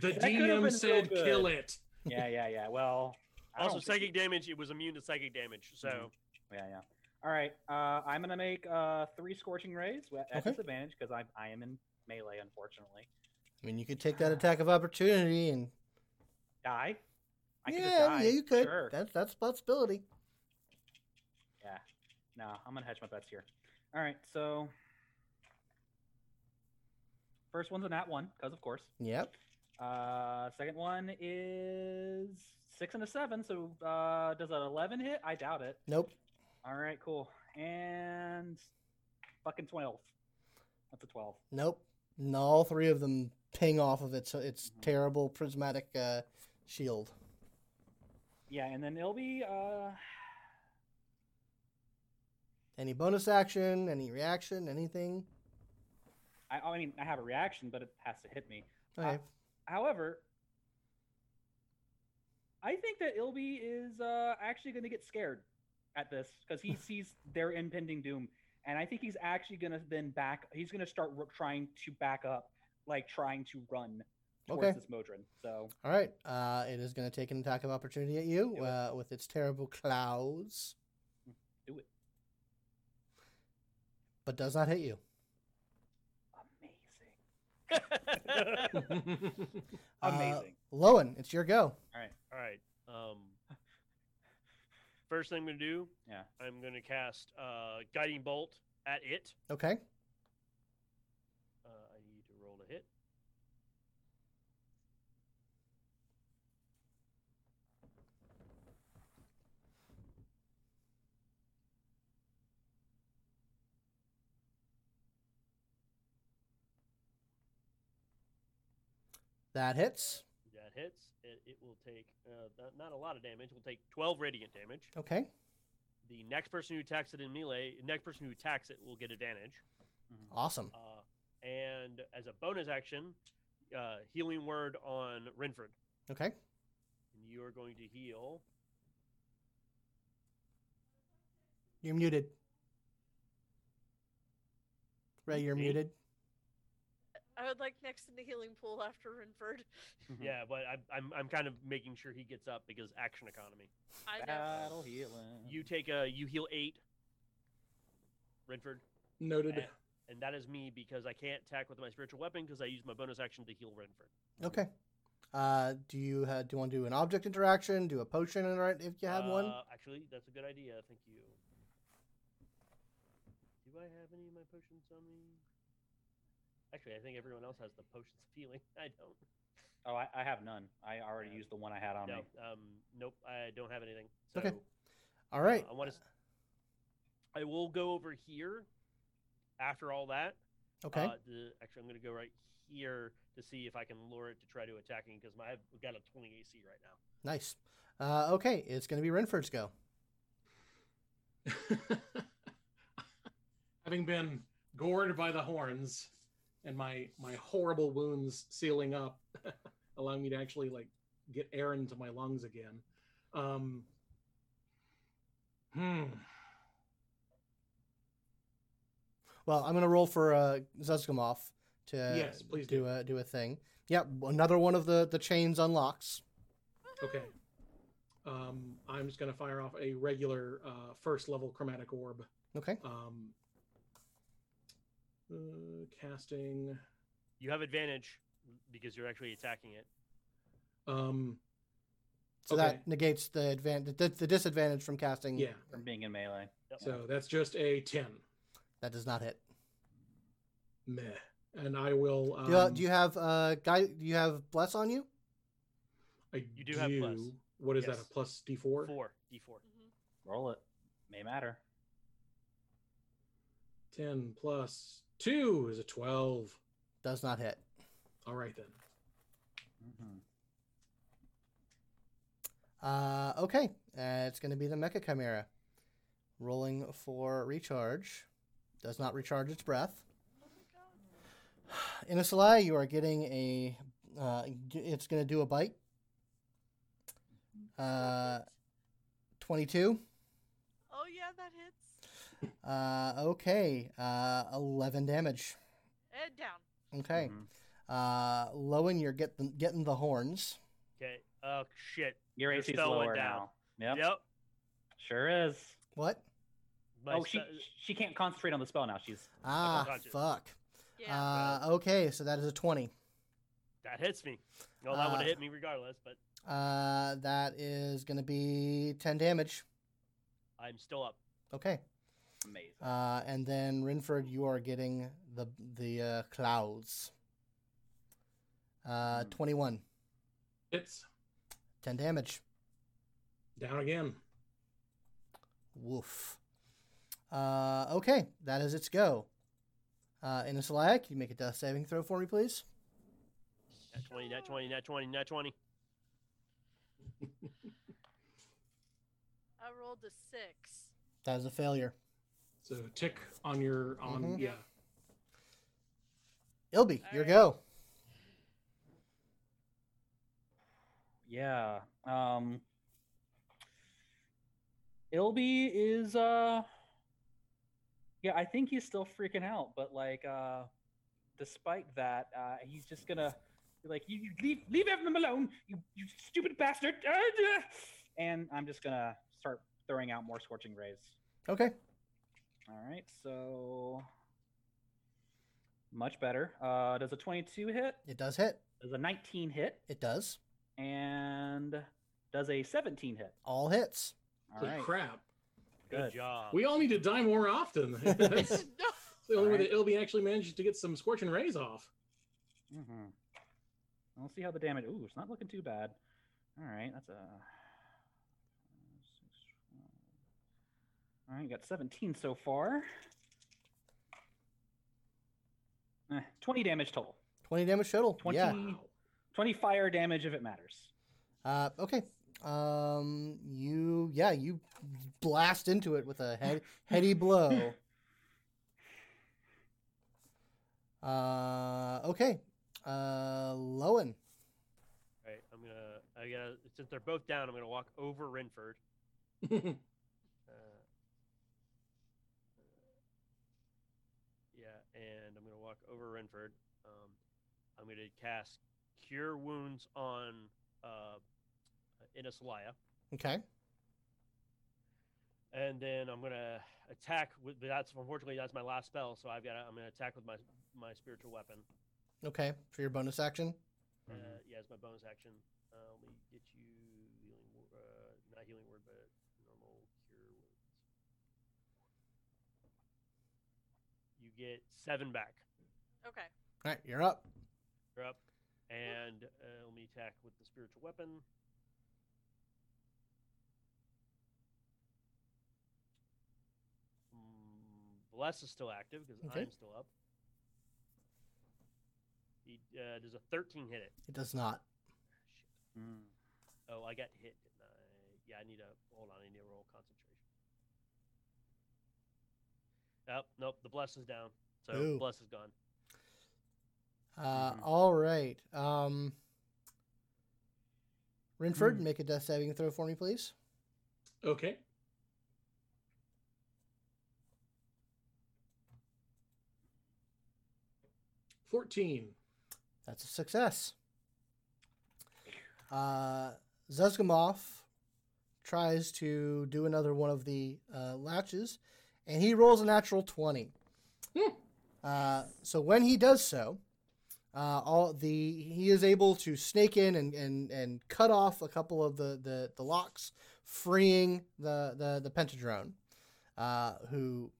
[SPEAKER 5] That could've been
[SPEAKER 6] DM
[SPEAKER 5] so
[SPEAKER 6] said
[SPEAKER 5] good.
[SPEAKER 6] kill it.
[SPEAKER 5] (laughs) yeah, yeah, yeah. Well, I
[SPEAKER 3] Also,
[SPEAKER 5] don't think-
[SPEAKER 3] psychic damage. It was immune to psychic damage. So
[SPEAKER 5] Yeah, yeah. All right. Uh, I'm gonna make uh, three scorching rays wi- at
[SPEAKER 2] Okay.
[SPEAKER 5] disadvantage because I I am in melee, unfortunately.
[SPEAKER 2] I mean, you could take that attack of opportunity and
[SPEAKER 5] Die. I could just
[SPEAKER 2] yeah,
[SPEAKER 5] die.
[SPEAKER 2] yeah, you could.
[SPEAKER 5] Sure.
[SPEAKER 2] That's that's a possibility.
[SPEAKER 5] Yeah. No, I'm gonna hedge my bets here. All right. So first one's a nat one, because of course.
[SPEAKER 2] Yep.
[SPEAKER 5] Uh, second one is six and a seven. So uh, does an eleven hit? I doubt it.
[SPEAKER 2] Nope.
[SPEAKER 5] All right. Cool. And fucking twelve. That's a twelve.
[SPEAKER 2] Nope. And all three of them ping off of it, so it's
[SPEAKER 5] Mhm.
[SPEAKER 2] terrible prismatic uh, shield.
[SPEAKER 5] Yeah, and then it'll be uh
[SPEAKER 2] Any bonus action? Any reaction? Anything?
[SPEAKER 5] I, I mean I have a reaction, but it has to hit me.
[SPEAKER 2] Okay.
[SPEAKER 5] However, I think that Ilby is uh, actually going to get scared at this because
[SPEAKER 2] (laughs)
[SPEAKER 5] he sees their impending doom, and I think he's actually going to then back. He's going to start ro- trying to back up, like trying to run towards
[SPEAKER 2] Okay.
[SPEAKER 5] this Modron. So
[SPEAKER 2] All right. Uh, it is going to take an attack of opportunity at you
[SPEAKER 5] Do it.
[SPEAKER 2] uh, with its terrible claws.
[SPEAKER 5] Do it.
[SPEAKER 2] But does not hit you.
[SPEAKER 5] amazing,
[SPEAKER 2] Uh,
[SPEAKER 5] amazing.
[SPEAKER 2] Lowen, it's your go.
[SPEAKER 3] (laughs) All right. Um, first thing I'm gonna do.
[SPEAKER 5] Yeah.
[SPEAKER 3] I'm gonna cast uh, guiding bolt at it.
[SPEAKER 2] Okay.
[SPEAKER 3] Uh, I need to roll a hit.
[SPEAKER 2] That hits.
[SPEAKER 3] That hits. It, it will take uh, not, not a lot of damage. We'll take 12 radiant damage.
[SPEAKER 2] Okay.
[SPEAKER 3] The next person who attacks it in melee, next person who attacks it will get advantage.
[SPEAKER 5] Mm-hmm.
[SPEAKER 2] Awesome.
[SPEAKER 3] Uh, and as a bonus action, uh, healing word on Renford.
[SPEAKER 2] Okay.
[SPEAKER 3] And you are going to heal.
[SPEAKER 2] You're muted. Ray, you're
[SPEAKER 3] Me?
[SPEAKER 2] muted.
[SPEAKER 4] I would like next in the healing pool after Renford. (laughs)
[SPEAKER 5] Mm-hmm. Hmm.
[SPEAKER 3] Yeah, but I, I'm I'm kind of making sure he gets up because action economy.
[SPEAKER 4] I know.
[SPEAKER 5] battle healing.
[SPEAKER 3] You take a you heal eight, Renford,
[SPEAKER 6] Noted.
[SPEAKER 3] and that is me because I can't attack with my spiritual weapon because I use my bonus action to heal Renford.
[SPEAKER 2] Okay. Uh, do you ha- do you want to do an object interaction? Do a potion interact if you have one?
[SPEAKER 3] Uh, Actually, that's a good idea. Thank you. Do I have any of my potions on me? Actually, I think everyone else has the potions (laughs) of healing. I don't.
[SPEAKER 5] Oh, I, I have none. I already
[SPEAKER 3] Yeah.
[SPEAKER 5] used the one I had on
[SPEAKER 3] no.
[SPEAKER 5] me.
[SPEAKER 3] Um, nope. I don't have anything. So,
[SPEAKER 2] Okay. All right.
[SPEAKER 3] Uh, I want to. I will go over here. After all that,
[SPEAKER 2] Okay.
[SPEAKER 3] Uh, the, actually, I'm going to go right here to see if I can lure it to try to attacking because my I've got a 20 AC right now.
[SPEAKER 2] nice. Uh, okay. It's going to be Renford's go.
[SPEAKER 6] (laughs) Having been gored by the horns and my my horrible wounds sealing up, (laughs) allowing me to actually like get air into my lungs again. Um, hmm.
[SPEAKER 2] Well, I'm going to roll for uh, Zuzgamov to
[SPEAKER 6] Yes, please
[SPEAKER 2] do
[SPEAKER 6] do.
[SPEAKER 2] a do a thing. Yep. Another one of the the chains unlocks.
[SPEAKER 6] Okay. Um, I'm just gonna fire off a regular uh, first level chromatic orb.
[SPEAKER 2] Okay.
[SPEAKER 6] Um, uh, casting.
[SPEAKER 3] You have advantage because you're actually attacking it.
[SPEAKER 6] Um,
[SPEAKER 2] So
[SPEAKER 6] Okay.
[SPEAKER 2] that negates the advantage the, the disadvantage from casting.
[SPEAKER 6] yeah.
[SPEAKER 5] From being in melee.
[SPEAKER 3] Yep.
[SPEAKER 6] So that's just a ten.
[SPEAKER 2] That does not hit.
[SPEAKER 6] Meh. And I will. Um,
[SPEAKER 2] Do you, do you have uh guy? Do you have bless on you?
[SPEAKER 6] I
[SPEAKER 3] You do have plus.
[SPEAKER 6] What is that?
[SPEAKER 3] Yes.
[SPEAKER 6] A plus D four?
[SPEAKER 3] Four D4.
[SPEAKER 4] Mhm.
[SPEAKER 5] Roll it. May matter.
[SPEAKER 6] Ten plus two is a twelve.
[SPEAKER 2] Does not hit.
[SPEAKER 6] All right then.
[SPEAKER 5] Mm-hmm.
[SPEAKER 2] Uh, okay, uh, it's going to be the Mecha Chimera. Rolling for recharge. Does not recharge its breath. (sighs) In a Salai, you are getting a. Uh, g- it's going to do a bite. Uh, 22.
[SPEAKER 4] Oh yeah, that hits.
[SPEAKER 2] Uh, okay. Uh, 11 damage.
[SPEAKER 4] And down.
[SPEAKER 2] Okay.
[SPEAKER 5] Mhm.
[SPEAKER 2] Uh, Lowen, you're get the, getting the horns.
[SPEAKER 3] Okay. Oh shit.
[SPEAKER 5] Your
[SPEAKER 3] Your
[SPEAKER 5] AC's
[SPEAKER 3] spell went
[SPEAKER 5] lower
[SPEAKER 3] down.
[SPEAKER 5] now. Yep.
[SPEAKER 3] Yep.
[SPEAKER 5] Sure is.
[SPEAKER 2] What?
[SPEAKER 3] My uh,
[SPEAKER 5] oh, she
[SPEAKER 3] spell-
[SPEAKER 5] she can't concentrate on the spell now. She's
[SPEAKER 2] Ah,
[SPEAKER 3] gotcha.
[SPEAKER 2] fuck.
[SPEAKER 4] Yeah.
[SPEAKER 2] Uh, okay, so that is a 20.
[SPEAKER 3] that hits me. Well, that would
[SPEAKER 2] Uh,
[SPEAKER 3] have hit me regardless, but
[SPEAKER 2] Uh, that is going to be 10 damage.
[SPEAKER 3] I'm still up.
[SPEAKER 2] Okay.
[SPEAKER 5] amazing.
[SPEAKER 2] Uh, and then Rinford, you are getting the the uh, clouds. Uh,
[SPEAKER 5] Hmm.
[SPEAKER 2] 21,
[SPEAKER 6] It's
[SPEAKER 2] 10 damage.
[SPEAKER 6] down again.
[SPEAKER 2] Woof. Uh, okay, that is its go. Uh, Inisaliah, can you make a death saving throw for me, please?
[SPEAKER 3] Nat 20, nat 20, nat 20, nat 20.
[SPEAKER 4] I rolled a
[SPEAKER 2] (laughs)
[SPEAKER 4] six.
[SPEAKER 2] That is a failure.
[SPEAKER 6] So tick on your on
[SPEAKER 2] Mhm.
[SPEAKER 6] yeah.
[SPEAKER 2] Ilby,
[SPEAKER 4] All
[SPEAKER 2] your
[SPEAKER 4] right.
[SPEAKER 2] go.
[SPEAKER 5] Yeah. Um Ilby is uh yeah, I think he's still freaking out, but like uh despite that, uh he's just gonna be like you, you leave leave Evan alone, you you stupid bastard. Ah, ah." And I'm just gonna start throwing out more scorching rays.
[SPEAKER 2] Okay.
[SPEAKER 5] Alright, so much better. Uh does a twenty two hit?
[SPEAKER 2] It does hit.
[SPEAKER 5] Does a nineteen hit?
[SPEAKER 2] It does.
[SPEAKER 5] And does a seventeen hit?
[SPEAKER 2] All hits.
[SPEAKER 5] All
[SPEAKER 6] Holy
[SPEAKER 5] right.
[SPEAKER 6] crap.
[SPEAKER 3] Good
[SPEAKER 5] Good.
[SPEAKER 3] job.
[SPEAKER 6] We all need to die more often. (laughs) That's the
[SPEAKER 4] (laughs) no.
[SPEAKER 6] only way
[SPEAKER 5] Alright.
[SPEAKER 6] that Ilby actually manages to get some scorching rays off. (laughs)
[SPEAKER 5] Mm-hmm. We'll see how the damage. Ooh, it's not looking too bad. All right, that's a. All right, you got 17 so far. Eh, 20 damage total.
[SPEAKER 2] 20 damage total.
[SPEAKER 5] 20,
[SPEAKER 2] Yeah.
[SPEAKER 6] Wow.
[SPEAKER 5] 20 fire damage if it matters.
[SPEAKER 2] Uh, okay. Um, you, yeah, you blast into it with a head, heady blow. Uh, okay. Uh, Lowen.
[SPEAKER 3] All right, I'm gonna. I gotta. Since they're both down, I'm gonna walk over Renford. Uh, yeah, and I'm gonna walk over Renford. Um, I'm gonna cast Cure Wounds on uh, Inesalaya,
[SPEAKER 2] Okay.
[SPEAKER 3] and then I'm gonna attack with. But that's unfortunately that's my last spell, so I've got. to I'm gonna attack with my my spiritual weapon.
[SPEAKER 2] Okay. For your bonus action.
[SPEAKER 3] Uh, yeah, as my bonus action, uh, let me get you healing, wo- uh, not healing word, but normal cure wounds. You get seven back.
[SPEAKER 4] Okay.
[SPEAKER 2] All right. You're up.
[SPEAKER 3] You're up, and uh, let me attack with the spiritual weapon. Mm, Bless is still active because
[SPEAKER 2] Okay.
[SPEAKER 3] I'm still up. He, uh, does a 13 hit it?
[SPEAKER 2] It does not.
[SPEAKER 3] Shit.
[SPEAKER 5] Mm.
[SPEAKER 3] Oh, I got hit, didn't I? Yeah, I need to hold on. I need to roll concentration. Nope, Oh, nope. The bless is down, so
[SPEAKER 2] Ooh.
[SPEAKER 3] bless is gone.
[SPEAKER 2] Uh,
[SPEAKER 5] Mhm.
[SPEAKER 2] all right. Um, Rinford,
[SPEAKER 5] Hmm.
[SPEAKER 2] make a death saving throw for me, please.
[SPEAKER 6] Okay. Fourteen.
[SPEAKER 2] That's a success. Uh, Zuzgamov tries to do another one of the uh, latches, and he rolls a natural 20.
[SPEAKER 6] Hmm.
[SPEAKER 2] Uh, so when he does so, uh, all the he is able to snake in and, and, and cut off a couple of the, the, the locks, freeing the, the, the pentadrone, uh, who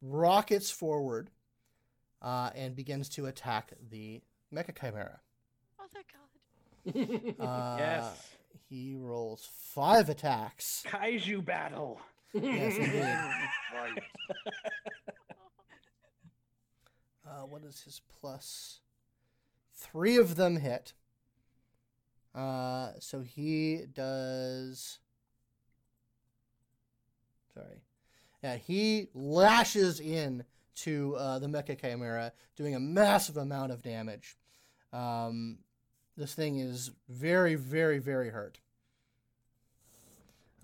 [SPEAKER 2] rockets forward uh, and begins to attack the mecha chimera.
[SPEAKER 4] Oh thank God.
[SPEAKER 6] (laughs)
[SPEAKER 2] Uh,
[SPEAKER 5] yes.
[SPEAKER 2] He rolls five attacks.
[SPEAKER 5] Kaiju battle.
[SPEAKER 2] Yes, indeed.
[SPEAKER 7] Right.
[SPEAKER 2] Uh, what is his plus? Three of them hit. Uh, so he does. Sorry. Yeah, he lashes in to uh, the Mecha Chimera, doing a massive amount of damage. Um, this thing is very, very, very hurt.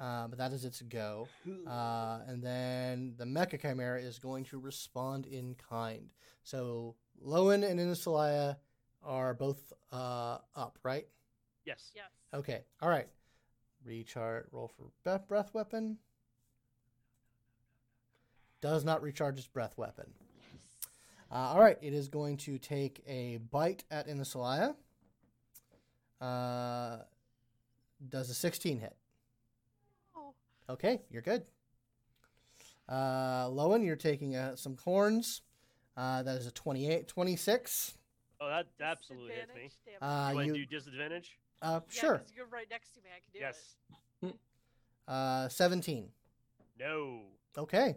[SPEAKER 2] Uh, but that is its go. Uh, and then the Mecha Chimera is going to respond in kind. So Lowen and Innisalaya are both uh, up, right?
[SPEAKER 3] Yes.
[SPEAKER 4] Yes.
[SPEAKER 2] Okay. All right. Recharge. Roll for be- breath weapon. Does not recharge its breath weapon. Uh, all right. It is going to take a bite at Innisalaya. Uh, does a 16 hit?
[SPEAKER 4] Oh,
[SPEAKER 2] Okay, you're good. Uh, Lowen, you're taking uh, some corns. Uh, that is a 28, 26.
[SPEAKER 3] Oh, that that absolutely hits me.
[SPEAKER 4] disadvantage? Damn it.
[SPEAKER 2] Uh,
[SPEAKER 3] you want to do
[SPEAKER 2] you,
[SPEAKER 3] disadvantage?
[SPEAKER 2] uh,
[SPEAKER 4] Yeah,
[SPEAKER 2] sure.
[SPEAKER 4] 'cause You're right next to me. I can do it.
[SPEAKER 3] yes.
[SPEAKER 2] Uh, 17.
[SPEAKER 3] No.
[SPEAKER 2] Okay.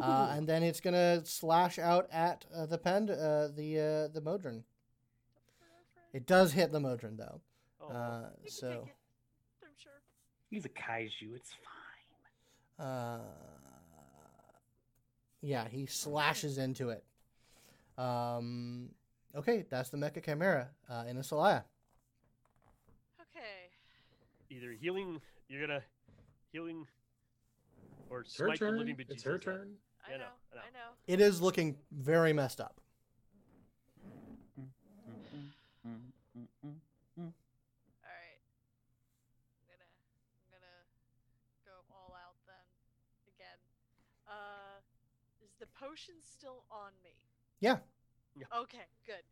[SPEAKER 2] Uh, and then it's gonna slash out at uh, the pend, uh, the uh, the modron. It does hit the modron though.
[SPEAKER 3] Oh,
[SPEAKER 2] Uh,
[SPEAKER 4] You can
[SPEAKER 2] so
[SPEAKER 4] take it. I'm sure.
[SPEAKER 5] (laughs) He's a kaiju. It's fine.
[SPEAKER 2] uh, yeah, he slashes into it. Um, okay, that's the mecha chimera uh, in a Solaya.
[SPEAKER 4] Okay.
[SPEAKER 3] either healing. You're gonna healing, or
[SPEAKER 6] It's her
[SPEAKER 3] smite the living
[SPEAKER 6] turn.
[SPEAKER 3] bejesus
[SPEAKER 6] It's her
[SPEAKER 3] out.
[SPEAKER 6] turn.
[SPEAKER 4] I
[SPEAKER 3] Yeah,
[SPEAKER 4] know.
[SPEAKER 3] no, I
[SPEAKER 4] I know.
[SPEAKER 2] It is looking very messed up.
[SPEAKER 4] All right. I'm gonna I'm gonna go all out then again. Uh is the potion still on me?
[SPEAKER 2] Yeah.
[SPEAKER 3] Yeah.
[SPEAKER 4] Okay, good.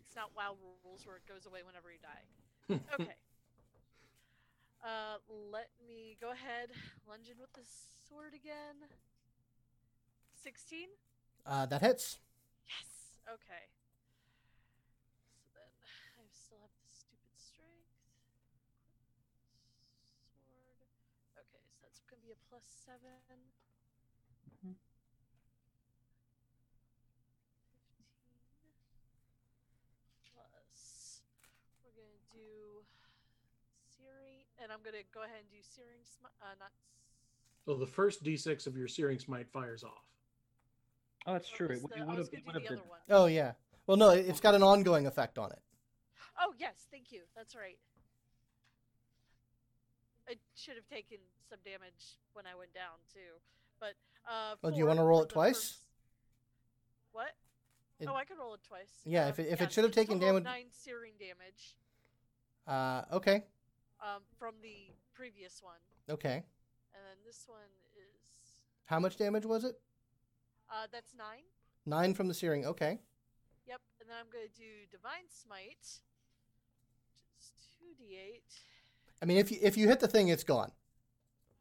[SPEAKER 4] It's not WoW rules where it goes away whenever you die. Okay. uh let me go ahead, lunge in with the sword again. Sixteen?
[SPEAKER 2] Uh, that hits.
[SPEAKER 4] Yes. Okay. So then I still have the stupid strength. Sword. Okay, so that's gonna be a plus seven.
[SPEAKER 5] Mhm.
[SPEAKER 4] 15 Plus, we're gonna do searing, and I'm gonna go ahead and do searing. Smi- uh, not. s-
[SPEAKER 6] So the first d6 of your searing smite fires off.
[SPEAKER 5] Oh, that's
[SPEAKER 4] what
[SPEAKER 5] true.
[SPEAKER 4] was
[SPEAKER 5] It, would-
[SPEAKER 4] the-
[SPEAKER 5] it
[SPEAKER 4] I
[SPEAKER 5] would
[SPEAKER 4] was
[SPEAKER 5] have.
[SPEAKER 4] gonna
[SPEAKER 5] It
[SPEAKER 4] do
[SPEAKER 5] would have
[SPEAKER 4] the
[SPEAKER 5] been.
[SPEAKER 4] other one.
[SPEAKER 2] Oh yeah. Well, no, it- it's got an ongoing effect on it.
[SPEAKER 4] Oh yes, thank you. That's right. I should have taken some damage when I went down too, but uh.
[SPEAKER 2] Oh, do you
[SPEAKER 4] four
[SPEAKER 2] wanna roll
[SPEAKER 4] for
[SPEAKER 2] it
[SPEAKER 4] the
[SPEAKER 2] twice?
[SPEAKER 4] first- What?
[SPEAKER 2] It-
[SPEAKER 4] oh, I could roll it twice.
[SPEAKER 2] Yeah, if
[SPEAKER 4] Um,
[SPEAKER 2] it- if it
[SPEAKER 4] so
[SPEAKER 2] should have
[SPEAKER 4] it's a
[SPEAKER 2] taken
[SPEAKER 4] total
[SPEAKER 2] damage-
[SPEAKER 4] of Nine searing damage,
[SPEAKER 2] Uh, okay.
[SPEAKER 4] um, from the previous one,
[SPEAKER 2] Okay.
[SPEAKER 4] and then this one is,
[SPEAKER 2] How much damage was it?
[SPEAKER 4] uh, that's nine.
[SPEAKER 2] Nine from the searing. Okay.
[SPEAKER 4] Yep, and then I'm gonna do divine smite, just two d eight.
[SPEAKER 2] I mean, if you if you hit the thing, it's gone.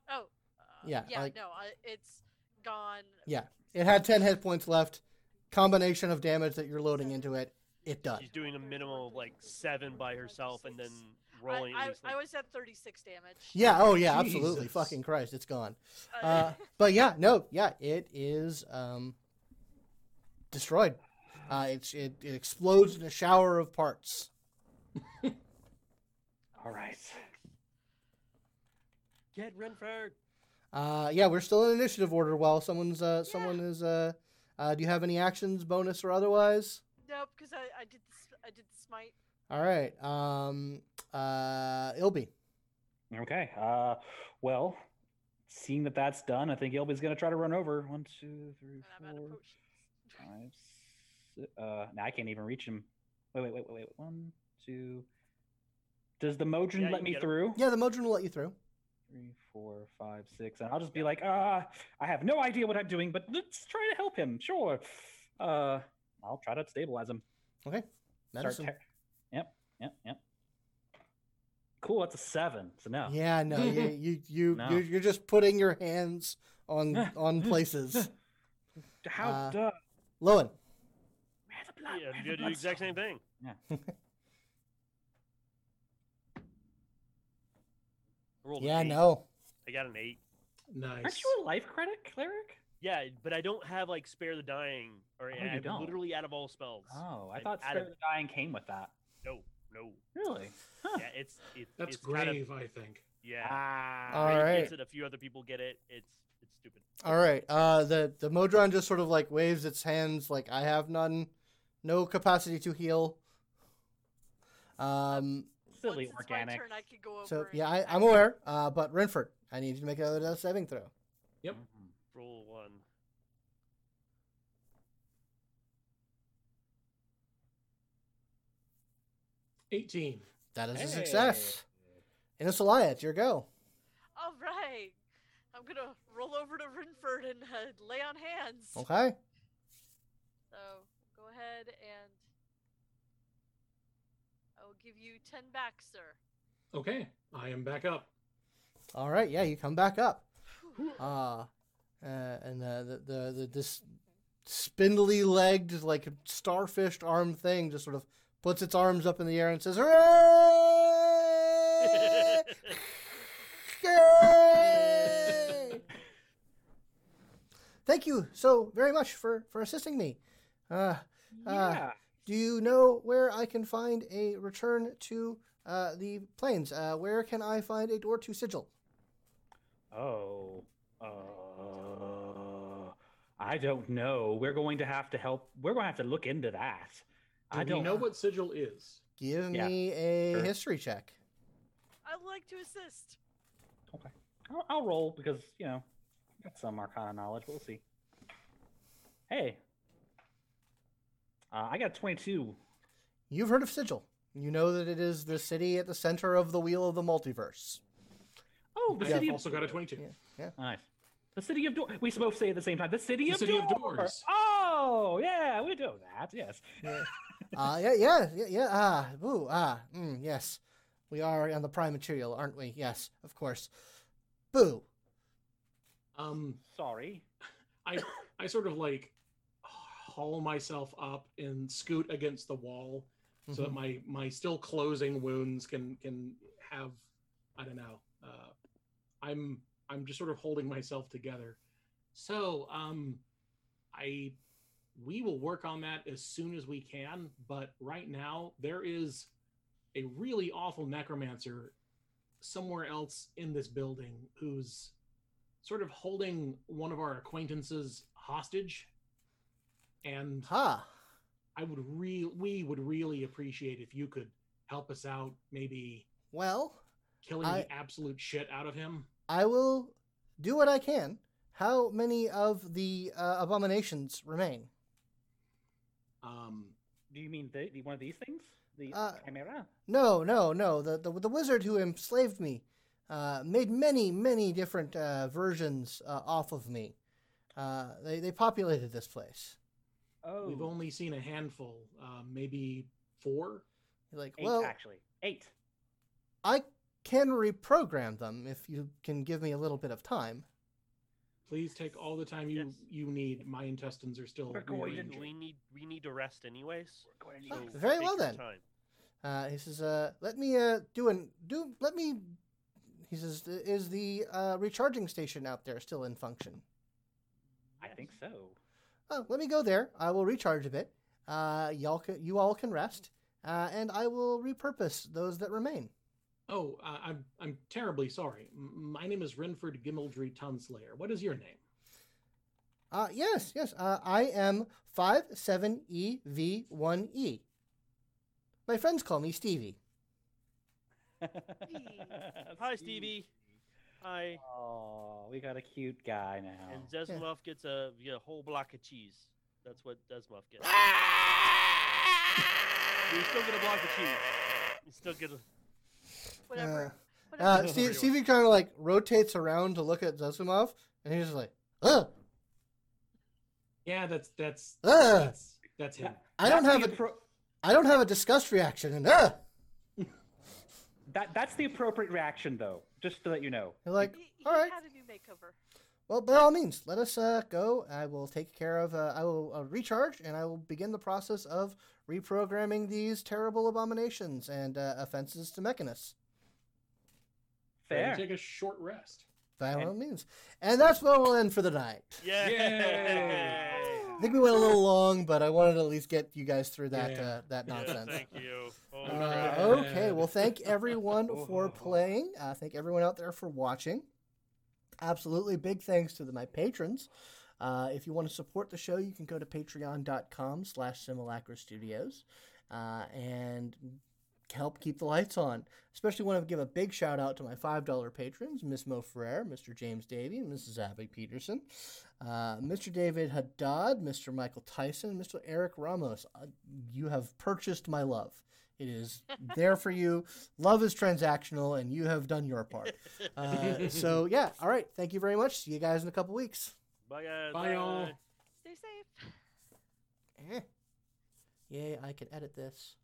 [SPEAKER 4] Oh. Uh,
[SPEAKER 2] Yeah,
[SPEAKER 4] Yeah.
[SPEAKER 2] like-
[SPEAKER 4] no, I, it's gone.
[SPEAKER 2] Yeah. It had ten hit points left. Combination of damage that you're loading into it, it does.
[SPEAKER 3] she's doing a minimal of like seven by herself, and then
[SPEAKER 4] I-
[SPEAKER 3] rolling.
[SPEAKER 4] I,
[SPEAKER 3] at least,
[SPEAKER 4] I
[SPEAKER 3] like-
[SPEAKER 4] was at 36 damage.
[SPEAKER 2] Yeah. Oh yeah. Absolutely.
[SPEAKER 6] Jesus.
[SPEAKER 2] Fucking Christ, it's gone.
[SPEAKER 4] Uh,
[SPEAKER 2] Uh, but yeah, no, yeah, it is um, destroyed. Uh, it's it, it explodes in a shower of parts.
[SPEAKER 5] All right.
[SPEAKER 3] Get Renford.
[SPEAKER 2] Uh, yeah, we're still in initiative order while someone's uh,
[SPEAKER 4] Yeah.
[SPEAKER 2] someone is. Uh, uh, do you have any actions, bonus or otherwise?
[SPEAKER 4] (laughs) nope, because I, I did the, s- I did the smite.
[SPEAKER 2] All right. Um, uh, Ilby.
[SPEAKER 5] Okay. Uh, well, seeing that that's done, I think Ilby's gonna try to run over. One, two, three,
[SPEAKER 4] And I'm out of
[SPEAKER 5] four,
[SPEAKER 3] (laughs)
[SPEAKER 4] potions.
[SPEAKER 5] five. si- Uh, now I can't even reach him. Wait, wait, wait, wait, wait. One, two. Does the Mojin
[SPEAKER 3] Yeah, you
[SPEAKER 5] let
[SPEAKER 3] can
[SPEAKER 5] me
[SPEAKER 3] get him.
[SPEAKER 5] through?
[SPEAKER 2] Yeah, the Modron will let you through.
[SPEAKER 5] Three, four, five, six, and I'll just be like, ah, I have no idea what I'm doing, but let's try to help him. Sure. Uh, I'll try to stabilize him.
[SPEAKER 2] Okay.
[SPEAKER 5] Start
[SPEAKER 2] Medicine.
[SPEAKER 5] tear- yep, yep, yep. Cool. That's a seven. So (laughs) no.
[SPEAKER 2] Yeah, no, you you you
[SPEAKER 5] No.
[SPEAKER 2] You're, you're just putting your hands on on places.
[SPEAKER 5] How
[SPEAKER 2] Uh,
[SPEAKER 5] does?
[SPEAKER 2] Lowen.
[SPEAKER 5] Where's the blood?
[SPEAKER 3] Yeah,
[SPEAKER 5] Where's
[SPEAKER 3] you
[SPEAKER 5] the
[SPEAKER 3] gotta do the exact same
[SPEAKER 5] bloodstone?
[SPEAKER 3] thing.
[SPEAKER 2] (laughs)
[SPEAKER 3] I rolled an
[SPEAKER 2] Yeah,
[SPEAKER 3] eight.
[SPEAKER 2] no.
[SPEAKER 3] I got an eight.
[SPEAKER 5] Aren't
[SPEAKER 6] Nice.
[SPEAKER 5] you a life credit cleric?
[SPEAKER 3] Yeah, but I don't have like spare the dying, or
[SPEAKER 5] Oh, you
[SPEAKER 3] I'm
[SPEAKER 5] don't.
[SPEAKER 3] literally out of all spells.
[SPEAKER 6] Ah.
[SPEAKER 5] Oh, I
[SPEAKER 3] I'm
[SPEAKER 5] thought
[SPEAKER 3] out
[SPEAKER 5] Spare
[SPEAKER 3] of-
[SPEAKER 5] the Dying came with that.
[SPEAKER 3] No, no.
[SPEAKER 5] Really?
[SPEAKER 3] Yeah, it's it,
[SPEAKER 6] That's
[SPEAKER 3] it's kind of-
[SPEAKER 6] grave, I think.
[SPEAKER 3] yeah.
[SPEAKER 5] Ah.
[SPEAKER 2] All
[SPEAKER 3] Ray
[SPEAKER 2] right.
[SPEAKER 3] gets it. A few other people get it. It's it's stupid.
[SPEAKER 2] All right. Uh, the the Modron just sort of like waves its hands, like I have none, no capacity to heal. Um.
[SPEAKER 5] Silly
[SPEAKER 4] Once it's my
[SPEAKER 5] organic.
[SPEAKER 4] turn, I could go over
[SPEAKER 2] So
[SPEAKER 4] and
[SPEAKER 2] yeah, I, I'm
[SPEAKER 4] activate-
[SPEAKER 2] aware. Uh, but Renford, I need you to make another death saving throw.
[SPEAKER 6] Yep.
[SPEAKER 5] Mhm.
[SPEAKER 3] Roll
[SPEAKER 6] (laughs)
[SPEAKER 3] one.
[SPEAKER 6] Eighteen.
[SPEAKER 2] That is a success. Innoceliah, it's your go.
[SPEAKER 4] (laughs) All right. I'm gonna roll over to Rinford and uh, lay on hands.
[SPEAKER 2] Okay.
[SPEAKER 4] So go ahead and I will give you ten back, sir.
[SPEAKER 6] Okay, I am back up.
[SPEAKER 2] All right. Yeah, you come back up.
[SPEAKER 4] Whew.
[SPEAKER 2] Uh, uh and uh, the, the the this spindly legged like starfished arm thing just sort of puts its arms up in the air and says hooray! Hooray! Thank you so very much for for assisting me. Uh,
[SPEAKER 5] yeah.
[SPEAKER 2] do you know where I can find a return to uh, the plains? Uh, where can I find a door to sigil?
[SPEAKER 5] Oh. Uh, I don't know. We're going to have to help. We're going to have to look into that.
[SPEAKER 6] Do
[SPEAKER 5] I
[SPEAKER 6] we
[SPEAKER 5] don't
[SPEAKER 6] know what sigil is?
[SPEAKER 2] Give
[SPEAKER 5] Yeah,
[SPEAKER 2] me a
[SPEAKER 5] sure.
[SPEAKER 2] history check.
[SPEAKER 4] I'd like to assist.
[SPEAKER 5] I'll, I'll roll because you know I got some Arcana knowledge. We'll see. Hey, uh, I got twenty-two.
[SPEAKER 2] You've heard of Sigil. You know that it is the city at the center of the wheel of the multiverse.
[SPEAKER 5] Oh, the
[SPEAKER 6] I
[SPEAKER 5] city of
[SPEAKER 6] have also got a twenty-two.
[SPEAKER 5] nice. The city of doors. We both say at the same time. The city
[SPEAKER 6] The
[SPEAKER 5] of
[SPEAKER 6] city of
[SPEAKER 5] doors.
[SPEAKER 6] doors.
[SPEAKER 5] Oh, yeah, we do that. Yes.
[SPEAKER 2] Uh, yeah, yeah, yeah, yeah. Ah, ooh, ah, mm, yes. We are on the prime material, aren't we? Yes, of course. Boo.
[SPEAKER 6] Um,
[SPEAKER 5] Sorry.
[SPEAKER 6] I I sort of like haul myself up and scoot against the wall so that
[SPEAKER 2] Mhm.
[SPEAKER 6] my my still closing wounds can can have I don't know. Uh, I'm I'm just sort of holding myself together. So um, I we will work on that as soon as we can. But right now there is a really awful necromancer somewhere else in this building who's sort of holding one of our acquaintances hostage and
[SPEAKER 2] Ha.
[SPEAKER 6] i would real we would really appreciate if you could help us out maybe
[SPEAKER 2] Well,
[SPEAKER 6] killing
[SPEAKER 2] I-
[SPEAKER 6] the absolute shit out of him
[SPEAKER 2] I will do what I can. How many of the uh, abominations remain?
[SPEAKER 6] um
[SPEAKER 5] Do you mean the, the- one of these things? The
[SPEAKER 2] Uh,
[SPEAKER 5] chimera.
[SPEAKER 2] No, no, no. The the, the wizard who enslaved me uh, made many, many different uh, versions uh, off of me. Uh, they they populated this place.
[SPEAKER 5] Oh,
[SPEAKER 6] we've only seen a handful uh, maybe four
[SPEAKER 2] Like,
[SPEAKER 5] eight
[SPEAKER 2] well,
[SPEAKER 5] actually. Eight.
[SPEAKER 2] I can reprogram them if you can give me a little bit of time.
[SPEAKER 6] please take all the time you
[SPEAKER 3] Yes.
[SPEAKER 6] you need my intestines are still
[SPEAKER 5] We're going
[SPEAKER 6] rearranging.
[SPEAKER 3] We need we need to rest anyways.
[SPEAKER 2] Ah,
[SPEAKER 3] so
[SPEAKER 2] very
[SPEAKER 3] take
[SPEAKER 2] well
[SPEAKER 3] your
[SPEAKER 2] then.
[SPEAKER 3] time.
[SPEAKER 2] Uh, he says, uh, "Let me uh, do an do. Let me." He says, "Is the uh, recharging station out there still in function?"
[SPEAKER 5] I
[SPEAKER 3] Yes.
[SPEAKER 5] think so.
[SPEAKER 2] Oh, let me go there. I will recharge a bit. Uh, y'all, can, you all can rest, uh, and I will repurpose those that remain.
[SPEAKER 6] oh uh, i'm i'm terribly sorry M- my name is renford gimmeldry tonslayer what is your name
[SPEAKER 2] Uh, yes, yes. Uh, I am five seven E V one E. My friends call me Stevie.
[SPEAKER 3] Hi, Stevie. Hi.
[SPEAKER 5] Oh, we got a cute guy now.
[SPEAKER 3] And Zesmov gets a, yeah, a whole block of cheese. That's what Desmov gets. You're still gonna block the cheese. You still get a
[SPEAKER 4] Whatever.
[SPEAKER 2] Uh,
[SPEAKER 4] Whatever.
[SPEAKER 2] uh, Steve, Stevie kind of like rotates around to look at Zosimov, and he's just like, "Uh, "Ugh,
[SPEAKER 6] yeah that's that's
[SPEAKER 2] Ugh.
[SPEAKER 6] that's, that's him
[SPEAKER 2] uh, I don't
[SPEAKER 5] That's
[SPEAKER 2] have
[SPEAKER 5] the
[SPEAKER 2] a,
[SPEAKER 5] appro-
[SPEAKER 2] I don't have a disgust reaction." And uh." ugh,
[SPEAKER 5] that. That's the appropriate reaction, though. Just to let you know.
[SPEAKER 2] you're like,
[SPEAKER 4] he, he
[SPEAKER 2] "All right,
[SPEAKER 4] had a new makeover.
[SPEAKER 2] Well, by all means, let us uh, go. I will take care of. Uh, I will uh, recharge, and I will begin the process of reprogramming these terrible abominations and uh, offenses to Mechanus.
[SPEAKER 5] Fair.
[SPEAKER 6] Take a short rest.
[SPEAKER 2] By all
[SPEAKER 5] And-
[SPEAKER 2] means, and that's where we'll end for the night.
[SPEAKER 3] yeah. (laughs)
[SPEAKER 6] Yay.
[SPEAKER 2] I think we went a little long, but I wanted to at least get you guys through that
[SPEAKER 6] Yeah.
[SPEAKER 2] uh, that
[SPEAKER 6] Yeah,
[SPEAKER 2] nonsense.
[SPEAKER 3] Thank you. Oh,
[SPEAKER 2] Uh,
[SPEAKER 6] Yeah.
[SPEAKER 2] okay, well, thank everyone for playing. Uh, thank everyone out there for watching. Absolutely. Big thanks to the, my patrons. Uh, if you want to support the show, you can go to patreon.com slash Simulacra Studios uh, and help keep the lights on. Especially want to give a big shout out to my $5 patrons, Miss Mo Ferrer, Mr. James Davey, Mrs. Abby Peterson, uh, Mr. David Haddad, Mr. Michael Tyson, Mr. Eric Ramos. Uh, you have purchased my love. It is there for you. Love is transactional, and you have done your part. Uh, so, yeah. All right. Thank you very much. See you guys in a couple weeks.
[SPEAKER 3] Bye guys.
[SPEAKER 6] Bye, y'all.
[SPEAKER 4] Stay safe.
[SPEAKER 2] Eh. Yay, I can edit this.